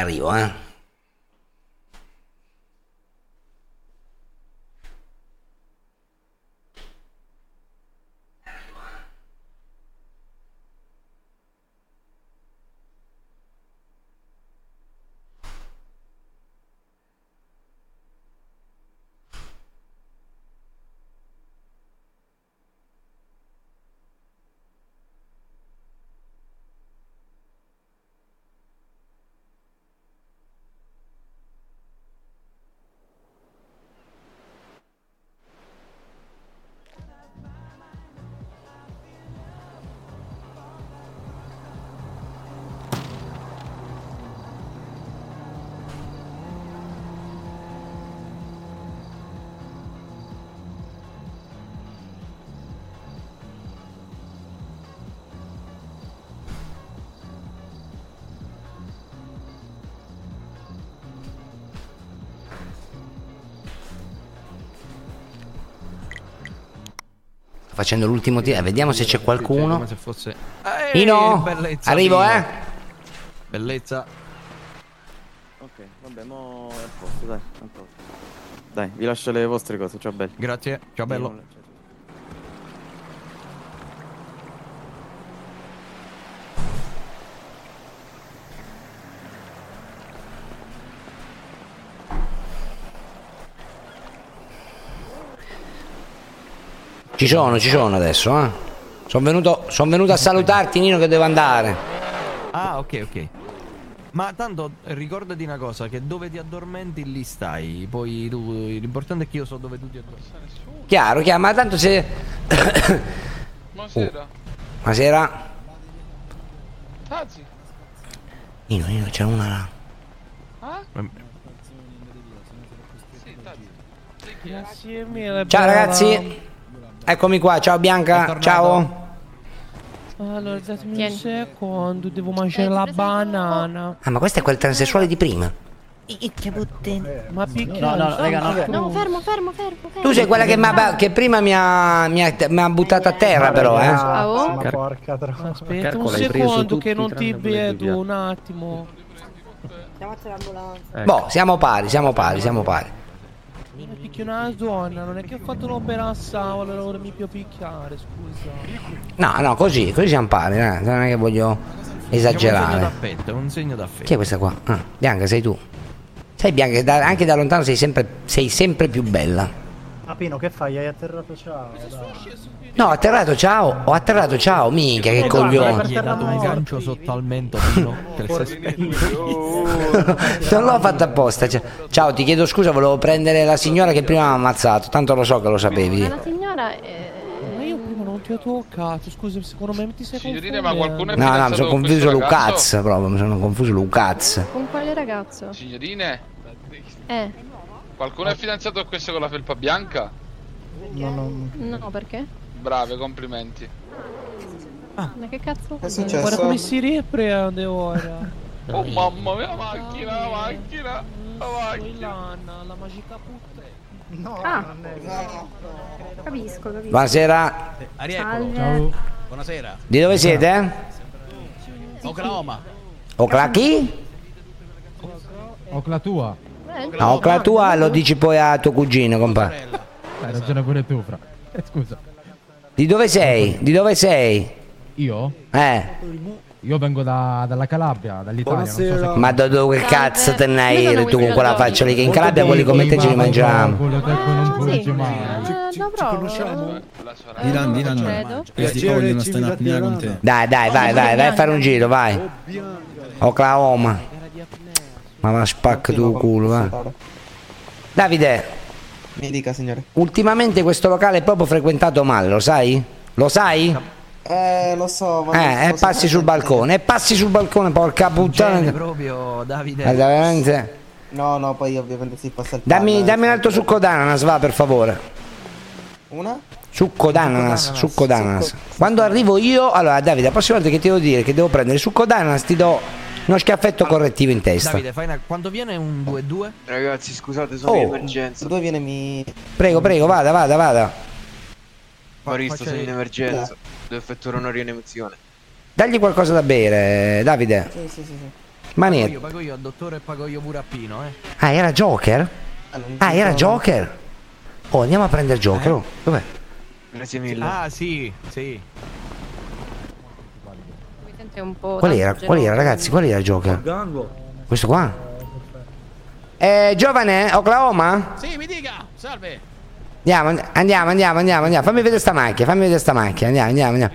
Speaker 2: Arrivo, eh. Sto facendo l'ultimo tiro. eh, Vediamo se c'è qualcuno.
Speaker 4: Come se fosse.
Speaker 2: Nino,
Speaker 4: bellezza,
Speaker 2: arrivo,
Speaker 4: Nino.
Speaker 2: eh.
Speaker 4: Bellezza.
Speaker 13: Ok, vabbè, mo è a posto, dai, è a posto. Dai, vi lascio le vostre cose, ciao belli.
Speaker 4: Grazie, ciao bello.
Speaker 2: Ci sono, ci sono adesso, eh. Sono venuto, son venuto a salutarti, Nino, che devo andare.
Speaker 4: Ah, ok, ok. Ma tanto eh, ricordati una cosa, che dove ti addormenti lì stai. Poi tu, l'importante è che io so dove tu ti addormenti.
Speaker 2: Chiaro, chiaro, ma tanto se. Uh,
Speaker 4: Buonasera.
Speaker 2: Buonasera.
Speaker 41: Tazzi.
Speaker 2: Nino, Nino, c'è una là.
Speaker 41: Ah?
Speaker 27: Eh? Grazie mille.
Speaker 2: Ciao
Speaker 27: brava.
Speaker 2: ragazzi. Eccomi qua, ciao Bianca, ciao.
Speaker 27: Allora, datemi un secondo,
Speaker 3: Eh,
Speaker 27: devo mangiare la banana.
Speaker 2: Ah, ma questo è quel transessuale di prima.
Speaker 12: Che puttana.
Speaker 27: Ma picchia.
Speaker 3: No, no, no, raga, no.
Speaker 8: No, fermo, fermo, fermo.
Speaker 2: Tu sei quella che, m'ha- che prima mi ha, mi, ha, mi ha buttato a terra, però, eh.
Speaker 4: Ah, oh?
Speaker 8: Ciao.
Speaker 14: Ma porca troia.
Speaker 27: Oh. Aspetta un secondo che non ti vedo, un attimo.
Speaker 11: Chiamate l'ambulanza.
Speaker 2: Boh, siamo pari, siamo pari, siamo pari.
Speaker 27: Mi picchia una donna, non è che ho fatto l'opera assavola, allora ora mi più picchiare, scusa.
Speaker 2: No, no, così, così siamo pari, eh. non è che voglio
Speaker 4: È un segno
Speaker 2: esagerare.
Speaker 4: d'affetto, è un segno d'affetto.
Speaker 2: Chi è questa qua? Ah, Bianca, sei tu. Sai Bianca, che da- anche da lontano sei sempre, sei sempre più bella.
Speaker 14: Ah, Pino, che fai? Hai atterrato ciao. dai.
Speaker 2: No, atterrato, ciao. Ho atterrato, ciao. Mica, che
Speaker 4: Ecco,
Speaker 2: coglione.
Speaker 4: Gli hai dato un gancio sotto al mento,
Speaker 27: *laughs*
Speaker 4: Pino. per
Speaker 2: *laughs* Non l'ho fatto apposta. cioè- Ciao, ti chiedo scusa, volevo prendere la signora che prima mi ha ammazzato. Tanto lo so che lo
Speaker 8: Ma
Speaker 2: sapevi.
Speaker 8: la signora eh, è...
Speaker 27: Ma io prima non ti ho toccato, scusa, secondo me ti sei confuso.
Speaker 41: ma qualcuno è
Speaker 2: No, no, mi
Speaker 41: fidanzato
Speaker 2: sono
Speaker 41: con
Speaker 2: confuso
Speaker 41: questo ragazzo?
Speaker 2: Lucaz proprio, mi sono confuso Lucaz.
Speaker 8: Con quale ragazzo?
Speaker 41: Signorine,
Speaker 8: Eh,
Speaker 41: qualcuno è fidanzato a questo con la felpa bianca?
Speaker 14: No, no.
Speaker 8: no, perché?
Speaker 41: Brave, complimenti.
Speaker 8: Ma che cazzo?
Speaker 41: È
Speaker 27: Guarda
Speaker 41: successo?
Speaker 27: come si riprende ora.
Speaker 41: *laughs* Oh mamma mia, la macchina, la macchina, la
Speaker 27: macchina. La magica puttana.
Speaker 14: No,
Speaker 41: Ah.
Speaker 14: non è
Speaker 22: Capisco, capisco.
Speaker 2: Buonasera,
Speaker 43: Eh,
Speaker 17: Ariecolo.
Speaker 2: Ciao.
Speaker 17: Buonasera.
Speaker 2: di dove siete?
Speaker 17: Oklahoma.
Speaker 2: Ocla chi?
Speaker 43: Ocla tua.
Speaker 2: No, Ah, Ocla tua lo dici poi a tuo cugino, compare.
Speaker 43: Hai ragione pure tu, fra. Eh, scusa.
Speaker 2: Di dove sei? Di dove sei?
Speaker 43: Io?
Speaker 2: Eh,
Speaker 43: Io vengo da- dalla Calabria, dall'Italia. non so se-
Speaker 2: ma da dove cazzo te ne hai ido tu con quella faccia lì che in Calabria quelli come te ce li mangiamo?
Speaker 43: Quello
Speaker 41: Ah,
Speaker 43: che non cucci
Speaker 41: Eh,
Speaker 43: mai.
Speaker 8: No,
Speaker 16: eh.
Speaker 8: conosciamo?
Speaker 36: Dilan, Dilan,
Speaker 8: Eh, Credo.
Speaker 36: questi
Speaker 24: eh,
Speaker 36: cavoli una stannatina con te.
Speaker 2: Dai, dai, vai, vai, vai a fare un giro, vai. Oklahoma. Ma la spacca tu culo, va. Davide.
Speaker 16: Mi dica, signore.
Speaker 2: Ultimamente questo locale è proprio frequentato male, lo sai? Lo sai?
Speaker 16: Eh, lo so, ma... non
Speaker 2: Eh, e
Speaker 16: so se-
Speaker 2: passi sul balcone, e passi sul balcone, porca
Speaker 16: Gene,
Speaker 2: puttana.
Speaker 16: proprio Davide.
Speaker 2: Guarda, veramente.
Speaker 16: No, no, poi ovviamente si passa il
Speaker 2: Dammi,
Speaker 16: palo,
Speaker 2: dammi un altro succo d'ananas, va per favore.
Speaker 16: Una?
Speaker 2: Succo d'ananas,
Speaker 16: d'ananas,
Speaker 2: succo d'ananas. Quando arrivo io, allora Davide, la prossima volta che ti devo dire che devo prendere il succo d'ananas, ti do uno schiaffetto correttivo in testa.
Speaker 4: Davide, fai una... quando viene un 2-2?
Speaker 16: Ragazzi, scusate,
Speaker 2: sono Oh. in
Speaker 16: emergenza. Dove viene mi...
Speaker 2: Prego, prego, vada, vada, vada.
Speaker 36: Barista,
Speaker 16: Faccia-
Speaker 36: sono in emergenza. Devo effettuare una rianimazione.
Speaker 2: Dagli qualcosa da bere, Davide.
Speaker 16: Sì, sì, sì, sì.
Speaker 2: Eh. Ma
Speaker 6: Pago
Speaker 2: niente.
Speaker 6: io, pago io al dottore e pago io pure a Pino, eh.
Speaker 2: Ah, era Joker? Ah, era Joker. Oh, andiamo a prendere Joker. oh. Dov'è?
Speaker 56: Grazie
Speaker 6: Ah, sì, sì.
Speaker 34: È un
Speaker 8: Oh,
Speaker 34: po'
Speaker 2: Qual era?
Speaker 34: tanto
Speaker 2: Qual era,
Speaker 34: geloso.
Speaker 2: ragazzi? Qual era Joker?
Speaker 56: Gango.
Speaker 2: Questo qua? Eh, giovane, Oklahoma?
Speaker 13: Sì, mi dica, salve.
Speaker 2: Andiamo, and- andiamo, andiamo, andiamo, andiamo. Fammi vedere sta macchina, fammi vedere sta macchina. Andiamo, andiamo, andiamo.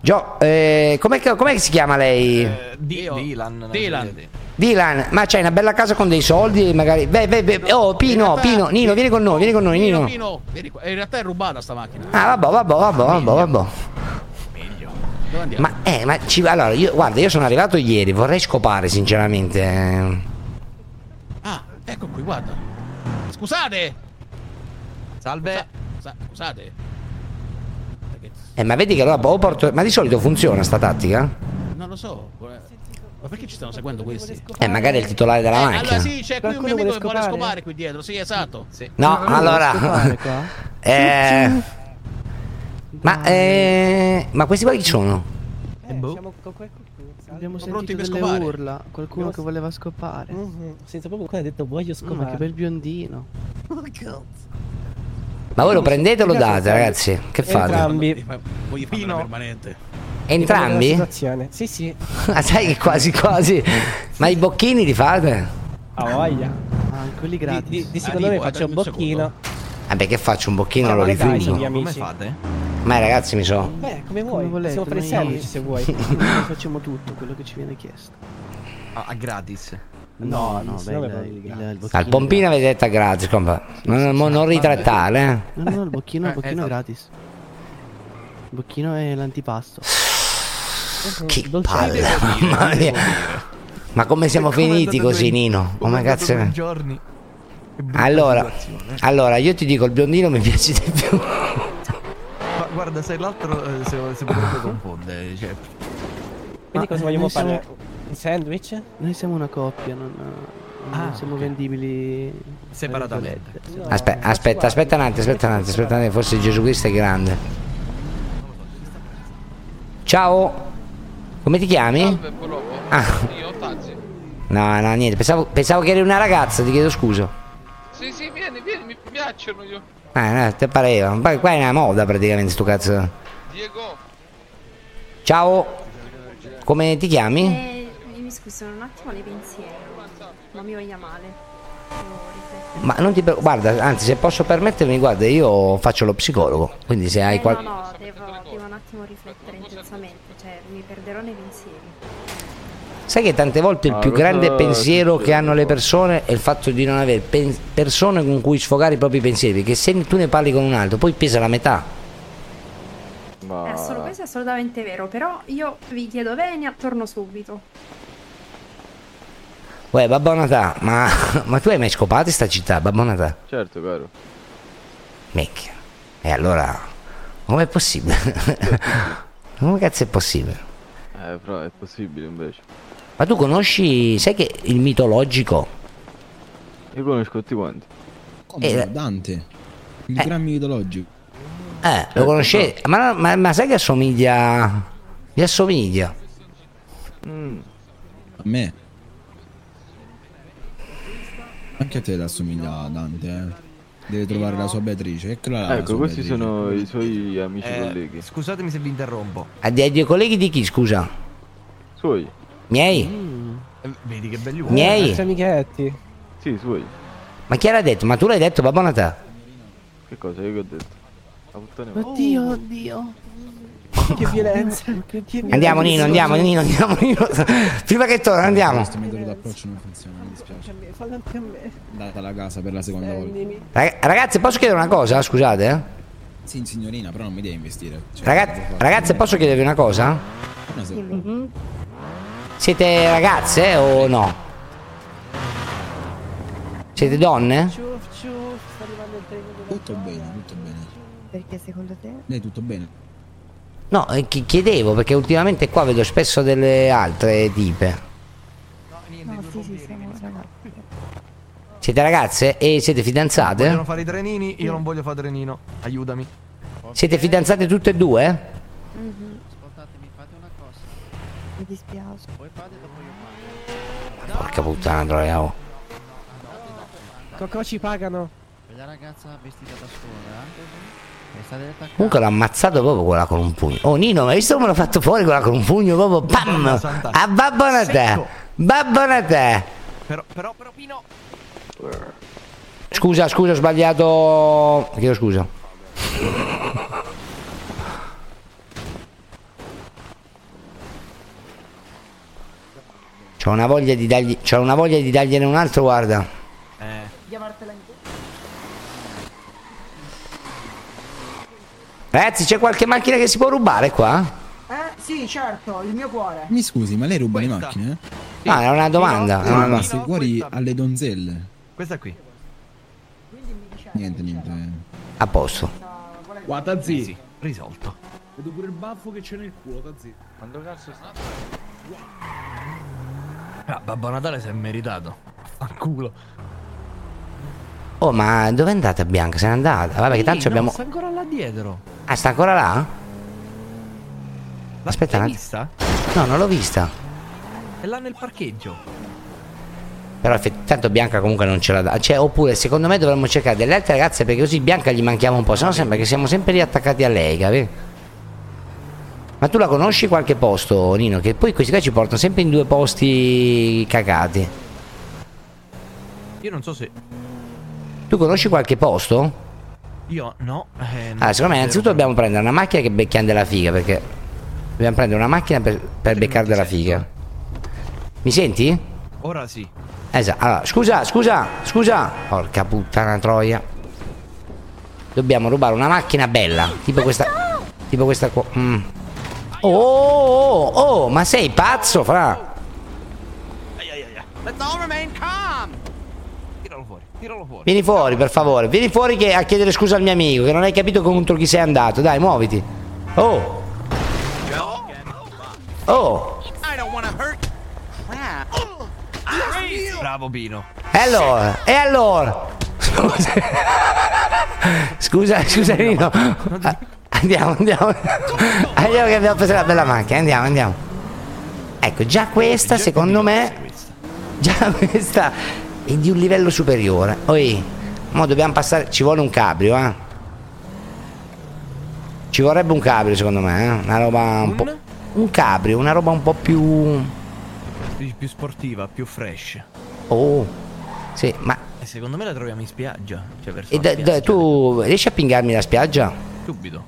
Speaker 2: Gio, eh, com'è, che, com'è che si chiama lei?
Speaker 6: Di- Dylan.
Speaker 13: Dylan.
Speaker 2: Dylan, ma c'hai una bella casa con dei soldi magari. Beh, beh, beh, oh, Pino, Pino, Nino, vieni con noi, vieni con noi, Nino.
Speaker 13: Pino, vieni
Speaker 4: Eh,
Speaker 13: qua. in realtà è rubata sta macchina.
Speaker 2: Ah, vabbè, vabbè, vabbè, vabbè, vabbè.
Speaker 13: Dove andiamo?
Speaker 2: Ma, eh, ma ci, allora, io, guarda, io sono arrivato ieri, vorrei scopare, sinceramente.
Speaker 13: Ah, ecco qui, guarda. Scusate.
Speaker 6: Salve.
Speaker 13: scusate.
Speaker 2: Eh, ma vedi che allora o porto... Ma di solito funziona sta tattica?
Speaker 13: Non lo so. eh. Ma perché ci stanno seguendo questi?
Speaker 2: Eh, magari è il titolare della
Speaker 13: Eh,
Speaker 2: macchina.
Speaker 13: Allora sì, c'è qui un mio amico che vuole scopare qui dietro, sì, esatto.
Speaker 10: Ah,
Speaker 2: No, *laughs* allora... eh... Ma, eh... Ma questi qua chi sono?
Speaker 4: ecco Abbiamo
Speaker 13: pronti
Speaker 4: sentito
Speaker 13: per
Speaker 4: delle
Speaker 13: scopare.
Speaker 4: urla, qualcuno che voleva scopare. Mm-hmm. Senza proprio qua ha detto voglio scopare. Ma che bel biondino.
Speaker 2: Ma voi lo prendete o lo date, ragazzi? Che fate?
Speaker 13: Ma Voglio farla permanente.
Speaker 2: Entrambi?
Speaker 4: Sì, sì.
Speaker 2: *laughs* Ah, sai che quasi quasi... Ma i bocchini li fate?
Speaker 4: Ah, voglia. Ah, quelli gratis. Di, di secondo me
Speaker 13: Arrivo,
Speaker 4: faccio un
Speaker 13: aspetta un
Speaker 4: bocchino.
Speaker 2: Ah, perché faccio un bocchino lo
Speaker 4: Dai,
Speaker 2: rifiuto?
Speaker 4: gli amici.
Speaker 2: Ma eh, ragazzi, mi so...
Speaker 4: Beh, come vuoi. Siamo volete, tre noi- sandwich se
Speaker 2: *laughs*
Speaker 4: vuoi. Noi facciamo tutto quello che ci viene chiesto.
Speaker 6: A,
Speaker 4: Ah,
Speaker 6: a gratis.
Speaker 4: No, no,
Speaker 6: se no
Speaker 4: beh,
Speaker 6: me lo
Speaker 4: dai, il, il bocchino.
Speaker 2: Al pompino avete detto grazie, compa. Non, mo- non eh. ritrattare,
Speaker 4: No, no, il *laughs* bocchino, il bocchino è
Speaker 6: esatto.
Speaker 4: gratis. Il bocchino è l'antipasto.
Speaker 2: Che palle, *laughs* mamma mia. Ma come siamo finiti così, Nino? Come cazzo...
Speaker 6: Dopo due giorni.
Speaker 2: Allora, allora, io ti dico, il biondino mi *laughs* piace di più.
Speaker 6: Ma guarda, se l'altro eh, se, se potrebbe confondere, cioè. eh,
Speaker 4: Quindi cosa vogliamo fare? Un sandwich? Noi siamo una coppia, non, non
Speaker 6: Ah,
Speaker 4: siamo vendibili separatamente.
Speaker 2: Aspe- aspetta, aspetta un attimo, aspetta un attimo, aspetta un attimo, forse Gesù Cristo è grande. Ciao, come ti chiami? Ah,
Speaker 36: Io ottaggi.
Speaker 2: no, no, niente, pensavo, pensavo che eri una ragazza, ti chiedo scusa.
Speaker 36: Sì, sì, vieni, vieni, mi piacciono io.
Speaker 2: Ah, no, te pareva, ma qua è una moda praticamente sto cazzo.
Speaker 36: Diego.
Speaker 2: Ciao, come ti chiami?
Speaker 8: Eh, mi scuso, un attimo nei pensieri. Ma mi voglia male.
Speaker 2: Ma non ti pre- guarda, anzi se posso permettermi, guarda, io faccio lo psicologo, quindi se hai
Speaker 8: Eh, no,
Speaker 2: qualche...
Speaker 8: no, devo, devo un attimo riflettere intensamente. Cioè, mi perderò nei pensieri.
Speaker 2: Sai che tante volte il
Speaker 10: Ah,
Speaker 2: più
Speaker 10: questo
Speaker 2: grande
Speaker 10: è
Speaker 2: pensiero che hanno le persone è il fatto di non avere pen- persone con cui sfogare i propri pensieri, perché se tu ne parli con un altro poi pesa la metà. Ah.
Speaker 8: Eh, assolu- questo è assolutamente vero, però io vi chiedo venia, torno subito.
Speaker 2: Uè, Babbo Natà, ma, *laughs* ma tu hai mai scopato sta città, Babbo Natà?
Speaker 10: Certo, caro.
Speaker 2: Minchia. E allora, com'è possibile? *laughs* Come cazzo è possibile?
Speaker 10: Eh, però è possibile invece.
Speaker 2: Ma tu conosci, sai che il mitologico
Speaker 10: Io conosco tutti quanti.
Speaker 2: Come Eh,
Speaker 10: Dante. Il gran mitologico.
Speaker 2: Eh, lo conoscete? Ma, ma- ma sai che assomiglia. Gli assomiglia.
Speaker 10: Mm. A me. Anche a te assomiglia a Dante, eh. Deve trovare la sua Beatrice. E quella là è la
Speaker 57: Ecco,
Speaker 10: sua
Speaker 57: questi
Speaker 10: Beatrice.
Speaker 57: sono i suoi amici
Speaker 6: Eh,
Speaker 57: colleghi.
Speaker 6: Scusatemi se vi interrompo.
Speaker 2: A dei dei colleghi di chi, scusa?
Speaker 10: Suoi.
Speaker 2: Miei?
Speaker 6: Eh, Vedi che belli uomini.
Speaker 2: Miei?
Speaker 4: Amichetti.
Speaker 10: Sì, suoi.
Speaker 2: Ma chi l'ha detto? Ma tu l'hai detto, Babbo Natà?
Speaker 10: Che cosa? Io che ho detto? La puttana è
Speaker 4: Oddio, oddio. che violenza. che violenza.
Speaker 2: Andiamo Nino, andiamo Nino, andiamo Nino. Prima che torna, andiamo.
Speaker 10: Questo metodo d'approccio non funziona, mi dispiace.
Speaker 4: Fallo anche a me.
Speaker 10: Data la casa per la seconda volta.
Speaker 2: Rag- Ragazzi, posso chiedere una cosa? Scusate. eh?
Speaker 10: Sì, signorina, però non mi devi investire. Cioè,
Speaker 2: Raga- ragazze, posso chiedervi una cosa?
Speaker 10: una se-
Speaker 8: Mm-hmm.
Speaker 2: Siete ragazze eh, o no? Siete donne?
Speaker 4: Ciuf, ciuf, sta arrivando il treno della
Speaker 10: Tutto bene, tutto bene.
Speaker 8: Perché secondo te?
Speaker 10: Lei tutto bene?
Speaker 2: No, eh, chi- chiedevo perché ultimamente qua vedo spesso delle altre tipe.
Speaker 8: No, sì, sì, siamo ragazzi.
Speaker 2: Siete ragazze e
Speaker 6: Vogliono
Speaker 2: siete fidanzate?
Speaker 6: fare i trenini, io non voglio fare trenino. Aiutami.
Speaker 2: Siete fidanzate tutte e due?
Speaker 8: Mhm.
Speaker 22: Ascoltatemi, fate una cosa.
Speaker 1: Mm-hmm. Mi dispiace.
Speaker 2: Porca puttana, raga. oh.
Speaker 27: Cocco ci pagano.
Speaker 3: Quella ragazza vestita da eh? scuola è stata attaccata.
Speaker 2: Comunque l'ha ammazzato proprio quella con un pugno. Oh Nino, ma hai visto come l'ha fatto fuori quella con un pugno? Proprio pam! A babbo Natale! Babbo Natale!
Speaker 4: Però, però, però, Pino.
Speaker 2: Scusa, scusa, ho sbagliato. Chiedo scusa. C'ho una voglia di dargli. C'ho una voglia di dargliene un altro, guarda.
Speaker 4: Eh.
Speaker 1: Chiamartela in culo.
Speaker 2: Ragazzi, c'è qualche macchina che si può rubare qua?
Speaker 1: Eh? Sì, certo, il mio cuore.
Speaker 28: Mi scusi, ma lei ruba le macchine?
Speaker 2: No, Ah, è una domanda. è una
Speaker 28: Ma
Speaker 2: domanda.
Speaker 28: se cuori alle donzelle.
Speaker 4: Questa qui.
Speaker 28: Niente, niente.
Speaker 2: A posto.
Speaker 17: Qua Tazzi.
Speaker 4: Risolto.
Speaker 17: Vedo pure il baffo che c'è nel culo, Tazzi. Quando cazzo sta?
Speaker 4: Ah, Babbo Natale si è meritato. Fanculo.
Speaker 2: Oh, ma dove è andata Bianca? Se n'è andata. Ah, Vabbè, che tanto
Speaker 4: Sì, no,
Speaker 2: abbiamo.
Speaker 4: Sta ancora là dietro.
Speaker 2: Ah, sta ancora là? Aspetta,
Speaker 4: l'hai
Speaker 2: un attimo. No, non l'ho vista.
Speaker 4: È là nel parcheggio.
Speaker 2: Però effe- tanto Bianca comunque non ce la dà. Cioè, oppure secondo me dovremmo cercare delle altre ragazze perché così Bianca gli manchiamo un po'. Sennò sembra che siamo sempre lì attaccati a lei, capi? Ma tu la conosci qualche posto, Nino? Che poi questi qua ci portano sempre in due posti cacati.
Speaker 4: Io non so se.
Speaker 2: Tu conosci qualche posto?
Speaker 4: Io no. eh, non
Speaker 2: Allora, Ah, secondo me
Speaker 4: so se-
Speaker 2: innanzitutto dobbiamo prendere una macchina che becchiamo della figa perché dobbiamo prendere una macchina per, per beccare della figa. Mi senti?
Speaker 4: Ora sì.
Speaker 2: Esatto. Allora, scusa, scusa, scusa. Porca puttana troia. Dobbiamo rubare una macchina bella, tipo questa tipo questa qua. Mm. Oh, oh, oh, oh, ma sei pazzo, fra.
Speaker 41: Let's over, man, calm! Tiralo fuori, tiralo fuori.
Speaker 2: Vieni fuori, per favore. Vieni fuori che a chiedere scusa al mio amico che non hai capito contro chi sei andato. Dai, muoviti. Oh, oh.
Speaker 41: I don't wanna hurt. Ah. Crap.
Speaker 4: Bravo Pino.
Speaker 2: E allora? E allora? Scusa, scusa, scusa Nino. Ah, Andiamo, andiamo. Andiamo che abbiamo preso la bella macchina, andiamo, andiamo. Ecco, già questa secondo me... Già *laughs* questa è di un livello superiore. Oi, mo dobbiamo passare... Ci vuole un cabrio, eh. Ci vorrebbe un cabrio secondo me, eh. Una roba un po'... Un cabrio, una roba un po' più...
Speaker 4: Più più sportiva, più fresh.
Speaker 2: Oh. Sì, ma...
Speaker 4: E secondo me la troviamo in spiaggia. Cioè, verso
Speaker 2: e
Speaker 4: la
Speaker 2: da-
Speaker 4: spiaggia.
Speaker 2: da- tu riesci a pingarmi la spiaggia?
Speaker 4: Subito.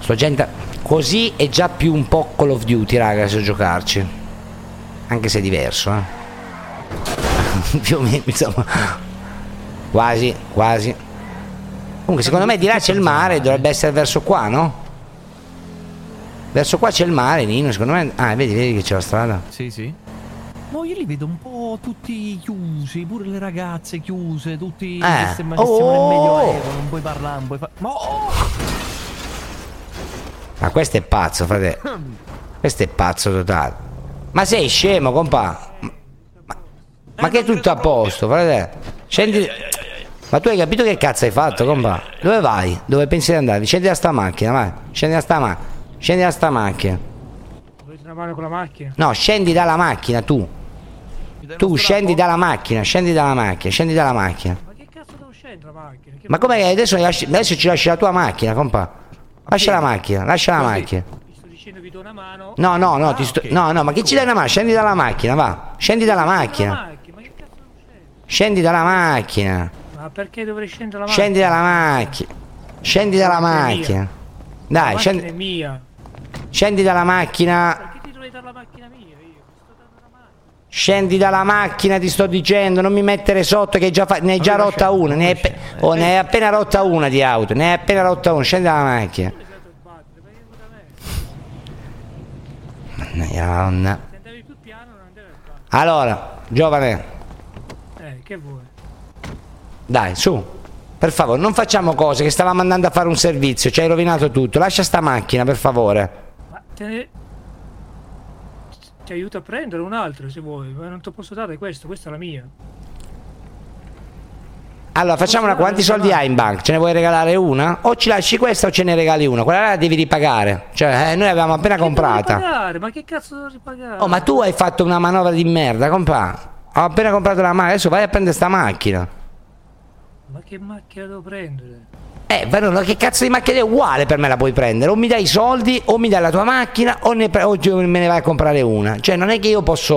Speaker 2: Sto gente. Così è già più un po' Call of Duty, raga, se giocarci. Anche se è diverso, eh. *laughs* più o meno, insomma. Quasi, quasi. Comunque, secondo me di là c'è il mare, dovrebbe essere verso qua, no? Verso qua c'è il mare, Nino, secondo me. Ah, vedi, vedi che c'è la strada.
Speaker 4: Sì, sì. No, io li vedo un po' tutti chiusi, pure le ragazze chiuse, tutti
Speaker 2: Eh.
Speaker 4: che sembra che
Speaker 2: Oh!
Speaker 4: siamo nel medioevo, non puoi parlare, non puoi fare. Ma oh!
Speaker 2: Ma questo è pazzo, frate. Questo è pazzo totale. Ma sei scemo, compà. Ma, ma che è tutto a posto, frate. Scendi. Ma tu hai capito che cazzo hai fatto, compà? Dove vai? Dove pensi di andare? Scendi da sta macchina, vai. Scendi da sta macchina. Scendi da sta macchina.
Speaker 10: Volete una mano con la macchina?
Speaker 2: No, scendi dalla macchina tu. Tu scendi dalla macchina, scendi dalla macchina, scendi dalla macchina.
Speaker 10: Non scende la macchina. Che
Speaker 2: Ma come adesso, lasci- adesso ci lasci la tua macchina, compà? Lascia la macchina, lascia la macchina.
Speaker 10: sto dicendo? Vi do una mano.
Speaker 2: No,
Speaker 10: Ah,
Speaker 2: no, no, ti sto... no, no, ma che ci dai una mano? Scendi dalla macchina, va. Scendi dalla macchina. Scendi dalla macchina.
Speaker 10: Ma perché dovrei scendere la macchina?
Speaker 2: Scendi dalla macchina. Scendi dalla macchina.
Speaker 10: La
Speaker 2: Dai,
Speaker 10: macchina
Speaker 2: scendi,
Speaker 10: è mia.
Speaker 2: scendi dalla macchina.
Speaker 10: Perché ti dovrei dare la macchina mia? Io?
Speaker 2: Scendi dalla macchina, ti sto dicendo. Non mi mettere sotto che hai già fa- ne hai già rotta una. Ne hai, pe- oh, ne hai appena rotta una di auto. Ne hai appena rotta una. Scendi dalla macchina. Mannaggia, la donna. Allora, giovane.
Speaker 10: Eh, che vuoi?
Speaker 2: Dai, su. Per favore, non facciamo cose che stavamo andando a fare un servizio, ci hai rovinato tutto. Lascia sta macchina, per favore.
Speaker 10: Ma te ne... Ti aiuto a prendere un altro se vuoi, ma non ti posso dare questo, questa è la mia.
Speaker 2: Allora, facciamo una. Quanti soldi hai in banca? Ce ne vuoi regalare una? O ci lasci questa o ce ne regali una? Quella là la devi ripagare. Cioè, eh, noi l'avevamo appena comprata.
Speaker 10: Pagare, ma che cazzo devo ripagare?
Speaker 2: Oh, ma tu hai fatto una manovra di merda, compà. Ho appena comprato la macchina, adesso vai a prendere sta macchina.
Speaker 10: Ma che macchina devo prendere?
Speaker 2: Eh, Verona, che cazzo di macchina è uguale per me la puoi prendere? O mi dai i soldi, o mi dai la tua macchina, o, ne pre- o gi- me ne vai a comprare una. Cioè, non è che io posso.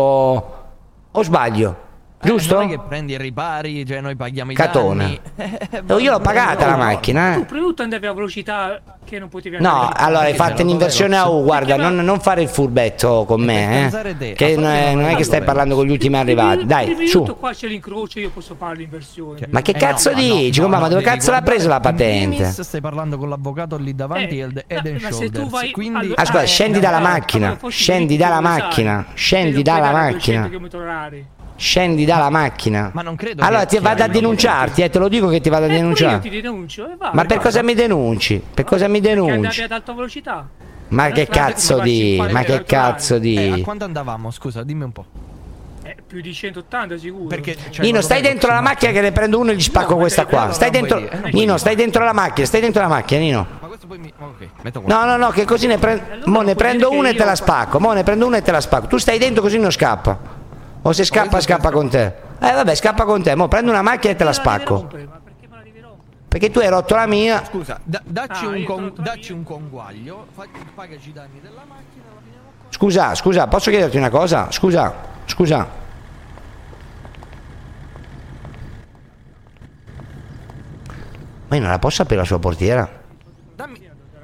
Speaker 2: O sbaglio. Eh, Giusto?
Speaker 4: Non è che prendi i ripari, cioè noi paghiamo i
Speaker 2: Catone.
Speaker 4: danni.
Speaker 8: Eh,
Speaker 2: Oh, io l'ho pagata la macchina,
Speaker 10: Tu
Speaker 2: eh.
Speaker 10: prima tutto andavi a velocità che non potevi
Speaker 2: No,
Speaker 10: andare.
Speaker 2: allora hai fatto un'inversione a U, guarda, non, non fare il furbetto con me,
Speaker 10: pensare te,
Speaker 2: eh. Che
Speaker 10: a
Speaker 2: non
Speaker 10: farti
Speaker 2: è, non è che stai
Speaker 10: lavorare.
Speaker 2: parlando con gli ultimi arrivati. Dai,
Speaker 10: Dimmi
Speaker 2: su.
Speaker 10: tutto, qua c'è l'incrocio, io posso fare l'inversione.
Speaker 2: Cioè, Ma che
Speaker 10: Eh,
Speaker 2: cazzo
Speaker 10: no, ma no,
Speaker 2: dici?
Speaker 10: no,
Speaker 2: compa? ma
Speaker 10: no,
Speaker 2: dove
Speaker 10: devi
Speaker 2: cazzo l'ha presa la
Speaker 4: In
Speaker 2: patente?
Speaker 4: primis stai parlando con l'avvocato lì davanti
Speaker 10: Eh,
Speaker 4: ed
Speaker 10: ma-
Speaker 4: Head and
Speaker 10: ma se tu
Speaker 4: Shoulders,
Speaker 10: vai-
Speaker 4: quindi
Speaker 10: allora-
Speaker 2: Ascolta,
Speaker 10: Ah, eh,
Speaker 2: scendi
Speaker 10: no,
Speaker 2: dalla
Speaker 10: no,
Speaker 2: macchina,
Speaker 10: proprio fossi
Speaker 2: scendi
Speaker 10: dritto
Speaker 2: dalla
Speaker 10: come sai.
Speaker 2: macchina, scendi
Speaker 10: Vedo
Speaker 2: dalla
Speaker 10: pedale a 200
Speaker 2: macchina,
Speaker 10: chilometri orari.
Speaker 2: scendi dalla macchina.
Speaker 4: non credo
Speaker 2: Allora
Speaker 4: che
Speaker 2: ti
Speaker 4: sia
Speaker 2: vado a
Speaker 4: arrivato
Speaker 2: denunciarti, eh, te lo dico che ti vado a
Speaker 10: Eppure io ti
Speaker 2: denunciare.
Speaker 10: denuncio e vai.
Speaker 2: Ma per cosa mi denunci? Per cosa mi
Speaker 10: Che
Speaker 2: denunci?
Speaker 10: andavi ad alta velocità?
Speaker 2: Ma
Speaker 10: Non
Speaker 2: che
Speaker 10: stai-
Speaker 2: cazzo
Speaker 10: come faccio a
Speaker 2: di,
Speaker 10: fare
Speaker 2: ma
Speaker 10: per
Speaker 2: che
Speaker 10: alto orario?
Speaker 2: cazzo
Speaker 4: Eh, a
Speaker 2: di.
Speaker 4: quanto andavamo? Scusa, dimmi un po'.
Speaker 10: Eh, più di 180 sicuro. Cioè, Perché
Speaker 4: Cioè,
Speaker 2: Nino, stai dentro la macchina che ne prendo uno e gli spacco questa qua. Stai dentro. Nino, stai dentro la macchina, stai dentro la macchina, Nino.
Speaker 4: Ok, metto qua.
Speaker 2: No, no, no, che così ne, pre- mo ne prendo una e te la spacco. Mo ne prendo una e te la spacco. Tu stai dentro così non scappa. O se scappa, scappa con te. Eh, vabbè, scappa con te. Mo prendo una macchina e te la spacco. Perché tu hai rotto la mia.
Speaker 4: Scusa, da-
Speaker 10: Ah,
Speaker 4: dacci, un con- dacci un conguaglio, fa- pagaci i danni della macchina.
Speaker 2: Scusa, scusa, posso chiederti una cosa? Scusa, scusa. Ma io non la posso aprire la sua portiera?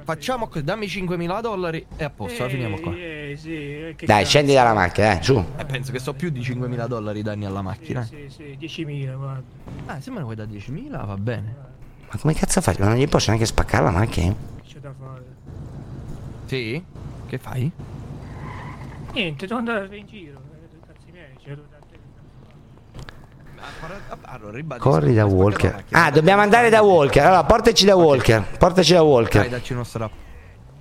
Speaker 4: Facciamo così, dammi 5.000 dollari e a posto, la finiamo qua.
Speaker 10: Eh, sì, eh, che
Speaker 2: Dai,
Speaker 10: cazzo.
Speaker 2: scendi dalla macchina, eh, su.
Speaker 4: Eh, penso che so più di 5.000 dollari i danni alla macchina. eh.
Speaker 10: Sì, sì, 10.000, guarda.
Speaker 4: Ah, se me ne vuoi da 10.000 va bene.
Speaker 2: Ma come cazzo faccio? Ma non gli posso neanche spaccare la macchina?
Speaker 10: Eh, C'è da fare.
Speaker 4: Sì? Che fai?
Speaker 10: Niente, devo andare in giro. eh, Cazzi miei, cioè, devo andare-
Speaker 4: Allora, ribadisco.
Speaker 2: Corri da Walker. Ah, dobbiamo andare da Walker. Allora, portaci da Walker. Portaci da
Speaker 4: Dai,
Speaker 2: Walker.
Speaker 4: dacci uno strappo.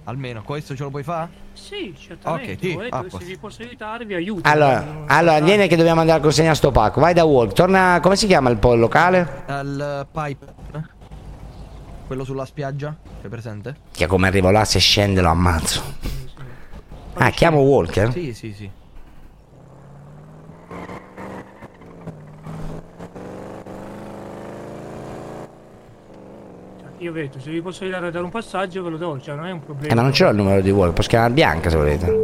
Speaker 4: Almeno questo ce lo puoi fare?
Speaker 10: Sì, certamente.
Speaker 4: Ok, sì,
Speaker 10: ho detto
Speaker 4: a
Speaker 10: che se
Speaker 4: posto.
Speaker 10: vi posso aiutare, vi aiuto.
Speaker 2: Allora, allora vieni che dobbiamo andare a consegnare sto pacco. Vai da Walker. Torna. Come si chiama il po' il locale?
Speaker 4: Al eh, pipe. eh? Quello sulla spiaggia? C'è presente?
Speaker 2: Che come arrivo là, se scende lo ammazzo. Ah, chiamo Walker?
Speaker 4: Sì, sì, sì.
Speaker 10: Cioè, Io vedo, se vi posso aiutare a dare un passaggio, ve lo do. Cioè, non è un problema.
Speaker 2: Eh, ma non ce l'ho il numero di Walker. Posso chiamare Bianca se volete.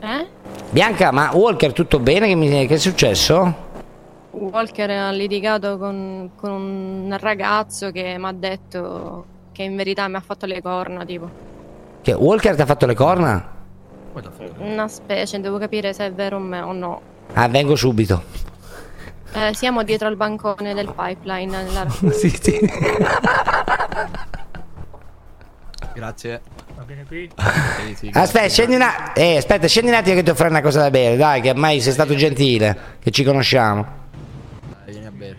Speaker 8: Eh?
Speaker 2: Bianca, ma Walker tutto bene? Che, mi- che è successo?
Speaker 8: Walker ha litigato con, con un ragazzo che mi ha detto che in verità mi ha fatto le corna, tipo.
Speaker 2: Che Walker ti ha fatto le corna?
Speaker 8: Una specie, devo capire se è vero o me- o no.
Speaker 2: Ah, vengo subito.
Speaker 8: Eh, siamo dietro al bancone del pipeline. nella-
Speaker 2: *laughs* Sì, sì.
Speaker 4: Grazie.
Speaker 10: Va bene qui?
Speaker 4: *laughs* Sì, sì,
Speaker 2: Aspetta, scendi un attimo. Eh, aspetta, scendi un attimo che ti offro una cosa da bere. Dai, che ormai sei stato gentile. Che ci conosciamo.
Speaker 4: Dai, vieni a bere.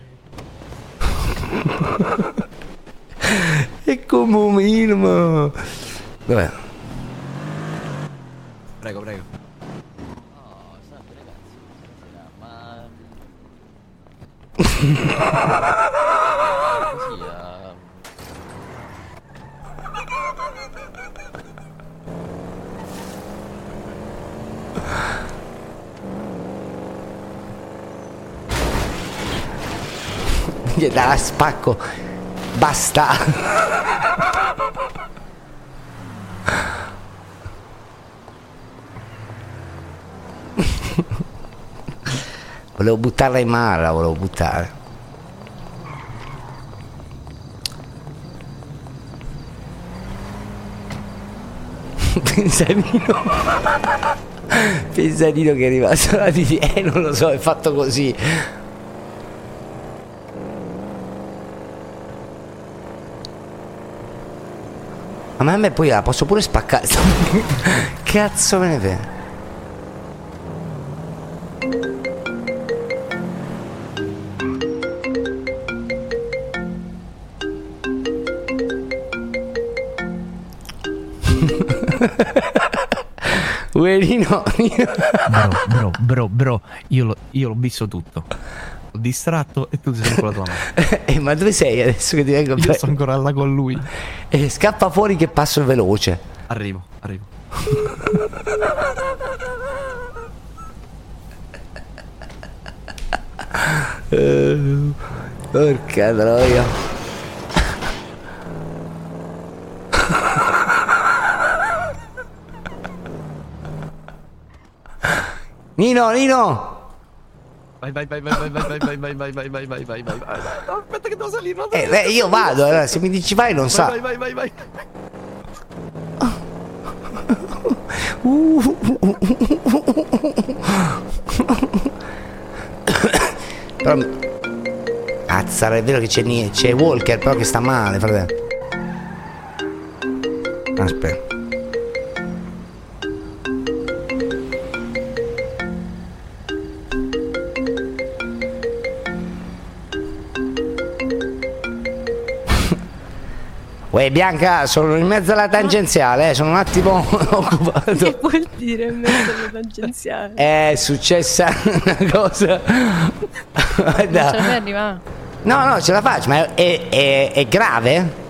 Speaker 2: E come un minimo. Dov'è?
Speaker 4: Prego, prego.
Speaker 2: Dalla spacco. Basta. Volevo buttarla in mare, la volevo buttare. Pensarino. Pensarino che è rimasto là di eh non lo so, è fatto così. Ma a me poi la posso pure spaccare. *laughs* Cazzo me ne frega. *laughs* Uerino.
Speaker 4: Bro, bro, bro, bro, io, l'ho- io l'ho visto tutto. Ho distratto e tu sei con la
Speaker 2: *laughs*
Speaker 4: tua mano.
Speaker 2: Eh, ma dove sei adesso che ti vengo a
Speaker 4: Io
Speaker 2: prendere?
Speaker 4: sono ancora là con lui.
Speaker 2: E scappa fuori che passo veloce.
Speaker 4: Arrivo, arrivo.
Speaker 2: Eh, Porca troia. Nino, Nino!
Speaker 4: Vai, vai, vai, vai, vai, vai, vai, vai, vai, vai, vai, vai, vai, vai, vai. Aspetta che devo salire. no, no,
Speaker 2: Eh, beh, io vado, allora, se mi dici vai non
Speaker 4: vai,
Speaker 2: sa.
Speaker 4: Vai, vai, vai, vai.
Speaker 34: Uh, *coughs*
Speaker 2: Però... Cazzara, è vero che c'è, nie- c'è Walker, però che sta male, fratello. Aspetta. *laughs* Uè Bianca, sono in mezzo alla tangenziale, eh, sono un attimo *laughs* occupato.
Speaker 8: Vuol dire in mezzo alla tangenziale.
Speaker 2: È successa *laughs* una cosa.
Speaker 8: Non
Speaker 2: Guarda.
Speaker 8: ce la fai arrivare.
Speaker 2: No, no, ce la faccio, ma è, è- è grave?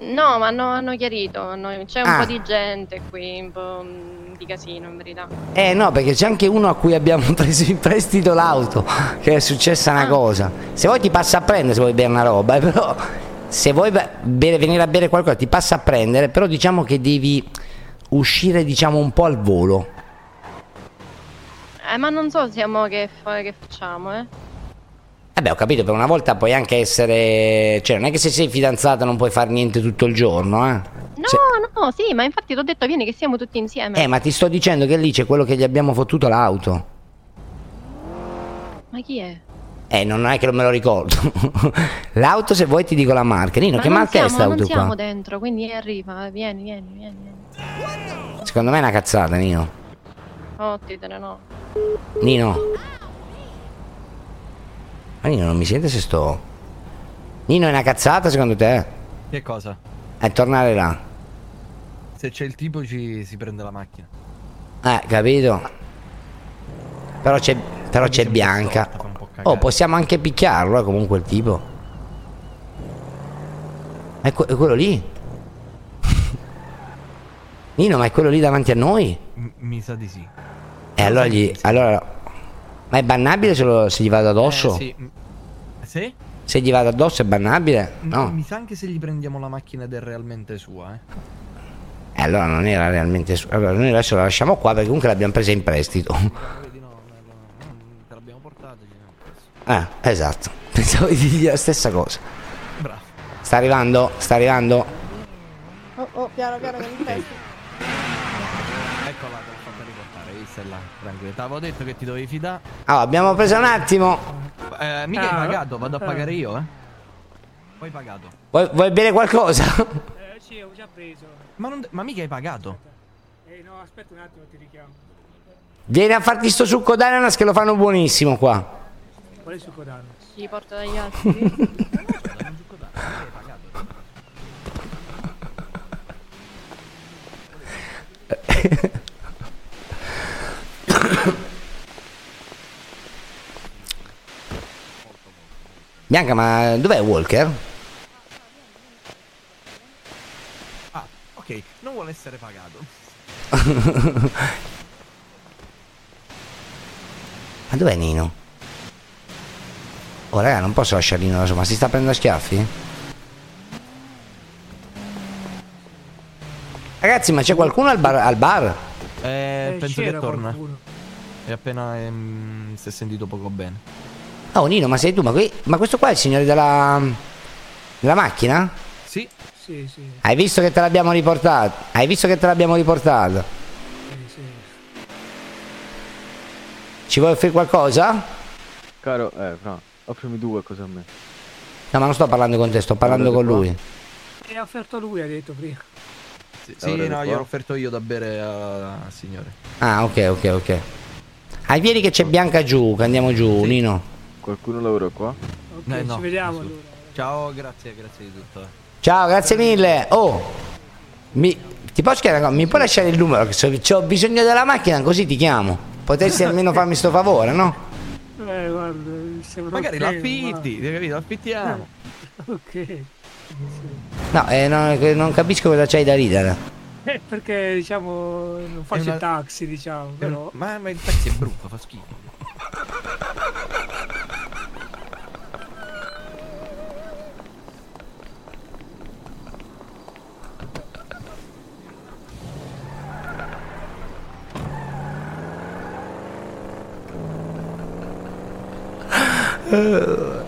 Speaker 8: No, ma hanno- hanno chiarito. hanno- C'è un
Speaker 2: Ah.
Speaker 8: po' di gente qui, un po' mh, di casino in verità.
Speaker 2: Eh no, perché c'è anche uno a cui abbiamo *laughs* preso in prestito l'auto, che è successa una cosa. Se vuoi ti passa a prendere se vuoi bere una roba, eh, però se vuoi be- bere- venire a bere qualcosa ti passa a prendere, però diciamo che devi uscire diciamo un po' al volo.
Speaker 8: Eh, ma non so siamo che, fa- che facciamo, eh.
Speaker 2: Eh beh, ho capito, per una volta puoi anche essere... Cioè, non è che se sei fidanzata non puoi fare niente tutto il giorno, eh.
Speaker 8: No, no, sì, ma infatti ti ho detto vieni che siamo tutti insieme.
Speaker 2: Eh, ma ti sto dicendo che lì c'è quello che gli abbiamo fottuto l'auto.
Speaker 8: Ma chi è?
Speaker 2: Eh, non è che me lo ricordo. *laughs* l'auto, se vuoi, ti dico la marca. Nino,
Speaker 8: ma
Speaker 2: che
Speaker 8: non
Speaker 2: marca
Speaker 8: siamo,
Speaker 2: è sta
Speaker 8: non
Speaker 2: auto
Speaker 8: siamo
Speaker 2: qua?
Speaker 8: dentro, quindi arriva, vieni, vieni, vieni. vieni.
Speaker 2: Secondo me è una cazzata, Nino.
Speaker 8: Fottitene, no.
Speaker 2: Nino. Ma Nino, non mi sente se sto. Nino, è una cazzata, secondo te?
Speaker 4: Che cosa?
Speaker 2: È tornare là.
Speaker 4: Se c'è il tipo ci si prende la macchina.
Speaker 2: Eh, capito? Però c'è, però c'è Bianca. Oh, possiamo anche picchiarlo, eh, comunque il tipo. È, que- è quello lì. *laughs* Nino, ma è quello lì davanti a noi?
Speaker 4: M- mi sa di sì.
Speaker 2: E allora gli... Allora... Ma è bannabile se, lo- se gli vado addosso?
Speaker 4: Eh, sì. M- Sì?
Speaker 2: Se gli vado addosso è bannabile?
Speaker 4: M-
Speaker 2: No.
Speaker 4: Mi sa anche se gli prendiamo la macchina ed è realmente sua, eh.
Speaker 2: E allora non era realmente... su- Allora noi adesso la lasciamo qua perché comunque l'abbiamo presa in prestito. *laughs*
Speaker 4: Te l'abbiamo portata.
Speaker 2: Eh, esatto. *laughs* Pensavo di dire la stessa cosa.
Speaker 4: Bravo.
Speaker 2: Sta arrivando, sta arrivando.
Speaker 1: Oh, oh, piano, piano, con il testo.
Speaker 4: Eccola, te l'ho fatta riportare, hai visto È là, tranquillo. T'avevo detto che ti dovevi fidare.
Speaker 2: Allora, abbiamo preso un attimo.
Speaker 4: Eh, mica hai
Speaker 10: Ah,
Speaker 4: pagato, vado a
Speaker 10: eh.
Speaker 4: pagare io, eh. Poi pagato.
Speaker 2: Vuoi, vuoi bere qualcosa? *laughs*
Speaker 10: Eh, sì, ho già preso.
Speaker 4: Ma, non- ma mica hai pagato.
Speaker 10: Eh, no, aspetta un attimo, ti richiamo.
Speaker 2: Vieni a farti sto succo d'ananas che lo fanno buonissimo qua.
Speaker 10: Qual è il suo codano?
Speaker 8: Ci porto
Speaker 10: *laughs*
Speaker 8: dagli altri.
Speaker 2: Bianca, ma dov'è Walker?
Speaker 4: Ah, ok, non vuole essere pagato.
Speaker 2: *laughs* ma dov'è Nino? Oh raga, non posso lasciare Nino da solo, ma si sta prendendo a schiaffi? Ragazzi, ma c'è qualcuno al bar? Al bar?
Speaker 4: Eh, penso che
Speaker 10: c'era
Speaker 4: torna.
Speaker 10: qualcuno.
Speaker 4: E appena ehm, si è sentito poco bene.
Speaker 2: Oh Nino, ma sei tu? Ma, qui- ma questo qua è il signore della... della macchina?
Speaker 4: Sì.
Speaker 10: Sì, sì,
Speaker 2: Hai visto che te l'abbiamo riportato? Hai visto che te l'abbiamo riportato?
Speaker 10: sì, sì.
Speaker 2: Ci vuoi offrire qualcosa?
Speaker 15: Caro, eh, no, offrimi due cose a me.
Speaker 2: No, ma non sto parlando con te, sto parlando con lui.
Speaker 10: E ha offerto lui, ha detto prima.
Speaker 4: Sì,
Speaker 2: Ora di
Speaker 4: no,
Speaker 2: qua.
Speaker 4: gliel'ho offerto io da bere al signore.
Speaker 2: Ah, ok, ok, ok. Ah, vieni che c'è Bianca giù, che andiamo giù, Nino.
Speaker 15: Qualcuno lavora qua?
Speaker 10: Ok,
Speaker 4: Eh, no,
Speaker 10: ci vediamo
Speaker 4: nessuno.
Speaker 10: allora.
Speaker 4: Ciao, grazie, grazie di tutto. eh.
Speaker 2: Ciao, grazie mille. Oh, mi- Ti posso chiedere una cosa? Mi puoi lasciare il numero? Ho bisogno della macchina, così ti chiamo. Potresti almeno farmi sto favore, no?
Speaker 10: Eh, guarda, sembra
Speaker 4: Magari
Speaker 10: ok,
Speaker 4: la
Speaker 10: ma-
Speaker 4: l'affitti, hai capito? Affittiamo.
Speaker 10: *laughs* Ok.
Speaker 2: No, eh, no, eh, non capisco cosa c'hai da ridere.
Speaker 10: Eh, perché diciamo non faccio
Speaker 4: una-
Speaker 10: i taxi, diciamo, però.
Speaker 4: Ma, ma il taxi è brutto, fa schifo.
Speaker 2: Eh.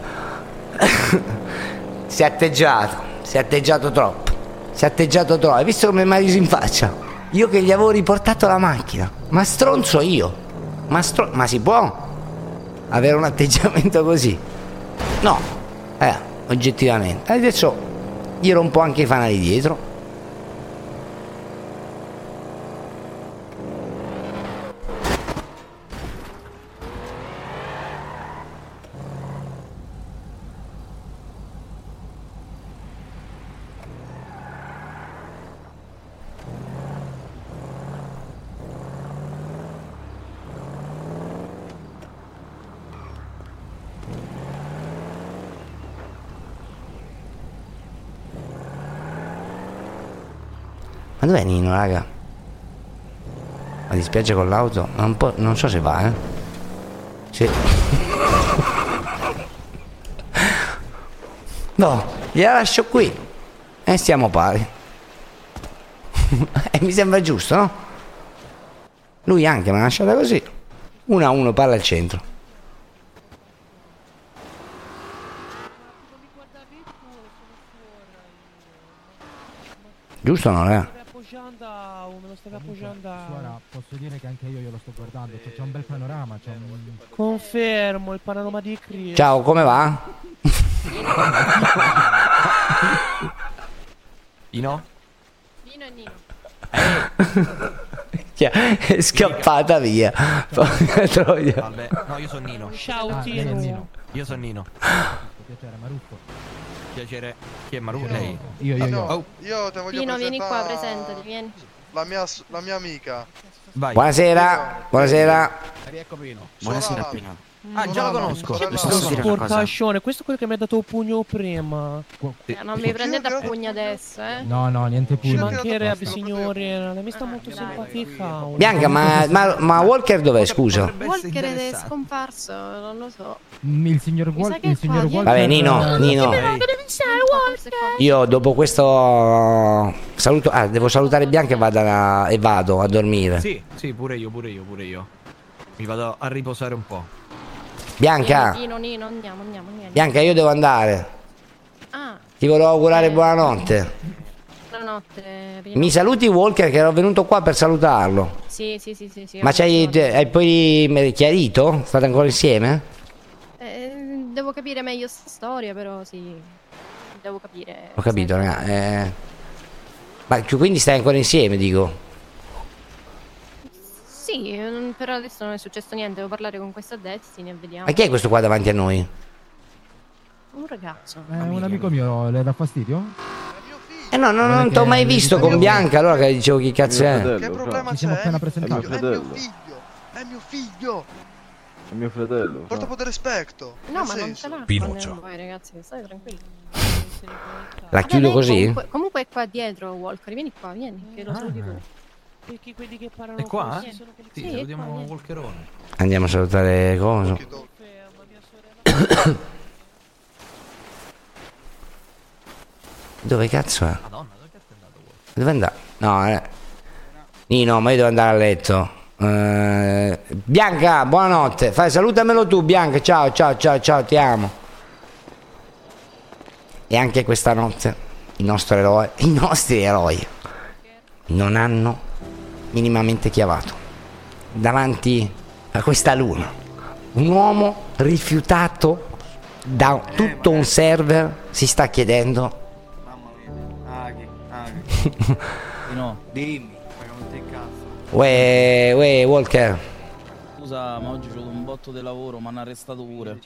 Speaker 2: *laughs* Si è atteggiato, si è atteggiato troppo. Si è atteggiato troppo. Hai visto come mi ha riso in faccia? Io che gli avevo riportato la macchina. Ma stronzo io. Ma, stro- ma si può avere un atteggiamento così? No, eh, oggettivamente. Adesso gli rompo anche i fanali dietro. Ma dov'è Nino, raga? Ma dispiace con l'auto? Ma un po'- non so se va, eh. Sì. *laughs* no, gliela lascio qui. E stiamo pari. *laughs* e mi sembra giusto, no? Lui anche mi ha lasciata così. Uno a uno, palla al centro. Giusto o no, raga?
Speaker 43: Guarda, posso dire che anche io glielo sto guardando. C'è, c'è un bel panorama. C'è un...
Speaker 27: Confermo il panorama di Chris.
Speaker 2: Ciao, come va?
Speaker 4: Ino?
Speaker 8: Nino e
Speaker 2: *laughs*
Speaker 8: Nino.
Speaker 2: Cioè, è scappata via. *laughs* Porca troia.
Speaker 4: Vabbè, no, io sono Nino.
Speaker 27: Ciao,
Speaker 4: Ah,
Speaker 27: Tino.
Speaker 4: lei è Nino. Io sono Nino.
Speaker 43: Piacere, Maruffo.
Speaker 4: Piacere. Chi è Maru? Lei?
Speaker 43: Io, io, io.
Speaker 4: Oh,
Speaker 34: Io te voglio
Speaker 8: Pino,
Speaker 34: presentare
Speaker 8: vieni qua, presentati, vieni.
Speaker 34: la mia, la mia amica.
Speaker 4: vai.
Speaker 2: Buonasera, buonasera.
Speaker 34: Riecco Pino.
Speaker 27: Buonasera,
Speaker 34: Pino.
Speaker 4: Ah, già la conosco.
Speaker 27: Che
Speaker 4: Questo
Speaker 27: questo sporcascione? Questo è quello che mi ha dato un pugno prima.
Speaker 8: Eh, non mi prendete a pugno adesso, eh. Ah,
Speaker 43: No, no, niente
Speaker 27: Ci
Speaker 43: pugno.
Speaker 27: mancherebbe, signore. L'hai vista molto simpatica.
Speaker 2: Bianca, ma, ma- ma Walker dov'è? Scusa.
Speaker 8: Walker è scomparso, non lo so.
Speaker 43: Il signor
Speaker 8: Mi sa
Speaker 43: Wal-
Speaker 8: che
Speaker 43: il
Speaker 8: è qua,
Speaker 43: signor
Speaker 8: dietro.
Speaker 43: Walker.
Speaker 2: Vabbè, Nino, Nino. Io dopo questo saluto, ah, devo salutare Bianca e, vado a- e vado a dormire.
Speaker 4: Sì, sì, pure io, pure io, pure io. Mi vado a riposare un po'.
Speaker 2: Bianca,
Speaker 8: Nino, Nino, andiamo, andiamo, andiamo.
Speaker 2: Bianca, io devo andare.
Speaker 8: Ah,
Speaker 2: Ti volevo augurare buonanotte.
Speaker 8: buonanotte. Pino.
Speaker 2: Mi saluti Walker che ero venuto qua per salutarlo.
Speaker 8: Sì, sì, sì, sì. sì
Speaker 2: Ma c'hai, hai poi me- chiarito? State ancora insieme?
Speaker 8: Eh, devo capire meglio sta storia, però sì. Devo capire.
Speaker 2: Ho capito, raga. eh. Ma chi- quindi stai ancora insieme, dico.
Speaker 8: Sì, eh, però adesso non è successo niente. Devo parlare con questa Destiny e vediamo.
Speaker 2: Ma chi è questo qua davanti a noi?
Speaker 8: Un ragazzo.
Speaker 43: Eh, un amico mio le dà fastidio?
Speaker 2: Eh no, no, no, non ti ho mai visto con Bianca, allora che dicevo chi cazzo è.
Speaker 34: Che problema
Speaker 43: Ci siamo
Speaker 34: c'è?
Speaker 43: appena
Speaker 34: È mio-
Speaker 43: presentati.
Speaker 34: È mio figlio. È mio figlio.
Speaker 15: È mio fratello.
Speaker 34: Porta un po' di rispetto.
Speaker 8: No,
Speaker 34: nel
Speaker 8: ma non
Speaker 34: senso.
Speaker 8: ce l'ha.
Speaker 15: Pinocchio.
Speaker 8: con voi, ragazzi, state tranquilli.
Speaker 2: La chiudo
Speaker 8: lei
Speaker 2: così?
Speaker 8: Eh, Comunque, comunque è qua dietro, Walker. Vieni qua, vieni. Che lo saluti tu.
Speaker 27: Perché quelli che parlano
Speaker 4: È qua?
Speaker 27: così
Speaker 4: eh?
Speaker 27: sono quelli che-
Speaker 4: Sì,
Speaker 8: Sì, è
Speaker 4: salutiamo
Speaker 8: qua,
Speaker 4: Walkerone.
Speaker 2: Andiamo a salutare Coso. Dove cazzo è?
Speaker 4: Madonna,
Speaker 2: Dove è andato? No, eh. Nino, ma io devo andare a letto. Eh, Bianca, buonanotte. Fai, salutamelo tu, Bianca. Ciao, ciao, ciao, ciao, ti amo. E anche questa notte il nostro eroe, i nostri eroi non hanno minimamente chiavato. Davanti a questa luna, un uomo rifiutato da tutto un server si sta chiedendo *laughs*
Speaker 13: Aghi, Aghi.
Speaker 6: No.
Speaker 13: Dimmi. Ma non te cazzo.
Speaker 2: Uè, uè, Walker,
Speaker 6: Scusa, ma oggi ho avuto un botto di lavoro, mi hanno arrestato pure.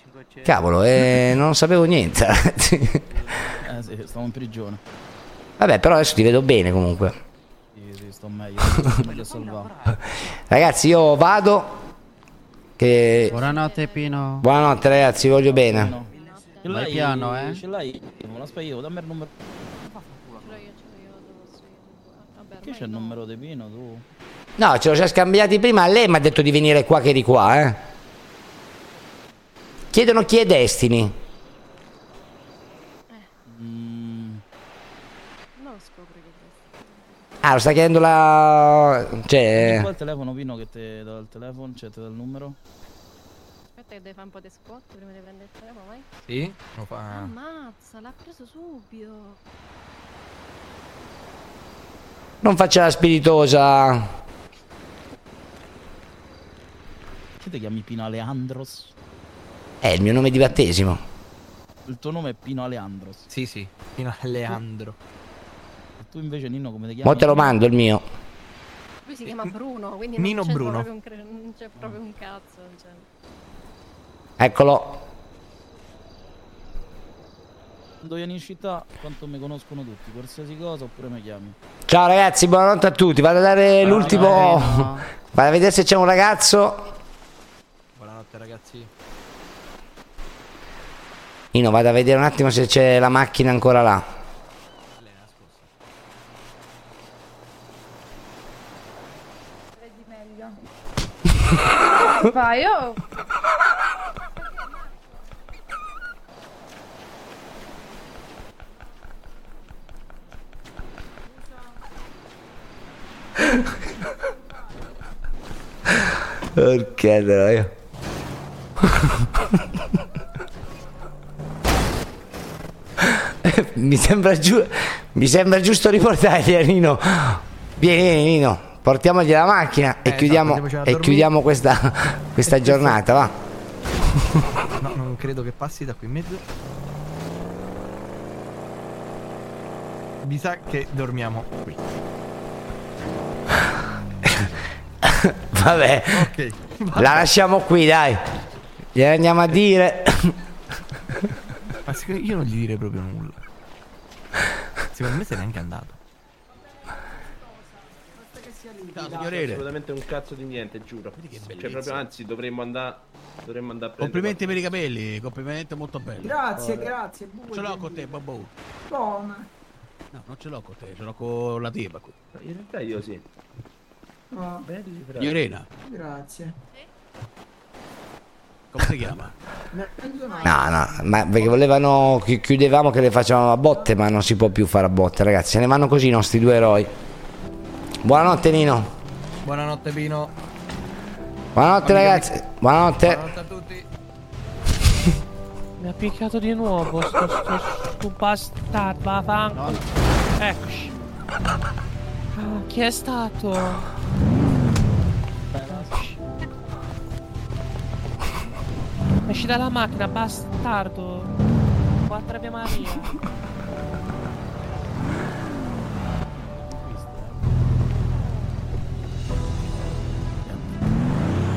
Speaker 2: cavolo, eh, non sapevo niente. *laughs*
Speaker 6: Eh sì, stavo in prigione.
Speaker 2: Vabbè, però adesso ti vedo bene comunque.
Speaker 6: Sì,
Speaker 43: sto meglio. non
Speaker 2: *laughs*
Speaker 43: voglio salvare.
Speaker 2: Ragazzi, io vado. Che...
Speaker 43: Buonanotte, Pino.
Speaker 2: Buonanotte, ragazzi, vi voglio bene.
Speaker 43: Ce l'hai piano, eh?
Speaker 10: Ce l'hai? Non aspetta io, dammi il numero. Che c'è il numero di Pino tu?
Speaker 2: No, ce lo siamo scambiati prima. Lei mi ha detto di venire qua che eri qua, eh. Chiedono chi è Destiny.
Speaker 8: Mm. Non lo scopri che
Speaker 2: Ah, lo sta chiedendo la...
Speaker 10: Vieni
Speaker 2: Cioè...
Speaker 10: qua il telefono Pino che ti dà il telefono, cioè ti dà il numero.
Speaker 8: Aspetta che devi fare un po' di squat prima di prendere il telefono, vai.
Speaker 58: Sì? Lo
Speaker 10: Ah.
Speaker 58: fa.
Speaker 8: Ammazza, l'ha preso subito.
Speaker 2: Non faccia la spiritosa.
Speaker 10: Che ti chiami Pino Aleandros?
Speaker 2: È il mio nome di battesimo.
Speaker 10: Il tuo nome è Pino Aleandros.
Speaker 58: Sì, sì, Pino Aleandro.
Speaker 10: Tu invece Nino come ti chiami?
Speaker 2: Mo te lo mando il mio.
Speaker 8: Lui si chiama Bruno, quindi
Speaker 2: Nino
Speaker 8: non c'entra
Speaker 2: Bruno.
Speaker 8: proprio un cre- non c'è proprio un cazzo. cioè. non c'entra.
Speaker 2: Eccolo.
Speaker 10: Quando vieni in città, quanto mi conoscono tutti, qualsiasi cosa oppure mi chiami.
Speaker 2: Ciao ragazzi, buonanotte a tutti. Vado a dare l'ultimo... Vado a vedere se c'è un ragazzo.
Speaker 58: Buonanotte ragazzi.
Speaker 2: Ino, vado a vedere un attimo se c'è la macchina ancora là.
Speaker 59: Vedi meglio. Vai, oh.
Speaker 2: Porca troia. *laughs* mi sembra giu- mi sembra giusto riportargli a Nino. Vieni, vieni Nino, portiamogli la macchina e chiudiamo,
Speaker 58: andiamocela Eh, esatto, a
Speaker 2: e
Speaker 58: dormire. *laughs*
Speaker 2: chiudiamo questa, questa giornata, va. *laughs*
Speaker 58: No, non credo che passi da qui in mezzo. Mi sa che dormiamo qui.
Speaker 2: Vabbè. La lasciamo qui, dai. Gliela andiamo
Speaker 58: *laughs*
Speaker 2: a dire.
Speaker 58: Ma secondo io non gli direi proprio nulla. Secondo me se n'è anche andato.
Speaker 24: Ah, signorele.
Speaker 60: assolutamente un cazzo di niente, giuro. Cioè, proprio, anzi, dovremmo andare. Dovremmo andare a prendere.
Speaker 24: Complimenti per i capelli, complimenti molto belli.
Speaker 61: Grazie,
Speaker 24: Vabbè.
Speaker 61: grazie, Bubu,
Speaker 24: Ce l'ho
Speaker 61: quindi.
Speaker 24: con te, babbo.
Speaker 61: Buona.
Speaker 24: No, non ce l'ho con te, ce l'ho con la tipa qui. In realtà io sì.
Speaker 61: Ah,
Speaker 24: Signorina,
Speaker 61: Grazie.
Speaker 24: come si chiama?
Speaker 2: No, no, ma perché volevano chi- chiudevamo che le facevamo a botte, ma non si può più fare a botte, ragazzi. Se ne vanno così i nostri due eroi. Buonanotte Nino.
Speaker 58: Buonanotte Pino.
Speaker 2: Buonanotte ragazzi. Buonanotte.
Speaker 58: a tutti.
Speaker 4: Mi ha picchiato di nuovo, sto, sto, sto bastardo, vaffanculo. Eccoci. Ah, chi è stato? Esci dalla macchina, bastardo. Quattro Ave Maria.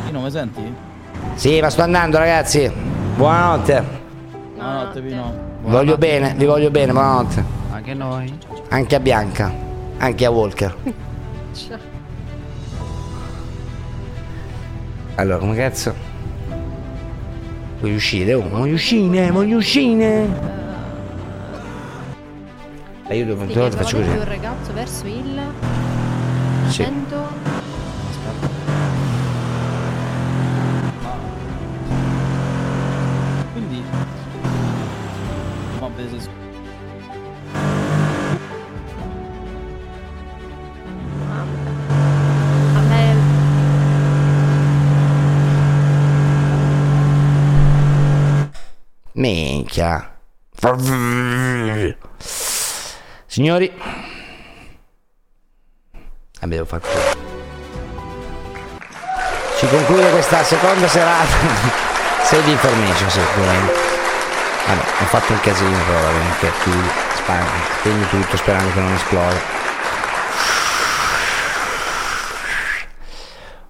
Speaker 10: Nino, mi senti?
Speaker 2: Sì, ma sto andando, ragazzi. Buonanotte.
Speaker 10: Buonanotte Pino.
Speaker 2: Voglio bene, vi voglio bene, buonanotte.
Speaker 43: Anche noi.
Speaker 2: Anche a Bianca, anche a Walker.
Speaker 8: Ciao.
Speaker 2: Allora, come cazzo? Voglio uscire, oh, voglio uscire, voglio uscire. E io devo quante
Speaker 8: Sì, che
Speaker 2: volte faccio
Speaker 8: trovate
Speaker 2: così.
Speaker 8: più un ragazzo verso il
Speaker 2: Sì.
Speaker 8: 100
Speaker 10: Quindi... Vabbè, se...
Speaker 8: a me
Speaker 2: Minchia. Signori. Ah, mi devo far così. Si conclude questa seconda serata. *laughs* Sei di information, sicuramente. Vabbè, ho fatto un casino però, vabbè, perché tu spara, spegni tutto sperando che non esploda.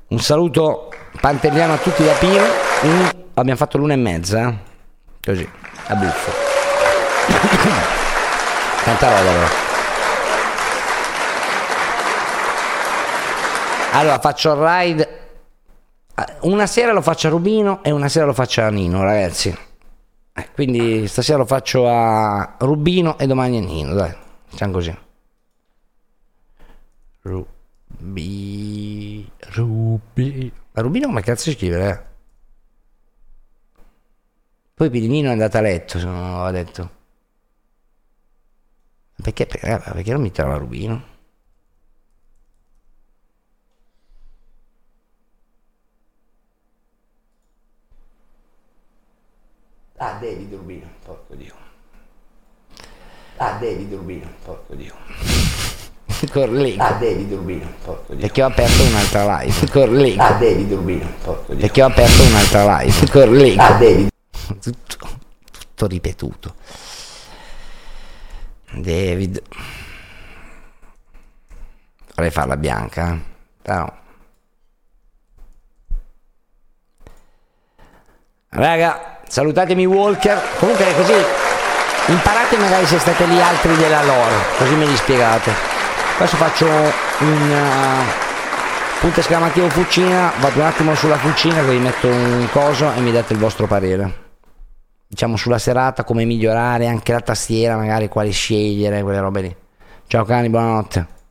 Speaker 2: Un saluto pantelliano a tutti da Pino. Un- Abbiamo fatto l'una e mezza, eh. Così, a buffo. *coughs* Tanta roba però. Allora faccio il ride. Ah, Una sera lo faccio a Rubino e una sera lo faccio a Nino, ragazzi. Eh, Quindi stasera lo faccio a Rubino e domani a Nino, dai. Facciamo così. Rubi. Rubi. Ma Rubino come cazzo si scrive? eh? Poi Pirinino è andata a letto, se non aveva detto. Perché, perché, perché non mi trova Rubino? *laughs* Ah, David Rubino, porco dio. Ah, David Rubino, porco dio. Corlego. Ah, David Rubino, porco dio. Perché ho aperto un'altra live. Corlego. Ah, David Rubino, porco dio. Perché ho aperto un'altra *laughs* live. Corlego. Ah, David. Tutto, tutto ripetuto. David. Vorrei farla bianca, eh, però... Raga, salutatemi Walker. Comunque è così imparate magari se state lì altri della lore, così me li spiegate. Adesso faccio un eh, punto esclamativo fucina, vado un attimo sulla fucina così metto un coso e mi date il vostro parere. Diciamo sulla serata, come migliorare, anche la tastiera, magari quale scegliere, quelle robe lì. Ciao cani, buonanotte.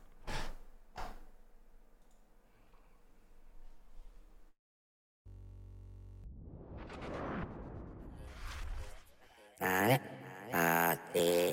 Speaker 12: a te